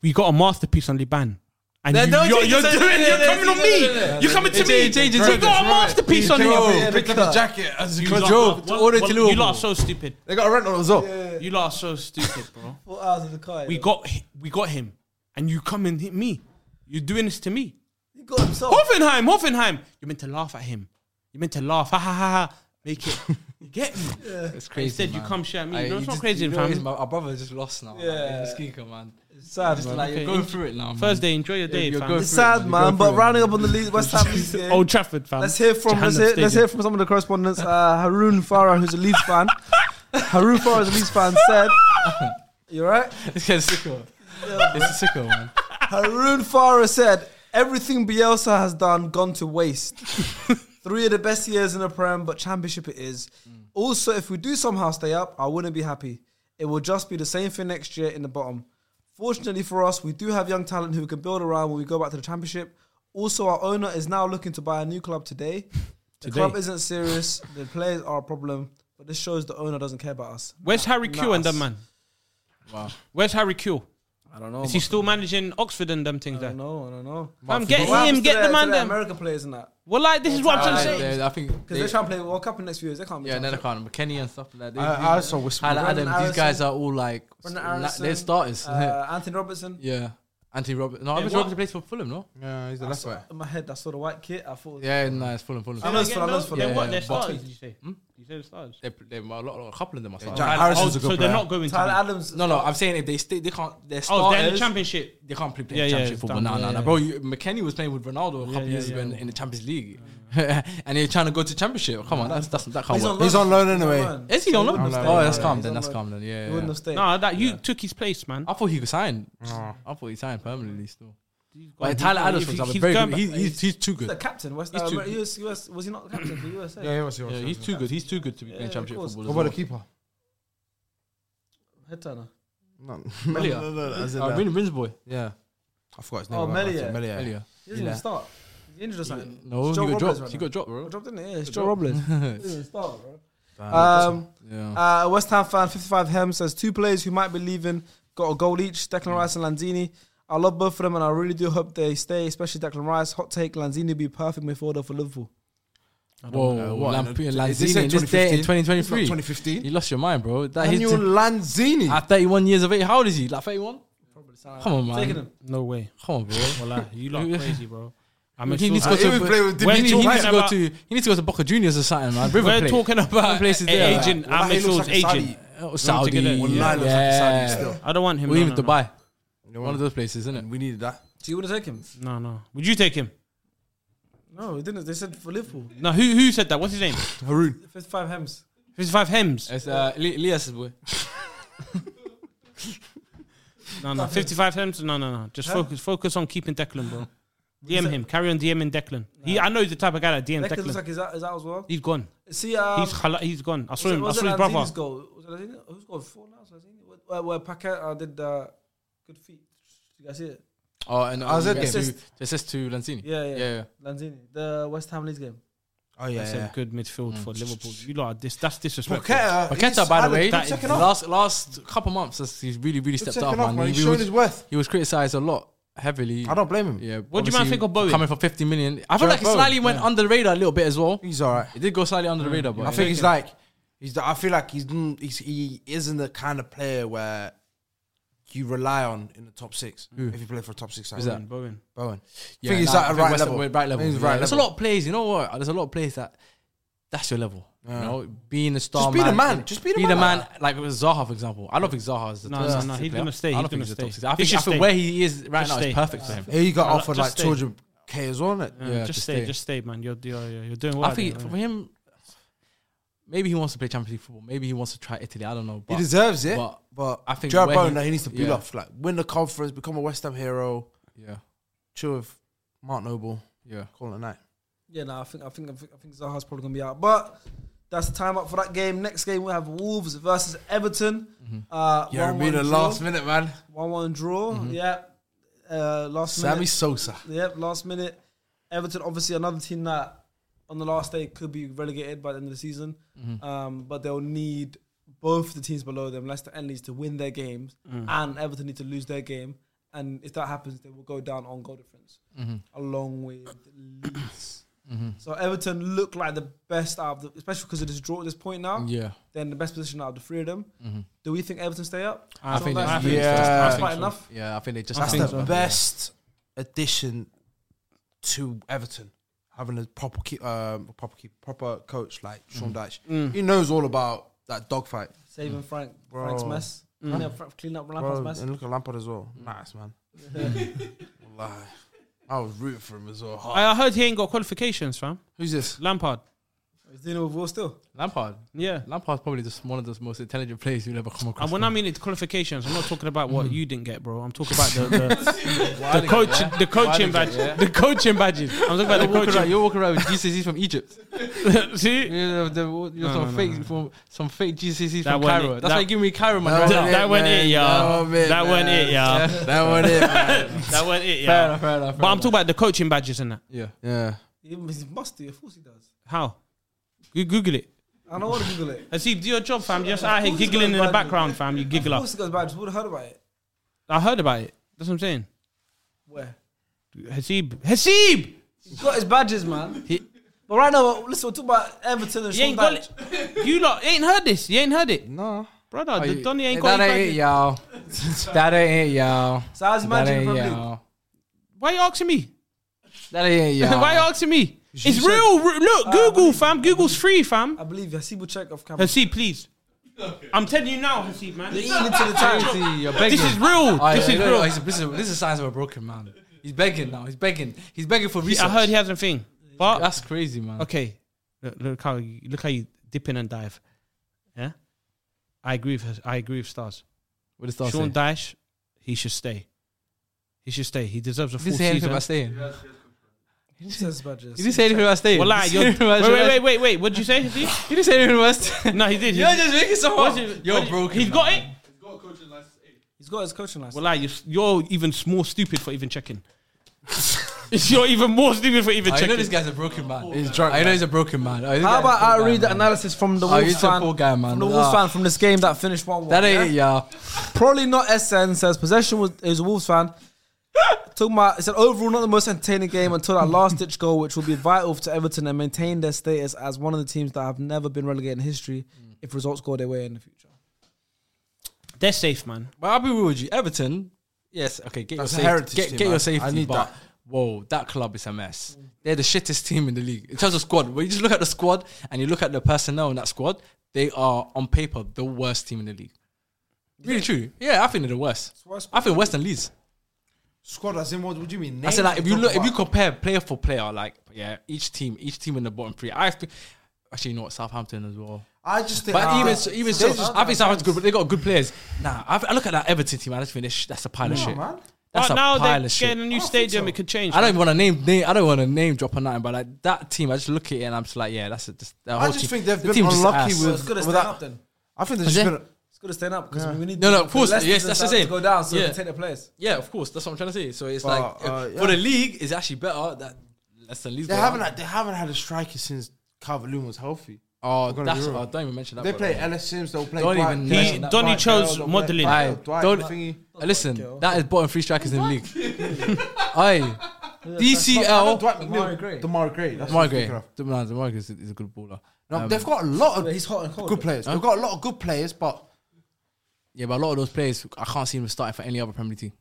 Speaker 3: We got a masterpiece on Liban. And
Speaker 2: No,
Speaker 3: you,
Speaker 2: don't
Speaker 3: you're,
Speaker 2: change
Speaker 3: you're
Speaker 2: the
Speaker 3: doing,
Speaker 2: subject.
Speaker 3: you're
Speaker 2: No, no,
Speaker 3: coming
Speaker 2: no,
Speaker 3: on
Speaker 2: no,
Speaker 3: me.
Speaker 2: no, no, no.
Speaker 3: You're coming to
Speaker 2: Change-
Speaker 3: me.
Speaker 2: change
Speaker 3: We
Speaker 2: the
Speaker 3: got a
Speaker 2: subject.
Speaker 3: masterpiece on
Speaker 4: Bro,
Speaker 3: you.
Speaker 4: picked up his jacket as he
Speaker 3: You lot-
Speaker 4: drove
Speaker 3: well,
Speaker 4: all the way
Speaker 3: well,
Speaker 4: to
Speaker 3: You lot are
Speaker 4: Liverpool.
Speaker 3: so stupid.
Speaker 4: They got a rental as well.
Speaker 3: You lot are so stupid, bro.
Speaker 1: Four hours in the car.
Speaker 3: We
Speaker 1: yeah.
Speaker 3: got hi- we got him, and you come and hit me. You're doing this to me.
Speaker 1: He got himself.
Speaker 3: Hoffenheim, Hoffenheim. You're meant to laugh at him. You're meant to laugh. Ha ha ha ha. Make it. You get me.
Speaker 2: It's crazy.
Speaker 3: Instead, you
Speaker 2: man.
Speaker 3: come share me.
Speaker 2: I-
Speaker 3: no,
Speaker 2: you
Speaker 3: it's not
Speaker 2: just-
Speaker 3: crazy,
Speaker 2: you know, it is,
Speaker 3: fam.
Speaker 2: My, our brother just lost now.
Speaker 1: Yeah.
Speaker 2: Yeah. Mesquita, man.
Speaker 1: It's sad,
Speaker 2: Just
Speaker 1: man.
Speaker 2: like, you're
Speaker 3: Okay,
Speaker 2: going
Speaker 3: in-
Speaker 2: through it now. man.
Speaker 3: Thursday, enjoy your day,
Speaker 2: you're
Speaker 3: fam.
Speaker 2: going
Speaker 1: It's
Speaker 2: through it,
Speaker 1: sad,
Speaker 2: you
Speaker 1: man.
Speaker 2: go
Speaker 1: But
Speaker 2: through it. Oh,
Speaker 1: rounding up on the lead, West Ham Leeds game.
Speaker 3: Old Trafford, fam.
Speaker 1: Let's hear from let's hear, let's hear from some of the correspondents. Uh, Haroon Farah, who's a Leeds fan. Haroon Farah, who's a Leeds fan, said, "You alright?"
Speaker 2: It's getting sicko. It's a sicko, man.
Speaker 1: Haroon Farah said, "Everything Bielsa has done gone to waste. Three of the best years in the Prem, but Championship it is.
Speaker 3: Mm.
Speaker 1: Also, if we do somehow stay up, I wouldn't be happy. It will just be the same thing next year in the bottom. Fortunately for us, we do have young talent who we can build around when we go back to the championship. Also, our owner is now looking to buy a new club today. The club isn't serious. The players are a problem, but this shows the owner doesn't care about us.
Speaker 3: Where's Harry Q and
Speaker 1: us.
Speaker 3: them man? Where's Harry Q?
Speaker 1: I don't know.
Speaker 3: Is he still managing Oxford and them things
Speaker 1: I
Speaker 3: there?
Speaker 1: don't know. I don't know.
Speaker 3: Fam,
Speaker 1: But
Speaker 3: get
Speaker 1: what happens
Speaker 3: him,
Speaker 1: to
Speaker 3: get
Speaker 1: their-
Speaker 3: the
Speaker 1: to
Speaker 3: man
Speaker 1: their
Speaker 3: them.
Speaker 1: American players and that
Speaker 3: Well, like this is what I'm trying to
Speaker 2: I,
Speaker 3: say.
Speaker 2: they- I think
Speaker 1: because
Speaker 2: they,
Speaker 1: they're trying to play World Cup in the next few years. They can't be.
Speaker 2: yeah,
Speaker 1: top
Speaker 2: no, they
Speaker 1: team.
Speaker 2: can't. McKenny and stuff like that. They,
Speaker 4: I, I also whisper.
Speaker 2: Tyler
Speaker 1: Brandon
Speaker 2: Adam,
Speaker 1: Harrison.
Speaker 2: these guys are all like
Speaker 1: Brendan
Speaker 2: la-
Speaker 1: Aronson,
Speaker 2: they're starters.
Speaker 1: Uh, Anthony Robertson.
Speaker 2: yeah, Anthony Robert. No, Anthony
Speaker 3: what-
Speaker 2: Robert plays for Fulham, no?
Speaker 4: Yeah, he's the
Speaker 1: I
Speaker 4: left
Speaker 1: saw-
Speaker 4: back.
Speaker 1: in my head, I saw the white kit. I thought.
Speaker 2: Yeah, no, it's Fulham, Fulham.
Speaker 1: I know it's for, I know it's for.
Speaker 3: They're what?
Speaker 2: yeah,
Speaker 3: They're
Speaker 2: but-
Speaker 3: stars, did you say?
Speaker 2: Hmm?
Speaker 3: You said stars.
Speaker 2: They, they, a lot, a couple of them are starters.
Speaker 4: Jack Harrison's
Speaker 3: Oh,
Speaker 4: a good
Speaker 3: so
Speaker 4: player.
Speaker 3: they're not going to.
Speaker 1: Tyler
Speaker 3: be-
Speaker 1: Adams.
Speaker 2: No, no, I'm saying if they stay, they can't. They're
Speaker 3: Oh,
Speaker 2: starters.
Speaker 3: they're in the championship.
Speaker 2: They can't play, play
Speaker 3: Yeah, yeah,
Speaker 2: championship
Speaker 3: it's
Speaker 2: football.
Speaker 3: done.
Speaker 2: Nah, nah,
Speaker 3: Yeah,
Speaker 2: nah,
Speaker 3: yeah.
Speaker 2: bro. You, McKenny was playing with Ronaldo a couple
Speaker 3: yeah,
Speaker 2: years ago
Speaker 3: yeah.
Speaker 2: in, in the Champions League, and he's trying to go to championship. Come on, that's that's that can't
Speaker 1: He's on
Speaker 2: work.
Speaker 1: loan.
Speaker 4: He's on loan
Speaker 1: He's
Speaker 4: anyway.
Speaker 1: loan.
Speaker 2: Is he on loan?
Speaker 4: on loan.
Speaker 2: Oh, that's
Speaker 1: Yeah,
Speaker 2: calm
Speaker 1: he's
Speaker 2: then.
Speaker 1: on
Speaker 2: That's
Speaker 1: loan.
Speaker 2: calm then. Yeah,
Speaker 1: He
Speaker 2: yeah.
Speaker 1: wouldn't have stayed.
Speaker 3: No, that you took his place, man.
Speaker 2: I thought he could sign. I thought he signed permanently still.
Speaker 3: Well,
Speaker 2: But Tyler
Speaker 3: he's-
Speaker 2: Adams, for
Speaker 3: he's-
Speaker 2: example,
Speaker 3: he's
Speaker 2: very
Speaker 3: going
Speaker 2: good.
Speaker 3: back-
Speaker 2: He's, he's, he's too
Speaker 1: He's the
Speaker 2: good.
Speaker 1: captain. West
Speaker 2: He's too-
Speaker 1: Ham. uh, US, US, was he not the captain for USA?
Speaker 4: Yeah, he was. He was.
Speaker 2: Yeah,
Speaker 4: he
Speaker 2: he's
Speaker 4: was.
Speaker 2: too good. He's too good to be
Speaker 1: Yeah,
Speaker 2: playing
Speaker 1: of
Speaker 2: championship
Speaker 1: course.
Speaker 2: football.
Speaker 4: What about the keeper?
Speaker 1: Head turner.
Speaker 4: No,
Speaker 2: Melia.
Speaker 4: as in,
Speaker 2: Uh,
Speaker 4: uh,
Speaker 2: Rin- Rins boy.
Speaker 4: Yeah, I forgot his name.
Speaker 1: Oh,
Speaker 4: right, right,
Speaker 1: Melia.
Speaker 4: Melia.
Speaker 2: Melia.
Speaker 1: He doesn't
Speaker 4: Yeah.
Speaker 1: even start. He's injured or something.
Speaker 2: No, he
Speaker 1: It's Joe
Speaker 2: got
Speaker 1: Robles right
Speaker 2: dropped. He
Speaker 1: now.
Speaker 2: got dropped, bro.
Speaker 1: Got dropped in it. Yeah, it's
Speaker 2: Got
Speaker 1: Joe
Speaker 2: dropped.
Speaker 1: Robles. He doesn't start, bro.
Speaker 4: Damn.
Speaker 1: Um,
Speaker 2: Yeah.
Speaker 1: uh, West Ham fan 55 Hem says two players who might be leaving got a goal each
Speaker 2: Mm.
Speaker 1: Declan Rice and Lanzini. I love both of them and I really do hope they stay, especially Declan Rice. Hot take Lanzini would be perfect midfielder for Liverpool.
Speaker 2: Whoa,
Speaker 4: what?
Speaker 2: Lamp-
Speaker 4: Is this
Speaker 2: Lanzini
Speaker 4: in
Speaker 2: in this day in
Speaker 4: 2015?
Speaker 2: 2023.
Speaker 4: It's not 2015.
Speaker 2: You lost your mind, bro. That he's
Speaker 4: Daniel Lanzini.
Speaker 2: at 31 years of age. How old is he? Like 31? Come on, man.
Speaker 1: Taking him.
Speaker 3: No way.
Speaker 2: Come on, bro.
Speaker 3: Wallah, you look crazy, bro. I'm
Speaker 2: He needs to
Speaker 3: exhausted.
Speaker 2: go
Speaker 4: I even
Speaker 2: to.
Speaker 4: play with
Speaker 2: Where
Speaker 3: Dimitri
Speaker 2: he needs to
Speaker 3: Payet
Speaker 2: go
Speaker 3: about-
Speaker 2: to. He needs to go to Boca Juniors or something, man. River
Speaker 3: We're
Speaker 2: Plate.
Speaker 3: talking about
Speaker 2: places
Speaker 3: places
Speaker 2: there,
Speaker 3: agent.
Speaker 4: Wallah,
Speaker 3: I'm
Speaker 4: he looks
Speaker 3: Mitchell's
Speaker 4: like a Saudi.
Speaker 3: agent.
Speaker 2: Oh,
Speaker 3: want to
Speaker 2: Saudi.
Speaker 3: get it?
Speaker 4: Wallah, he looks like a Saudi still.
Speaker 3: I don't want him.
Speaker 2: Or
Speaker 3: no,
Speaker 2: even
Speaker 3: no, no.
Speaker 2: Dubai. One of those places, isn't it?
Speaker 4: We needed that.
Speaker 1: Do you want to take him?
Speaker 3: No, no. Would you take him?
Speaker 1: No, he didn't. They said for Liverpool.
Speaker 3: No, who who said that? What's his name?
Speaker 4: Haroon.
Speaker 1: 55 Hems.
Speaker 3: 55 Hems.
Speaker 2: It's uh, Eli- Elias' boy.
Speaker 3: No, no. 55 Hems. No, no, no. Just focus focus on keeping Declan, bro. DM him. Carry on DMing Declan. He, I know he's the type of guy that DM
Speaker 1: Declan
Speaker 3: Declan.
Speaker 1: looks like he's out, he's out as well.
Speaker 3: he's gone.
Speaker 1: See, um,
Speaker 3: he's chala- he's gone. I saw
Speaker 1: was it-
Speaker 3: him. I
Speaker 1: was it
Speaker 3: saw his
Speaker 1: Lanzini's
Speaker 3: brother.
Speaker 1: Goal? Was it Lanzini? Who's got four now? So Lanzini? Where, where Paquet uh, did uh, good feet. Did you guys see it?
Speaker 2: Oh, and
Speaker 4: I
Speaker 2: uh,
Speaker 4: said
Speaker 2: it
Speaker 1: this.
Speaker 2: says to Lanzini.
Speaker 1: Yeah, yeah.
Speaker 2: yeah.
Speaker 1: Lanzini. The West Ham Leeds game.
Speaker 4: Oh
Speaker 3: That's
Speaker 4: yeah. uh,
Speaker 3: a good midfield for Liverpool. You lot, are dis- that's disrespectful.
Speaker 4: Paqueta.
Speaker 2: Paqueta, by the way,
Speaker 3: that is-
Speaker 2: the last last couple months, has- he's really really stepped up, man. He,
Speaker 4: He's
Speaker 2: he
Speaker 4: showing
Speaker 2: was,
Speaker 4: his worth.
Speaker 2: he was criticised a lot heavily.
Speaker 4: I don't blame him.
Speaker 2: Yeah.
Speaker 3: What do you man
Speaker 2: obviously
Speaker 3: think of Bowen?
Speaker 2: Coming for 50 million. I feel
Speaker 4: Jared
Speaker 2: like he slightly
Speaker 4: Bowen,
Speaker 2: went under the radar a little bit as well.
Speaker 4: He's all right.
Speaker 2: It did go slightly under the radar, but
Speaker 4: I think he's like, he's. The, I feel like he's, n- he's he isn't the kind of player where you rely on in the top six. If you play for a top six, side.
Speaker 2: that?
Speaker 3: Bowen.
Speaker 4: Bowen.
Speaker 2: Yeah,
Speaker 4: think he's
Speaker 2: nah, I
Speaker 4: at a
Speaker 2: think
Speaker 4: right
Speaker 2: West-
Speaker 4: level.
Speaker 2: we're Right level.
Speaker 4: He's
Speaker 2: yeah.
Speaker 4: right
Speaker 2: There's a
Speaker 4: level.
Speaker 2: lot of players. You know what? There's a lot of players that that's your level. You know, being a star.
Speaker 4: Just be the man. Just be the man.
Speaker 2: Like with Zaha, for example. I don't think Zaha is the
Speaker 3: No,
Speaker 2: top
Speaker 3: no,
Speaker 2: six
Speaker 3: no, he's
Speaker 2: player.
Speaker 3: gonna stay,
Speaker 2: I don't
Speaker 3: he's
Speaker 2: think
Speaker 3: gonna
Speaker 2: he's the top
Speaker 3: stay.
Speaker 2: six. I
Speaker 3: He
Speaker 2: think,
Speaker 3: should
Speaker 2: I think
Speaker 3: stay.
Speaker 2: where he is right
Speaker 3: Just
Speaker 2: now
Speaker 3: stay.
Speaker 2: is perfect for him.
Speaker 4: Here you got
Speaker 3: Nah,
Speaker 4: offered
Speaker 3: just
Speaker 4: like
Speaker 3: stay.
Speaker 4: 200k as well, innit?
Speaker 3: Yeah,
Speaker 2: Yeah,
Speaker 3: just,
Speaker 2: just
Speaker 3: stay,
Speaker 2: stay.
Speaker 3: just stay, man. You're you're you're, you're doing well.
Speaker 2: I think for him, maybe he wants to play Champions League football. Maybe he wants to try Italy. I don't know. But
Speaker 4: He deserves it, but,
Speaker 2: but
Speaker 4: I
Speaker 2: I
Speaker 4: think
Speaker 2: think
Speaker 4: Jared
Speaker 2: where
Speaker 4: Bowen,
Speaker 2: he-
Speaker 4: no, he needs to be
Speaker 2: yeah.
Speaker 4: off. Like win the conference, become a West Ham hero,
Speaker 2: yeah,
Speaker 4: chill with Mark Noble,
Speaker 2: yeah.
Speaker 4: call it a night.
Speaker 1: Yeah, no, I think I think I think, I think Zaha's probably gonna be out. But that's the time up for that game. Next game we have Wolves versus Everton. Uh,
Speaker 4: Mm-hmm. Yeah, I mean the last minute, man.
Speaker 1: one one draw. Yeah, uh, last
Speaker 4: Sammy
Speaker 1: minute.
Speaker 4: Sosa.
Speaker 1: Yep, last minute. Everton, obviously another team that on the last day could be relegated by the end of the season, um, but they'll need both the teams below them, Leicester and Leeds, to win their games, and Everton need to lose their game. And if that happens, they will go down on goal difference, along with Leeds. So Everton look like the best out of the, especially because of this draw at this point now.
Speaker 2: Yeah.
Speaker 1: They're in the best position out of the three of them. Do we think Everton stay up?
Speaker 2: I think
Speaker 1: that's
Speaker 2: that's
Speaker 1: really-
Speaker 4: Yeah.
Speaker 1: that's
Speaker 4: I
Speaker 1: quite enough.
Speaker 2: Yeah, I think they just
Speaker 4: That's
Speaker 2: think
Speaker 4: the
Speaker 2: so.
Speaker 4: best addition to Everton. Having a proper keep, um, proper keep, proper coach like
Speaker 2: Mm.
Speaker 4: Sean Dyche, he knows all about that dogfight.
Speaker 1: Saving Frank,
Speaker 4: Bro. Mm.
Speaker 1: Frank's mess. Clean up, Frank- clean up Lampard's
Speaker 4: Bro,
Speaker 1: mess.
Speaker 4: and look at Lampard as well. Nice man. Wallahi. I was rooting for him as well.
Speaker 3: I I heard he ain't got qualifications, fam.
Speaker 4: Who's this?
Speaker 3: Lampard.
Speaker 7: He's dealing with Will still.
Speaker 2: Lampard.
Speaker 3: Yeah.
Speaker 2: Lampard's probably just one of the most intelligent players you'll ever come across.
Speaker 3: And Uh, when I
Speaker 2: man.
Speaker 3: mean it's qualifications, I'm not talking about what you didn't get, bro. I'm talking about the the, the coach, the coaching badge, the coaching badges. I'm talking about the
Speaker 2: you're walking, around, Hmm.
Speaker 3: coaching.
Speaker 2: you're walking around with GCSEs from Egypt.
Speaker 3: See,
Speaker 2: You know, the- you're some fake from some fake GCSEs
Speaker 3: That
Speaker 2: from
Speaker 3: wasn't
Speaker 2: Cairo.
Speaker 3: it.
Speaker 2: That's
Speaker 3: That-
Speaker 2: why you give me Cairo, man.
Speaker 3: that,
Speaker 2: right
Speaker 3: that
Speaker 2: now.
Speaker 3: wasn't it, y'all.
Speaker 4: No, man,
Speaker 3: that wasn't
Speaker 4: man.
Speaker 3: it, y'all.
Speaker 4: That one it. man.
Speaker 3: That wasn't it,
Speaker 2: Fair
Speaker 3: y'all.
Speaker 2: enough, fair enough.
Speaker 3: But I'm talking about the coaching badges and that.
Speaker 2: Yeah.
Speaker 4: Yeah.
Speaker 7: He he must do. Of course he does.
Speaker 3: How? You Google it.
Speaker 7: I don't want to Google it.
Speaker 3: And see, do your job, fam. You're just out
Speaker 7: Of
Speaker 3: here
Speaker 7: course it's
Speaker 3: giggling in
Speaker 7: got
Speaker 3: the
Speaker 7: badges.
Speaker 3: background, fam. You giggle
Speaker 7: Of
Speaker 3: up.
Speaker 7: course he goes bad. Who would have heard about it?
Speaker 3: I heard about it. That's what I'm saying.
Speaker 7: Where?
Speaker 3: Hasib. Hasib!
Speaker 7: He's got his badges, man. but right now, listen, we're talking about Everton and
Speaker 3: You
Speaker 7: Sean
Speaker 3: ain't got
Speaker 7: Dyche.
Speaker 3: it. You lot ain't heard this. You ain't heard it.
Speaker 4: No.
Speaker 3: Brother,
Speaker 2: Oh,
Speaker 3: the
Speaker 2: you-
Speaker 3: Donny ain't got
Speaker 2: that
Speaker 3: his
Speaker 2: ain't it,
Speaker 3: badges.
Speaker 2: y'all. That ain't it, y'all.
Speaker 7: So how's he
Speaker 2: That
Speaker 7: managing
Speaker 2: ain't
Speaker 7: the
Speaker 2: it,
Speaker 7: Premier League?
Speaker 2: y'all.
Speaker 3: Why you asking me?
Speaker 2: That ain't it, y'all.
Speaker 3: Why you asking me? It's real. re-
Speaker 2: Ah,
Speaker 3: Look, Google, fam. Google's free, fam.
Speaker 7: I believe Yassibu check of camera.
Speaker 3: Hasib, please. I'm telling you now, Hasib, man.
Speaker 7: Eating into the time.
Speaker 2: Crazy, you're
Speaker 3: This
Speaker 2: begging.
Speaker 3: is real.
Speaker 2: Oh, yeah,
Speaker 3: This is
Speaker 2: no, no,
Speaker 3: real.
Speaker 2: he's- This is this is signs of a broken man. He's begging now. He's begging. He's begging for research.
Speaker 3: I heard he has a thing. But
Speaker 2: That's crazy, man.
Speaker 3: okay, look, look how you, look how you dip in and dive. Yeah, I agree with her- I agree with Stars.
Speaker 2: What is that?
Speaker 3: Sean
Speaker 2: saying?
Speaker 3: Dyche, he should stay. He should stay. He deserves a
Speaker 2: He
Speaker 3: full
Speaker 2: didn't say anything
Speaker 3: season.
Speaker 2: about staying.
Speaker 7: He says his badges.
Speaker 2: He didn't say anything about staying.
Speaker 3: Well,
Speaker 2: He
Speaker 3: you're, wait,
Speaker 2: didn't say anything
Speaker 3: wait,
Speaker 2: about
Speaker 3: wait,
Speaker 2: staying.
Speaker 3: wait, wait. What did you say? Did he?
Speaker 2: He didn't say anything about staying.
Speaker 3: No, he did.
Speaker 2: You're
Speaker 3: He-
Speaker 2: just making some
Speaker 3: What's
Speaker 2: up.
Speaker 3: it-
Speaker 2: You're
Speaker 3: what did-
Speaker 2: broken.
Speaker 3: He's got it.
Speaker 7: He's got his coaching license.
Speaker 3: Well, you're, you're even s- more stupid for even checking. you're even more stupid for even
Speaker 2: I
Speaker 3: checking.
Speaker 2: know this guy's a broken man.
Speaker 4: He's drunk,
Speaker 2: I know
Speaker 4: man.
Speaker 2: he's a broken man. Oh, this
Speaker 7: How
Speaker 2: guy's a
Speaker 7: about
Speaker 2: poor
Speaker 7: I
Speaker 2: guy,
Speaker 7: read the
Speaker 2: man.
Speaker 7: analysis from the
Speaker 2: Oh,
Speaker 7: Wolves
Speaker 2: he's a
Speaker 7: fan?
Speaker 2: poor guy, man.
Speaker 7: From the Wolves
Speaker 2: Ah.
Speaker 7: fan from this game that finished one one.
Speaker 2: That ain't uh, it, y'all.
Speaker 7: Probably not SN says possession was is a Wolves fan. Talking about, it said overall not the most entertaining game until that last ditch goal, which will be vital to Everton and maintain their status as one of the teams that have never been relegated in history if results go their way in the future.
Speaker 3: They're safe, man.
Speaker 2: But I'll be real with you. Everton, yes, okay, get
Speaker 4: That's
Speaker 2: your
Speaker 4: a
Speaker 2: safety.
Speaker 4: heritage
Speaker 2: Get,
Speaker 4: team,
Speaker 2: get
Speaker 4: man.
Speaker 2: your safety.
Speaker 4: I need
Speaker 2: but
Speaker 4: that.
Speaker 2: Whoa, that club is a mess. They're the shittest team in the league. In terms of squad, when you just look at the squad and you look at the personnel in that squad, they are on paper the worst team in the league. Really true. Yeah, I think they're the worst.
Speaker 7: worst.
Speaker 2: I think Western Leeds.
Speaker 4: Squad as in what would you mean?
Speaker 2: I said like if you look if you compare player for player, like yeah, each team, each team in the bottom three. I think, actually you know what Southampton as well.
Speaker 4: I just think
Speaker 2: But
Speaker 4: Ah.
Speaker 2: even so, even so, I think Southampton good, but they got good players. Nah, I, I look at that Everton team. I just think they're sh- that's a pile of shit.
Speaker 4: man.
Speaker 3: but
Speaker 2: That's a
Speaker 3: Oh, now
Speaker 2: pile
Speaker 3: they're
Speaker 2: of shit.
Speaker 3: getting a new stadium. It could change.
Speaker 2: I don't even want to name, name. I don't want to name drop or nothing. But like that team, I just look at it and I'm just like, yeah, that's a, just. That
Speaker 4: I
Speaker 2: whole
Speaker 4: just
Speaker 2: team-
Speaker 4: think they've
Speaker 2: the
Speaker 4: been
Speaker 2: team's just
Speaker 4: unlucky
Speaker 2: ass.
Speaker 7: So
Speaker 4: with-
Speaker 7: it's good to
Speaker 4: Well,
Speaker 7: stand
Speaker 4: that-
Speaker 7: up then.
Speaker 4: I think there's
Speaker 2: Jose?
Speaker 4: just been.
Speaker 7: It's good to stand up because we need
Speaker 2: No, no,
Speaker 7: the-
Speaker 2: of course,
Speaker 7: the Leicesters
Speaker 2: yes,
Speaker 7: and
Speaker 2: that's the
Speaker 7: Southampton
Speaker 2: same.
Speaker 7: to go down so
Speaker 2: Yeah.
Speaker 7: they can take their place.
Speaker 2: Yeah, of course, that's what I'm trying to say. So it's
Speaker 4: But,
Speaker 2: like if-
Speaker 4: uh, yeah.
Speaker 2: for the league, it's actually better that less than Leeds.
Speaker 4: They
Speaker 2: go
Speaker 4: haven't.
Speaker 2: down.
Speaker 4: had- They haven't had a striker since Calvert-Lewin was healthy.
Speaker 2: Oh,
Speaker 4: We're gonna
Speaker 2: that's.
Speaker 4: be real.
Speaker 2: Oh, don't even mention that.
Speaker 4: They
Speaker 2: bro.
Speaker 4: play Ellis Sims. They'll play.
Speaker 2: Don't
Speaker 4: Dwight-
Speaker 2: even
Speaker 4: Dwight-
Speaker 2: mention
Speaker 4: Dwight-
Speaker 3: that. Donny
Speaker 4: Dwight-
Speaker 3: chose
Speaker 4: Dwight-
Speaker 3: modelling.
Speaker 4: Dwight-
Speaker 2: Aye,
Speaker 4: Dwight
Speaker 2: don't- Uh,
Speaker 4: thingy.
Speaker 2: Listen, that is bottom three strikers in the league. Aye, DCL.
Speaker 4: Dwight McNeil.
Speaker 7: Damari Gray.
Speaker 4: Damari Gray. That's what
Speaker 2: Demar
Speaker 4: I'm thinking
Speaker 2: Gray.
Speaker 4: of.
Speaker 2: Demar Demar Gray is a is a good baller.
Speaker 4: No,
Speaker 2: Um,
Speaker 4: they've got a lot of
Speaker 7: He's hot and cold.
Speaker 4: good players. They've got a lot of good players, but
Speaker 2: Yeah, but a lot of those players, I can't see him starting for any other Premier League team.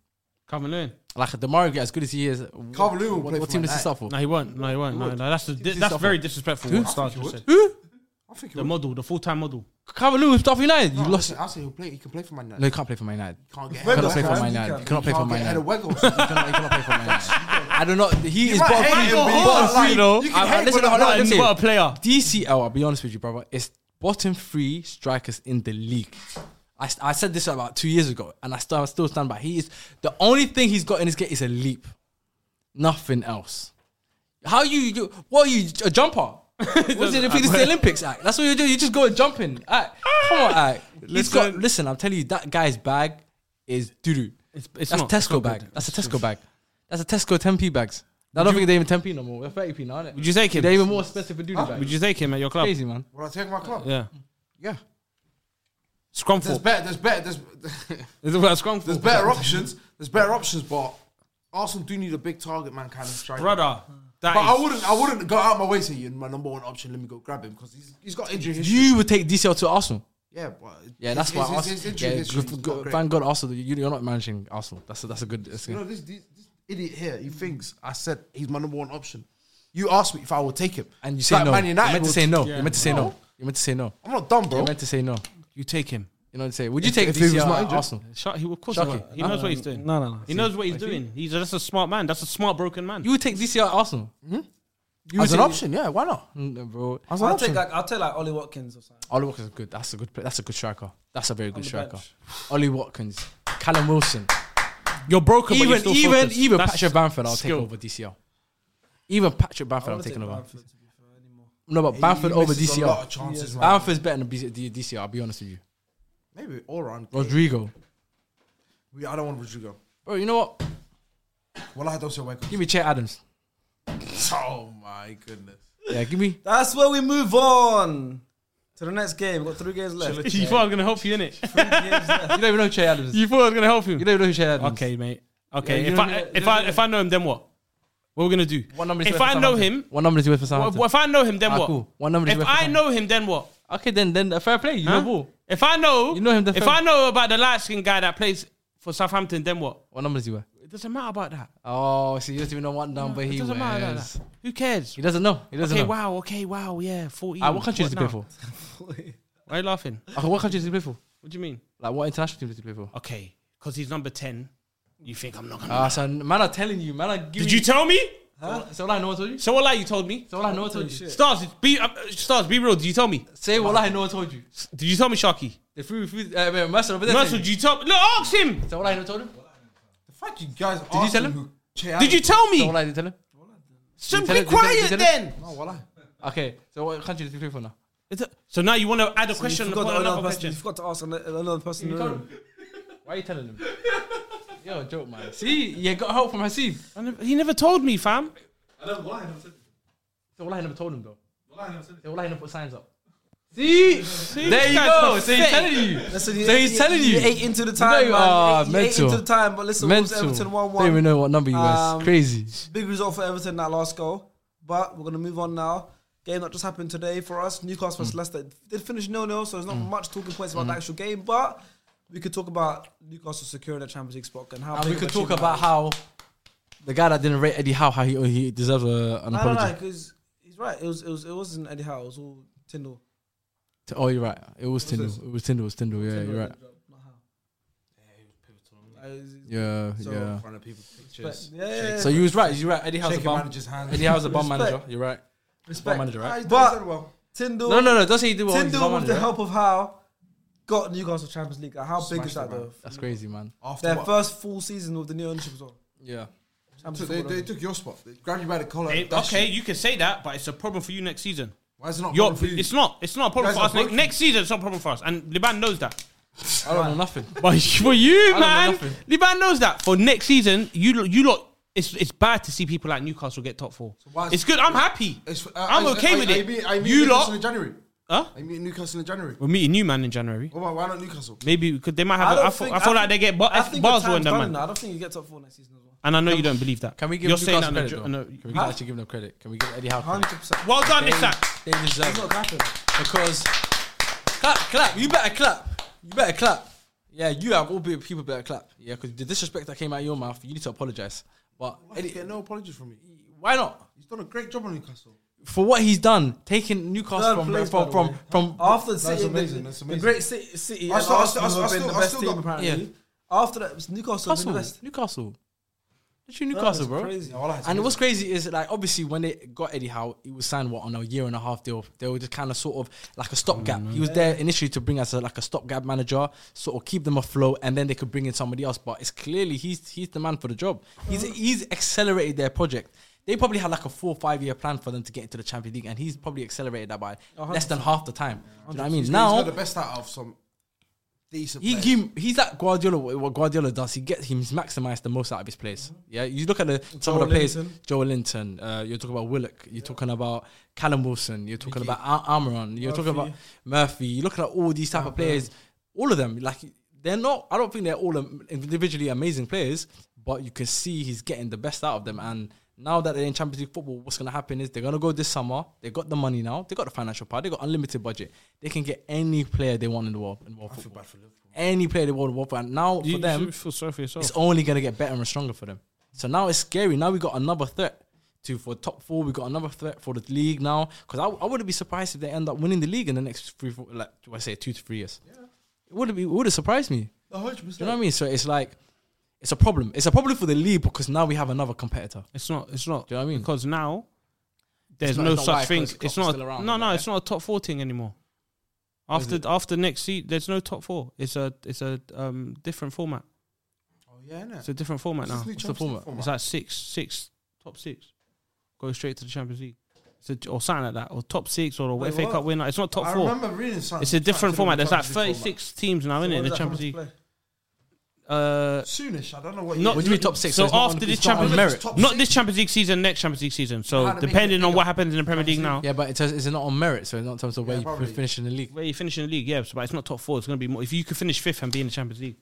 Speaker 3: Calvin Lewin.
Speaker 2: Like Demario, as good as he is,
Speaker 4: Calvert-Lewin will
Speaker 2: what,
Speaker 4: play
Speaker 2: what
Speaker 4: for
Speaker 2: team
Speaker 4: Man
Speaker 2: does he
Speaker 4: United.
Speaker 2: start for?
Speaker 3: No, he won't. No, he won't. No, no. That's the, that's
Speaker 2: suffer.
Speaker 3: very disrespectful. What Stars just said.
Speaker 4: I think
Speaker 3: The
Speaker 4: he'll.
Speaker 3: model, the full-time model.
Speaker 2: Calvert-Lewin start for United. you
Speaker 4: I'll
Speaker 2: lost.
Speaker 4: say, I'll say he'll play. He can play for Man United.
Speaker 2: No, he can't play for Man United.
Speaker 4: can't get
Speaker 2: He
Speaker 4: ahead
Speaker 2: cannot
Speaker 4: of
Speaker 2: play for
Speaker 4: Weghorst.
Speaker 2: Man United. He cannot play for
Speaker 4: Can't
Speaker 2: Man
Speaker 4: get
Speaker 2: United.
Speaker 4: ahead of
Speaker 2: He
Speaker 4: Weghorst.
Speaker 2: cannot he cannot play for Man United. I don't know. He is
Speaker 4: might
Speaker 2: bottom
Speaker 4: hate
Speaker 2: three.
Speaker 4: him, but you
Speaker 2: Bottom
Speaker 4: can't
Speaker 2: three,
Speaker 4: like-
Speaker 2: though.
Speaker 4: you can
Speaker 2: I- I-
Speaker 4: hate
Speaker 2: Listen,
Speaker 4: him,
Speaker 2: hold
Speaker 4: but
Speaker 2: on,
Speaker 4: not
Speaker 2: let me
Speaker 3: What a
Speaker 2: say.
Speaker 3: player.
Speaker 2: DCL, oh, I'll be honest with you, brother, is bottom three strikers in the league. I, I said this about two years ago, and I still, I still stand by. He is the only thing he's got in his game is a leap, nothing else. How you, you what are you a jumper? What's it? If it's the Olympics act, that's what you do. You just go and jumping. Act. Come on, act. He's got. Listen, I'm telling you, that guy's bag is doo doo.
Speaker 3: It's- it's
Speaker 2: that's
Speaker 3: not. It's
Speaker 2: Tesco
Speaker 3: not
Speaker 2: bag.
Speaker 3: good.
Speaker 2: That's a Tesco bag. That's a Tesco 10p bags. I don't think they even 10p no more. They're 30p now, innit?
Speaker 3: Would you take him?
Speaker 2: They're even more expensive for doo doo bags.
Speaker 3: Would you take him at your club?
Speaker 2: Crazy man.
Speaker 4: Will I take my club?
Speaker 3: Yeah.
Speaker 4: Yeah. There's
Speaker 3: Scrumful.
Speaker 4: better. There's better. There's
Speaker 3: It's about Scrumful.
Speaker 4: there's better options. There's better options, but Arsenal do need a big target man kind of striker.
Speaker 3: Brother. That
Speaker 4: But I
Speaker 3: is-
Speaker 4: wouldn't. I wouldn't go out my way to you. My number one option. Let me go grab him because he's he's got injury history.
Speaker 2: You would take DCL to Arsenal.
Speaker 4: yeah, but
Speaker 2: Yeah, that's
Speaker 4: his,
Speaker 2: why.
Speaker 4: His,
Speaker 2: Arsenal,
Speaker 4: his, his injury
Speaker 2: yeah,
Speaker 4: history.
Speaker 2: good-
Speaker 4: is
Speaker 2: good-
Speaker 4: not great.
Speaker 2: thank God, Arsenal. You, you're not managing Arsenal. That's a, that's a good. That's a
Speaker 4: You
Speaker 2: good.
Speaker 4: know this, this, this idiot here. He thinks I said he's my number one option. You asked me if I would take him,
Speaker 2: And you say
Speaker 4: Like
Speaker 2: no.
Speaker 4: Man
Speaker 2: you
Speaker 4: United
Speaker 2: meant to
Speaker 4: would-
Speaker 2: say no. you meant to say no. you meant to say no.
Speaker 4: I'm not dumb,
Speaker 2: you
Speaker 4: bro.
Speaker 2: meant to say no.
Speaker 3: You take him.
Speaker 2: You know what I'm saying? Would you take
Speaker 4: if he was
Speaker 2: DCL
Speaker 4: not
Speaker 2: at
Speaker 4: injured.
Speaker 2: Arsenal?
Speaker 3: Shut, he, of course
Speaker 2: Shocky.
Speaker 3: he, will. he knows what he's doing.
Speaker 7: No, no, no.
Speaker 3: He knows what he's doing. He's just a smart man. That's a smart broken man.
Speaker 2: You would take DCL at Arsenal.
Speaker 4: As an option, yeah, why not?
Speaker 2: Mm, bro.
Speaker 4: As an
Speaker 7: I'll
Speaker 4: option.
Speaker 7: take like I'll take like Ollie Watkins or something.
Speaker 2: Ollie Watkins is good. That's a good. play- That's a good striker. That's a very good
Speaker 7: the
Speaker 2: striker.
Speaker 7: bench.
Speaker 2: Ollie Watkins, Callum Wilson,
Speaker 3: You're broken,
Speaker 2: even
Speaker 3: but you're still
Speaker 2: even
Speaker 3: focused.
Speaker 2: even
Speaker 3: That's
Speaker 2: Patrick Bamford. I'll
Speaker 3: skill.
Speaker 2: take over DCL. Even Patrick Bamford, I'm
Speaker 7: I'll take
Speaker 2: taking over.
Speaker 7: Bamford, to be fair, anymore.
Speaker 2: No, but
Speaker 4: He
Speaker 2: Bamford over
Speaker 4: misses A lot
Speaker 2: DCL.
Speaker 4: of chances, right?
Speaker 2: Bamford's better than B- D- DCL. I'll be honest with you.
Speaker 4: Maybe Oran.
Speaker 2: Rodrigo,
Speaker 4: We, I don't want Rodrigo.
Speaker 2: bro. You know what?
Speaker 4: Well, I don't say Wake
Speaker 2: Give me Chet Adams.
Speaker 4: Oh my goodness.
Speaker 2: Yeah, give me.
Speaker 7: That's where we move on to the next game. We've got three games left.
Speaker 3: You thought I was gonna help you in it.
Speaker 2: You don't even know who Chet Adams. Is.
Speaker 3: You thought I was gonna help him.
Speaker 2: You don't even know who Chet Adams. is.
Speaker 3: Okay, mate. Okay,
Speaker 2: you
Speaker 3: if
Speaker 2: don't
Speaker 3: I
Speaker 2: know- you
Speaker 3: if
Speaker 2: don't
Speaker 3: I
Speaker 2: know-
Speaker 3: if I know him, then what? What are we gonna do?
Speaker 2: What number is
Speaker 3: if
Speaker 2: he with
Speaker 3: I
Speaker 2: for
Speaker 3: know
Speaker 2: Southampton?
Speaker 3: him,
Speaker 2: What number is he with for
Speaker 3: wha-
Speaker 2: Southampton?
Speaker 3: if I know him, then
Speaker 2: Ah,
Speaker 3: what?
Speaker 2: cool. What number is he
Speaker 3: If
Speaker 2: with for
Speaker 3: I
Speaker 2: Southampton?
Speaker 3: know him, then what?
Speaker 2: Okay, then then a fair play. You
Speaker 3: Huh?
Speaker 2: know ball.
Speaker 3: If I know,
Speaker 2: You know him,
Speaker 3: If
Speaker 2: defend.
Speaker 3: I know about the light skinned guy that plays for Southampton, then what?
Speaker 2: What number is he with?
Speaker 3: It doesn't matter about that.
Speaker 2: Oh, see, you don't even know what number
Speaker 3: It
Speaker 2: he
Speaker 3: doesn't matter about
Speaker 2: wears.
Speaker 3: that. Who cares?
Speaker 2: He doesn't know. He doesn't
Speaker 3: Okay,
Speaker 2: know.
Speaker 3: wow. Okay, wow. Yeah, forty.
Speaker 2: Ah, what country does he play
Speaker 3: now?
Speaker 2: for?
Speaker 3: Why are you laughing?
Speaker 2: Okay, what country does he play for?
Speaker 3: What do you mean?
Speaker 2: Like, what international team does he play for?
Speaker 3: Okay, because he's number ten. You think I'm not gonna?
Speaker 2: Ah, so man, I'm telling you, man, I give
Speaker 3: Did you tell me?
Speaker 2: Huh? So all I know, I told you.
Speaker 3: So what lie you told me?
Speaker 2: So all I know, I told you.
Speaker 3: Stars, be uh, stars, be real. Did you tell me?
Speaker 2: Say what I know, I told you.
Speaker 3: Did you tell me, Sharky?
Speaker 2: The free, free, uh, man, Mercer over there.
Speaker 3: Russell,
Speaker 2: saying-
Speaker 3: did you tell? Look, ask him.
Speaker 2: So all I know, I told him.
Speaker 4: The fact you guys
Speaker 2: Did you tell him?
Speaker 3: Did you tell
Speaker 2: So
Speaker 3: me?
Speaker 2: all I did tell him.
Speaker 3: So
Speaker 2: you
Speaker 3: be
Speaker 2: tell him- did you tell him-
Speaker 3: quiet
Speaker 2: did you tell
Speaker 3: then.
Speaker 2: him? Okay, so what country does he play for now?
Speaker 3: Is it- So now you want to add a question
Speaker 7: you
Speaker 3: upon
Speaker 7: forgot,
Speaker 3: another,
Speaker 7: another person,
Speaker 3: question?
Speaker 7: you forgot to ask ano- another person. in the room.
Speaker 2: Why are you telling him? Yo, joke, man. See, you got help from Hasib.
Speaker 3: I never- he never told me, fam.
Speaker 2: So all I never told him though. So all I never put signs up. See, there
Speaker 3: this
Speaker 2: you
Speaker 3: guy's
Speaker 2: go. So he's
Speaker 3: pathetic.
Speaker 2: telling you.
Speaker 7: Listen,
Speaker 2: So he's telling you.
Speaker 7: ate into the time,
Speaker 2: you-
Speaker 7: man.
Speaker 2: ah,
Speaker 7: You ate- you ate
Speaker 2: mental.
Speaker 7: into the time, but listen, Wolves
Speaker 2: Mental.
Speaker 7: Everton
Speaker 2: Don't even
Speaker 7: one-one.
Speaker 2: know what number he was.
Speaker 7: Um,
Speaker 2: Crazy.
Speaker 7: Big result for Everton that last goal, but we're gonna move on now. Game that just happened today for us, Newcastle
Speaker 2: Hmm.
Speaker 7: vs Leicester. Did finish 0-0, so there's not much talking points about the actual game, but we could talk about Newcastle securing the Champions League spot and how
Speaker 2: And
Speaker 7: big
Speaker 2: we
Speaker 7: of
Speaker 2: could
Speaker 7: a
Speaker 2: talk
Speaker 7: achievement
Speaker 2: about
Speaker 7: that
Speaker 2: how the guy that didn't rate Eddie Howe, how he, he deserves a, an
Speaker 7: is. No, no, no,
Speaker 2: apology.
Speaker 7: because he's right. It was, it was, it wasn't Eddie Howe. It was all Tyndall.
Speaker 2: Oh, you're right. It was Tyndall. It was Tyndall. It was Tyndall. Yeah,
Speaker 7: Tyndall
Speaker 2: you're
Speaker 7: did
Speaker 2: right.
Speaker 7: the job, not Howe. Like, it was-
Speaker 2: Yeah,
Speaker 7: So-
Speaker 2: yeah.
Speaker 4: front of people pictures.
Speaker 7: But, yeah, yeah, yeah.
Speaker 2: So you was right. You're right. Eddie Howe's a
Speaker 4: Shaking
Speaker 2: bum.
Speaker 4: manager's hand.
Speaker 2: Eddie Howe's a bum
Speaker 7: Respect.
Speaker 2: manager. You're right. Bum manager, right?
Speaker 7: But Tyndall,
Speaker 2: No, no, no. Don't say he did well. He's a
Speaker 7: Tyndall
Speaker 2: bum
Speaker 7: with
Speaker 2: manager.
Speaker 7: the
Speaker 2: right?
Speaker 7: help of Howe, got Newcastle Champions League. How big is that
Speaker 4: Smashed it,
Speaker 7: though?
Speaker 2: That's crazy, man.
Speaker 4: After
Speaker 7: Their
Speaker 4: what?
Speaker 7: first full season with the new ownership as well.
Speaker 2: Yeah.
Speaker 7: Champions
Speaker 4: So they,
Speaker 7: Football
Speaker 4: they
Speaker 7: League.
Speaker 4: took your spot. They grabbed you by the collar.
Speaker 3: Eh,
Speaker 4: That's
Speaker 3: okay,
Speaker 4: you.
Speaker 3: you can say that, but it's a problem for you next season.
Speaker 4: Why is it not?
Speaker 3: You're,
Speaker 4: Robin Fee?
Speaker 3: it's not. It's not a problem
Speaker 4: guys
Speaker 3: for
Speaker 4: are
Speaker 3: us. Next,
Speaker 4: broken.
Speaker 3: next season, it's not a problem for us, and Liban knows that.
Speaker 2: I don't know nothing.
Speaker 3: But for you,
Speaker 2: know
Speaker 3: man,
Speaker 2: nothing.
Speaker 3: Liban knows that. For next season, you lo- you lot, it's it's bad to see people like Newcastle get top four.
Speaker 4: why is-
Speaker 3: it's good. I'm happy.
Speaker 4: It's- uh,
Speaker 3: I'm
Speaker 4: I-
Speaker 3: okay
Speaker 4: I-
Speaker 3: with
Speaker 4: I
Speaker 3: it.
Speaker 4: meet- I meet
Speaker 3: you
Speaker 4: Newcastle in
Speaker 3: lot,
Speaker 4: January.
Speaker 3: Huh?
Speaker 4: I meet Newcastle in January.
Speaker 3: we're meeting new man in January.
Speaker 4: Why why not Newcastle?
Speaker 3: Maybe because they might have. I, feel- I feel like they get
Speaker 7: I
Speaker 3: ba-
Speaker 7: think
Speaker 3: bars
Speaker 7: your
Speaker 3: when
Speaker 7: time's
Speaker 3: them
Speaker 7: done
Speaker 3: man,
Speaker 7: now. I don't think you get top four next season as well.
Speaker 3: and I know you don't believe that.
Speaker 2: Can we give
Speaker 3: You're
Speaker 2: Newcastle
Speaker 3: saying that?
Speaker 2: credit,
Speaker 3: in a-
Speaker 2: though?
Speaker 3: in a-
Speaker 2: Can we actually give them credit? Can we give Eddie Howe credit?
Speaker 7: Hundred percent.
Speaker 3: well done,
Speaker 2: They-
Speaker 3: this time.
Speaker 2: They deserve it.
Speaker 7: It's not happened.
Speaker 2: because clap, clap. You better clap. You better clap. Yeah, you have all be- people better clap. Yeah, because the disrespect that came out of your mouth, you need to apologize. But
Speaker 4: Why did
Speaker 2: Eddie,
Speaker 4: you get no apologies from me?
Speaker 2: why not?
Speaker 4: He's done a great job on Newcastle.
Speaker 2: For what he's done, taking Newcastle
Speaker 7: Third
Speaker 2: from
Speaker 7: place, by
Speaker 2: from
Speaker 7: the
Speaker 2: from,
Speaker 7: way.
Speaker 2: from
Speaker 7: After City, the-
Speaker 4: amazing,
Speaker 7: The,
Speaker 4: that's amazing.
Speaker 7: great City, City
Speaker 4: I
Speaker 7: and
Speaker 4: still- I
Speaker 7: Arsenal
Speaker 4: still- I
Speaker 7: have been
Speaker 4: still-
Speaker 7: the
Speaker 4: I
Speaker 7: best
Speaker 4: still
Speaker 7: team
Speaker 4: got-
Speaker 7: apparently.
Speaker 2: yeah.
Speaker 7: After that, Newcastle have been the
Speaker 2: Newcastle,
Speaker 7: best.
Speaker 2: Newcastle. Literally
Speaker 7: No,
Speaker 2: Newcastle,
Speaker 7: it's
Speaker 2: bro.
Speaker 7: Crazy.
Speaker 4: Yeah, well, it's
Speaker 2: And
Speaker 4: amazing.
Speaker 2: what's crazy is like obviously when they got Eddie Howe, he was signed what on a year and a half deal. They were just kind of sort of like a stopgap.
Speaker 4: Mm-hmm.
Speaker 2: He was there initially to bring us a, like a stopgap manager, sort of keep them afloat, and then they could bring in somebody else. But it's clearly he's he's the man for the job. He's
Speaker 4: Mm-hmm.
Speaker 2: he's accelerated their project. They probably had like a four or five year plan for them to get into the Champions League, and he's probably accelerated that by less than half the time. Do you know what I mean?
Speaker 4: He's
Speaker 2: Now
Speaker 4: got the best out of some decent.
Speaker 2: he,
Speaker 4: players.
Speaker 2: he he's like Guardiola. What what Guardiola does, he gets he's maximized the most out of his players. Yeah, you look at the some of the players.
Speaker 7: Linton.
Speaker 2: Joe Linton. Uh, you're talking about Willock. You're talking about Callum Wilson. You're talking about Al- Almiron. You're talking about Murphy. You're looking at all these type of players. All of them, like they're not. I don't think they're all um, individually amazing players, but you can see he's getting the best out of them. And now that they're in Champions League football, what's going to happen is they're going to go this summer. They got the money now. They got the financial power. They got unlimited budget. They can get any player they want in the world. In world football any player they want to work for. And now for them,
Speaker 3: feel sorry for yourself.
Speaker 2: it's only going to get better and stronger for them. So now it's scary. Now we got another threat to for top four. We got another threat for the league now. Because I, I wouldn't be surprised if they end up winning the league in the next three, four, like do I say two to three years? It would be. It would have surprised me.
Speaker 4: A hundred
Speaker 2: Do
Speaker 4: percent.
Speaker 2: you know what I mean? So it's like it's a problem. It's a problem for the league because now we have another competitor.
Speaker 3: It's not. It's not.
Speaker 2: Do you know what I mean?
Speaker 3: Because now there's
Speaker 2: not-
Speaker 3: no
Speaker 2: it's not
Speaker 3: such
Speaker 2: why,
Speaker 3: thing.
Speaker 2: 'cause
Speaker 3: It's
Speaker 2: Klopp's
Speaker 3: not.
Speaker 2: still around,
Speaker 3: no, no,
Speaker 2: right?
Speaker 3: it's not a top four thing anymore. After after next season, there's no top four. It's a it's a um different format.
Speaker 4: Oh yeah, innit?
Speaker 3: It's a different format now.
Speaker 2: What's the format?
Speaker 3: It's like six six top six, go straight to the Champions League, it's a, or something like that, or top six or a
Speaker 4: Wait,
Speaker 3: FA
Speaker 4: what?
Speaker 3: Cup winner. It's not top
Speaker 4: I
Speaker 3: four.
Speaker 4: remember reading something.
Speaker 3: It's a different format. There's like
Speaker 4: Champions League
Speaker 3: 36 teams now,
Speaker 1: So
Speaker 3: isn't it,
Speaker 1: what
Speaker 3: in
Speaker 1: does
Speaker 3: the
Speaker 1: that come
Speaker 3: Champions
Speaker 1: to
Speaker 3: League?
Speaker 1: play?
Speaker 3: Uh,
Speaker 4: Soonish. I don't know what.
Speaker 3: not-
Speaker 4: year.
Speaker 2: What do you mean top six?
Speaker 3: So
Speaker 2: it's not on-
Speaker 3: after this
Speaker 2: it's not on
Speaker 3: Champions
Speaker 4: Remember it's
Speaker 2: merit.
Speaker 4: top
Speaker 3: Not
Speaker 4: six.
Speaker 3: this Champions League season, next Champions League season.
Speaker 4: How
Speaker 3: So
Speaker 4: to make
Speaker 3: depending
Speaker 4: it
Speaker 3: on
Speaker 4: bigger.
Speaker 3: what happens in the Premier League now,
Speaker 2: Yeah, but it's, it's not on merit, so it's not in terms of where
Speaker 4: Yeah,
Speaker 2: you
Speaker 4: probably.
Speaker 2: finish in the league.
Speaker 3: where you finish in the league, yeah, so- but it's not top four. It's going to be more. If you could finish fifth and be in the Champions League,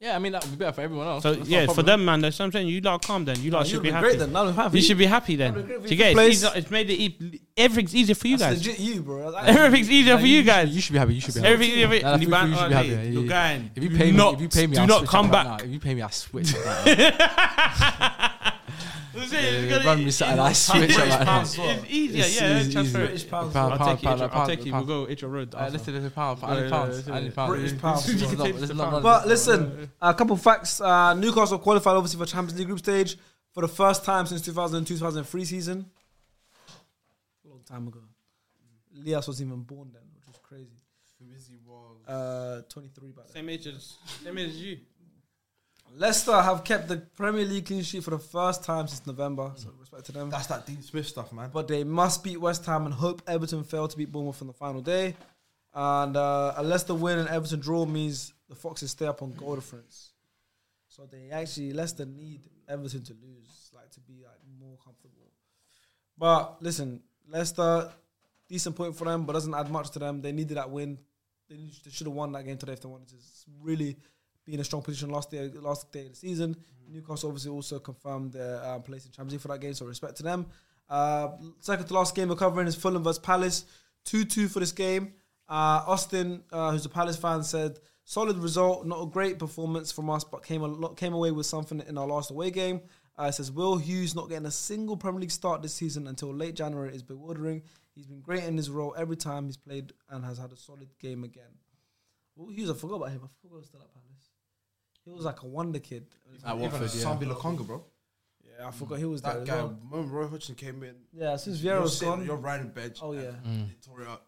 Speaker 2: Yeah, I mean that would be better for everyone else.
Speaker 3: so
Speaker 2: That's not a
Speaker 3: yeah, for
Speaker 2: problem.
Speaker 3: them, man. That's what I'm saying. You lot are calm then. You lot should be happy.
Speaker 1: great then. Now I'm happy.
Speaker 3: You should be happy then. Do you get it?
Speaker 1: place-
Speaker 3: It's easy- It's made it e- everything's easier for you
Speaker 1: That's
Speaker 3: guys.
Speaker 1: legit you, bro. That's-
Speaker 3: Everything's easier
Speaker 2: Like,
Speaker 3: for you
Speaker 2: should-
Speaker 3: guys.
Speaker 2: You should be happy. You should be happy.
Speaker 3: Everything's easier.
Speaker 2: Nah, nah,
Speaker 3: You
Speaker 2: you
Speaker 3: ban-
Speaker 2: should
Speaker 3: oh,
Speaker 2: be happy,
Speaker 3: yeah,
Speaker 2: yeah,
Speaker 3: you're
Speaker 2: yeah.
Speaker 3: going.
Speaker 2: If you
Speaker 3: Do
Speaker 2: pay me,
Speaker 3: not-
Speaker 2: if you pay me,
Speaker 3: do
Speaker 2: I'll
Speaker 3: not
Speaker 2: switch
Speaker 3: come
Speaker 2: up
Speaker 3: back.
Speaker 2: right now. If you pay me, I switch. up right now.
Speaker 3: That's it, it's
Speaker 2: Yeah,
Speaker 3: gonna-
Speaker 2: Run me Saturday, I switch. up right now.
Speaker 3: It's easier,
Speaker 2: It's
Speaker 3: yeah.
Speaker 2: easy,
Speaker 3: transfer
Speaker 2: easy.
Speaker 3: it.
Speaker 2: British
Speaker 1: pounds.
Speaker 2: Pound,
Speaker 3: I'll
Speaker 2: pound,
Speaker 3: take you.
Speaker 2: pound,
Speaker 3: I'll
Speaker 2: pound,
Speaker 3: take you. We'll
Speaker 2: pound.
Speaker 3: go Itro Road.
Speaker 2: Uh,
Speaker 3: after.
Speaker 2: Listen, there's a pound. I
Speaker 3: Yeah,
Speaker 2: need
Speaker 3: yeah, yeah,
Speaker 2: pounds. I
Speaker 3: yeah.
Speaker 2: need pounds.
Speaker 1: British pounds.
Speaker 2: Let's not-
Speaker 3: Change it
Speaker 2: let's
Speaker 3: to
Speaker 2: not
Speaker 3: pounds.
Speaker 2: run
Speaker 1: But listen, a couple facts. Uh, Newcastle qualified obviously for Champions League group stage for the first time since 2002-2003 season. A long time ago. Lias was even born then, which is crazy. Uh, 23 by then.
Speaker 3: Same age as same age as you.
Speaker 1: Leicester have kept the Premier League clean sheet for the first time since November, so respect to them.
Speaker 4: That's that Dean Smith stuff, man.
Speaker 1: but they must beat West Ham and hope Everton fail to beat Bournemouth on the final day. And uh, a Leicester win and Everton draw means the Foxes stay up on goal difference. So they actually Leicester need Everton to lose, like to be like more comfortable. But listen, Leicester, decent point for them, but doesn't add much to them. They needed that win. They, need- they should have won that game today if they wanted to s- really be in a strong position last day, last day of the season. Newcastle obviously also confirmed their uh, place in Champions League for that game, so respect to them. Uh, second to last game we're covering is Fulham versus Palace, two two for this game. Uh, Austin, uh, who's a Palace fan, said solid result, not a great performance from us, but came a lot, came away with something in our last away game. Uh, it says Will Hughes not getting a single Premier League start this season until late January is bewildering. He's been great in his role every time he's played and has had a solid game again. Will Hughes, I forgot about him. I forgot he was still at Palace. He was like a wonder kid.
Speaker 2: At
Speaker 4: Even
Speaker 2: Watford, yeah.
Speaker 4: Sambi Lokonga, bro.
Speaker 1: Yeah, I forgot he was there
Speaker 4: That
Speaker 1: as
Speaker 4: guy.
Speaker 1: well.
Speaker 4: When Roy Hodgson came in,
Speaker 1: Yeah, since
Speaker 4: you're,
Speaker 1: Vieira was
Speaker 4: sitting-
Speaker 1: gone.
Speaker 4: you're riding bench.
Speaker 1: Oh
Speaker 4: and
Speaker 1: yeah.
Speaker 2: Mm.
Speaker 4: They tore it up.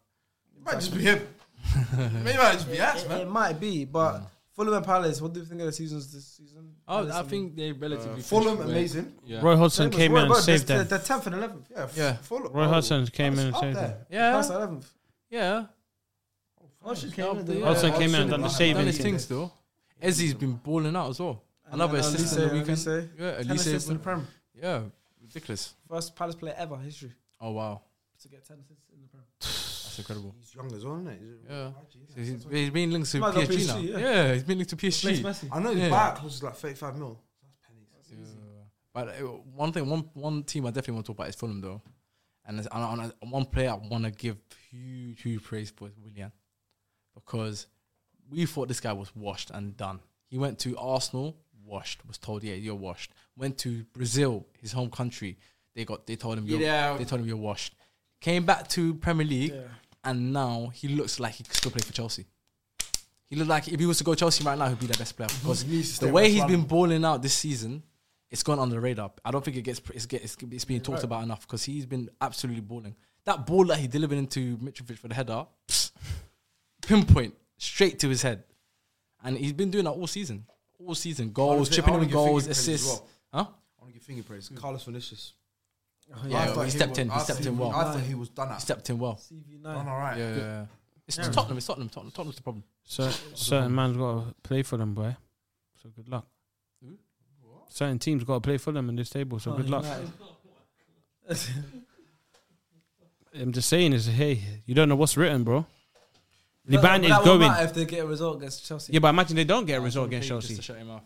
Speaker 4: It might just be him. Maybe might just be us,
Speaker 1: It,
Speaker 4: man.
Speaker 1: it might be, but Fulham and Palace. What do you think of the seasons this season?
Speaker 2: Oh,
Speaker 1: Palace
Speaker 2: I
Speaker 1: and-
Speaker 2: think they relatively.
Speaker 4: Fulham,
Speaker 2: finished well.
Speaker 4: amazing.
Speaker 2: Yeah.
Speaker 3: Roy Hodgson
Speaker 1: Same as
Speaker 3: came
Speaker 1: Roy,
Speaker 3: in and
Speaker 1: but
Speaker 3: saved
Speaker 1: they're-
Speaker 3: them.
Speaker 1: They're tenth and eleventh.
Speaker 4: Yeah,
Speaker 2: Yeah.
Speaker 4: F- Fulham.
Speaker 3: Roy
Speaker 4: oh,
Speaker 3: Hodgson came in
Speaker 4: that's
Speaker 3: and
Speaker 4: up
Speaker 3: saved
Speaker 4: there.
Speaker 3: them.
Speaker 1: Palace
Speaker 2: Yeah,
Speaker 1: eleventh.
Speaker 2: yeah.
Speaker 1: Hodgson
Speaker 3: Oh,
Speaker 2: No,
Speaker 1: came in.
Speaker 2: but
Speaker 1: didn't
Speaker 2: yeah,
Speaker 1: he?
Speaker 3: Hodgson came in
Speaker 2: Hodgson
Speaker 3: and done the
Speaker 2: has
Speaker 3: saving
Speaker 2: his
Speaker 3: thing.
Speaker 2: things though. Ezzy's been balling out as well.
Speaker 1: And
Speaker 2: Another
Speaker 1: then
Speaker 2: assist on the
Speaker 1: Olise,
Speaker 2: weekend.
Speaker 1: Olise.
Speaker 2: Yeah,
Speaker 1: Ten assists in the
Speaker 2: Elise.
Speaker 1: Prem.
Speaker 2: Yeah, ridiculous.
Speaker 1: First Palace player ever in history
Speaker 2: Oh wow,
Speaker 1: to get ten assists in the Prem.
Speaker 2: that's incredible.
Speaker 4: He's young as well, isn't he?
Speaker 2: Yeah. He's, he's been linked to
Speaker 1: Might go
Speaker 2: PSG, now.
Speaker 1: PSG,
Speaker 2: Yeah.
Speaker 1: yeah.
Speaker 2: he's been linked to
Speaker 1: Place
Speaker 2: PSG.
Speaker 1: Messi.
Speaker 4: I know his
Speaker 2: Yeah.
Speaker 4: back was like 35 mil.
Speaker 2: Yeah. But uh, one thing, one one team I definitely want to talk about is Fulham though, and there's- and, and, and one player I want to give huge huge praise for is Willian, because we thought this guy was washed and done. He went to Arsenal, washed, was told yeah you're washed. Went to Brazil, his home country, they got they told him you're
Speaker 4: Yeah.
Speaker 2: they told him you're washed. Came back to Premier League, and now he looks like he could still play for Chelsea. He looked like if he was to go Chelsea right now, he'd be their best player because
Speaker 4: He needs to stay
Speaker 2: the way
Speaker 4: with
Speaker 2: he's been
Speaker 4: Fulham.
Speaker 2: balling out this season, it's gone under the radar. I don't think it gets it's get, it's, it's being talked about enough because he's been absolutely balling. That ball that he delivered into Mitrovic for the header, psst, pinpoint straight to his head, and he's been doing that all season, all season. Goals,
Speaker 4: say-
Speaker 2: chipping
Speaker 4: I
Speaker 2: in
Speaker 4: wanna
Speaker 2: with
Speaker 4: give Fink
Speaker 2: goals,
Speaker 4: credit as
Speaker 2: assists.
Speaker 4: well.
Speaker 2: Huh?
Speaker 4: I want to give finger praise.
Speaker 1: Hmm.
Speaker 4: Carlos Vinicius.
Speaker 2: Oh, Yeah,
Speaker 4: I
Speaker 2: well,
Speaker 4: thought
Speaker 2: he stepped
Speaker 4: was-
Speaker 2: in.
Speaker 4: I
Speaker 2: He stepped
Speaker 4: thought
Speaker 2: in
Speaker 4: he-
Speaker 2: well.
Speaker 4: I thought he was done
Speaker 2: He
Speaker 4: at.
Speaker 2: stepped in well.
Speaker 4: Done
Speaker 1: CV9.
Speaker 4: all right.
Speaker 2: Yeah, yeah, yeah. It's Tottenham. It's Tottenham. Tottenham. Tottenham's the problem.
Speaker 3: Cer- certain man's got to play for them, boy. So good luck. Certain teams got to play for them in this table. So good luck. I'm just saying is hey, you don't know what's written, bro. Liban is
Speaker 1: that won't
Speaker 3: going.
Speaker 1: matter If they get a result against Chelsea,
Speaker 3: Yeah, but imagine they don't get a result against
Speaker 2: Just
Speaker 3: Chelsea.
Speaker 2: to shut him off.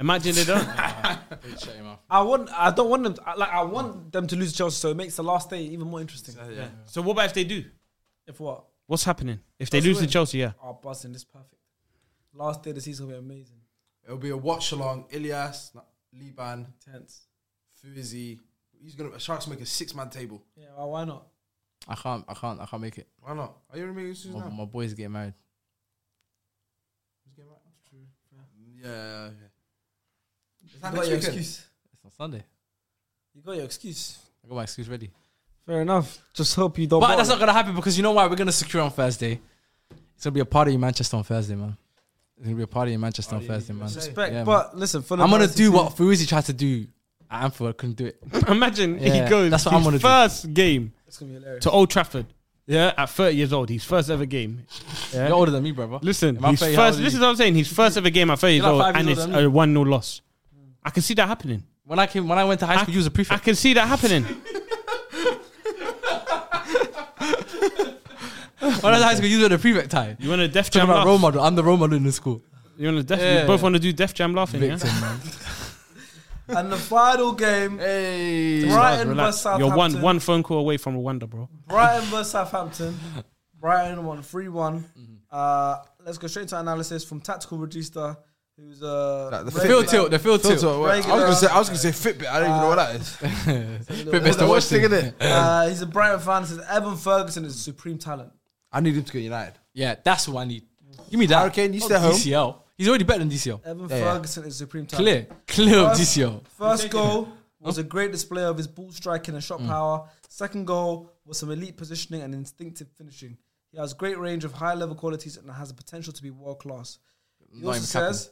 Speaker 3: Imagine they don't.
Speaker 2: Just shut him off.
Speaker 1: I want. I don't want them. To, I- like I want them to lose to Chelsea, so it makes the last day even more interesting.
Speaker 4: yeah.
Speaker 3: so what about if they do?
Speaker 1: If what?
Speaker 3: What's happening if they
Speaker 1: Chelsea
Speaker 3: lose to
Speaker 1: win.
Speaker 3: Chelsea? Yeah,
Speaker 1: Oh, buzzing. This is perfect. Last day of the season will be amazing.
Speaker 4: It'll be a watch along. Ilias, Na- Liban,
Speaker 1: Tense.
Speaker 4: Fuizzi. He's gonna. Sharks make a six man table.
Speaker 1: Yeah. Well, why not?
Speaker 2: I can't. I can't. I can't make it.
Speaker 4: Why not? Are you making decisions
Speaker 2: My,
Speaker 4: now?
Speaker 2: my boy's getting married.
Speaker 4: Who's getting back? Yeah. yeah, yeah. Is
Speaker 1: You
Speaker 4: that
Speaker 1: got
Speaker 4: next
Speaker 1: your
Speaker 4: weekend?
Speaker 1: excuse.
Speaker 2: It's on Sunday.
Speaker 1: You got your excuse.
Speaker 2: I got my excuse ready.
Speaker 8: Fair enough. Just hope you don't.
Speaker 2: But that's not gonna happen because you know why? We're gonna secure on Thursday. It's gonna be a party in Manchester on Thursday, man. It's gonna be a party in Manchester on Thursday, man.
Speaker 8: Respect,
Speaker 2: Yeah,
Speaker 8: but listen, Fulham
Speaker 2: I'm gonna
Speaker 8: versus
Speaker 2: do
Speaker 8: City-
Speaker 2: what Fuzi tried to do at Anfield. I couldn't do it.
Speaker 3: Imagine
Speaker 2: Yeah,
Speaker 3: he goes
Speaker 2: that's what
Speaker 3: his
Speaker 2: I'm gonna do.
Speaker 3: first game
Speaker 1: It's gonna be hilarious.
Speaker 3: to Old Trafford. Yeah, at 30 years old, his first ever game.
Speaker 2: You're older than me, brother.
Speaker 3: Listen,
Speaker 2: Am I
Speaker 3: his
Speaker 2: fair? How old
Speaker 3: first.
Speaker 2: are
Speaker 3: This
Speaker 2: you?
Speaker 3: is what I'm saying. His first ever game at 30 years
Speaker 2: You're
Speaker 3: old,
Speaker 2: like five
Speaker 3: and
Speaker 2: years
Speaker 3: it's
Speaker 2: older than
Speaker 3: a one 0 loss. I can see that happening.
Speaker 2: when I came, when I went to high
Speaker 3: I,
Speaker 2: school, you was a
Speaker 3: I
Speaker 2: prefect.
Speaker 3: can see that happening.
Speaker 2: When I was in high school, you were the prefect tie.
Speaker 3: You want to def
Speaker 2: Talking
Speaker 3: jam
Speaker 2: about
Speaker 3: laugh?
Speaker 2: role model. I'm the role model in the school.
Speaker 3: You want to def?
Speaker 2: Yeah.
Speaker 3: You both want to do def jam laughing. Yeah?
Speaker 2: Victim, man.
Speaker 1: And the final game,
Speaker 2: Hey.
Speaker 3: Relax,
Speaker 1: Brighton
Speaker 3: relax.
Speaker 1: versus Southampton.
Speaker 3: You're one one phone call away from Rwanda, bro.
Speaker 1: Brighton versus Southampton. Brighton won 3 one Uh, let's go straight to analysis from Tactical Regista, who's uh,
Speaker 4: Like the
Speaker 1: regular-
Speaker 2: Field tilt. The field tilt.
Speaker 4: Filter, wait, I was
Speaker 1: Regular,
Speaker 4: gonna say I was gonna say Fitbit. I don't even know what that is.
Speaker 2: Bit best to
Speaker 4: What's
Speaker 2: watch
Speaker 4: the worst
Speaker 2: thing.
Speaker 4: thing, innit?
Speaker 1: uh, he's a Brighton fan. Says Evan Ferguson is a supreme talent.
Speaker 4: I need him to go United.
Speaker 2: Yeah, that's what I need. Give me that.
Speaker 4: Hurricane, you
Speaker 2: Not
Speaker 4: stay home.
Speaker 2: DCL. He's already better than DCL.
Speaker 1: Evan
Speaker 4: Yeah, yeah.
Speaker 1: Ferguson is a supreme talent.
Speaker 2: Clear, clear of
Speaker 1: First-
Speaker 2: DCL.
Speaker 1: First goal was a great display of his ball striking and
Speaker 2: Mm.
Speaker 1: shot power. Second goal was some elite positioning and instinctive finishing. He has great range of high level qualities and has the potential to be world class. He also
Speaker 2: even capping.
Speaker 1: says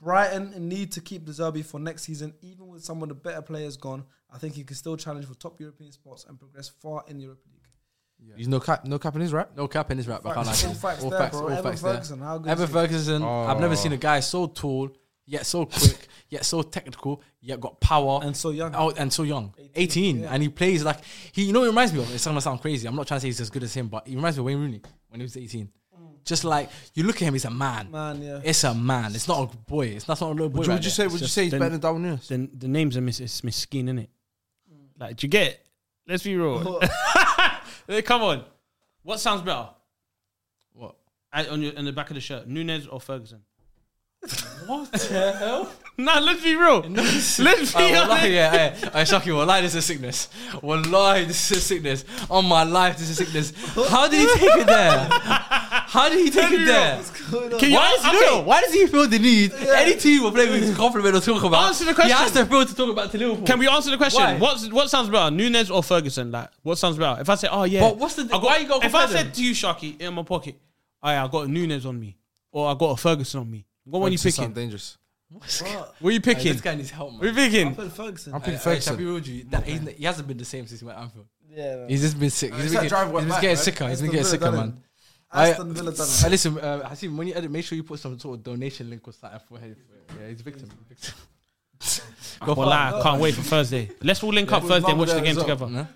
Speaker 1: Brighton need to keep the Zerbi for next season, even with some of the better players gone. I think he can still challenge for top European spots and progress far in the Europa League.
Speaker 4: He's no cap, no cap in his rap.
Speaker 2: No cap in this rap. I can't
Speaker 1: Facts.
Speaker 2: lie.
Speaker 1: All facts
Speaker 2: all
Speaker 1: there,
Speaker 2: facts,
Speaker 1: bro.
Speaker 2: all
Speaker 1: Evan
Speaker 2: facts there.
Speaker 1: Ferguson, how good
Speaker 2: Evan
Speaker 1: is he?
Speaker 2: Ferguson. I've
Speaker 4: Oh.
Speaker 2: never seen a guy so tall, yet so quick, yet so technical, yet got power,
Speaker 1: And so young.
Speaker 2: Oh, and so young, eighteen,
Speaker 1: yeah.
Speaker 2: and he plays like he. You know, what it reminds me of. It's gonna sound crazy. I'm not trying to say he's as good as him, but he reminds me of Wayne Rooney when he was eighteen. Just like you look at him, he's a man.
Speaker 1: Mm. Man, yeah.
Speaker 2: It's a man. It's not a boy. It's not, it's not a little boy.
Speaker 4: Would you,
Speaker 2: right
Speaker 4: would you
Speaker 2: there.
Speaker 4: say would you
Speaker 3: just
Speaker 4: say he's
Speaker 3: then-
Speaker 4: better than Darwin Nunes?
Speaker 3: Then the names are mis- it's miskin, innit?
Speaker 2: Mm.
Speaker 3: Like, do you get? it? Let's be real.
Speaker 2: Oh.
Speaker 3: Hey, Come on, what sounds better?
Speaker 2: What?
Speaker 3: I, on your on the back of the shirt, Nunez or Ferguson? what the hell? Nah, let's be real. let's be
Speaker 2: Aye,
Speaker 3: honest.
Speaker 2: Ah, wallahi, yeah, aye. Aye, Shaki, wallahi, this is sickness. Wallahi, this is sickness. On my life, this is sickness. How did he take it there? How did he take it there?
Speaker 3: Can you
Speaker 2: Why,
Speaker 3: okay.
Speaker 2: does, no, no, why does he feel the need? Any team will play with his compliment or talk about.
Speaker 3: Answer the question.
Speaker 2: He has to feel to talk about to Liverpool.
Speaker 3: Can we answer the question?
Speaker 2: Why?
Speaker 3: What's what sounds better, Nunez or Ferguson? Like, what sounds better? If I say, oh yeah,
Speaker 2: But what's the-
Speaker 3: I got-
Speaker 2: why you gotta
Speaker 3: If I
Speaker 2: compare them?
Speaker 3: said to you, Sharky, in my pocket, I I got a Nunez on me, or I got a Ferguson on me. What one you
Speaker 4: Ferguson sound
Speaker 3: picking?
Speaker 4: dangerous.
Speaker 3: What are you
Speaker 2: Aye,
Speaker 3: picking?
Speaker 2: This guy needs help,
Speaker 3: What are
Speaker 2: man.
Speaker 3: you picking?
Speaker 1: Evan Ferguson.
Speaker 4: I'm picking
Speaker 2: Aye, shall I be
Speaker 4: Ferguson.
Speaker 2: real with you? That- he's- He hasn't been the same since he went to Anfield.
Speaker 1: yeah, man.
Speaker 2: He's just been sick. He's
Speaker 4: It's
Speaker 2: been getting-
Speaker 4: that drive
Speaker 2: he's
Speaker 4: went
Speaker 2: been
Speaker 4: back,
Speaker 2: getting
Speaker 4: right?
Speaker 2: sicker. He's
Speaker 1: Aston
Speaker 2: been getting
Speaker 1: Villa
Speaker 2: sicker,
Speaker 1: done it.
Speaker 2: man.
Speaker 1: Aston Villa done it.
Speaker 2: Hey, listen, uh, Hasim, when you edit, make sure you put some sort of donation link or something for him. Yeah, he's a victim. victim. Go
Speaker 3: Well, I can't wait for Thursday. Let's all link up Thursday and watch the game together.
Speaker 2: No?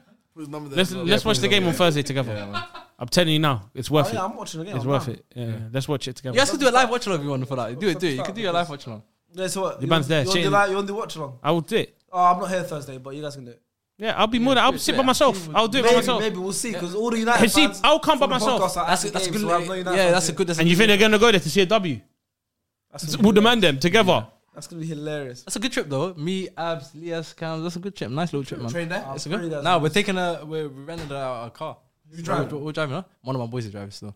Speaker 3: Let's let's watch the game on Thursday together. I'm telling you now, it's worth
Speaker 1: Oh, yeah,
Speaker 3: it.
Speaker 1: I'm watching again.
Speaker 3: It's
Speaker 1: I'm
Speaker 3: worth
Speaker 1: down.
Speaker 3: it. Yeah, let's watch it together.
Speaker 2: You guys can do a live watch along if you want for that. Do it, do it. You can do your live watch along.
Speaker 1: Yeah, so what?
Speaker 3: The band's there,
Speaker 1: You want
Speaker 3: shitting.
Speaker 1: the, li- you want the watch along?
Speaker 3: I will do it.
Speaker 1: Oh, I'm not here Thursday, but you guys can do it.
Speaker 3: Yeah, I'll be more. than- I'll sit by myself. I'll do it by
Speaker 1: Maybe,
Speaker 3: myself.
Speaker 1: maybe we'll see because all the United
Speaker 3: Hey, see,
Speaker 1: fans.
Speaker 3: I'll come
Speaker 1: from
Speaker 3: by
Speaker 1: the
Speaker 3: myself.
Speaker 1: podcast are at
Speaker 2: That's
Speaker 1: the
Speaker 2: that's a
Speaker 1: game,
Speaker 2: good.
Speaker 1: so I have no United
Speaker 2: yeah,
Speaker 1: fans
Speaker 2: that's a
Speaker 1: here.
Speaker 2: good. That's a
Speaker 3: And you
Speaker 2: good-
Speaker 3: think they're gonna go there to see a W?
Speaker 1: That's
Speaker 3: We'll demand them together.
Speaker 1: That's gonna be hilarious.
Speaker 2: That's a good trip though. Me, Abs, Lias, Cams. That's a good trip. Nice little trip, man.
Speaker 4: Train there?
Speaker 2: That's a
Speaker 1: I'm pretty
Speaker 2: good.
Speaker 1: guys-
Speaker 2: Now we're taking a. We're we renting a, a car. Who's
Speaker 1: driving?
Speaker 2: We're, we're driving, huh? One of my boys is driving still.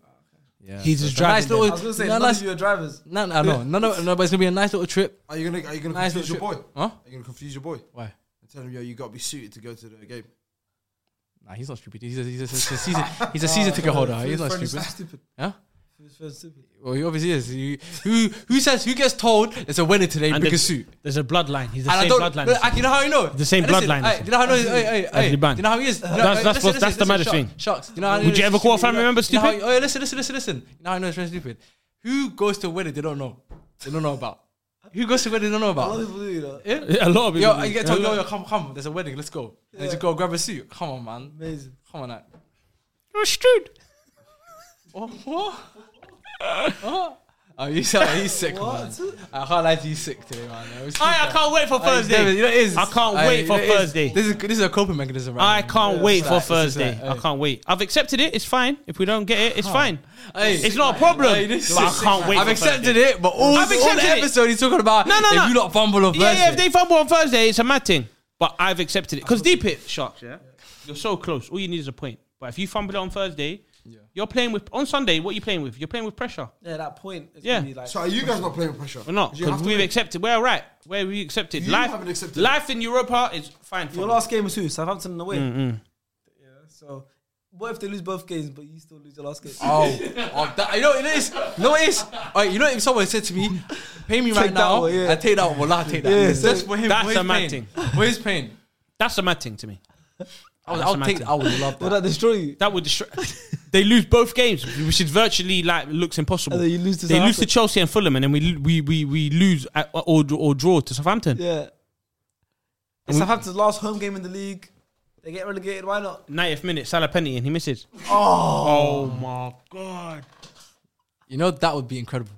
Speaker 2: Yeah.
Speaker 3: He's
Speaker 2: so
Speaker 3: just
Speaker 2: it's a Nice
Speaker 3: driving
Speaker 2: little.
Speaker 1: Ah, I was gonna say
Speaker 2: no,
Speaker 1: none
Speaker 2: nice-
Speaker 1: of you are drivers.
Speaker 2: no, no, no, no, no, no, But it's gonna be a nice little trip.
Speaker 4: Are you gonna are you gonna
Speaker 2: Nice
Speaker 4: confuse your
Speaker 2: little
Speaker 4: boy?
Speaker 2: trip. Huh?
Speaker 4: Are you gonna confuse your boy? And
Speaker 2: Why?
Speaker 4: tell him yo, you gotta be suited to go to the game.
Speaker 2: Nah, he's not stupid. He's a, he's a, he's a season. He's a season ticket holder. He's not
Speaker 1: Friends
Speaker 2: stupid.
Speaker 1: are stupid.
Speaker 2: Yeah.
Speaker 1: Friends- friends are stupid.
Speaker 2: Well, he obviously is. You, who who says who gets told it's a winner today
Speaker 3: And
Speaker 2: pick a
Speaker 3: there's-
Speaker 2: suit?
Speaker 3: There's a bloodline. He's the
Speaker 2: And I
Speaker 3: same
Speaker 2: don't.
Speaker 3: bloodline.
Speaker 2: look, I- you know how I know?
Speaker 3: The same
Speaker 2: Hey, listen,
Speaker 3: bloodline.
Speaker 2: hey, you know how I know? Hey, hey, hey,
Speaker 3: the band.
Speaker 2: You know how he is. You know-
Speaker 3: That's-
Speaker 2: hey,
Speaker 3: that's what-
Speaker 2: listen,
Speaker 3: that's the
Speaker 2: listen,
Speaker 3: maddest
Speaker 2: listen,
Speaker 3: thing.
Speaker 2: Shucks. Shucks. You know how I know
Speaker 3: Would you
Speaker 2: this
Speaker 3: ever call a
Speaker 2: stupid,
Speaker 3: family
Speaker 2: you know-
Speaker 3: member
Speaker 2: you know how-
Speaker 3: stupid?
Speaker 2: Oh, yeah, listen, listen, listen, listen. You know how I know it's very stupid. Who goes to a wedding they don't know? They don't know about. Who goes to a wedding they don't know
Speaker 1: A lot of
Speaker 2: about?
Speaker 1: people do that.
Speaker 2: Yeah?
Speaker 3: A lot of people.
Speaker 2: Yo, you get told, yo, yo, come, come. There's a wedding. Let's go. And you just go grab a suit. Come on, man.
Speaker 1: Amazing.
Speaker 2: Come on, man.
Speaker 3: You're screwed.
Speaker 2: Oh, what? oh. Oh, you sound like he's sick, man. I can't lie to you, he's sick today, man. I, was
Speaker 3: I, I can't wait for
Speaker 2: Like,
Speaker 3: Thursday.
Speaker 2: David, you know, it is.
Speaker 3: I can't
Speaker 2: Aye,
Speaker 3: wait
Speaker 2: you
Speaker 3: for
Speaker 2: know, it is.
Speaker 3: Thursday.
Speaker 2: This is this is a coping mechanism. Right
Speaker 3: I can't wait for
Speaker 2: like- this is
Speaker 3: Thursday.
Speaker 2: like,
Speaker 3: I
Speaker 2: hey.
Speaker 3: can't wait. I've accepted it. It's fine. If we don't get it, it's fine.
Speaker 2: Hey.
Speaker 3: it's not a problem.
Speaker 2: Hey, this
Speaker 3: but
Speaker 2: is
Speaker 3: I
Speaker 2: sick,
Speaker 3: can't
Speaker 2: man.
Speaker 3: wait.
Speaker 2: I've
Speaker 3: for
Speaker 2: accepted
Speaker 3: Thursday.
Speaker 2: it, but all,
Speaker 3: I've
Speaker 2: all
Speaker 3: accepted
Speaker 2: the
Speaker 3: it.
Speaker 2: episode he's talking about.
Speaker 3: No, no,
Speaker 2: if
Speaker 3: no.
Speaker 2: you lot fumble on
Speaker 3: Yeah,
Speaker 2: Thursday.
Speaker 3: yeah, if they fumble on Thursday, it's a mad thing. But I've accepted it because deep it sharks. Yeah, you're so close. All you need is a point. But if you fumble it on Thursday, you're playing with on Sunday. What are you playing with? You're playing with pressure.
Speaker 1: Yeah, that point. Is
Speaker 3: Yeah.
Speaker 1: Gonna be like,
Speaker 4: So are you guys not playing with pressure?
Speaker 3: We're not
Speaker 4: You have
Speaker 3: because
Speaker 4: to
Speaker 3: we've
Speaker 4: win.
Speaker 3: accepted. We're all right. Where we accepted
Speaker 4: You
Speaker 3: life.
Speaker 4: haven't accepted.
Speaker 3: Life in Europa is fine. For
Speaker 1: your
Speaker 3: me.
Speaker 1: last game was who? Southampton away. So what if they lose both games, but you still lose your last game?
Speaker 2: Oh, oh that, you know what it is. No, it is. All right, you know if someone said to me, "Pay me right
Speaker 1: that
Speaker 2: now,"
Speaker 1: one, yeah.
Speaker 2: I take that one. Wallah, I take that.
Speaker 1: Yeah,
Speaker 2: That's
Speaker 1: so-
Speaker 2: for him.
Speaker 3: That's
Speaker 2: for his
Speaker 3: a mad
Speaker 2: pain.
Speaker 3: thing.
Speaker 2: For his pain.
Speaker 3: That's a mad thing to me.
Speaker 2: I would,
Speaker 3: That's
Speaker 2: I
Speaker 3: a
Speaker 2: would
Speaker 3: mad
Speaker 2: take.
Speaker 3: thing.
Speaker 2: That. I would love
Speaker 1: Will
Speaker 2: that.
Speaker 1: that destroy you?
Speaker 3: That would destroy. they lose both games, which is virtually like looks impossible.
Speaker 1: And then you lose to
Speaker 3: they lose to
Speaker 1: Southampton.
Speaker 3: Chelsea and Fulham, and then we we we, we lose at, or or draw to Southampton.
Speaker 1: Yeah. It's Southampton's last home game in the league. They get relegated. Why not?
Speaker 3: 90th minute, Salah penalty, and he misses. Oh, my god!
Speaker 2: You know that would be incredible.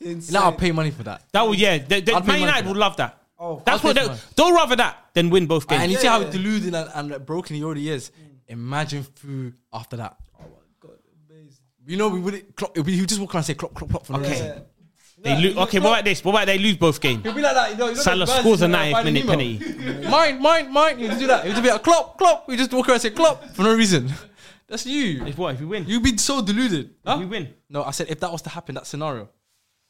Speaker 2: You
Speaker 1: Insane.
Speaker 2: know, I'll pay money for that.
Speaker 3: That would yeah. They, they,
Speaker 2: I'd
Speaker 3: Man
Speaker 2: pay money
Speaker 3: United
Speaker 2: for
Speaker 3: would
Speaker 2: that.
Speaker 3: love that.
Speaker 1: Oh,
Speaker 3: That's
Speaker 2: I'll
Speaker 3: what
Speaker 2: pay
Speaker 3: they
Speaker 2: money.
Speaker 3: they'll rather that than win both games.
Speaker 2: And you see how
Speaker 1: yeah.
Speaker 2: deluded and, and like, broken he already is. Imagine through after that. You know, we wouldn't. Klopp, we would just walk around and say clock, clock, clock for no reason.
Speaker 3: they lo- okay, what about this? What about they lose both games?
Speaker 2: It'd be like that. You know, you know
Speaker 3: Salah
Speaker 2: the birds
Speaker 3: scores a
Speaker 2: do that,
Speaker 3: 90th minute
Speaker 2: Finding
Speaker 3: penalty.
Speaker 2: Nemo. Mine, mine, mine. You do that. It would be like clop, clop. You just walk around and say clop for no reason. That's you.
Speaker 3: If what if we win?
Speaker 2: You'd be so deluded. Huh?
Speaker 3: If we win.
Speaker 2: No, I said if that was to happen, that scenario.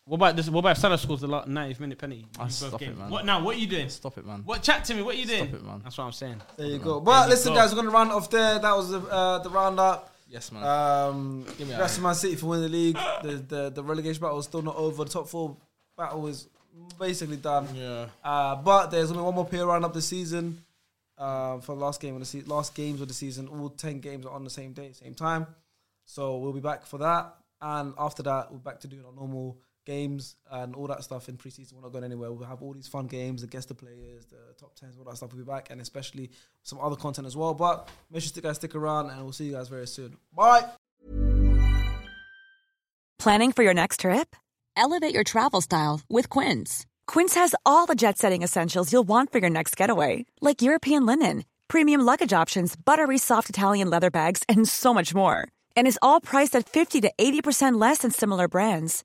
Speaker 3: What about this? What about if Salah scores the la- 90th minute penalty? You lose
Speaker 2: Ah, stop
Speaker 3: both
Speaker 2: it,
Speaker 3: games.
Speaker 2: man.
Speaker 3: What now? What are you doing?
Speaker 2: Stop it, man.
Speaker 3: What chat to me? What are you doing?
Speaker 2: Stop it, man.
Speaker 3: That's what I'm saying.
Speaker 1: There you go. But listen,
Speaker 3: go.
Speaker 1: guys, we're gonna round off there. That was the uh, the roundup.
Speaker 2: Yes, man.
Speaker 1: Um,
Speaker 2: Give me that.
Speaker 1: rest of Man City for winning the league. The, the the relegation battle is still not over. The top four battle is basically done.
Speaker 2: yeah.
Speaker 1: Uh, but there's only one more peer roundup this season. Uh, for the last game of the se- last games of the season, all ten games are on the same day, same time. So we'll be back for that, and after that, we're back to doing our normal games and all that stuff in preseason. We're not going anywhere. We'll have all these fun games, the guest the players, the top tens, all that stuff. We'll be back, and especially some other content as well. But make sure you guys stick around, and we'll see you guys very soon. Bye.
Speaker 9: Planning for your next trip?
Speaker 10: Elevate your travel style with Quince.
Speaker 9: Quince has all the jet setting essentials you'll want for your next getaway, like European linen, premium luggage options, buttery soft Italian leather bags, and so much more. And is all priced at 50 to 80% less than similar brands.